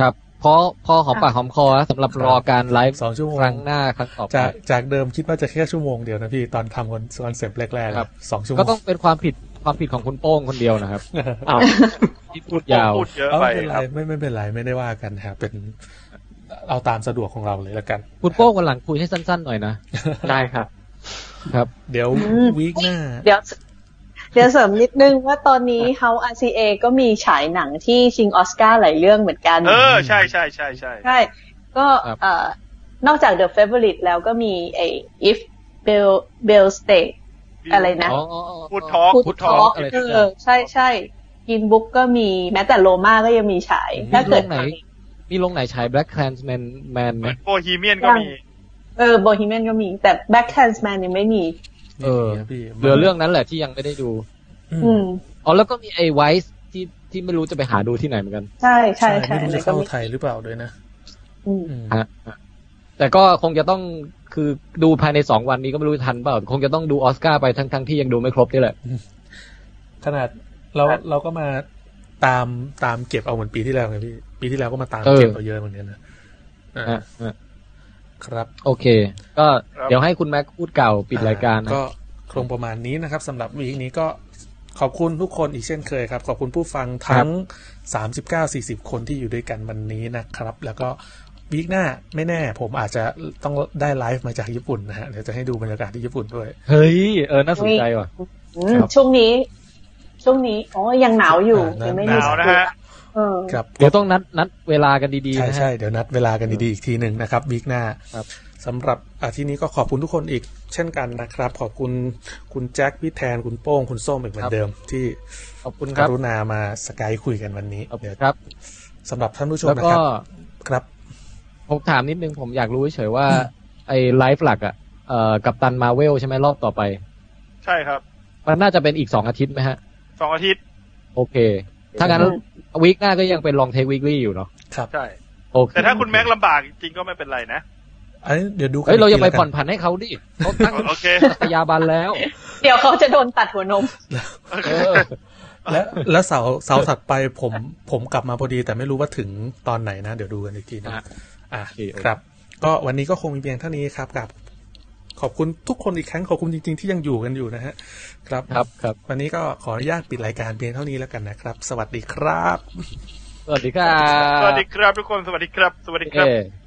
[SPEAKER 7] ครับพอพอหอมปากหอมคอนะสำหรับรอการไลฟ์
[SPEAKER 1] สองชั่วโมง
[SPEAKER 7] ครั้งหน้าครั้งต่อไป
[SPEAKER 1] จากจากเดิมคิดว่าจะแค่ชั่วโมงเดียวนะพี่ ตอนทำคอนคอนเซปต์แรกๆ
[SPEAKER 7] ครับ
[SPEAKER 1] สองชั่วโม
[SPEAKER 7] ก็
[SPEAKER 1] ง
[SPEAKER 7] ต้องเป็นความผิดความผิดของคุณโป้งคนเดียวนะครับ
[SPEAKER 3] เอา
[SPEAKER 7] ที่พูดยาว
[SPEAKER 2] พูดเยอะ
[SPEAKER 1] เอา
[SPEAKER 2] ไป
[SPEAKER 1] ไม่เป็นไร
[SPEAKER 2] ครับ
[SPEAKER 1] ไม่ไม่เป็นไรไม่ได้ว่ากันฮะเป็น เอาตามสะดวกของเราเลยละกัน
[SPEAKER 7] คุณโป้งวันหลังคุยให้สั้นๆหน่อยนะ
[SPEAKER 3] ได้ครับ
[SPEAKER 7] ครับ
[SPEAKER 1] เดี๋ยว
[SPEAKER 4] อืม
[SPEAKER 1] วีคหน้า
[SPEAKER 4] เดี๋ยวเดี๋ยวเสริมนิดนึงว่าตอนนี้ House RCA ก็มีฉายหนังที่ชิงออสการ์หลายเรื่องเหมือนกัน
[SPEAKER 2] เออ ใช่ใช่ใช่ใช่
[SPEAKER 4] ใช่ ก็
[SPEAKER 7] ครับ
[SPEAKER 4] เอ่อนอกจาก The Favorite แล้วก็มีไอ้ If Bell Bell Stay อะไรนะ
[SPEAKER 7] อ๋อ
[SPEAKER 2] พูดทอล์กพูดทอล์ก
[SPEAKER 7] Talk อะไรสั
[SPEAKER 4] เอก
[SPEAKER 7] อย่า
[SPEAKER 4] อ
[SPEAKER 7] ง
[SPEAKER 4] ใช่ใช่กินบุ๊กก็มีแม้แต่โลมาก็ยังมีฉาย
[SPEAKER 7] อืม
[SPEAKER 4] ถ้าเกิด
[SPEAKER 7] โรงไหน มีลงไหนฉาย Black Clansman Man ไหม
[SPEAKER 2] โบฮีเมียนก็มี
[SPEAKER 4] เออโบฮีเมียนก็มี แต่ Black c a n s m a n ยังไม่มี
[SPEAKER 7] เออ
[SPEAKER 1] นี่ครับพี่
[SPEAKER 7] เหลือเรื่องนั้นแหละที่ยังไม่ได้ดู
[SPEAKER 1] อื
[SPEAKER 4] อื
[SPEAKER 1] ม
[SPEAKER 4] ม
[SPEAKER 7] อ๋อแล้วก็มีไอ้ Wise ที่ที่ไม่รู้จะไปหาดูที่ไหนเหมือนกัน
[SPEAKER 4] ใช่ใช่
[SPEAKER 1] ใช่
[SPEAKER 4] ใช่
[SPEAKER 1] ไม่รู้
[SPEAKER 4] อะไร
[SPEAKER 1] จะ
[SPEAKER 4] ก็
[SPEAKER 1] เข้า
[SPEAKER 4] มี
[SPEAKER 1] ไทยหรือเปล่าด้วยนะ
[SPEAKER 4] อืม
[SPEAKER 1] อืม
[SPEAKER 7] ฮะแต่ก็คงจะต้องคือดูภายในสองวันนี้ก็ไม่รู้ทันเปล่า คงจะต้องดูออสการ์ไปทั้งทั้งๆที่ยังดูไม่ครบนี่แหละ
[SPEAKER 1] ขนาดเราเราก็มาตามตามเก็บเอาเหมือนปีที่แล้วไงพี่ ปีที่แล้วก็มาตาม
[SPEAKER 7] เออ
[SPEAKER 1] เก็บเอาเยอะเหมือนกันนะอ่า
[SPEAKER 7] อ่ะอ่ะ
[SPEAKER 1] ครับ
[SPEAKER 7] โอเค ก็
[SPEAKER 2] ครับ
[SPEAKER 7] เดี๋ยวให้คุณแม็กพูดเก่าปิดรายการนะ
[SPEAKER 1] ก็คงประมาณนี้นะครับสำหรับวีคนี้ก็ขอบคุณทุกคนอีกเช่นเคยครับ ขอบคุณผู้ฟังทั้ง 39-40 คนที่อยู่ด้วยกันวันนี้นะครับ แล้วก็วีคหน้าไม่แน่ ผมอาจจะต้องได้ไลฟ์มาจากญี่ปุ่นนะฮะเดี๋ยวจะให้ดูบรรยากาศที่ญี่ปุ่นด้วย
[SPEAKER 7] เฮ้ย เออ น่าสนใจว่ะ
[SPEAKER 4] อืมช่วงนี้ ช่วงนี้อ๋อยังหนาวอยู่
[SPEAKER 1] อ่า
[SPEAKER 4] ยังไม่
[SPEAKER 2] ห
[SPEAKER 4] มี
[SPEAKER 2] นาวนะฮะ
[SPEAKER 4] เออ
[SPEAKER 1] ครับ
[SPEAKER 7] เดี๋ยวต้องนัดนัดเวลากันดีๆ
[SPEAKER 1] ใช่
[SPEAKER 7] นะฮะ
[SPEAKER 1] ใช่เดี๋ยวนัดเวลากันดีๆอีกทีหนึ่งนะครับวีคหน้า
[SPEAKER 7] ครับ
[SPEAKER 1] สำหรับอาทิตย์นี้ก็ขอบคุณทุกคนอีกเช่นกันนะครับ ขอบคุณคุณแจ็คพี่แทนคุณโป้งคุณส้มอีกเหมือ
[SPEAKER 7] ครั
[SPEAKER 1] น
[SPEAKER 7] บ
[SPEAKER 1] เดิม ที่
[SPEAKER 7] ขอบคุณ
[SPEAKER 1] ก
[SPEAKER 7] ครับ
[SPEAKER 1] รุณามาสกายคุยกันวันนี้
[SPEAKER 7] ขอบคุ
[SPEAKER 1] เดี๋ยว
[SPEAKER 7] ณครับ
[SPEAKER 1] สำหรับท่านผู้ชม
[SPEAKER 7] แล้
[SPEAKER 1] นะ
[SPEAKER 7] ว
[SPEAKER 1] ค
[SPEAKER 7] ก็
[SPEAKER 1] รับครับ
[SPEAKER 7] ผมถามนิดนึงผมอยากรู้เฉยๆว่า ไอ้ไลฟ์หลักอ่ะเอ่อกับตันมาเวลใช่ไหมรอบต่อไป
[SPEAKER 2] ใช่ครับ
[SPEAKER 7] มันน่าจะเป็นอีกสองอาทิตย์ไหมฮะ
[SPEAKER 2] สองอาทิตย์
[SPEAKER 7] โอเค ถ้างั้น
[SPEAKER 4] อืม
[SPEAKER 7] วีคหน้าก็ยังเป็นลองเทควีคลี่อยู่เนาะ
[SPEAKER 1] ครับ
[SPEAKER 2] ใช่
[SPEAKER 7] โอเค
[SPEAKER 2] แต่ถ้าคุณแม็กลำบากจริงๆก็ไม่เป็นไรนะ
[SPEAKER 1] อันนี้เดี๋ยวดูกัน
[SPEAKER 7] เฮ้ย เราอย่าไป
[SPEAKER 1] กที
[SPEAKER 7] ผ่อนผันให้เขาดิเขาตั้ง
[SPEAKER 2] โอเค
[SPEAKER 7] พยาบาลแล้ว
[SPEAKER 4] เดี๋ยวเขาจะโดนตัดหัวนม
[SPEAKER 7] เออ
[SPEAKER 1] ละกันและและเสาร์เสาร์ถัดไปผมผมกลับมาพอดี แต่ไม่รู้ว่าถึงตอนไหนนะ เดี๋ยวดูกันอีกทีนะ
[SPEAKER 7] อ่ะ
[SPEAKER 1] อ่ะ
[SPEAKER 7] โอเค
[SPEAKER 1] ครับ ก็วันนี้ก็คงมีเพียงเท่านี้ครับกับ ขอบคุณทุกคนอีกครั้งขอบคุณจริง ๆ ที่ยังอยู่กันอยู่นะฮะครับ
[SPEAKER 7] ครับครับ
[SPEAKER 1] วันนี้ก็ขออนุญาตปิดรายการเพียงเท่านี้แล้วกันนะครับ สวัสดีครับ
[SPEAKER 7] สวัสดีครับ
[SPEAKER 2] สวัสดีครับทุกคน สวัสดีครับ สวัสดีครับ
[SPEAKER 7] เอ่อ